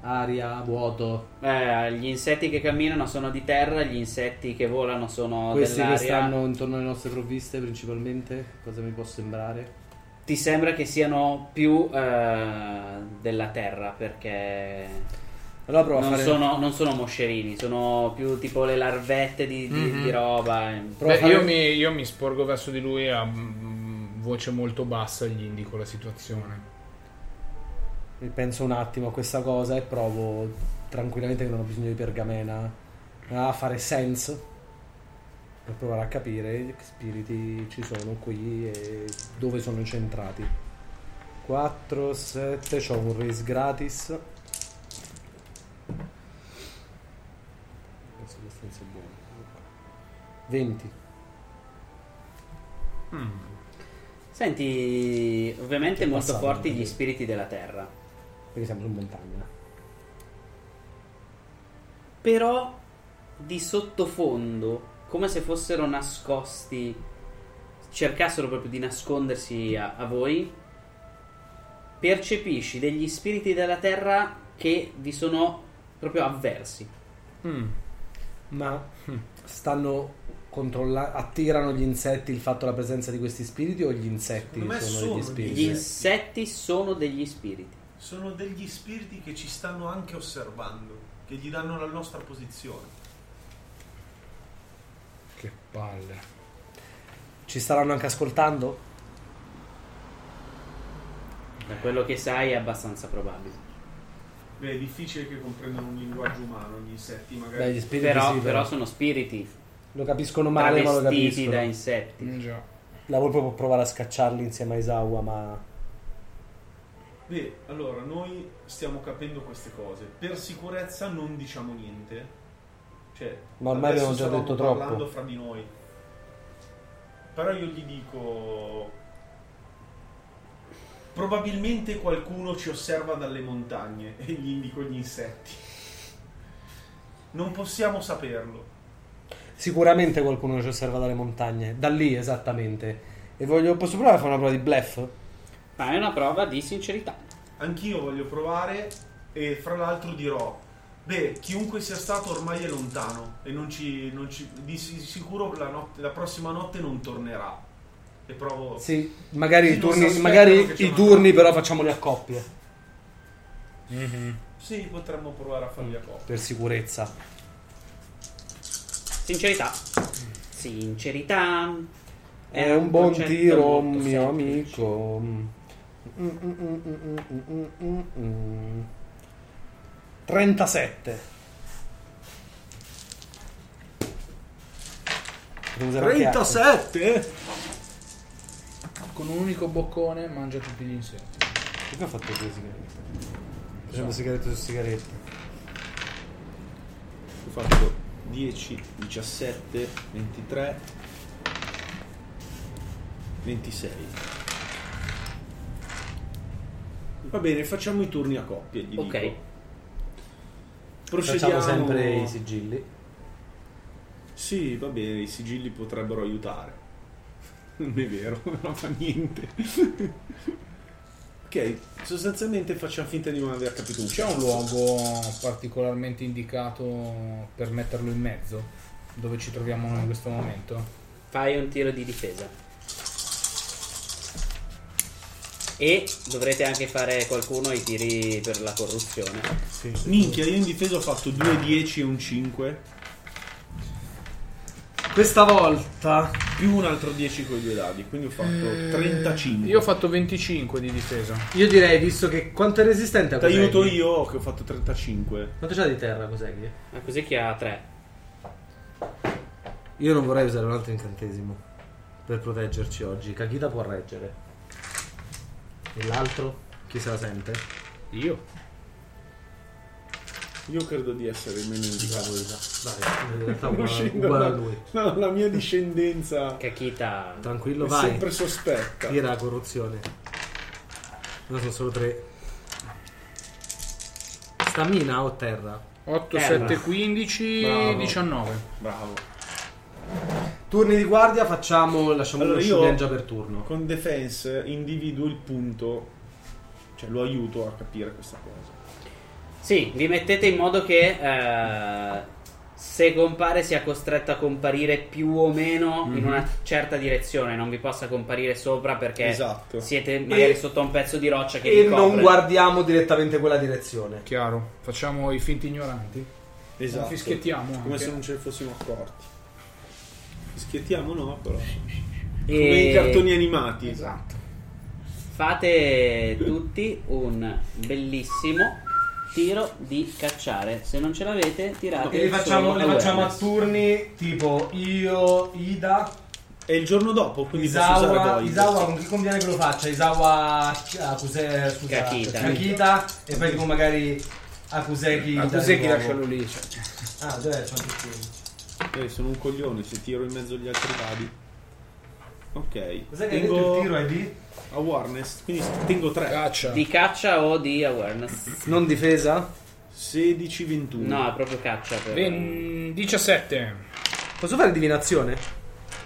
[SPEAKER 5] aria, vuoto.
[SPEAKER 1] Eh, gli insetti che camminano sono di terra gli insetti che volano sono
[SPEAKER 5] Questi
[SPEAKER 1] dell'aria
[SPEAKER 5] che stanno intorno alle nostre provviste principalmente, cosa mi può sembrare?
[SPEAKER 1] Ti sembra che siano più eh, della terra perché
[SPEAKER 5] Allora provo a
[SPEAKER 1] non
[SPEAKER 5] fare...
[SPEAKER 1] sono, non sono moscerini, sono più tipo le larvette di, di-
[SPEAKER 2] Mhm.
[SPEAKER 1] di roba.
[SPEAKER 5] Prova
[SPEAKER 2] Beh,
[SPEAKER 5] a fare-
[SPEAKER 2] io, mi, io mi sporgo verso di lui a mm, voce molto bassa e gli indico la situazione.
[SPEAKER 5] Penso un attimo a questa cosa e provo tranquillamente che non ho bisogno di pergamena a fare sense per provare a capire che spiriti ci sono qui e dove sono incentrati. 4, 7, c'ho un raise gratis. Penso che sia buono. 20.
[SPEAKER 1] Senti, ovviamente
[SPEAKER 5] Che
[SPEAKER 1] molto
[SPEAKER 5] passato,
[SPEAKER 1] forti gli
[SPEAKER 5] quindi.
[SPEAKER 1] spiriti della terra.
[SPEAKER 5] Perché siamo su montagna.
[SPEAKER 1] Però di sottofondo, come se fossero nascosti, cercassero proprio di nascondersi a, a voi, percepisci degli spiriti della terra che vi sono proprio avversi.
[SPEAKER 5] Mm. Ma stanno controllando, attirano gli insetti il fatto della presenza di questi spiriti o gli insetti
[SPEAKER 3] Secondo me
[SPEAKER 5] sono,
[SPEAKER 3] sono
[SPEAKER 5] degli
[SPEAKER 3] gli
[SPEAKER 5] spiriti?
[SPEAKER 1] Gli insetti sono degli spiriti.
[SPEAKER 3] Sono degli spiriti che ci stanno anche osservando, che gli danno la nostra posizione.
[SPEAKER 2] Che palle.
[SPEAKER 5] Ci staranno anche ascoltando?
[SPEAKER 1] Da quello che sai è abbastanza probabile.
[SPEAKER 3] Beh, è difficile che comprendano un linguaggio umano gli insetti, magari.
[SPEAKER 5] Beh, gli spiriti
[SPEAKER 1] Però,
[SPEAKER 5] sì,
[SPEAKER 1] però sono spiriti
[SPEAKER 5] lo capiscono male, ma lo
[SPEAKER 1] travestiti da
[SPEAKER 5] capiscono.
[SPEAKER 1] insetti.
[SPEAKER 2] Mm, già.
[SPEAKER 5] La volpe può provare a scacciarli insieme a Isawa, ma
[SPEAKER 3] Beh, allora, noi stiamo capendo queste cose. Per sicurezza non diciamo niente. Cioè,
[SPEAKER 5] Ma ormai
[SPEAKER 3] adesso
[SPEAKER 5] abbiamo già
[SPEAKER 3] stavamo
[SPEAKER 5] detto troppo.
[SPEAKER 3] parlando fra di noi. Però io gli dico... Probabilmente qualcuno ci osserva dalle montagne e gli indico gli insetti. Non possiamo saperlo.
[SPEAKER 5] sicuramente qualcuno ci osserva dalle montagne, da lì esattamente. E voglio, posso provare a fare una prova di bluff?
[SPEAKER 1] Ma è una prova di sincerità.
[SPEAKER 3] Anch'io voglio provare e fra l'altro dirò, beh, chiunque sia stato ormai è lontano e non ci, non ci- di si- sicuro la, notte- la prossima notte non tornerà. E provo...
[SPEAKER 5] Sì, magari
[SPEAKER 3] Sì,
[SPEAKER 5] i
[SPEAKER 3] non si
[SPEAKER 5] turni,
[SPEAKER 3] aspettano
[SPEAKER 5] magari
[SPEAKER 3] che c'è
[SPEAKER 5] i
[SPEAKER 3] una-
[SPEAKER 5] turni però facciamoli a coppie,
[SPEAKER 3] Sì, potremmo provare a fargli a coppia.
[SPEAKER 5] per sicurezza.
[SPEAKER 1] Sincerità. Sincerità.
[SPEAKER 5] È un buon
[SPEAKER 1] concetto
[SPEAKER 5] tiro,
[SPEAKER 1] molto
[SPEAKER 5] mio
[SPEAKER 1] semplice.
[SPEAKER 5] amico. Mm, mm, mm, mm, mm, mm, mm, mm. 37. Devo usare anche altro.
[SPEAKER 2] Con un unico boccone mangia tutti gli insetti.
[SPEAKER 5] Perché ho fatto due sigarette? Facendo sigarette su sigarette.
[SPEAKER 3] Ho fatto 10, 17, 23, 26. Va bene, facciamo i turni a coppie, gli
[SPEAKER 1] Ok.
[SPEAKER 5] Facciamo sempre i sigilli.
[SPEAKER 3] Sì, va bene, i sigilli potrebbero (laughs) aiutare. Non è vero, non fa niente. Ok, sostanzialmente facciamo finta di non aver capito un
[SPEAKER 2] C'è un
[SPEAKER 3] cazzo.
[SPEAKER 2] luogo particolarmente indicato per metterlo in mezzo, dove ci troviamo noi in questo momento?
[SPEAKER 1] Fai un tiro di difesa. E dovrete anche fare qualcuno i tiri per la corruzione.
[SPEAKER 3] Minchia, io in difesa ho fatto 2 10 e un 5,
[SPEAKER 6] Questa volta
[SPEAKER 3] più un altro 10 con i due dadi, quindi ho fatto 35.
[SPEAKER 2] Eh, Io ho fatto 25 di difesa.
[SPEAKER 5] Io direi, visto che quanto è resistente a
[SPEAKER 3] Ti aiuto
[SPEAKER 5] Koseki?
[SPEAKER 3] io che ho fatto 35.
[SPEAKER 5] Quanto c'ha di terra Koseki?
[SPEAKER 1] Ma così che ha 3.
[SPEAKER 5] Io non vorrei usare un altro incantesimo per proteggerci oggi. Kagita può reggere. E l'altro? Chi se la sente?
[SPEAKER 2] Io?
[SPEAKER 3] Io credo di essere il meno indicato.
[SPEAKER 5] Dai, in realtà
[SPEAKER 3] Non
[SPEAKER 5] uguale,
[SPEAKER 3] scendo
[SPEAKER 5] uguale a
[SPEAKER 3] da-
[SPEAKER 5] lui.
[SPEAKER 3] No, la mia discendenza
[SPEAKER 1] Kakita.
[SPEAKER 5] Tranquillo,
[SPEAKER 3] è
[SPEAKER 5] vai.
[SPEAKER 3] sempre sospetta.
[SPEAKER 5] Tira la corruzione. No, sono solo tre. Stamina o terra?
[SPEAKER 3] Eh,
[SPEAKER 2] 8,
[SPEAKER 1] Terra.
[SPEAKER 2] 7, 15,
[SPEAKER 5] Bravo.
[SPEAKER 2] 19.
[SPEAKER 3] Bravo.
[SPEAKER 5] Turni di guardia facciamo, lasciamo
[SPEAKER 3] Allora,
[SPEAKER 5] uno
[SPEAKER 3] io-
[SPEAKER 5] Shuden già per turno.
[SPEAKER 3] Con defense individuo il punto, cioè lo aiuto a capire questa cosa.
[SPEAKER 1] Sì, vi mettete in modo che eh, se compare sia costretto a comparire più o meno
[SPEAKER 6] Mhm.
[SPEAKER 1] in una certa direzione, non vi possa comparire sopra perché
[SPEAKER 3] Esatto.
[SPEAKER 1] siete magari
[SPEAKER 6] E-
[SPEAKER 1] sotto un pezzo di roccia che
[SPEAKER 6] e
[SPEAKER 1] vi copre.
[SPEAKER 6] non guardiamo direttamente quella direzione.
[SPEAKER 2] Chiaro, facciamo i finti ignoranti.
[SPEAKER 3] Esatto.
[SPEAKER 2] fischiettiamo
[SPEAKER 3] Come
[SPEAKER 2] anche.
[SPEAKER 3] se non ce ne fossimo accorti. Fischiettiamo no, però.
[SPEAKER 1] E-
[SPEAKER 3] Come i cartoni animati.
[SPEAKER 2] Esatto.
[SPEAKER 1] Fate tutti un bellissimo tiro di cacciare. Se non ce l'avete, tirate.
[SPEAKER 6] E li facciamo,
[SPEAKER 1] solo
[SPEAKER 6] li facciamo a
[SPEAKER 1] awareness.
[SPEAKER 6] turni tipo io, Ida,
[SPEAKER 3] E il giorno dopo, quindi posso usare
[SPEAKER 6] Isawa,
[SPEAKER 3] Goid.
[SPEAKER 6] Isawa con chi conviene che lo faccia? Isawa ah, Kuse- scusa,
[SPEAKER 1] Kakita.
[SPEAKER 6] Kakita, e poi tipo magari Akuseki.
[SPEAKER 2] Ma cos'è che lascialo lì? Cioè,
[SPEAKER 6] Ah, già c'ho anche qui.
[SPEAKER 3] Eh, sono un coglione se tiro in mezzo agli altri dadi. Ok.
[SPEAKER 6] Cos'è che hai detto
[SPEAKER 3] tengo
[SPEAKER 6] il tiro è lì?
[SPEAKER 3] awareness, quindi tengo 3.
[SPEAKER 2] caccia.
[SPEAKER 1] Di caccia o di awareness?
[SPEAKER 5] Non difesa?
[SPEAKER 3] 16 21.
[SPEAKER 1] No, è proprio caccia. Per...
[SPEAKER 2] Ven- 17.
[SPEAKER 5] Posso fare divinazione?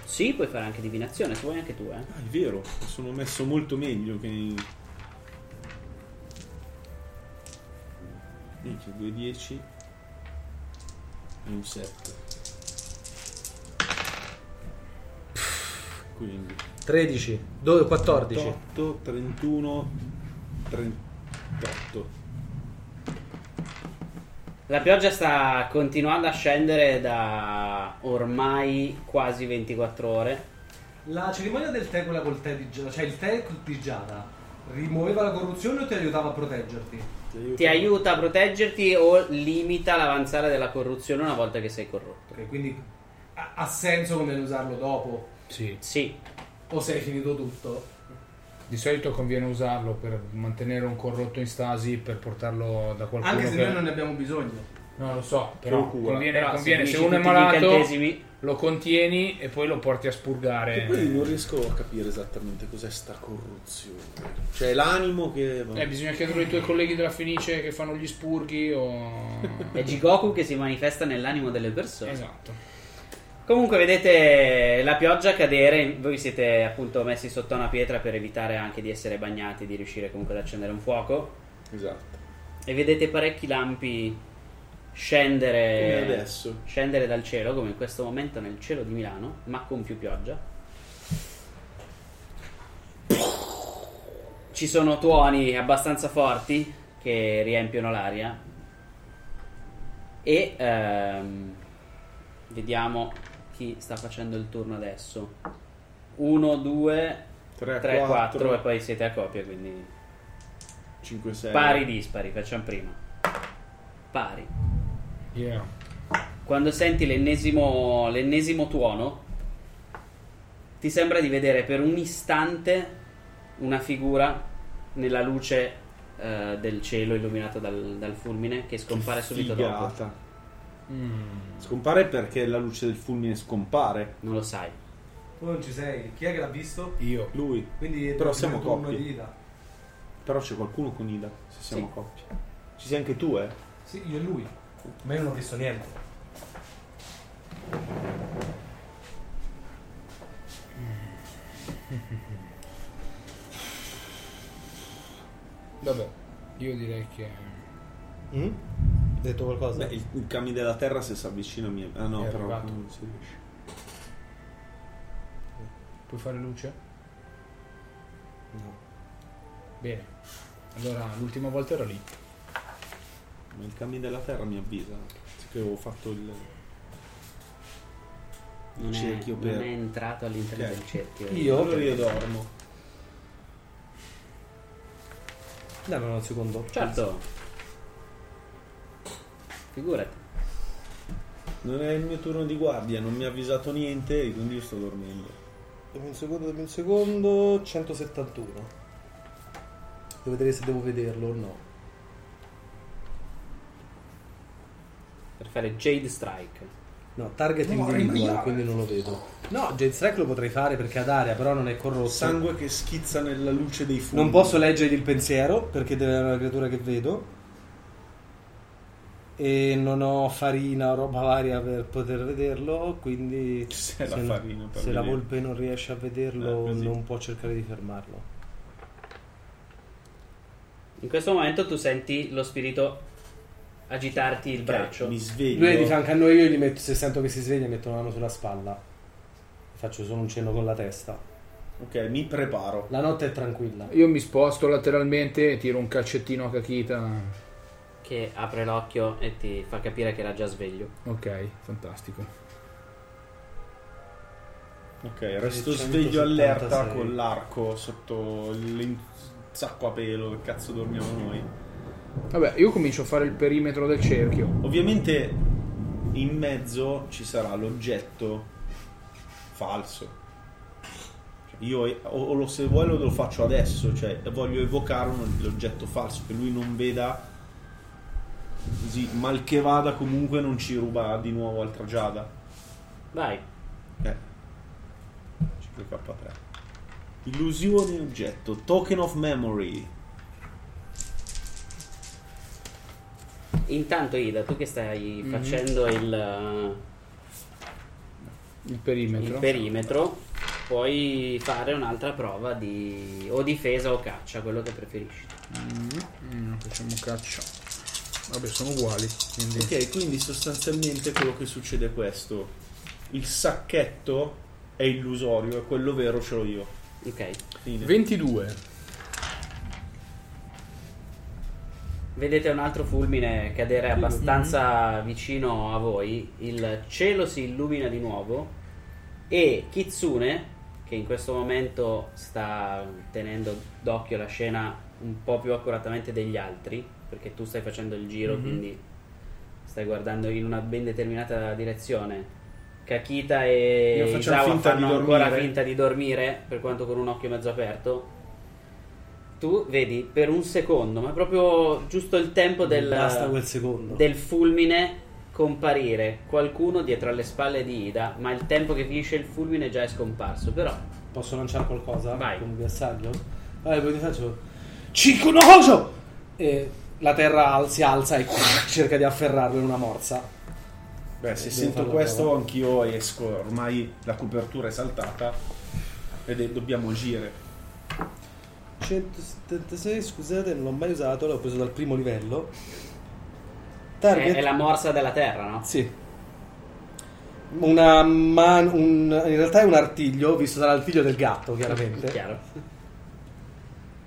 [SPEAKER 1] Sì, puoi fare anche divinazione, se vuoi anche tu, eh.
[SPEAKER 3] Ah, è vero, sono messo molto meglio che in... Minchia, 2 10 e un 7. Quindi
[SPEAKER 5] 13, do- 14.
[SPEAKER 3] 8, 31, 38.
[SPEAKER 1] La pioggia sta continuando a scendere da ormai quasi 24 ore.
[SPEAKER 5] La cerimonia del tè, quella col tè di Giada, cioè il tè col di Giada, rimuoveva la corruzione o ti aiutava a proteggerti?
[SPEAKER 1] Ti aiuta a proteggerti o limita l'avanzare della corruzione una volta che sei corrotto.
[SPEAKER 5] Ok, quindi ha, ha senso come usarlo dopo,
[SPEAKER 2] Sì.
[SPEAKER 1] Sì,
[SPEAKER 5] o se hai finito tutto.
[SPEAKER 2] Di solito conviene usarlo per mantenere un corrotto in stasi, per portarlo da qualcuno.
[SPEAKER 5] Anche se
[SPEAKER 2] che-
[SPEAKER 5] noi non ne abbiamo bisogno.
[SPEAKER 2] No, lo so, però
[SPEAKER 3] lo cura.
[SPEAKER 2] conviene,
[SPEAKER 1] Però se
[SPEAKER 2] conviene- se
[SPEAKER 1] unisci
[SPEAKER 2] uno
[SPEAKER 1] tutti
[SPEAKER 2] è
[SPEAKER 1] gli
[SPEAKER 2] malato
[SPEAKER 1] incantesimi-
[SPEAKER 2] lo contieni e poi lo porti a
[SPEAKER 3] E poi non
[SPEAKER 2] spurgare.
[SPEAKER 3] riesco a capire esattamente cos'è sta corruzione. Cioè l'animo che...
[SPEAKER 2] Eh, bisogna chiederlo ai tuoi colleghi della Fenice che fanno gli spurghi
[SPEAKER 3] (laughs)
[SPEAKER 2] o...
[SPEAKER 1] è Jigoku che si manifesta nell'animo delle persone.
[SPEAKER 2] esatto.
[SPEAKER 1] Comunque vedete la pioggia cadere, voi siete appunto messi sotto una pietra per evitare anche di essere bagnati, di riuscire comunque ad accendere un fuoco
[SPEAKER 3] Esatto.
[SPEAKER 1] e vedete parecchi lampi
[SPEAKER 3] Come
[SPEAKER 1] scendere
[SPEAKER 3] adesso.
[SPEAKER 1] scendere dal cielo come in questo momento nel cielo di Milano, ma con più pioggia. Ci sono tuoni abbastanza forti che riempiono l'aria. E ehm, vediamo chi sta facendo il turno adesso. 1, 2,
[SPEAKER 3] 3,
[SPEAKER 1] 3, 4 e
[SPEAKER 3] 4,
[SPEAKER 1] poi siete a coppia, quindi
[SPEAKER 3] 5, 6.
[SPEAKER 1] pari dispari, facciamo prima. Pari.
[SPEAKER 2] Yeah.
[SPEAKER 1] Quando senti l'ennesimo, l'ennesimo tuono, ti sembra di vedere per un istante una figura nella luce eh, del cielo illuminato dal, dal fulmine che scompare subito dopo.
[SPEAKER 3] Figata. Scompare perché la luce del fulmine scompare.
[SPEAKER 1] Non lo sai.
[SPEAKER 5] Tu non ci sei, chi è che l'ha visto?
[SPEAKER 2] Io.
[SPEAKER 3] Lui.
[SPEAKER 5] Quindi
[SPEAKER 3] Però siamo
[SPEAKER 5] il turno
[SPEAKER 3] coppie.
[SPEAKER 5] di Ida.
[SPEAKER 3] Però c'è qualcuno con Ida, se siamo
[SPEAKER 1] Sì.
[SPEAKER 3] coppie. Ci sei anche tu, eh?
[SPEAKER 5] Sì, io e lui.
[SPEAKER 6] Ma io non ho visto niente.
[SPEAKER 2] Vabbè, io direi che...
[SPEAKER 6] Mm? Detto qualcosa?
[SPEAKER 3] Beh, il, il cami della terra se si avvicina mi... Ah no,
[SPEAKER 2] È
[SPEAKER 3] però
[SPEAKER 2] arrivato.
[SPEAKER 3] non si riesce.
[SPEAKER 2] Puoi fare luce?
[SPEAKER 6] No.
[SPEAKER 2] Bene. Allora, l'ultima volta ero lì.
[SPEAKER 3] Ma il cami della terra mi avvisa che avevo fatto il...
[SPEAKER 1] Non è,
[SPEAKER 3] Cerchio
[SPEAKER 1] non
[SPEAKER 3] per-
[SPEAKER 1] è entrato all'interno
[SPEAKER 3] Ok.
[SPEAKER 1] del cerchio. Certo.
[SPEAKER 4] Io?
[SPEAKER 3] Allora io dormo.
[SPEAKER 6] Dai, no, no, il secondo.
[SPEAKER 1] Certo. Figurati.
[SPEAKER 3] Non è il mio turno di guardia, non mi ha avvisato niente, quindi io sto dormendo.
[SPEAKER 5] Dammi un secondo, dammi un secondo. 171. Devo vedere se devo vederlo o no.
[SPEAKER 1] Per fare Jade Strike.
[SPEAKER 5] No, target individual, quindi non lo vedo. No, Jade Strike lo potrei fare perché ad aria, però non è corrotto.
[SPEAKER 3] Sangue che schizza nella luce dei fumi.
[SPEAKER 5] Non posso leggere il pensiero perché deve essere una creatura che vedo. E non ho farina o roba varia per poter vederlo, quindi
[SPEAKER 3] Se la
[SPEAKER 5] no-
[SPEAKER 3] farina per
[SPEAKER 5] se la
[SPEAKER 3] vedere.
[SPEAKER 5] volpe non riesce a vederlo
[SPEAKER 3] Eh, così.
[SPEAKER 5] non può cercare di fermarlo.
[SPEAKER 1] In questo momento tu senti lo spirito agitarti il braccio.
[SPEAKER 3] Cioè, Mi sveglio.
[SPEAKER 5] Lui è di fianco a noi, io gli metto, se sento che si sveglia, metto una mano sulla spalla. Faccio solo un cenno con la testa.
[SPEAKER 3] Ok, mi preparo.
[SPEAKER 5] La notte è tranquilla.
[SPEAKER 2] Io mi sposto lateralmente e tiro un calcettino a Kakita.
[SPEAKER 1] Che apre l'occhio e ti fa capire che era già sveglio.
[SPEAKER 2] Ok, fantastico.
[SPEAKER 3] Ok, resto
[SPEAKER 5] 176.
[SPEAKER 3] sveglio allerta con l'arco sotto il sacco a pelo, che cazzo dormiamo noi.
[SPEAKER 2] Vabbè, io comincio a fare il perimetro del cerchio.
[SPEAKER 3] Ovviamente in mezzo ci sarà l'oggetto falso. Cioè, Io e- o, o lo, se vuoi lo, lo faccio adesso, cioè voglio evocare un, l'oggetto falso che lui non veda. Così, mal che vada comunque non ci ruba di nuovo altra giada.
[SPEAKER 1] Vai.
[SPEAKER 3] Eh. CPK3. Illusione oggetto, token of memory.
[SPEAKER 1] Intanto Ida, tu che stai facendo il,
[SPEAKER 2] Il
[SPEAKER 1] uh,
[SPEAKER 2] perimetro.
[SPEAKER 1] il perimetro, puoi fare un'altra prova di o difesa o caccia, quello che preferisci.
[SPEAKER 2] Mm, facciamo caccia. Vabbè, sono uguali. Quindi...
[SPEAKER 3] Ok, quindi sostanzialmente quello che succede è questo. Il sacchetto è illusorio e quello vero ce l'ho io.
[SPEAKER 1] Ok.
[SPEAKER 3] Fine.
[SPEAKER 2] 22.
[SPEAKER 1] Vedete un altro fulmine cadere abbastanza vicino a voi, il cielo si illumina di nuovo e Kitsune, che in questo momento sta tenendo d'occhio la scena un po' più accuratamente degli altri, perché tu stai facendo il giro,
[SPEAKER 3] Mhm.
[SPEAKER 1] quindi stai guardando in una ben determinata direzione. Kakita
[SPEAKER 3] Io
[SPEAKER 1] e
[SPEAKER 3] faccio
[SPEAKER 1] Isawa
[SPEAKER 3] finta di
[SPEAKER 1] fanno ancora
[SPEAKER 3] dormire.
[SPEAKER 1] finta di dormire, per quanto con un occhio mezzo aperto, tu vedi per un secondo, ma proprio giusto il tempo del,
[SPEAKER 5] Basta quel secondo.
[SPEAKER 1] del fulmine comparire qualcuno dietro alle spalle di Ida, ma il tempo che finisce il fulmine già è scomparso. Però
[SPEAKER 5] Posso lanciare qualcosa?
[SPEAKER 1] Vai.
[SPEAKER 5] Con un bersaglio? Vabbè, poi ti faccio. Cicunoso! E la terra al- si alza e (laughs) cerca di afferrarlo in una morsa.
[SPEAKER 3] Beh, se
[SPEAKER 5] Devo
[SPEAKER 3] sento
[SPEAKER 5] farlo
[SPEAKER 3] questo
[SPEAKER 5] però.
[SPEAKER 3] anch'io esco, ormai la copertura è saltata ed è- dobbiamo agire.
[SPEAKER 5] 176, scusate, non l'ho mai usato, l'ho preso dal primo livello.
[SPEAKER 1] è, è la morsa della terra, no?
[SPEAKER 5] Sì. Una man- un- in realtà è un artiglio, visto dall'artiglio del gatto, chiaramente.
[SPEAKER 1] Chiaro.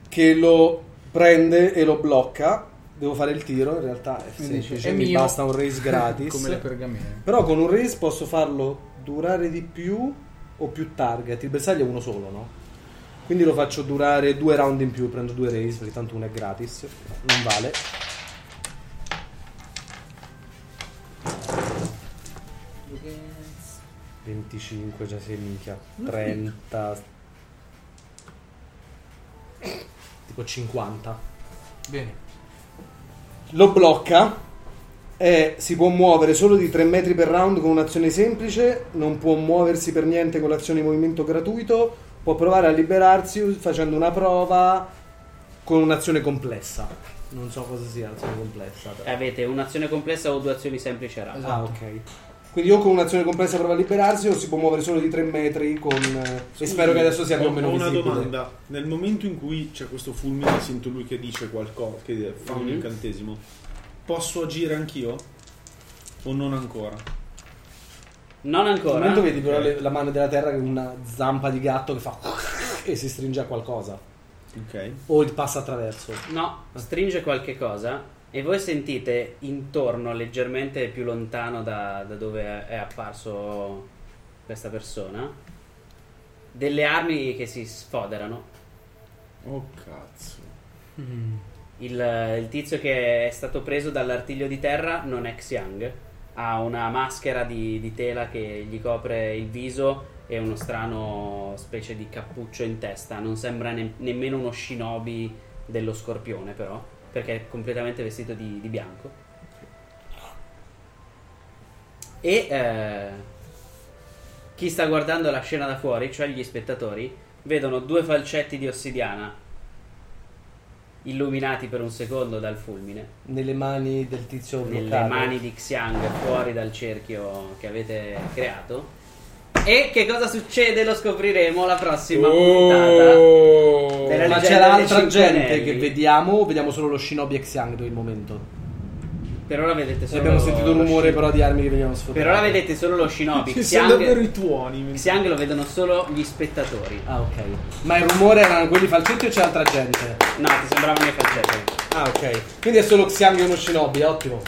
[SPEAKER 5] Che lo prende e lo blocca. Devo fare il tiro, in realtà è semplice,
[SPEAKER 2] è
[SPEAKER 5] mi
[SPEAKER 2] mio.
[SPEAKER 5] basta
[SPEAKER 2] (laughs)
[SPEAKER 5] un raise gratis.
[SPEAKER 2] Come le pergamene.
[SPEAKER 5] Però con un raise posso farlo durare di più o più target. Il bersaglio è uno solo, no? Quindi lo faccio durare due round in più, prendo due raise perché tanto uno è gratis, non vale. ...25, già sei minchia... ...30... ...tipo 50...
[SPEAKER 2] Bene.
[SPEAKER 5] Lo blocca. E si può muovere solo di 3 metri per round con un'azione semplice. Non può muoversi per niente con l'azione di movimento gratuito. Può provare a liberarsi facendo una prova con un'azione complessa. Non so cosa sia l'azione
[SPEAKER 3] Eh,
[SPEAKER 5] complessa. però. Esatto.
[SPEAKER 3] esatto.
[SPEAKER 1] Avete un'azione complessa o due azioni semplici a round.
[SPEAKER 5] Ah, ok. Quindi o con un'azione complessa prova a liberarsi o si può muovere solo di 3 metri con... eh, e spero che adesso sia più o
[SPEAKER 3] Ho-
[SPEAKER 5] meno
[SPEAKER 3] ho una
[SPEAKER 5] visibile.
[SPEAKER 3] domanda. Nel momento in cui c'è questo fulmine, sento lui che dice qualcosa, che fa un
[SPEAKER 5] Mm-hmm.
[SPEAKER 1] Mhm.
[SPEAKER 3] incantesimo, posso agire anch'io? O non ancora?
[SPEAKER 1] Non
[SPEAKER 5] Al
[SPEAKER 1] ancora.
[SPEAKER 5] momento vedi però le- la mano della terra con una zampa di gatto che fa (laughs) e si stringe a qualcosa
[SPEAKER 3] Ok.
[SPEAKER 5] o il passa attraverso.
[SPEAKER 1] No, stringe qualche cosa e voi sentite intorno, leggermente più lontano da, da dove è apparso questa persona, delle armi che si sfoderano.
[SPEAKER 3] Oh cazzo.
[SPEAKER 1] Il, il tizio che è stato preso dall'artiglio di terra non è Xiang, ha una maschera di, di tela che gli copre il viso e uno strano specie di cappuccio in testa, non sembra ne- nemmeno uno shinobi dello scorpione però, perché è completamente vestito di, di bianco. E eh, chi sta guardando la scena da fuori, cioè gli spettatori, vedono due falcetti di ossidiana illuminati per un secondo dal fulmine
[SPEAKER 5] Nelle mani del tizio
[SPEAKER 1] nelle
[SPEAKER 5] bloccato.
[SPEAKER 1] mani di Xiang fuori dal cerchio che avete creato e che cosa succede lo scopriremo la prossima puntata
[SPEAKER 2] Oh!
[SPEAKER 1] della
[SPEAKER 5] Oh. Ma
[SPEAKER 1] leggenda
[SPEAKER 5] c'era
[SPEAKER 1] dei
[SPEAKER 5] altra
[SPEAKER 1] cinque
[SPEAKER 5] gente
[SPEAKER 1] anelli.
[SPEAKER 5] che vediamo o vediamo solo lo shinobi e Xiang per il momento?
[SPEAKER 1] per ora vedete solo
[SPEAKER 5] abbiamo sentito un
[SPEAKER 1] lo
[SPEAKER 5] rumore
[SPEAKER 1] sci-
[SPEAKER 5] però di armi che venivano sfruttate.
[SPEAKER 1] per ora vedete solo lo shinobi
[SPEAKER 3] Ci sono davvero
[SPEAKER 1] Xiang,
[SPEAKER 3] i tuoni.
[SPEAKER 1] Xiang lo vedono solo gli spettatori
[SPEAKER 5] Ah ok. Ma il rumore erano quelli falcetti o c'è altra gente?
[SPEAKER 1] no ti sembravano i falcetti
[SPEAKER 5] Ah ok. Quindi è solo Xiang e uno shinobi, ottimo.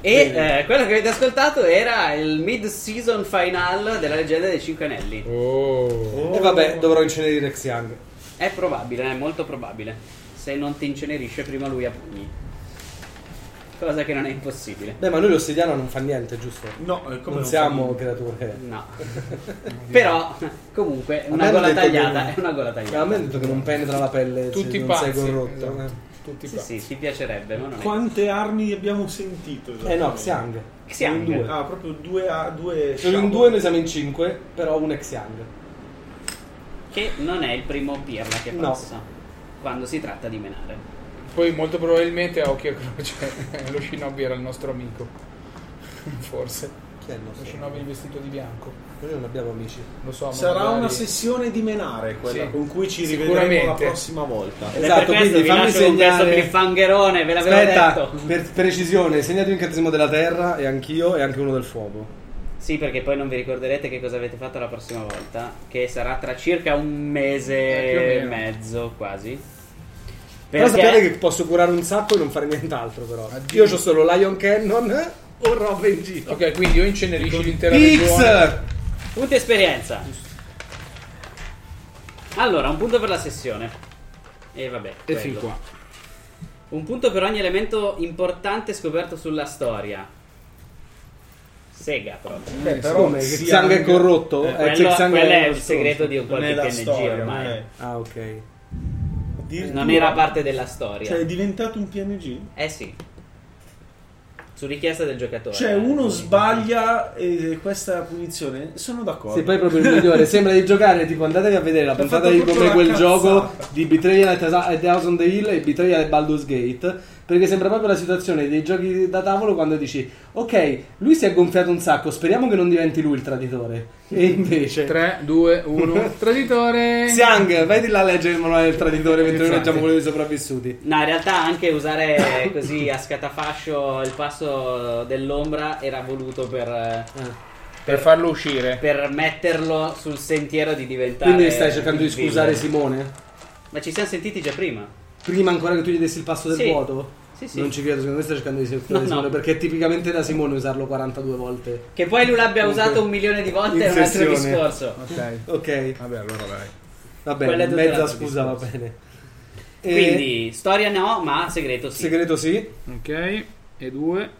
[SPEAKER 1] e eh, quello che avete ascoltato era il mid season final della leggenda dei cinque anelli
[SPEAKER 2] Oh!
[SPEAKER 3] Oh.
[SPEAKER 5] E Eh, vabbè, dovrò incenerire Xiang.
[SPEAKER 1] è probabile è molto probabile se non ti incenerisce prima lui a pugni cosa che non è impossibile
[SPEAKER 5] Beh, ma noi l'ossidiano non fa niente, giusto?
[SPEAKER 3] No, eh, come
[SPEAKER 5] non
[SPEAKER 3] non
[SPEAKER 5] siamo
[SPEAKER 3] fanno?
[SPEAKER 5] creature. (laughs)
[SPEAKER 1] No. Però, comunque,
[SPEAKER 5] A me
[SPEAKER 1] una
[SPEAKER 5] hanno
[SPEAKER 1] gola
[SPEAKER 5] detto
[SPEAKER 1] tagliata
[SPEAKER 5] che-
[SPEAKER 1] è una gola
[SPEAKER 5] Ma a me
[SPEAKER 1] tagliata.
[SPEAKER 5] hanno detto che non penetra la pelle
[SPEAKER 2] Tutti
[SPEAKER 5] se non
[SPEAKER 2] pazzi.
[SPEAKER 5] sei corrotto.
[SPEAKER 2] Esatto. Tutti
[SPEAKER 1] Sì,
[SPEAKER 2] pazzi.
[SPEAKER 1] sì, ti piacerebbe, ma non è.
[SPEAKER 3] Quante armi abbiamo sentito?
[SPEAKER 5] Eh no,
[SPEAKER 3] esattamente?
[SPEAKER 5] Xiang.
[SPEAKER 1] Xiang.
[SPEAKER 5] Sono in due.
[SPEAKER 3] Ah, proprio due... a- due
[SPEAKER 5] Sono in
[SPEAKER 3] sciabole.
[SPEAKER 5] due, noi siamo in cinque, però uno è Xiang.
[SPEAKER 1] Che non è il primo pirla che
[SPEAKER 5] No.
[SPEAKER 1] passa quando si tratta di menare.
[SPEAKER 2] Poi molto probabilmente a occhio e croce (laughs) lo shinobi era il nostro amico. (laughs) Forse.
[SPEAKER 5] Chi è il
[SPEAKER 2] Lo
[SPEAKER 5] nostro?
[SPEAKER 2] shinobi vestito di bianco.
[SPEAKER 5] Noi non abbiamo amici.
[SPEAKER 2] Lo so, ma
[SPEAKER 3] Sarà
[SPEAKER 2] magari-
[SPEAKER 3] una sessione di menare quella
[SPEAKER 2] Sì.
[SPEAKER 3] con cui ci rivedremo la
[SPEAKER 2] Sicuramente.
[SPEAKER 3] prossima volta.
[SPEAKER 1] Ed
[SPEAKER 5] Esatto,
[SPEAKER 1] è per questo
[SPEAKER 5] quindi
[SPEAKER 1] vi
[SPEAKER 5] fammi
[SPEAKER 1] lascio con questo
[SPEAKER 5] segnare-
[SPEAKER 1] cliffhangerone, ve l'avevo
[SPEAKER 5] Aspetta,
[SPEAKER 1] detto.
[SPEAKER 5] per precisione, segnati un incantesimo della terra e anch'io e anche uno del fuoco.
[SPEAKER 1] Sì, perché poi non vi ricorderete che cosa avete fatto la prossima volta, che sarà tra circa un
[SPEAKER 2] Eh, più o
[SPEAKER 1] mese e
[SPEAKER 2] meno.
[SPEAKER 1] mezzo quasi.
[SPEAKER 5] Però
[SPEAKER 1] Perché
[SPEAKER 5] sappiate che posso curare un sacco e non fare nient'altro però.
[SPEAKER 2] Addio.
[SPEAKER 5] Io ho solo Lion Cannon eh, o roba in giro.
[SPEAKER 2] Ok, quindi o incenerisci l'intera regione.
[SPEAKER 5] X!
[SPEAKER 1] punti esperienza. Allora, un punto per la sessione. E vabbè.
[SPEAKER 2] E
[SPEAKER 1] quello.
[SPEAKER 2] fin qua.
[SPEAKER 1] Un punto per ogni elemento importante scoperto sulla storia. Sega proprio.
[SPEAKER 5] Beh, però come? Che Xiang è corrotto? Eh,
[SPEAKER 1] Quello,
[SPEAKER 5] che Xiang
[SPEAKER 1] quello è il
[SPEAKER 5] stronzo.
[SPEAKER 1] segreto di un
[SPEAKER 3] Non
[SPEAKER 1] qualche
[SPEAKER 3] è la
[SPEAKER 1] PNG
[SPEAKER 3] storia,
[SPEAKER 1] ormai.
[SPEAKER 3] ma è-
[SPEAKER 5] Ah, ok.
[SPEAKER 3] addirittura-
[SPEAKER 1] Non era parte della storia.
[SPEAKER 3] Cioè, è diventato un PNG?
[SPEAKER 1] Eh sì. Su richiesta del giocatore.
[SPEAKER 3] Cioè,
[SPEAKER 1] eh,
[SPEAKER 3] uno
[SPEAKER 1] quindi.
[SPEAKER 3] sbaglia e questa è la punizione? Sono d'accordo.
[SPEAKER 5] Sì, poi è proprio il migliore. Sembra di giocare, tipo andatevi a vedere la
[SPEAKER 3] Ho
[SPEAKER 5] puntata
[SPEAKER 3] fatto
[SPEAKER 5] di
[SPEAKER 3] proprio
[SPEAKER 5] come
[SPEAKER 3] la
[SPEAKER 5] quel
[SPEAKER 3] cazzata.
[SPEAKER 5] gioco di Betrayal at Thous- at Thousand Hill e Betrayal at Baldur's Gate. Perché sembra proprio la situazione dei giochi da tavolo quando dici, ok, lui si è gonfiato un sacco, speriamo che non diventi lui il traditore. E invece...
[SPEAKER 2] 3, 2, 1.
[SPEAKER 5] (laughs)
[SPEAKER 2] Traditore!
[SPEAKER 5] Xiang, vai di là a leggere il manuale del traditore mentre noi
[SPEAKER 2] Infatti.
[SPEAKER 5] leggiamo quello dei sopravvissuti.
[SPEAKER 1] No, in realtà anche usare così a scatafascio il passo dell'ombra era voluto per, eh,
[SPEAKER 2] Per farlo uscire.
[SPEAKER 1] per metterlo sul sentiero di diventare.
[SPEAKER 5] Quindi stai cercando di
[SPEAKER 1] il
[SPEAKER 5] scusare
[SPEAKER 1] villain.
[SPEAKER 5] Simone?
[SPEAKER 1] Ma ci siamo sentiti già prima.
[SPEAKER 5] Prima ancora che tu gli dessi il passo del
[SPEAKER 1] Sì.
[SPEAKER 5] vuoto?
[SPEAKER 1] Sì, sì.
[SPEAKER 5] Non ci credo, secondo me stai cercando di scusare
[SPEAKER 1] No, no.
[SPEAKER 5] Simone perché è tipicamente da Simone usarlo 42 volte.
[SPEAKER 1] Che poi lui l'abbia
[SPEAKER 5] Comunque,
[SPEAKER 1] usato un milione di volte
[SPEAKER 5] in
[SPEAKER 1] è un altro
[SPEAKER 5] sessione.
[SPEAKER 1] discorso.
[SPEAKER 2] Ok.
[SPEAKER 5] Ok,
[SPEAKER 2] Vabbè, allora vai.
[SPEAKER 5] va
[SPEAKER 1] Quella
[SPEAKER 5] bene,
[SPEAKER 1] è tutta
[SPEAKER 5] mezza
[SPEAKER 1] l'altra
[SPEAKER 5] scusa va
[SPEAKER 1] discorso.
[SPEAKER 5] bene. E-
[SPEAKER 1] Quindi storia no, ma segreto sì.
[SPEAKER 5] segreto sì.
[SPEAKER 2] Ok. E 2.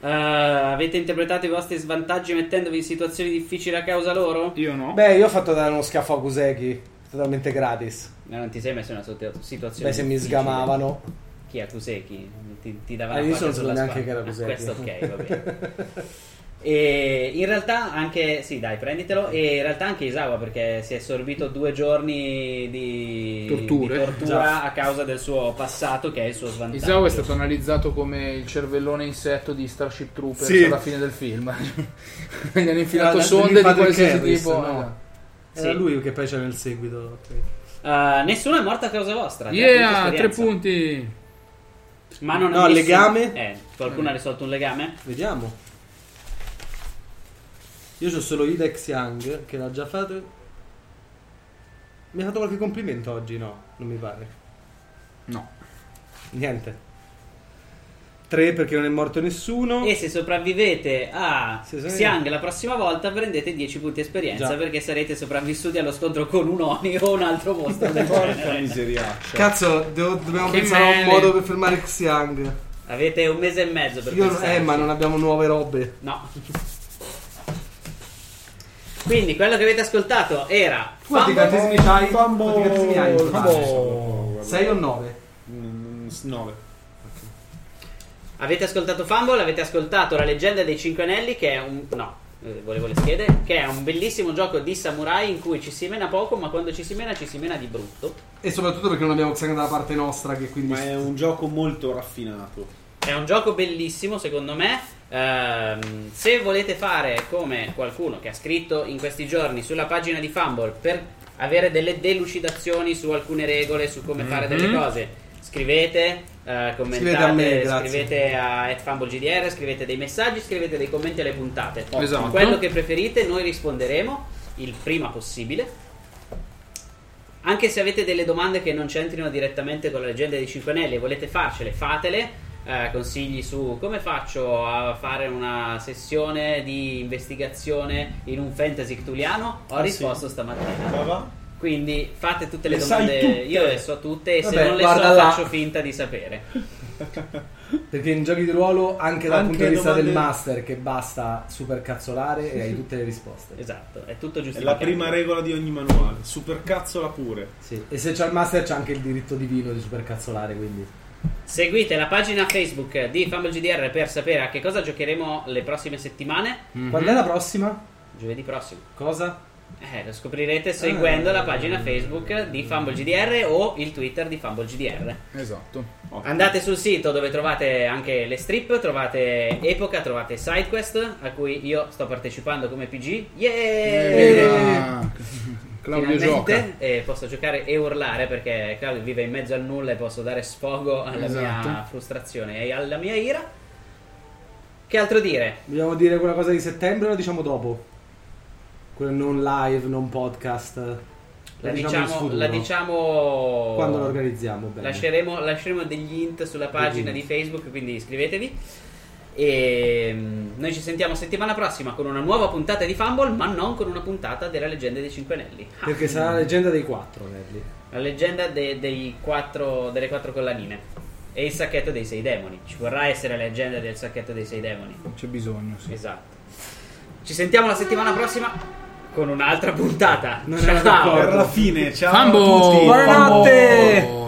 [SPEAKER 1] Eh, avete interpretato i vostri svantaggi mettendovi in situazioni difficili a causa loro?
[SPEAKER 2] Io no.
[SPEAKER 5] Beh, io ho fatto dare uno schiaffo a Kuseki, totalmente gratis.
[SPEAKER 1] Ma non ti sei messo in una sotte- situazione
[SPEAKER 5] Beh, se mi
[SPEAKER 1] difficile?
[SPEAKER 5] sgamavano.
[SPEAKER 1] Chi è Kuseki? Ti, ti dava la
[SPEAKER 5] All'inizio
[SPEAKER 1] pacca
[SPEAKER 5] non sapevo
[SPEAKER 1] sulla
[SPEAKER 5] neanche
[SPEAKER 1] spalla.
[SPEAKER 5] che era
[SPEAKER 1] Ah, questo ok,
[SPEAKER 5] (laughs)
[SPEAKER 1] va bene. E in realtà anche. Sì, dai, prenditelo. E in realtà anche Isawa perché si è sorbito due giorni di
[SPEAKER 2] Torture.
[SPEAKER 1] di tortura
[SPEAKER 2] Già.
[SPEAKER 1] a causa del suo passato, che è il suo svantaggio.
[SPEAKER 2] Isawa è stato analizzato come il cervellone insetto di Starship Troopers
[SPEAKER 6] Sì.
[SPEAKER 2] alla fine del film. (laughs) Gli hanno infilato
[SPEAKER 5] Ah,
[SPEAKER 2] sonde di
[SPEAKER 5] Patrick
[SPEAKER 2] qualsiasi
[SPEAKER 5] Harris,
[SPEAKER 2] tipo.
[SPEAKER 5] no?
[SPEAKER 2] Esatto.
[SPEAKER 5] Era
[SPEAKER 1] Sì.
[SPEAKER 5] lui che poi c'era nel seguito. ok.
[SPEAKER 1] Eh, nessuno è morto a causa vostra. tre
[SPEAKER 2] Yeah,
[SPEAKER 1] punti
[SPEAKER 2] tre
[SPEAKER 1] esperienza.
[SPEAKER 2] punti.
[SPEAKER 1] Ma non
[SPEAKER 6] No,
[SPEAKER 1] nessuno-
[SPEAKER 6] legame?
[SPEAKER 1] Eh, qualcuno ha risolto un legame?
[SPEAKER 5] Vediamo. Io c'ho solo Idex Young che l'ha già fatto. Mi ha fatto qualche complimento oggi? No, non mi pare.
[SPEAKER 2] No.
[SPEAKER 5] Niente. 3 perché non è morto nessuno.
[SPEAKER 1] E se sopravvivete a
[SPEAKER 5] Se sono-
[SPEAKER 1] Xiang la prossima volta prendete 10 punti esperienza
[SPEAKER 5] Già.
[SPEAKER 1] perché sarete sopravvissuti allo scontro con un Oni o un altro mostro
[SPEAKER 5] (laughs)
[SPEAKER 1] del
[SPEAKER 3] Porca
[SPEAKER 1] genere.
[SPEAKER 3] miseriaccia.
[SPEAKER 5] Cazzo, devo- dobbiamo
[SPEAKER 2] Che
[SPEAKER 5] pensare a un
[SPEAKER 2] mele.
[SPEAKER 5] modo per fermare Xiang.
[SPEAKER 1] Avete un mese e mezzo per
[SPEAKER 5] Io,
[SPEAKER 1] pensarci.
[SPEAKER 5] eh, ma non abbiamo nuove robe.
[SPEAKER 1] No. Quindi quello che avete ascoltato era
[SPEAKER 5] Quanti
[SPEAKER 1] Fumble-
[SPEAKER 5] catesimi c'hai?
[SPEAKER 3] Fumble-
[SPEAKER 5] Quanti catesimi hai?
[SPEAKER 3] Fumble- guarda.
[SPEAKER 5] 6 o 9?
[SPEAKER 3] 9.
[SPEAKER 1] Avete ascoltato Fumble, avete ascoltato La leggenda dei Cinque Anelli che è un no, eh, volevo le schede, che è un bellissimo gioco di samurai in cui ci si mena poco, ma quando ci si mena ci si mena di brutto.
[SPEAKER 5] E soprattutto perché non abbiamo Xiang dalla parte nostra che quindi...
[SPEAKER 3] Ma è un gioco molto raffinato.
[SPEAKER 1] È un gioco bellissimo, secondo me. Ehm, se volete fare come qualcuno che ha scritto in questi giorni sulla pagina di Fumble per avere delle delucidazioni su alcune regole, su come fare delle cose, scrivete, eh,
[SPEAKER 5] Mhm. Scrivete a
[SPEAKER 1] commentate,
[SPEAKER 5] me,
[SPEAKER 1] scrivete a,
[SPEAKER 5] grazie.
[SPEAKER 1] FumbleGDR, scrivete dei messaggi, scrivete dei commenti alle puntate.
[SPEAKER 2] Esatto.
[SPEAKER 1] Quello che preferite, noi risponderemo il prima possibile. Anche se avete delle domande che non c'entrino direttamente con la leggenda dei Cinque Anelli e volete farcele, fatele. Eh, consigli su come faccio a fare una sessione di investigazione in un fantasy cthulhiano? Ho
[SPEAKER 3] Ah,
[SPEAKER 1] risposto stamattina.
[SPEAKER 3] Ma va?
[SPEAKER 1] Quindi fate tutte le,
[SPEAKER 3] Le sai
[SPEAKER 1] domande,
[SPEAKER 3] tutte?
[SPEAKER 1] io le so tutte e se
[SPEAKER 5] Vabbè,
[SPEAKER 1] non le so
[SPEAKER 5] guarda là.
[SPEAKER 1] faccio finta di sapere.
[SPEAKER 7] Perché in giochi di ruolo, anche dal
[SPEAKER 3] Anche
[SPEAKER 7] punto di vista
[SPEAKER 3] domande-
[SPEAKER 7] del master, che basta super cazzolare e hai tutte le risposte.
[SPEAKER 1] (laughs) Esatto, è tutto
[SPEAKER 3] È
[SPEAKER 1] giusto.
[SPEAKER 3] la prima regola di ogni manuale. Supercazzola pure.
[SPEAKER 7] Sì. E se c'è il master c'è anche il diritto divino di super cazzolare, quindi.
[SPEAKER 1] Seguite la pagina Facebook di FumbleGDR per sapere a che cosa giocheremo le prossime settimane.
[SPEAKER 5] Mm. Mhm.
[SPEAKER 7] Quando è la prossima?
[SPEAKER 1] Giovedì prossimo.
[SPEAKER 7] Cosa?
[SPEAKER 1] Eh, lo scoprirete seguendo la pagina Facebook di FumbleGDR o il Twitter di FumbleGDR.
[SPEAKER 2] Esatto.
[SPEAKER 3] Ottimo.
[SPEAKER 1] Andate sul sito dove trovate anche le strip, trovate Epoca, trovate SideQuest a cui io sto partecipando come PG.
[SPEAKER 5] Eh.
[SPEAKER 1] Yeah!
[SPEAKER 2] Evviva! Claudio gioca.
[SPEAKER 1] Finalmente, eh, posso giocare e urlare perché Claudio vive in mezzo al nulla e posso dare sfogo alla mia
[SPEAKER 2] Esatto.
[SPEAKER 1] frustrazione e alla mia ira. Che altro dire?
[SPEAKER 5] Vogliamo dire quella cosa di settembre o la diciamo dopo? Quella non live, non podcast.
[SPEAKER 1] La,
[SPEAKER 5] in
[SPEAKER 1] diciamo,
[SPEAKER 5] futuro.
[SPEAKER 1] la diciamo
[SPEAKER 5] Quando lo organizziamo, bene.
[SPEAKER 1] Lasceremo, lasceremo degli int sulla pagina di Facebook, quindi iscrivetevi. E mm, noi ci sentiamo settimana prossima con una nuova puntata di Fumble, ma non con una puntata della leggenda dei Cinque Anelli. Ah,
[SPEAKER 5] Perché sarà la leggenda dei quattro, Nelly.
[SPEAKER 1] la leggenda de- dei quattro, delle quattro collanine e il sacchetto dei sei demoni. Ci vorrà essere la leggenda del sacchetto dei sei demoni.
[SPEAKER 2] C'è bisogno, sì.
[SPEAKER 1] Esatto. Ci sentiamo la settimana prossima con un'altra puntata.
[SPEAKER 5] Non
[SPEAKER 1] Ciao!
[SPEAKER 5] era d'accordo.
[SPEAKER 3] Per la fine, ciao a
[SPEAKER 2] Fumble!
[SPEAKER 3] tutti.
[SPEAKER 5] Buonanotte!
[SPEAKER 2] Fumble!